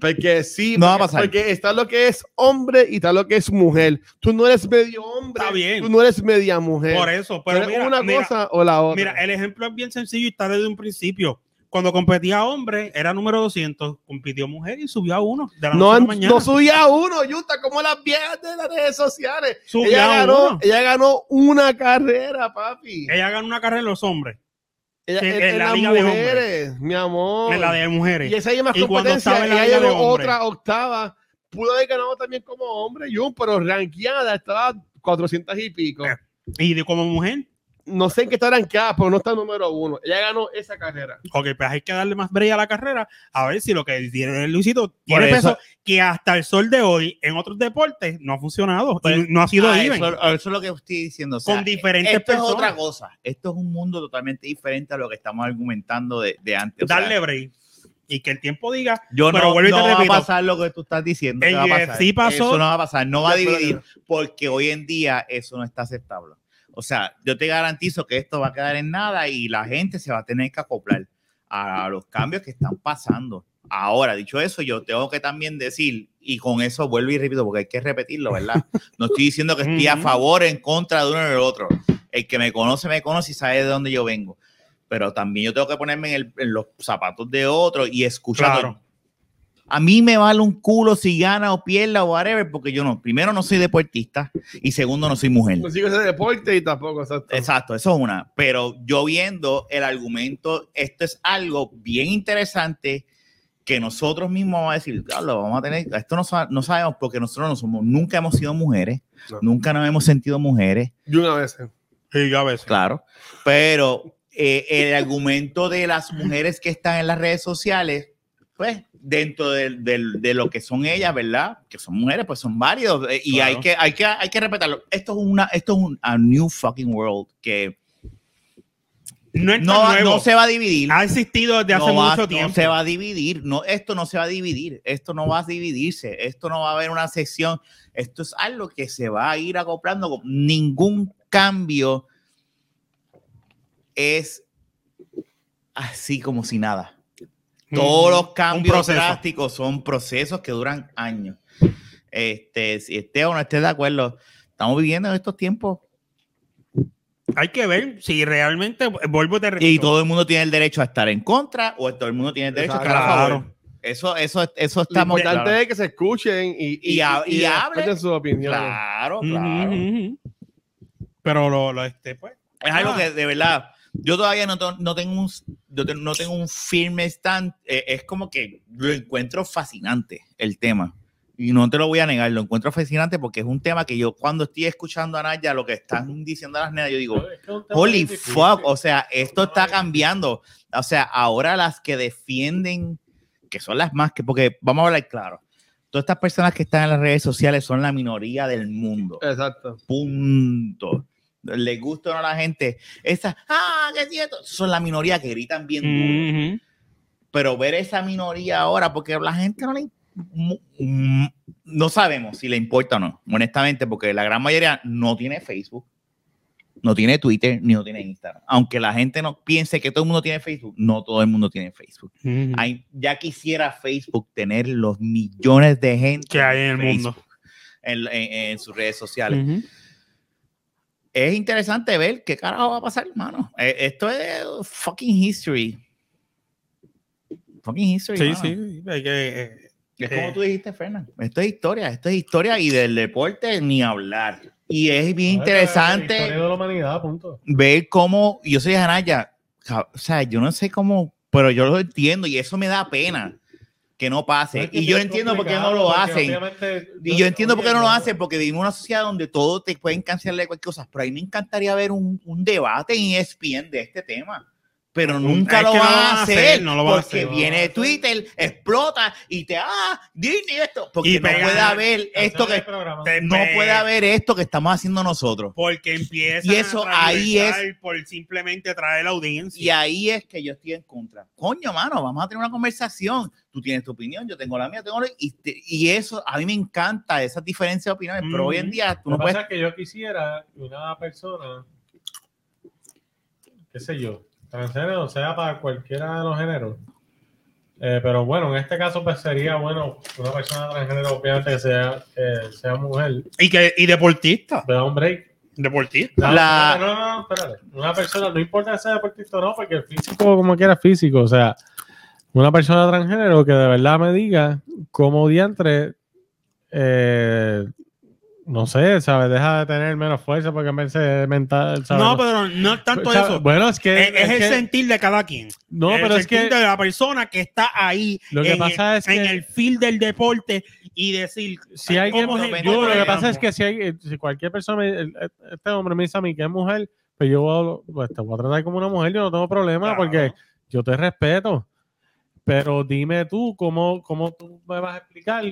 Speaker 4: Porque sí,
Speaker 3: No va a
Speaker 4: porque-
Speaker 3: pasar.
Speaker 4: porque está lo que es hombre y está lo que es mujer. Tú no eres medio hombre,
Speaker 2: Está bien.
Speaker 4: tú no eres media mujer.
Speaker 2: Por eso,
Speaker 4: Tú
Speaker 2: pero
Speaker 4: eres
Speaker 2: mira,
Speaker 4: una
Speaker 2: mira,
Speaker 4: cosa o la otra.
Speaker 2: Mira, eh, el ejemplo es bien sencillo y está desde un principio. Cuando competía hombre, era número 200, compitió mujer y subió a uno de la noche
Speaker 4: No,
Speaker 2: a la mañana.
Speaker 4: no subía uno, Yuta, como las viejas de las redes sociales.
Speaker 2: Subía
Speaker 4: ella, ganó,
Speaker 2: uno.
Speaker 4: ella ganó una carrera, papi.
Speaker 2: Ella ganó una carrera en los hombres,
Speaker 4: Ella-
Speaker 2: en-
Speaker 4: en,
Speaker 2: en la
Speaker 4: las
Speaker 2: liga de
Speaker 4: mujeres, mi amor.
Speaker 2: en la de mujeres.
Speaker 4: Y esa es más
Speaker 2: Y cuando estaba
Speaker 4: competencia.
Speaker 2: en la
Speaker 4: Ella
Speaker 2: liga de
Speaker 4: llegó
Speaker 2: hombres.
Speaker 4: otra octava. Pudo haber ganado también como hombre, Jun, pero ranqueada estaba 400 y pico.
Speaker 2: Eh. Y de como mujer,
Speaker 4: No sé en qué está ranqueada, pero no está número uno. Ella ganó esa carrera.
Speaker 2: ok, pues hay que darle más brilla a la carrera, a ver si lo que tiene Luisito
Speaker 3: Por
Speaker 2: tiene
Speaker 3: eso-
Speaker 2: peso, que hasta el sol de hoy en otros deportes no ha funcionado,
Speaker 3: Pues,
Speaker 2: y no ha sido
Speaker 3: Ah,
Speaker 2: even.
Speaker 3: Eso, eso es lo que estoy diciendo. o sea,
Speaker 2: Con diferentes
Speaker 3: esto
Speaker 2: personas.
Speaker 3: es otra cosa. Esto es un mundo totalmente diferente a lo que estamos argumentando de, de antes. o sea,
Speaker 2: darle break y que el tiempo diga,
Speaker 3: yo
Speaker 2: pero
Speaker 3: no,
Speaker 2: vuelvo y te
Speaker 3: no va a
Speaker 2: repito.
Speaker 3: pasar lo que tú estás diciendo. que
Speaker 2: El
Speaker 3: va a pasar.
Speaker 2: UFC pasó.
Speaker 3: Eso no va a pasar. No va a
Speaker 4: Ya, pero-
Speaker 3: dividir porque hoy en día eso no está aceptable. O sea, yo te garantizo que esto va a quedar en nada y la gente se va a tener que acoplar a los cambios que están pasando. Ahora, dicho eso, yo tengo que también decir, y con eso vuelvo y repito, porque hay que repetirlo, ¿verdad? No estoy diciendo que estoy a
Speaker 2: Ujú.
Speaker 3: favor o en contra de uno o del otro. El que me conoce, me conoce y sabe de dónde yo vengo. Pero también yo tengo que ponerme en, el- en los zapatos de otro y escuchar.
Speaker 2: Claro.
Speaker 3: A mí me vale un culo si gana o pierda o whatever, porque yo no, primero no soy deportista y segundo no soy mujer.
Speaker 4: No sigo ese deporte y tampoco, exacto.
Speaker 3: Exacto, eso es una. Pero yo viendo el argumento, esto es algo bien interesante que nosotros mismos vamos a decir, "Diablo, vamos a tener, esto no, sa- no sabemos porque nosotros no somos, nunca hemos sido mujeres,
Speaker 4: No.
Speaker 3: nunca nos hemos sentido mujeres,
Speaker 4: Y una vez.
Speaker 2: Sí, yo a veces.
Speaker 3: claro, pero eh, el argumento de las mujeres que están en las redes sociales, pues dentro del- del- de, lo que son ellas, ¿verdad? Que son mujeres, pues son válidos eh, y
Speaker 2: Claro.
Speaker 3: hay, que, hay, que, hay que respetarlo. Esto es, una, esto es un a new fucking world que
Speaker 2: No, es tan
Speaker 3: no, va-
Speaker 2: nuevo.
Speaker 3: no se va a dividir.
Speaker 2: ha existido desde hace
Speaker 3: no va-
Speaker 2: mucho
Speaker 3: no
Speaker 2: tiempo.
Speaker 3: se va a dividir. No, esto no se va a dividir. Esto no va a dividirse. Esto no va a haber una sección. Esto es algo que se va a ir acoplando. con Ningún cambio es así como si nada. Todos los cambios
Speaker 2: proceso.
Speaker 3: drásticos son procesos que duran años. Este, si esté o no esté de acuerdo, estamos viviendo en estos tiempos
Speaker 2: Hay que ver si realmente, vuelvo y te repito.
Speaker 3: y todo el mundo tiene el derecho a estar en contra o todo el mundo tiene el derecho a estar a
Speaker 2: Claro.
Speaker 3: favor. Eso, eso, eso
Speaker 4: Lo
Speaker 3: estamos
Speaker 4: importante es que se escuchen y,
Speaker 3: Y ha- y hablen.
Speaker 4: respeten sus opiniones.
Speaker 3: Claro,
Speaker 2: Ujú,
Speaker 3: claro.
Speaker 2: ujú. Pero lo, lo este, pues.
Speaker 3: Es algo que de verdad, yo todavía no, to- no tengo un yo te- no tengo un firme stand. eh, es como que lo encuentro fascinante el tema. Y no te lo voy a negar, lo encuentro fascinante porque es un tema que yo cuando estoy escuchando a Naya, lo que están diciendo las nenas, yo digo, holy fuck, o sea, esto está cambiando. O sea, ahora las que defienden, que son las más que, porque vamos a hablar claro, todas estas personas que están en las redes sociales son la minoría del mundo
Speaker 4: Exacto.
Speaker 3: punto. Les gusta o no a la gente. Esas, ah, qué cierto. Son la minoría que gritan bien duro.
Speaker 2: Ujú.
Speaker 3: Pero ver esa minoría ahora, porque la gente no le. mu- mm, No sabemos si le importa o no, honestamente, porque la gran mayoría no tiene Facebook, no tiene Twitter, ni no tiene Instagram. Aunque la gente no piense que todo el mundo tiene Facebook, no todo el mundo tiene Facebook.
Speaker 2: Ujú.
Speaker 3: Ay, ya quisiera Facebook tener los millones de gente
Speaker 2: Que hay en el
Speaker 3: Facebook,
Speaker 2: mundo. Mm.
Speaker 3: en- en- en sus redes sociales
Speaker 2: Ujú.
Speaker 3: es interesante ver qué carajo va a pasar, hermano. Eh, esto es fucking history. Fucking history.
Speaker 2: Sí,
Speaker 3: mano.
Speaker 2: sí. hay que, eh,
Speaker 3: Es
Speaker 2: Eh.
Speaker 3: como tú dijiste, Fernan. Esto es historia, esto es historia y del deporte ni hablar. Y es bien
Speaker 5: Historia de
Speaker 3: interesante
Speaker 5: la humanidad, punto.
Speaker 3: ver cómo, yo soy Janaya, ca- o sea, yo no sé cómo, pero yo lo entiendo y eso me da pena que no pase.
Speaker 5: Es que
Speaker 3: Y yo
Speaker 5: es
Speaker 3: entiendo por qué no
Speaker 5: complicado,
Speaker 3: lo
Speaker 5: porque
Speaker 3: hacen.
Speaker 5: obviamente-
Speaker 3: Y yo entiendo por qué no lo
Speaker 5: Oye,
Speaker 3: hacen, porque vivimos en una sociedad donde todo te pueden cancelar cualquier cosa. Pero a mí me encantaría ver un, un debate en ESPN de este tema. Pero nunca
Speaker 2: es
Speaker 3: lo,
Speaker 2: que
Speaker 3: van a hacer,
Speaker 2: no lo van a
Speaker 3: porque
Speaker 2: hacer, no lo
Speaker 3: viene
Speaker 5: van a
Speaker 3: Twitter, explota y te ah, Disney esto, porque
Speaker 2: Y
Speaker 3: no
Speaker 2: pega-
Speaker 3: puede haber
Speaker 5: Cancela
Speaker 3: esto
Speaker 5: el
Speaker 3: que
Speaker 5: programa.
Speaker 2: te-
Speaker 3: no
Speaker 2: me-
Speaker 3: puede haber esto que estamos haciendo nosotros.
Speaker 2: Porque empieza
Speaker 3: Y eso ahí es-
Speaker 2: por simplemente traer la audiencia.
Speaker 3: Y ahí es que yo estoy en contra. Coño, mano, vamos a tener una conversación. Tú tienes tu opinión, yo tengo la mía, tengo la y, te- y eso a mí me encanta esas diferencias de opiniones. Pero
Speaker 2: Ujú.
Speaker 3: hoy en día tú
Speaker 5: Lo
Speaker 3: no
Speaker 5: que
Speaker 3: puedes
Speaker 5: pasa es que yo quisiera que una persona, qué sé yo, transgénero, sea para cualquiera de los géneros. Eh, pero bueno, en este caso pues, sería bueno una persona transgénero, obviamente, que sea, que sea mujer,
Speaker 2: Y, que, y deportista.
Speaker 5: me da un break.
Speaker 2: Deportista.
Speaker 5: No,
Speaker 3: La-
Speaker 5: espérate, no, no, no, espérate. Una persona, no importa que sea deportista o no, porque el físico, como quiera, es físico. O sea, una persona transgénero que de verdad me diga cómo diantre, eh, no sé, ¿sabes? Deja de tener menos fuerza porque en vez de mental, ¿sabes?
Speaker 2: No, pero no es tanto
Speaker 5: ¿Sabes?
Speaker 2: eso.
Speaker 5: Bueno, es que.
Speaker 2: es, es el
Speaker 5: que-
Speaker 2: sentir de cada quien.
Speaker 5: no,
Speaker 2: el
Speaker 5: pero es
Speaker 2: sentir
Speaker 5: que.
Speaker 2: de la persona que está ahí
Speaker 5: Lo que
Speaker 2: en,
Speaker 5: pasa
Speaker 2: el,
Speaker 5: es que-
Speaker 2: en el field del deporte y decir
Speaker 5: si alguien
Speaker 2: ¿cómo
Speaker 3: no
Speaker 2: se-
Speaker 3: vende-
Speaker 5: yo, lo que
Speaker 3: Digamos.
Speaker 5: pasa es que si, hay, eh, si cualquier persona me- el- este hombre me dice a mí que es mujer pues yo hablo- pues te voy a tratar como una mujer yo no tengo problema
Speaker 2: Claro.
Speaker 5: porque yo te respeto pero dime tú cómo, cómo tú me vas a explicar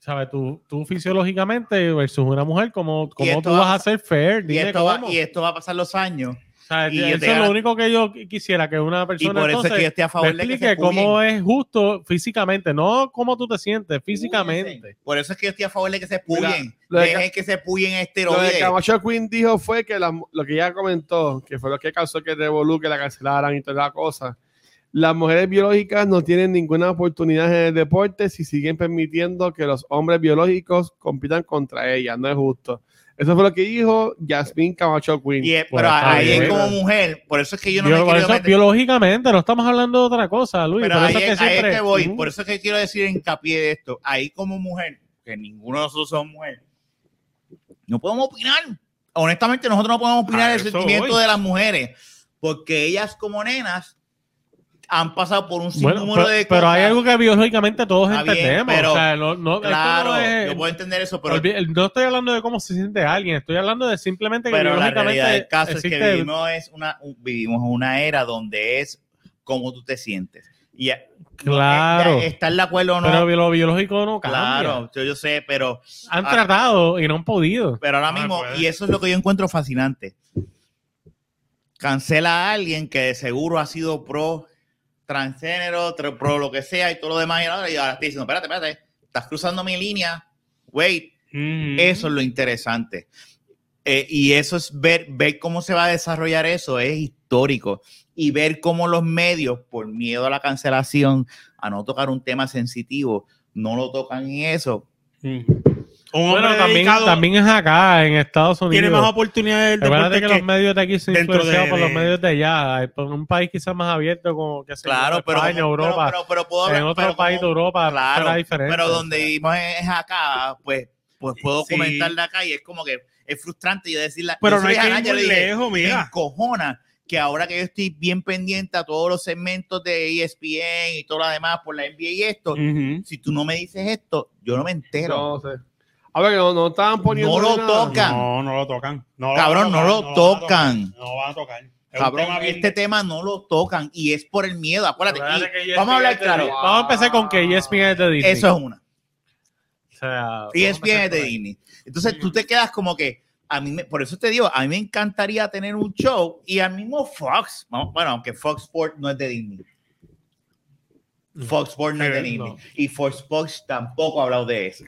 Speaker 5: sabes tú, tú fisiológicamente versus una mujer cómo, cómo
Speaker 3: esto
Speaker 5: tú
Speaker 3: va-
Speaker 5: vas a ser fair
Speaker 3: Y
Speaker 5: dime
Speaker 3: esto, va,
Speaker 5: cómo
Speaker 3: y esto va a pasar los años.
Speaker 5: ¿Sabes?
Speaker 3: y yo
Speaker 5: eso
Speaker 3: te
Speaker 5: es
Speaker 3: gano.
Speaker 5: lo único que yo quisiera que una
Speaker 3: Y
Speaker 5: persona
Speaker 3: por eso es que yo
Speaker 5: entonces,
Speaker 3: estoy a
Speaker 5: me
Speaker 3: favor de que
Speaker 5: explique
Speaker 3: se cuiden.
Speaker 5: cómo es justo físicamente no cómo tú te sientes
Speaker 3: Cuídense.
Speaker 5: físicamente
Speaker 3: Por eso es que yo estoy a favor de que se puyen.
Speaker 4: lo de
Speaker 3: Dejen que se puyen
Speaker 4: Lo que
Speaker 3: esteroides.
Speaker 4: Camacho Queen dijo fue que la- lo que ella comentó, que fue lo que causó que Revolu que la cancelaran y toda la cosa. Las mujeres biológicas no tienen ninguna oportunidad en el deporte si siguen permitiendo que los hombres biológicos compitan contra ellas. No es justo. Eso fue lo que dijo Jasmine Camacho Queen.
Speaker 3: Y es-
Speaker 5: Pues
Speaker 3: pero
Speaker 5: está
Speaker 3: ahí es
Speaker 5: bien.
Speaker 3: como mujer. Por eso es que yo no
Speaker 5: Bio-
Speaker 3: me
Speaker 5: por
Speaker 3: quiero
Speaker 5: eso,
Speaker 3: meter.
Speaker 5: biológicamente, no estamos hablando de otra cosa, Luis.
Speaker 3: Pero
Speaker 5: por
Speaker 3: ahí,
Speaker 5: eso
Speaker 3: es,
Speaker 5: que
Speaker 3: ahí es
Speaker 5: siempre-
Speaker 3: que voy.
Speaker 5: Mm.
Speaker 3: Por eso es que quiero decir hincapié de esto. Ahí como mujer, que ninguno de nosotros somos mujer, no podemos opinar. Honestamente, nosotros no podemos opinar
Speaker 2: A
Speaker 3: el
Speaker 2: eso
Speaker 3: sentimiento
Speaker 2: voy.
Speaker 3: de las mujeres. Porque ellas como nenas han pasado por un
Speaker 5: Bueno,
Speaker 3: sinnúmero
Speaker 5: pero,
Speaker 3: de
Speaker 5: pero hay
Speaker 3: cosas.
Speaker 5: algo que biológicamente todos
Speaker 3: Está bien,
Speaker 5: entendemos.
Speaker 3: pero-
Speaker 5: o sea, no, no- esto no
Speaker 3: Claro,
Speaker 5: es-
Speaker 3: yo puedo entender eso, pero
Speaker 5: olvi- el- no estoy hablando de cómo se siente alguien, estoy hablando de simplemente que
Speaker 3: Pero la
Speaker 5: biológicamente
Speaker 3: realidad del caso es que
Speaker 5: existe-
Speaker 3: vivimos, es una, un- vivimos en una era donde es cómo tú te sientes. Y ya-
Speaker 5: Claro.
Speaker 3: ya estar de acuerdo o no,
Speaker 5: Pero lo biológico no cambia.
Speaker 3: claro, yo, yo sé, pero,
Speaker 5: Han
Speaker 3: Ah.
Speaker 5: tratado y no han podido.
Speaker 3: pero ahora
Speaker 2: No me
Speaker 3: mismo,
Speaker 2: puede.
Speaker 3: y eso es lo que yo encuentro fascinante. Cancela a alguien que de seguro ha sido pro transgénero, tro- pro lo que sea y todo lo demás, y ahora, y ahora estoy diciendo, espérate, espérate, estás cruzando mi línea, wait,
Speaker 2: Ujú.
Speaker 3: Eso es lo interesante. Eh, y eso es ver, ver cómo se va a desarrollar eso, es histórico. Y ver cómo los medios, por miedo a la cancelación, a no tocar un tema sensitivo, no lo tocan en eso.
Speaker 2: Un hombre
Speaker 5: Bueno, también,
Speaker 2: dedicado
Speaker 5: también es acá, en Estados Unidos.
Speaker 2: tiene más oportunidades del
Speaker 5: Recuerda
Speaker 2: deporte
Speaker 5: que,
Speaker 2: que,
Speaker 5: los medios de aquí son
Speaker 2: dentro
Speaker 5: influenciados
Speaker 2: de-
Speaker 5: por los
Speaker 2: de-
Speaker 5: medios de allá. Por un país quizás más abierto, como que
Speaker 3: Claro, pero,
Speaker 5: España,
Speaker 3: como- pero-
Speaker 5: Europa.
Speaker 3: pero- pero puedo
Speaker 5: en
Speaker 3: hablar-
Speaker 5: otro
Speaker 3: pero
Speaker 5: país de
Speaker 3: como-
Speaker 5: Europa ¿eh?
Speaker 3: Claro,
Speaker 5: será diferente.
Speaker 3: pero donde vivimos es acá, pues, pues puedo
Speaker 2: Sí.
Speaker 3: comentarle acá y es como que es frustrante yo decirle.
Speaker 2: Pero
Speaker 3: yo
Speaker 2: no hay
Speaker 3: soy
Speaker 2: que
Speaker 3: Ana,
Speaker 2: ir
Speaker 3: yo
Speaker 2: muy
Speaker 3: le dije,
Speaker 2: lejos,
Speaker 3: me
Speaker 2: mira.
Speaker 3: encojona que ahora que yo estoy bien pendiente a todos los segmentos de E ESPN y todo lo demás por la NBA y esto,
Speaker 2: Ujú.
Speaker 3: si tú no me dices esto, yo no me entero.
Speaker 4: No sé. A ver, no, no estaban poniendo.
Speaker 3: No lo
Speaker 4: nada.
Speaker 3: tocan.
Speaker 2: No, no lo tocan. No lo
Speaker 3: Cabrón,
Speaker 2: van a
Speaker 3: no lo
Speaker 2: tocar,
Speaker 3: tocan.
Speaker 2: No van a tocar. No van a tocar. Es un
Speaker 3: Cabrón,
Speaker 2: tema bien-
Speaker 3: este tema no lo tocan y es por el miedo, acuérdate.
Speaker 5: Acuérdate
Speaker 3: Y
Speaker 5: que ESPN
Speaker 3: vamos a hablar
Speaker 5: es de-
Speaker 3: claro.
Speaker 5: Vamos a empezar con que ESPN es de Disney.
Speaker 3: Eso es una.
Speaker 5: O sea, vamos a
Speaker 3: Y es bien
Speaker 5: empezar
Speaker 3: de
Speaker 5: por ahí.
Speaker 3: Disney. Entonces tú te quedas como que, a mí me- por eso te digo, a mí me encantaría tener un show y al mismo Fox, ¿no? bueno, aunque Fox Sports no es de Disney. Fox Sports no es de
Speaker 5: Sí,
Speaker 3: Disney.
Speaker 5: no.
Speaker 3: Y Fox Sports tampoco ha hablado de eso.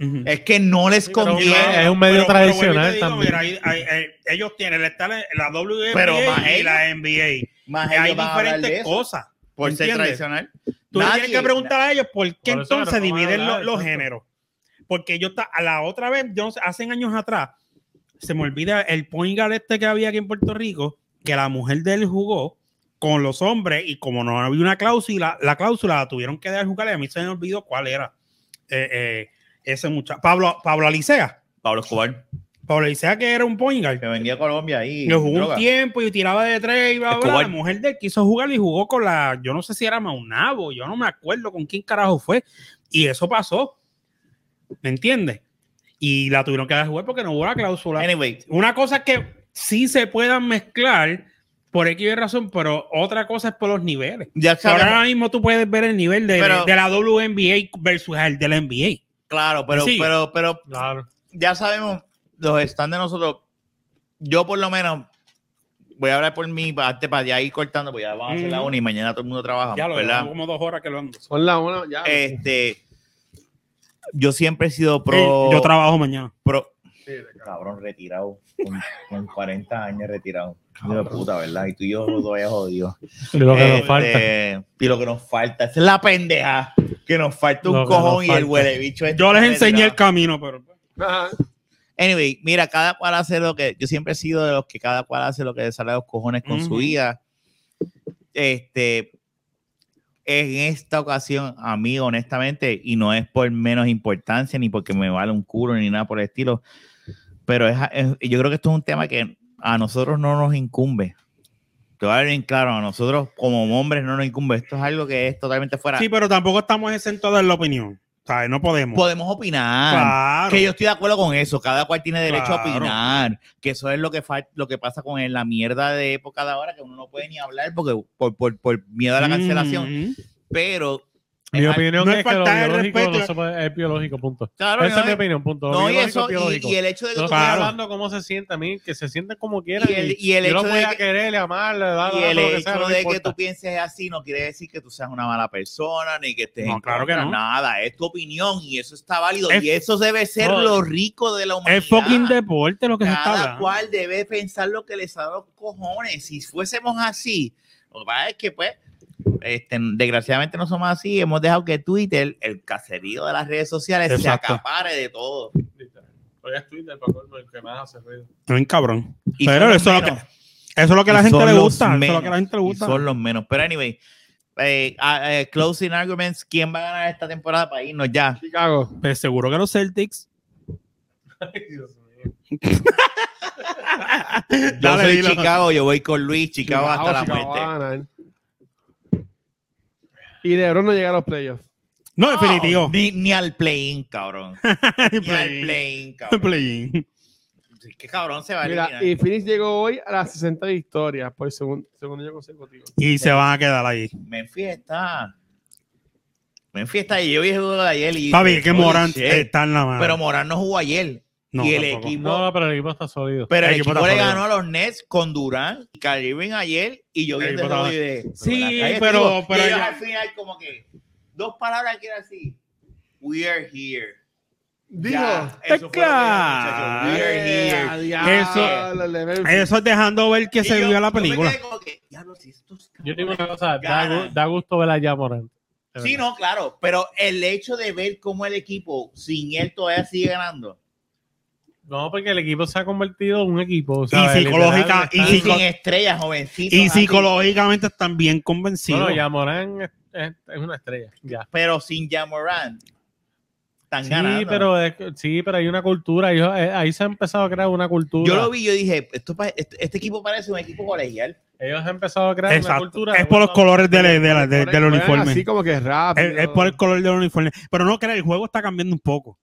Speaker 2: Ujú.
Speaker 3: Es que no les
Speaker 5: pero un
Speaker 3: conviene.
Speaker 2: eh,
Speaker 5: es un
Speaker 2: Pero- pero vuelvo y te
Speaker 5: medio tradicional
Speaker 2: digo,
Speaker 5: también.
Speaker 2: mira, ahí- ahí- ahí- ellos tienen está la, la WNBA
Speaker 3: Pero
Speaker 2: y
Speaker 3: más ellos.
Speaker 2: la NBA.
Speaker 3: Más ellos
Speaker 2: Hay
Speaker 3: van a hablar de
Speaker 2: diferentes
Speaker 3: eso,
Speaker 2: cosas.
Speaker 3: Por ser
Speaker 2: ¿entiendes?
Speaker 3: tradicional.
Speaker 2: Tú le tienes
Speaker 3: Nadie-
Speaker 2: que preguntar a ellos por qué
Speaker 5: Por eso
Speaker 2: entonces
Speaker 5: que no vamos a
Speaker 2: dividen
Speaker 5: hablar,
Speaker 2: los, los
Speaker 5: exacto.
Speaker 2: géneros. Porque yo ta- a la otra vez, yo no sé, hace años atrás, se me olvida el point guard este que había aquí en Puerto Rico, que la mujer de él jugó con los hombres y como no había una cláusula, la cláusula la tuvieron que dejar jugar y a mí se me olvidó cuál era Eh, eh, ese muchacho. Pablo, Pablo Alicea.
Speaker 3: Pablo Escobar,
Speaker 2: Pablo Alicea que era un point guard.
Speaker 3: que venía a Colombia ahí.
Speaker 2: Lo jugó
Speaker 3: droga.
Speaker 2: un tiempo y tiraba de tres y bla, bla, bla. La
Speaker 3: Escobar.
Speaker 2: mujer de él quiso jugar y jugó con la, yo no sé si era Maunabo, yo no me acuerdo con quién carajo fue. Y eso pasó. ¿Me entiendes? Y la tuvieron que dejar jugar porque no hubo la cláusula.
Speaker 3: Anyway,
Speaker 2: Una cosa es que sí se puedan mezclar por X y razón, pero otra cosa es por los niveles.
Speaker 3: ya
Speaker 2: Ahora
Speaker 3: sabemos.
Speaker 2: mismo tú puedes ver el nivel de,
Speaker 3: Pero-
Speaker 2: de la WNBA versus el de la NBA.
Speaker 3: Claro, pero,
Speaker 2: Sí.
Speaker 3: pero, pero
Speaker 5: Claro.
Speaker 3: ya sabemos los están de nosotros. Yo por lo menos voy a hablar por mí, parte para ya ir cortando, porque ya vamos a hacer la
Speaker 2: Ujú.
Speaker 3: una y mañana todo el mundo trabaja,
Speaker 2: Ya lo
Speaker 3: ¿verdad?
Speaker 2: llevamos como dos horas que lo ando.
Speaker 4: Son las una, ya.
Speaker 3: Este, yo siempre he sido
Speaker 2: Eh,
Speaker 3: pro,
Speaker 2: Yo trabajo mañana.
Speaker 3: pro-
Speaker 4: Sí, de cara.
Speaker 3: cabrón retirado, con, con 40 años retirado. Hijo de puta, ¿verdad? Y tú y yo todavía jodidos.
Speaker 5: Y lo que nos
Speaker 3: Este,
Speaker 5: falta.
Speaker 3: Y lo que nos falta, esa es la pendeja que nos falta un
Speaker 5: Lo que nos
Speaker 3: cojón y el
Speaker 5: falta.
Speaker 3: huele bicho. este
Speaker 2: Yo les enseñé el
Speaker 3: retirado.
Speaker 2: camino, pero...
Speaker 4: Ajá.
Speaker 3: Anyway, mira, cada cual hace lo que. Yo siempre he sido de los que cada cual hace lo que le sale a los cojones con su
Speaker 2: Ujú.
Speaker 3: vida. Este. En esta ocasión, a mí, honestamente, y no es por menos importancia, ni porque me vale un culo, ni nada por el estilo, pero es, es- yo creo que esto es un tema que a nosotros no nos incumbe. Te voy a dar bien claro, a nosotros como hombres no nos incumbe. Esto es algo que es totalmente fuera.
Speaker 2: Sí, pero tampoco estamos exentos de la opinión. ¿Sabes? No podemos.
Speaker 3: Podemos opinar.
Speaker 2: claro.
Speaker 3: Pues, ah, Que yo estoy de acuerdo con eso. Cada cual tiene derecho
Speaker 2: Claro.
Speaker 3: a opinar. Que eso es lo que, fal- lo que pasa con la mierda de época de ahora, que uno no puede ni hablar porque por, por, por miedo a la cancelación.
Speaker 2: Mm.
Speaker 3: Pero.
Speaker 5: Mi
Speaker 3: es al-
Speaker 5: opinión
Speaker 2: no es
Speaker 5: es que lo
Speaker 2: faltar el
Speaker 5: biológico
Speaker 2: respeto.
Speaker 5: no se puede- es biológico, punto.
Speaker 3: claro,
Speaker 5: Esa es
Speaker 3: no,
Speaker 5: mi
Speaker 3: y-
Speaker 5: opinión, punto. Lo
Speaker 3: no, y
Speaker 5: biológico
Speaker 3: eso.
Speaker 5: es
Speaker 3: Y,
Speaker 5: biológico.
Speaker 3: y el hecho de que
Speaker 5: No
Speaker 3: tú
Speaker 5: estoy
Speaker 3: quieras hablar-
Speaker 5: hablando cómo se sientan a mí, que se sientan como quieran.
Speaker 3: Y el- y el
Speaker 5: yo los
Speaker 3: hecho
Speaker 5: voy
Speaker 3: de
Speaker 5: a
Speaker 3: que-
Speaker 5: querer, amarle,
Speaker 3: y el
Speaker 5: lo que
Speaker 3: hecho
Speaker 5: sea, no me
Speaker 3: de que
Speaker 5: importa.
Speaker 3: tú pienses así no quiere decir que tú seas una mala persona ni que estés
Speaker 2: No,
Speaker 3: en
Speaker 2: claro que
Speaker 3: contra,
Speaker 2: no.
Speaker 3: nada es tu opinión y eso está válido
Speaker 2: Es-
Speaker 3: y eso debe ser
Speaker 5: No.
Speaker 3: lo rico de la humanidad
Speaker 2: Es fucking deporte lo que se está
Speaker 3: cada
Speaker 2: hablando.
Speaker 3: cual debe pensar lo que les ha dado cojones. Si fuésemos así, lo que pasa es que, pues, este, desgraciadamente no somos así. Hemos dejado que Twitter, el caserío de las redes sociales,
Speaker 2: Exacto.
Speaker 3: se acapare de todo.
Speaker 5: Oye, es Twitter, para colmo, el que más hace ruido.
Speaker 2: Bien cabrón.
Speaker 3: Y
Speaker 2: Pero
Speaker 3: son los
Speaker 2: eso es lo que-
Speaker 3: menos,
Speaker 2: Eso es lo que a
Speaker 3: Y
Speaker 2: la gente
Speaker 3: son
Speaker 2: le
Speaker 3: los
Speaker 2: gusta. Eso es lo
Speaker 3: menos.
Speaker 2: que a la gente le
Speaker 3: y
Speaker 2: gusta.
Speaker 3: son los menos. Pero, anyway, eh, ah, eh, closing arguments: ¿quién va a ganar esta temporada para irnos
Speaker 2: *laughs*
Speaker 3: ya?
Speaker 4: Chicago.
Speaker 2: Pues seguro que los Celtics.
Speaker 5: Ay, Dios mío.
Speaker 3: Yo
Speaker 2: Dale,
Speaker 3: soy
Speaker 2: dilo.
Speaker 3: Chicago, yo voy con Luis, Chicago, hasta la
Speaker 4: Chicago ah.
Speaker 3: muerte.
Speaker 4: va a ganar. Y LeBron no llega a los playoffs.
Speaker 2: No, definitivo.
Speaker 3: Ni, ni al play-in,
Speaker 2: *laughs*
Speaker 3: cabrón. Ni al play-in, cabrón.
Speaker 2: Play-in.
Speaker 3: ¿Qué cabrón se va a
Speaker 4: Mira,
Speaker 3: eliminar?
Speaker 4: y Phoenix llegó hoy a las 60 victorias por segundo, segundo año consecutivo.
Speaker 2: Y se van a quedar ahí.
Speaker 3: Memphis está. Memphis está. Y yo vi el juego de ayer. Y
Speaker 2: Está bien que
Speaker 3: Holy
Speaker 2: Morant
Speaker 3: shit.
Speaker 2: está en la mano.
Speaker 3: Pero Morán no jugó ayer.
Speaker 2: No,
Speaker 3: y el
Speaker 2: tampoco.
Speaker 3: equipo.
Speaker 5: No, pero el equipo está sólido.
Speaker 3: pero el,
Speaker 2: el equipo
Speaker 3: equipo,
Speaker 2: está
Speaker 3: le
Speaker 2: jodido.
Speaker 3: ganó a los Nets con Durán y Kyrie Irving ayer. Y yo vi
Speaker 2: El
Speaker 3: el
Speaker 2: equipo
Speaker 3: juego
Speaker 2: está-
Speaker 3: y de.
Speaker 2: Sí,
Speaker 3: la calle,
Speaker 2: pero-
Speaker 3: tipo,
Speaker 2: pero
Speaker 3: y ellos
Speaker 2: ya-
Speaker 3: al final, como que. Dos palabras que era así. We are here.
Speaker 4: Dijo.
Speaker 3: Ya, eso fue lo que era, muchachos. We are here.
Speaker 4: Yeah, diablo, le ven-
Speaker 2: Eso es dejando ver que
Speaker 3: Y
Speaker 2: se
Speaker 3: yo-
Speaker 2: vio la
Speaker 3: yo me
Speaker 2: película.
Speaker 3: quedé como que, "Diablo, si estos
Speaker 5: Yo digo
Speaker 3: cabrones
Speaker 5: una cosa, da,
Speaker 3: ganan".
Speaker 5: gu- da gusto ver a Yamoran.
Speaker 3: Sí, no, claro, pero el hecho de ver cómo el equipo sin él todavía sigue ganando.
Speaker 5: No, porque el equipo se ha convertido en un equipo.
Speaker 2: psicológica-
Speaker 5: y
Speaker 2: y
Speaker 3: Y
Speaker 2: psico-
Speaker 3: sin estrellas, jovencito.
Speaker 2: Y psicológicamente están bien convencidos.
Speaker 5: Bueno, Yamoran es, es- es una estrella. Ya.
Speaker 3: Pero sin Jamoran. Están
Speaker 5: Sí,
Speaker 3: ganando.
Speaker 5: pero es- sí, pero hay una cultura. ellos- eh, ahí se ha empezado a crear una cultura.
Speaker 3: Yo lo vi, yo dije, esto pa- este, este equipo parece un equipo colegial.
Speaker 5: Ellos han empezado a crear una
Speaker 2: Exacto.
Speaker 5: cultura. pues,
Speaker 2: Es por los colores del, del- del- del
Speaker 4: Ponen- ponen
Speaker 2: uniforme.
Speaker 4: Así como que rápido.
Speaker 2: Es, es por el color del uniforme. Pero no creas, el juego está cambiando un poco.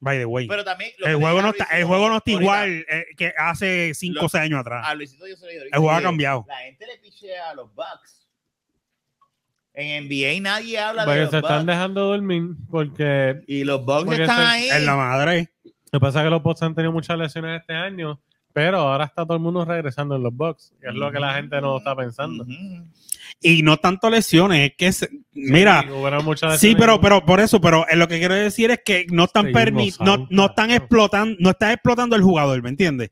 Speaker 2: By the way.
Speaker 3: Pero también. lo
Speaker 2: el,
Speaker 3: que
Speaker 2: juego
Speaker 3: decía
Speaker 2: no está, el
Speaker 3: Luisito
Speaker 2: juego no está
Speaker 3: ahorita,
Speaker 2: igual eh, que hace 5 o
Speaker 3: Lo- Ah,
Speaker 2: 6 años atrás.
Speaker 3: A Luisito yo se lo dije ahorita,
Speaker 2: El juego ha
Speaker 3: que
Speaker 2: cambiado.
Speaker 3: La gente le piche a los Bucks. En NBA nadie habla
Speaker 5: Porque
Speaker 3: de
Speaker 5: se
Speaker 3: los
Speaker 5: están
Speaker 3: Bucks.
Speaker 5: dejando dormir porque
Speaker 3: Y los Bucks
Speaker 5: Porque
Speaker 3: están
Speaker 5: se-
Speaker 3: ahí.
Speaker 2: En la madre.
Speaker 5: Lo que pasa es que los Bucks han tenido muchas lesiones este año, pero ahora está todo el mundo regresando en los Bucks, que es lo que la gente no está pensando.
Speaker 3: Ujú.
Speaker 2: Y no tanto lesiones, es que se- mira,
Speaker 5: Y hubieron muchas
Speaker 2: Sí,
Speaker 5: lesiones.
Speaker 2: pero, pero por eso, pero eh, lo que quiero decir es que no están
Speaker 5: Seguimos,
Speaker 2: permi- no,
Speaker 5: Santa.
Speaker 2: no están explotando, no están explotando el jugador, ¿me entiendes?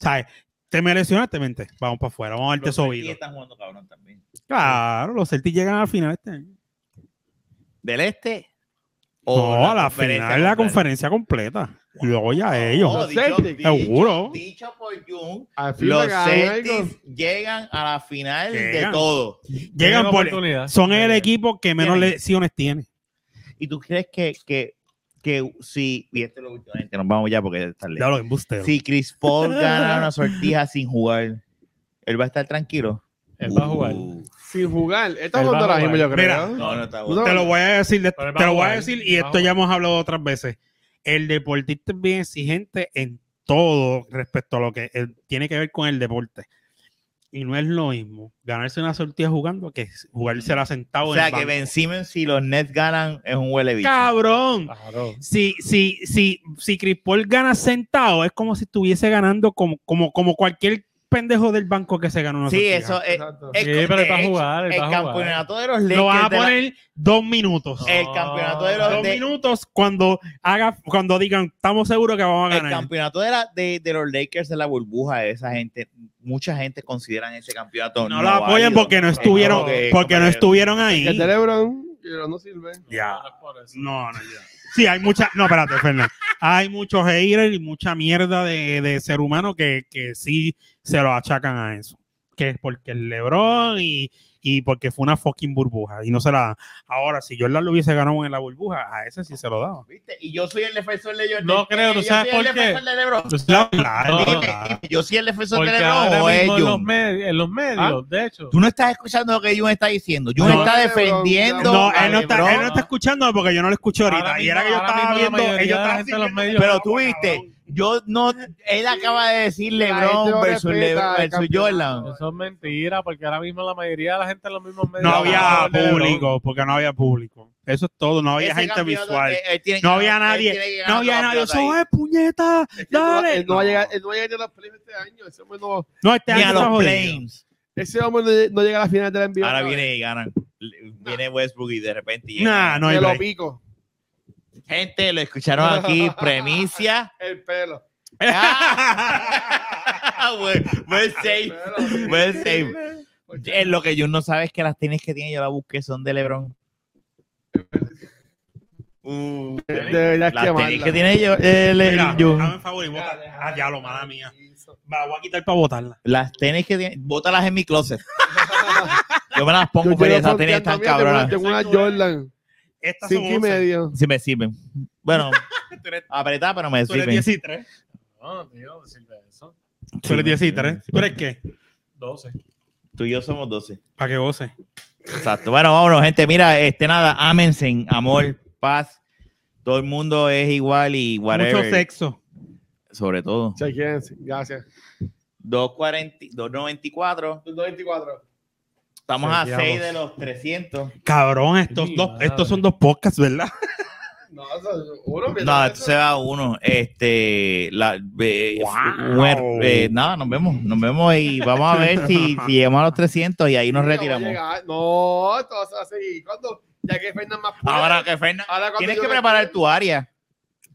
Speaker 2: ¿Sabes? Te me lesionaste, mente. Vamos para afuera, vamos a darte
Speaker 3: Los Celtics
Speaker 2: subido.
Speaker 3: están jugando cabrón también.
Speaker 2: Claro, los Celtics llegan a la final este año.
Speaker 3: ¿Del este?
Speaker 2: No, a la
Speaker 3: conferencia
Speaker 2: final, la
Speaker 3: completa?
Speaker 2: conferencia completa. Luego ya
Speaker 3: No,
Speaker 2: ellos.
Speaker 4: Los
Speaker 3: dicho-
Speaker 4: Celtics.
Speaker 3: dicho-
Speaker 2: Seguro.
Speaker 3: Dicho por Jun,
Speaker 4: Al fin
Speaker 3: los
Speaker 4: me ganan algo.
Speaker 3: Celtics llegan a la final de
Speaker 2: Llegan.
Speaker 3: todo.
Speaker 5: Tienen
Speaker 2: Llegan por.
Speaker 5: oportunidad.
Speaker 2: Son el equipo que menos
Speaker 3: Tienen.
Speaker 2: lesiones tiene.
Speaker 3: ¿Y tú crees que, que, que si, y esto es lo último, gente, nos vamos ya porque está
Speaker 2: Ya
Speaker 3: lejos.
Speaker 2: lo embustero.
Speaker 3: Si Chris Paul gana una sortija *laughs* sin jugar, él va a estar tranquilo.
Speaker 5: Él va a jugar.
Speaker 3: Uh,
Speaker 4: Sin jugar. Está
Speaker 5: Él va
Speaker 4: jugando
Speaker 5: a
Speaker 4: ahora mismo, yo
Speaker 5: jugar.
Speaker 4: creo.
Speaker 3: no, no está
Speaker 4: No,
Speaker 3: bueno.
Speaker 2: Te lo voy a decir, de-
Speaker 5: Pero él va
Speaker 2: te
Speaker 5: a
Speaker 2: lo voy a
Speaker 5: jugar,
Speaker 2: decir,
Speaker 5: él
Speaker 2: y
Speaker 5: va a
Speaker 2: esto ya
Speaker 5: jugar.
Speaker 2: hemos hablado otras veces. El deportista es bien exigente en todo respecto a lo que eh, tiene que ver con el deporte. Y no es lo mismo ganarse una sortilla jugando que jugársela sentado
Speaker 3: O sea
Speaker 2: en el
Speaker 3: que
Speaker 2: banco.
Speaker 3: Ben Simmons, si los Nets ganan, es un huele bicho.
Speaker 2: ¡Cabrón!
Speaker 5: Claro.
Speaker 2: Si, si, si, si Chris Paul gana sentado, es como si estuviese ganando como, como, como cualquier pendejo del banco que se gana una
Speaker 3: Sí,
Speaker 2: sortija.
Speaker 3: eso es.
Speaker 4: Exacto.
Speaker 3: es-
Speaker 5: Sí, pero él va a
Speaker 3: de hecho,
Speaker 5: jugar, él
Speaker 3: El
Speaker 5: va a jugar.
Speaker 3: campeonato de los
Speaker 2: Lo van a
Speaker 3: Lakers. de la-
Speaker 2: poner dos minutos.
Speaker 3: El
Speaker 5: No,
Speaker 3: campeonato de
Speaker 2: dos
Speaker 3: los de-
Speaker 2: minutos cuando haga cuando digan estamos seguros que vamos a
Speaker 3: El
Speaker 2: ganar
Speaker 3: campeonato de, la, de, de los Lakers de la burbuja de esa gente, mucha gente consideran ese campeonato.
Speaker 2: no, la apoyan
Speaker 3: válido.
Speaker 2: porque no
Speaker 3: Es
Speaker 2: estuvieron
Speaker 3: como Eh, que-
Speaker 2: porque
Speaker 3: como
Speaker 2: no
Speaker 3: que-
Speaker 2: estuvieron
Speaker 4: Que el
Speaker 2: ahí
Speaker 4: de LeBron, pero no sirve.
Speaker 2: ya
Speaker 5: No, no es por eso.
Speaker 2: no no ya. sí hay mucha no espérate Fernández hay muchos haters y mucha mierda de, de ser humano que, que sí se lo achacan a eso que es porque el Lebron y, y porque fue una fucking burbuja y no se la dan. ahora si Jordan lo hubiese ganado en la burbuja a ese sí se lo daba
Speaker 3: ¿Viste? Y yo soy el defensor de Jordan.
Speaker 5: No creo, ¿tú
Speaker 3: Yo
Speaker 5: sabes
Speaker 3: soy el
Speaker 5: por qué?
Speaker 3: defensor de LeBron.
Speaker 5: Tú sabes-
Speaker 2: Claro,
Speaker 5: No,
Speaker 3: Dime,
Speaker 2: claro.
Speaker 3: dime, Yo soy el defensor de
Speaker 5: porque
Speaker 3: LeBron o
Speaker 5: ahora mismo en los,
Speaker 3: ellos.
Speaker 5: medios, en los medios,
Speaker 4: ¿Ah?
Speaker 5: de hecho.
Speaker 3: Tú no estás escuchando lo que Jun está diciendo. Jun
Speaker 4: No,
Speaker 3: está
Speaker 4: LeBron,
Speaker 3: defendiendo.
Speaker 2: No,
Speaker 3: a
Speaker 2: él no, está,
Speaker 3: LeBron.
Speaker 2: él no está escuchando porque yo no lo escuché ahorita.
Speaker 5: Ahora
Speaker 2: y era que yo
Speaker 5: mismo- ahora
Speaker 2: estaba
Speaker 5: mismo la
Speaker 2: viendo.
Speaker 5: mayoría
Speaker 2: ellos
Speaker 5: de la
Speaker 2: estaban
Speaker 5: gente en los
Speaker 2: siguiendo-
Speaker 5: medios-
Speaker 3: Pero tú viste, yo no. Él acaba de decir
Speaker 4: gente
Speaker 3: LeBron
Speaker 4: no
Speaker 3: versus,
Speaker 4: respeta
Speaker 3: LeBron
Speaker 4: el
Speaker 3: versus
Speaker 4: campeonato.
Speaker 3: Jordan.
Speaker 5: Eso es mentira, porque ahora mismo la mayoría de la gente en los mismos medios.
Speaker 2: No había
Speaker 5: habla de LeBron.
Speaker 2: público, porque no había público. Eso es todo, no había
Speaker 3: Ese
Speaker 2: gente
Speaker 3: campeonato, eh,
Speaker 2: visual.
Speaker 3: él- él tiene que
Speaker 2: No había
Speaker 3: ganar- él
Speaker 2: nadie,
Speaker 3: tiene que
Speaker 2: no
Speaker 3: ganar
Speaker 2: había
Speaker 3: todos
Speaker 2: nadie.
Speaker 3: los campeonatos
Speaker 2: Eso
Speaker 3: ahí.
Speaker 2: es puñeta,
Speaker 4: Es que
Speaker 2: dale.
Speaker 4: Él no va a llegar él no va a llegar ni a los playoffs este año. Ese hombre no,
Speaker 2: No, este
Speaker 3: Ni
Speaker 2: año
Speaker 3: a
Speaker 2: está
Speaker 3: los
Speaker 2: jodido.
Speaker 3: Flames.
Speaker 4: ese hombre no, no llega a la final de la NBA.
Speaker 3: Ahora
Speaker 4: otra vez.
Speaker 3: viene y ganan. Le- Viene Westbrook y de repente. llega.
Speaker 2: Nah, no hay
Speaker 4: Te lo
Speaker 2: break.
Speaker 4: pico.
Speaker 3: Gente, lo escucharon *laughs* aquí. Premicia.
Speaker 4: El pelo.
Speaker 3: Ah, *laughs* buen- buen
Speaker 4: El
Speaker 3: save.
Speaker 2: *laughs*
Speaker 4: pelo.
Speaker 3: Buen save. Eh, lo que yo no sabe es que las tenis que tiene yo la busqué son de LeBron. Uh,
Speaker 4: Deberías
Speaker 3: las tenis que
Speaker 4: quemarla.
Speaker 3: tiene yo, eh, le-
Speaker 2: Mira,
Speaker 3: yo-
Speaker 2: dame un favor y bota. Ah, diablo, mala mía. Va, voy a quitar para botarla.
Speaker 3: las tenis que tiene, bótalas en
Speaker 2: *laughs*
Speaker 3: mi closet. yo me las
Speaker 4: Yo
Speaker 3: pongo, pero
Speaker 4: quiero
Speaker 3: esas tenis están
Speaker 4: fronteando, mira, tengo una-
Speaker 3: cabronas.
Speaker 4: Tengo una Jordan.
Speaker 2: Estas son
Speaker 4: Cinco y
Speaker 2: 11.
Speaker 4: medio.
Speaker 3: Si me sirven. Bueno,
Speaker 2: *laughs* Tú eres-
Speaker 3: apretada, pero me
Speaker 2: Tú eres
Speaker 3: sirven.
Speaker 2: 10 y 3.
Speaker 5: No, tío, Ah, decirle eso.
Speaker 2: Tú eres ¿eh? 10 y 3. ¿Tú eres qué?
Speaker 5: 12.
Speaker 3: Tú y yo somos 12.
Speaker 2: Para que goce.
Speaker 3: Exacto. Bueno, vámonos, gente. Mira, este nada, ámense, amor, paz. Todo el mundo es igual y
Speaker 2: Mucho
Speaker 3: whatever.
Speaker 2: sexo.
Speaker 3: Sobre todo.
Speaker 4: Chequense. Gracias.
Speaker 3: 240 294.
Speaker 4: 224.
Speaker 3: Estamos a
Speaker 5: Chequeamos.
Speaker 3: 6 de los 300.
Speaker 2: Cabrón, estos,
Speaker 5: Mi
Speaker 2: dos,
Speaker 5: madre.
Speaker 2: estos son dos podcasts, ¿verdad?
Speaker 4: No, eso- uno, mira,
Speaker 3: No,
Speaker 4: eso-
Speaker 3: se va uno. Este, la, eh,
Speaker 2: Wow.
Speaker 3: muer- eh, nada, nos vemos, nos vemos y vamos a ver si, si llegamos a los 300 y ahí nos
Speaker 4: Mira,
Speaker 3: retiramos.
Speaker 4: voy a llegar. No, esto va a seguir. ¿Cuándo? Ya que Fernan más puede.
Speaker 3: Ahora que Fernan,
Speaker 4: Ahora cuando
Speaker 3: tienes
Speaker 4: yo
Speaker 3: que
Speaker 4: me-
Speaker 3: preparar tu área.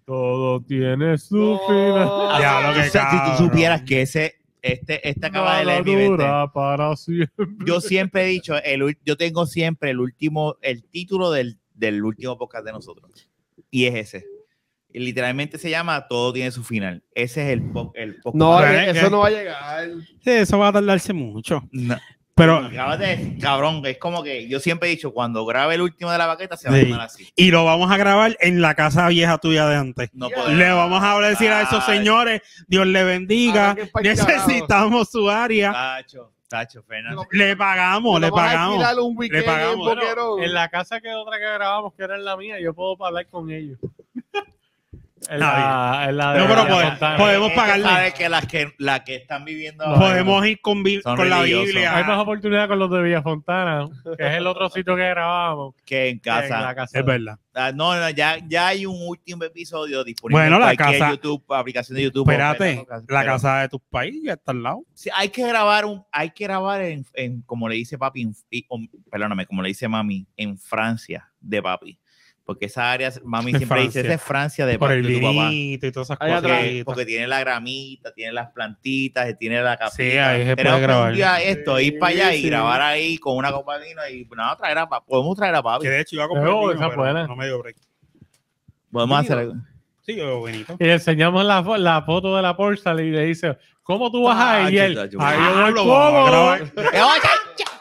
Speaker 5: Todo tiene su
Speaker 4: Oh.
Speaker 5: final.
Speaker 2: Ya, lo
Speaker 3: O
Speaker 2: que
Speaker 3: sea, si
Speaker 2: cabrón.
Speaker 3: tú supieras que ese, este, este acaba de
Speaker 5: Nada
Speaker 3: leer mi mente.
Speaker 5: dura para siempre.
Speaker 3: Yo siempre he dicho, el, ul- yo tengo siempre el último, el título del, del último podcast de nosotros. Y es ese. Y Literalmente se llama Todo tiene su final. Ese es el, po- el podcast.
Speaker 4: No,
Speaker 2: Pero
Speaker 4: eh,
Speaker 2: es
Speaker 4: eso
Speaker 2: que-
Speaker 4: no va a llegar.
Speaker 2: *laughs* Sí, eso va a tardarse mucho.
Speaker 3: No,
Speaker 2: Pero,
Speaker 3: cábate, cabrón, es como que yo siempre he dicho, cuando grabe el último de la baqueta se va a
Speaker 2: Sí.
Speaker 3: llamar así.
Speaker 2: y lo vamos a grabar en la casa vieja tuya de antes.
Speaker 3: No
Speaker 4: Ya.
Speaker 3: podemos.
Speaker 2: Le vamos a decir a esos
Speaker 3: Ay.
Speaker 2: señores, Dios le bendiga,
Speaker 4: Arranquen pa'l carajo.
Speaker 2: necesitamos su área.
Speaker 3: Tacho, Tacho, Fernando.
Speaker 2: Le pagamos, le
Speaker 4: Nos vas a
Speaker 2: pagamos.
Speaker 4: alquilar un weekend
Speaker 2: pagamos.
Speaker 4: bien
Speaker 5: Bueno,
Speaker 4: boquerón.
Speaker 5: en la casa que otra que grabamos, que era en la mía, yo puedo hablar con ellos. *laughs* en,
Speaker 2: Está
Speaker 5: la, en la de
Speaker 2: No, pero pues,
Speaker 5: María
Speaker 2: podemos-
Speaker 5: Fontana.
Speaker 2: podemos- pagarle.
Speaker 3: Sabes que las que, las que están viviendo ahora-
Speaker 2: Podemos ir con, bi-
Speaker 3: Son
Speaker 2: con la
Speaker 3: religiosos.
Speaker 2: Biblia.
Speaker 5: Hay más oportunidad con los de Villa Fontana, que es el otro sitio que grabábamos.
Speaker 3: que en
Speaker 5: En
Speaker 3: casa.
Speaker 5: la casa.
Speaker 2: Es verdad.
Speaker 3: Ah, no, no, ya, ya hay un último episodio disponible
Speaker 2: Bueno,
Speaker 3: en
Speaker 2: la
Speaker 3: cualquier
Speaker 2: casa-
Speaker 3: YouTube, aplicación de YouTube.
Speaker 2: Espérate,
Speaker 3: Pero-
Speaker 2: la
Speaker 3: pero-
Speaker 2: casa de tus países ya está al lado.
Speaker 3: Sí, hay que grabar un, hay que grabar en, en, como le dice papi, en- y- o, perdóname, como le dice mami, en Francia de papi. Porque esa área, mami
Speaker 2: En
Speaker 3: siempre dice,
Speaker 2: Francia.
Speaker 3: esa es Francia de
Speaker 2: Por
Speaker 3: papi,
Speaker 2: el
Speaker 3: de tu papá.
Speaker 2: vinito y todas esas
Speaker 4: Ahí
Speaker 2: cosas.
Speaker 4: atrás.
Speaker 3: Porque, porque tiene la gramita, tiene las plantitas, y tiene la capita.
Speaker 2: Sí, ahí se puede
Speaker 3: Tenemos que un
Speaker 2: grabar.
Speaker 3: día esto, ir para allá
Speaker 4: Sí,
Speaker 3: y
Speaker 4: sí.
Speaker 3: grabar ahí con una copa de vino y no, traer a papi. Podemos traer a papi.
Speaker 2: Que de hecho iba a
Speaker 5: Pero,
Speaker 2: comprar
Speaker 5: esa
Speaker 2: vino,
Speaker 5: buena.
Speaker 2: pero no me dio break.
Speaker 3: Podemos
Speaker 2: *laughs*
Speaker 3: hacer algo.
Speaker 2: Sí, yo bonito.
Speaker 5: Y le enseñamos la, fo- la foto de la Porsche y le dice, ¿cómo tú vas a ir? Y él,
Speaker 3: Ah, chuta,
Speaker 5: "Ahí yo
Speaker 2: Ah,
Speaker 5: voy
Speaker 2: lo
Speaker 5: cómodo,
Speaker 2: vamos a grabar.
Speaker 3: ¡Eh, oh,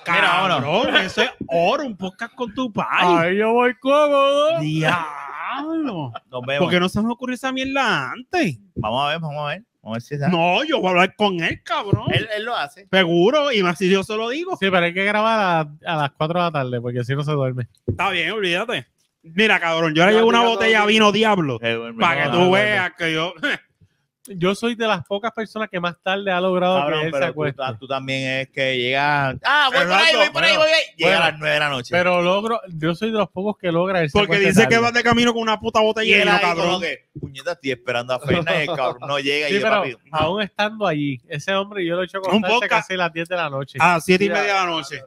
Speaker 3: Mira, vámonos.
Speaker 2: Cabrón, eso es oro, un podcast con tu país.
Speaker 5: ahí yo voy cómodo.
Speaker 2: Diablo.
Speaker 3: Nos vemos.
Speaker 2: ¿Por qué no se nos ocurrió esa mierda antes?
Speaker 3: Vamos a ver, vamos a ver. Vamos a ver si es
Speaker 2: No, yo voy a hablar con él, cabrón.
Speaker 3: Él, él lo hace.
Speaker 2: Seguro, y más si yo se lo digo.
Speaker 5: Sí, pero hay que grabar a, a las 4 de la tarde, porque si no se duerme.
Speaker 2: Está bien, olvídate. Mira, cabrón, yo ahora
Speaker 4: Ya,
Speaker 2: llevo una
Speaker 4: tira todo
Speaker 2: botella de
Speaker 4: bien.
Speaker 2: vino diablo. Para
Speaker 3: Para
Speaker 2: que
Speaker 5: no,
Speaker 2: tú
Speaker 5: no,
Speaker 2: veas que yo.
Speaker 5: Yo soy de las pocas personas que más tarde ha logrado que
Speaker 3: Cabrón,
Speaker 5: él se
Speaker 3: pero tú,
Speaker 5: acueste.
Speaker 3: ta- tú también es que llegas. Ah, voy por
Speaker 2: Exacto,
Speaker 3: ahí, voy por ahí, voy
Speaker 5: bueno,
Speaker 3: ahí. Llega
Speaker 5: bueno.
Speaker 3: a las 9 de la noche.
Speaker 5: Pero logro, yo soy de los pocos que logra irse
Speaker 2: Porque dice que vas de camino con una puta
Speaker 3: y
Speaker 2: botella de
Speaker 3: él
Speaker 2: vino,
Speaker 3: ahí como
Speaker 2: cabrón.
Speaker 3: que, puñeta, estoy esperando a Fernández y el cabrón no llega
Speaker 5: Sí,
Speaker 3: y yo,
Speaker 5: pero
Speaker 3: papi.
Speaker 5: aún estando allí, ese hombre yo lo he hecho
Speaker 2: Un
Speaker 5: acostarse
Speaker 2: podcast. Ah.
Speaker 5: casi a las 10 de la noche.
Speaker 2: A las siete y
Speaker 4: Ya,
Speaker 2: media de la noche.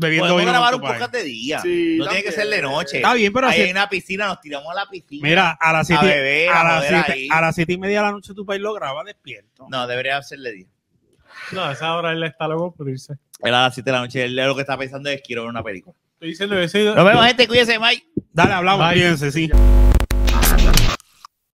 Speaker 2: Bebiendo
Speaker 3: Podemos
Speaker 2: vino.
Speaker 3: grabar
Speaker 2: con
Speaker 3: un
Speaker 2: tu padre.
Speaker 3: podcast de día.
Speaker 4: Sí,
Speaker 3: no tiene que
Speaker 4: también.
Speaker 3: ser de noche.
Speaker 2: Está bien, pero
Speaker 3: Ahí
Speaker 2: así.
Speaker 3: hay una piscina, nos tiramos a la piscina.
Speaker 2: Mira, a las
Speaker 3: a
Speaker 2: siete.
Speaker 3: beber,
Speaker 2: A
Speaker 3: a,
Speaker 2: las
Speaker 3: joder
Speaker 2: siete,
Speaker 3: ahí.
Speaker 2: a las siete y media de la noche tu país lo graba despierto.
Speaker 3: No, debería ser de día.
Speaker 5: No, a esa hora él está loco por irse.
Speaker 3: Él a las 7 de la noche, él lo que está pensando es quiero ver una película.
Speaker 5: Estoy diciendo que soy...
Speaker 3: Nos vemos, gente. Cuídense, Mike.
Speaker 2: Dale, hablamos,
Speaker 5: Bye.
Speaker 2: fíjense, sí.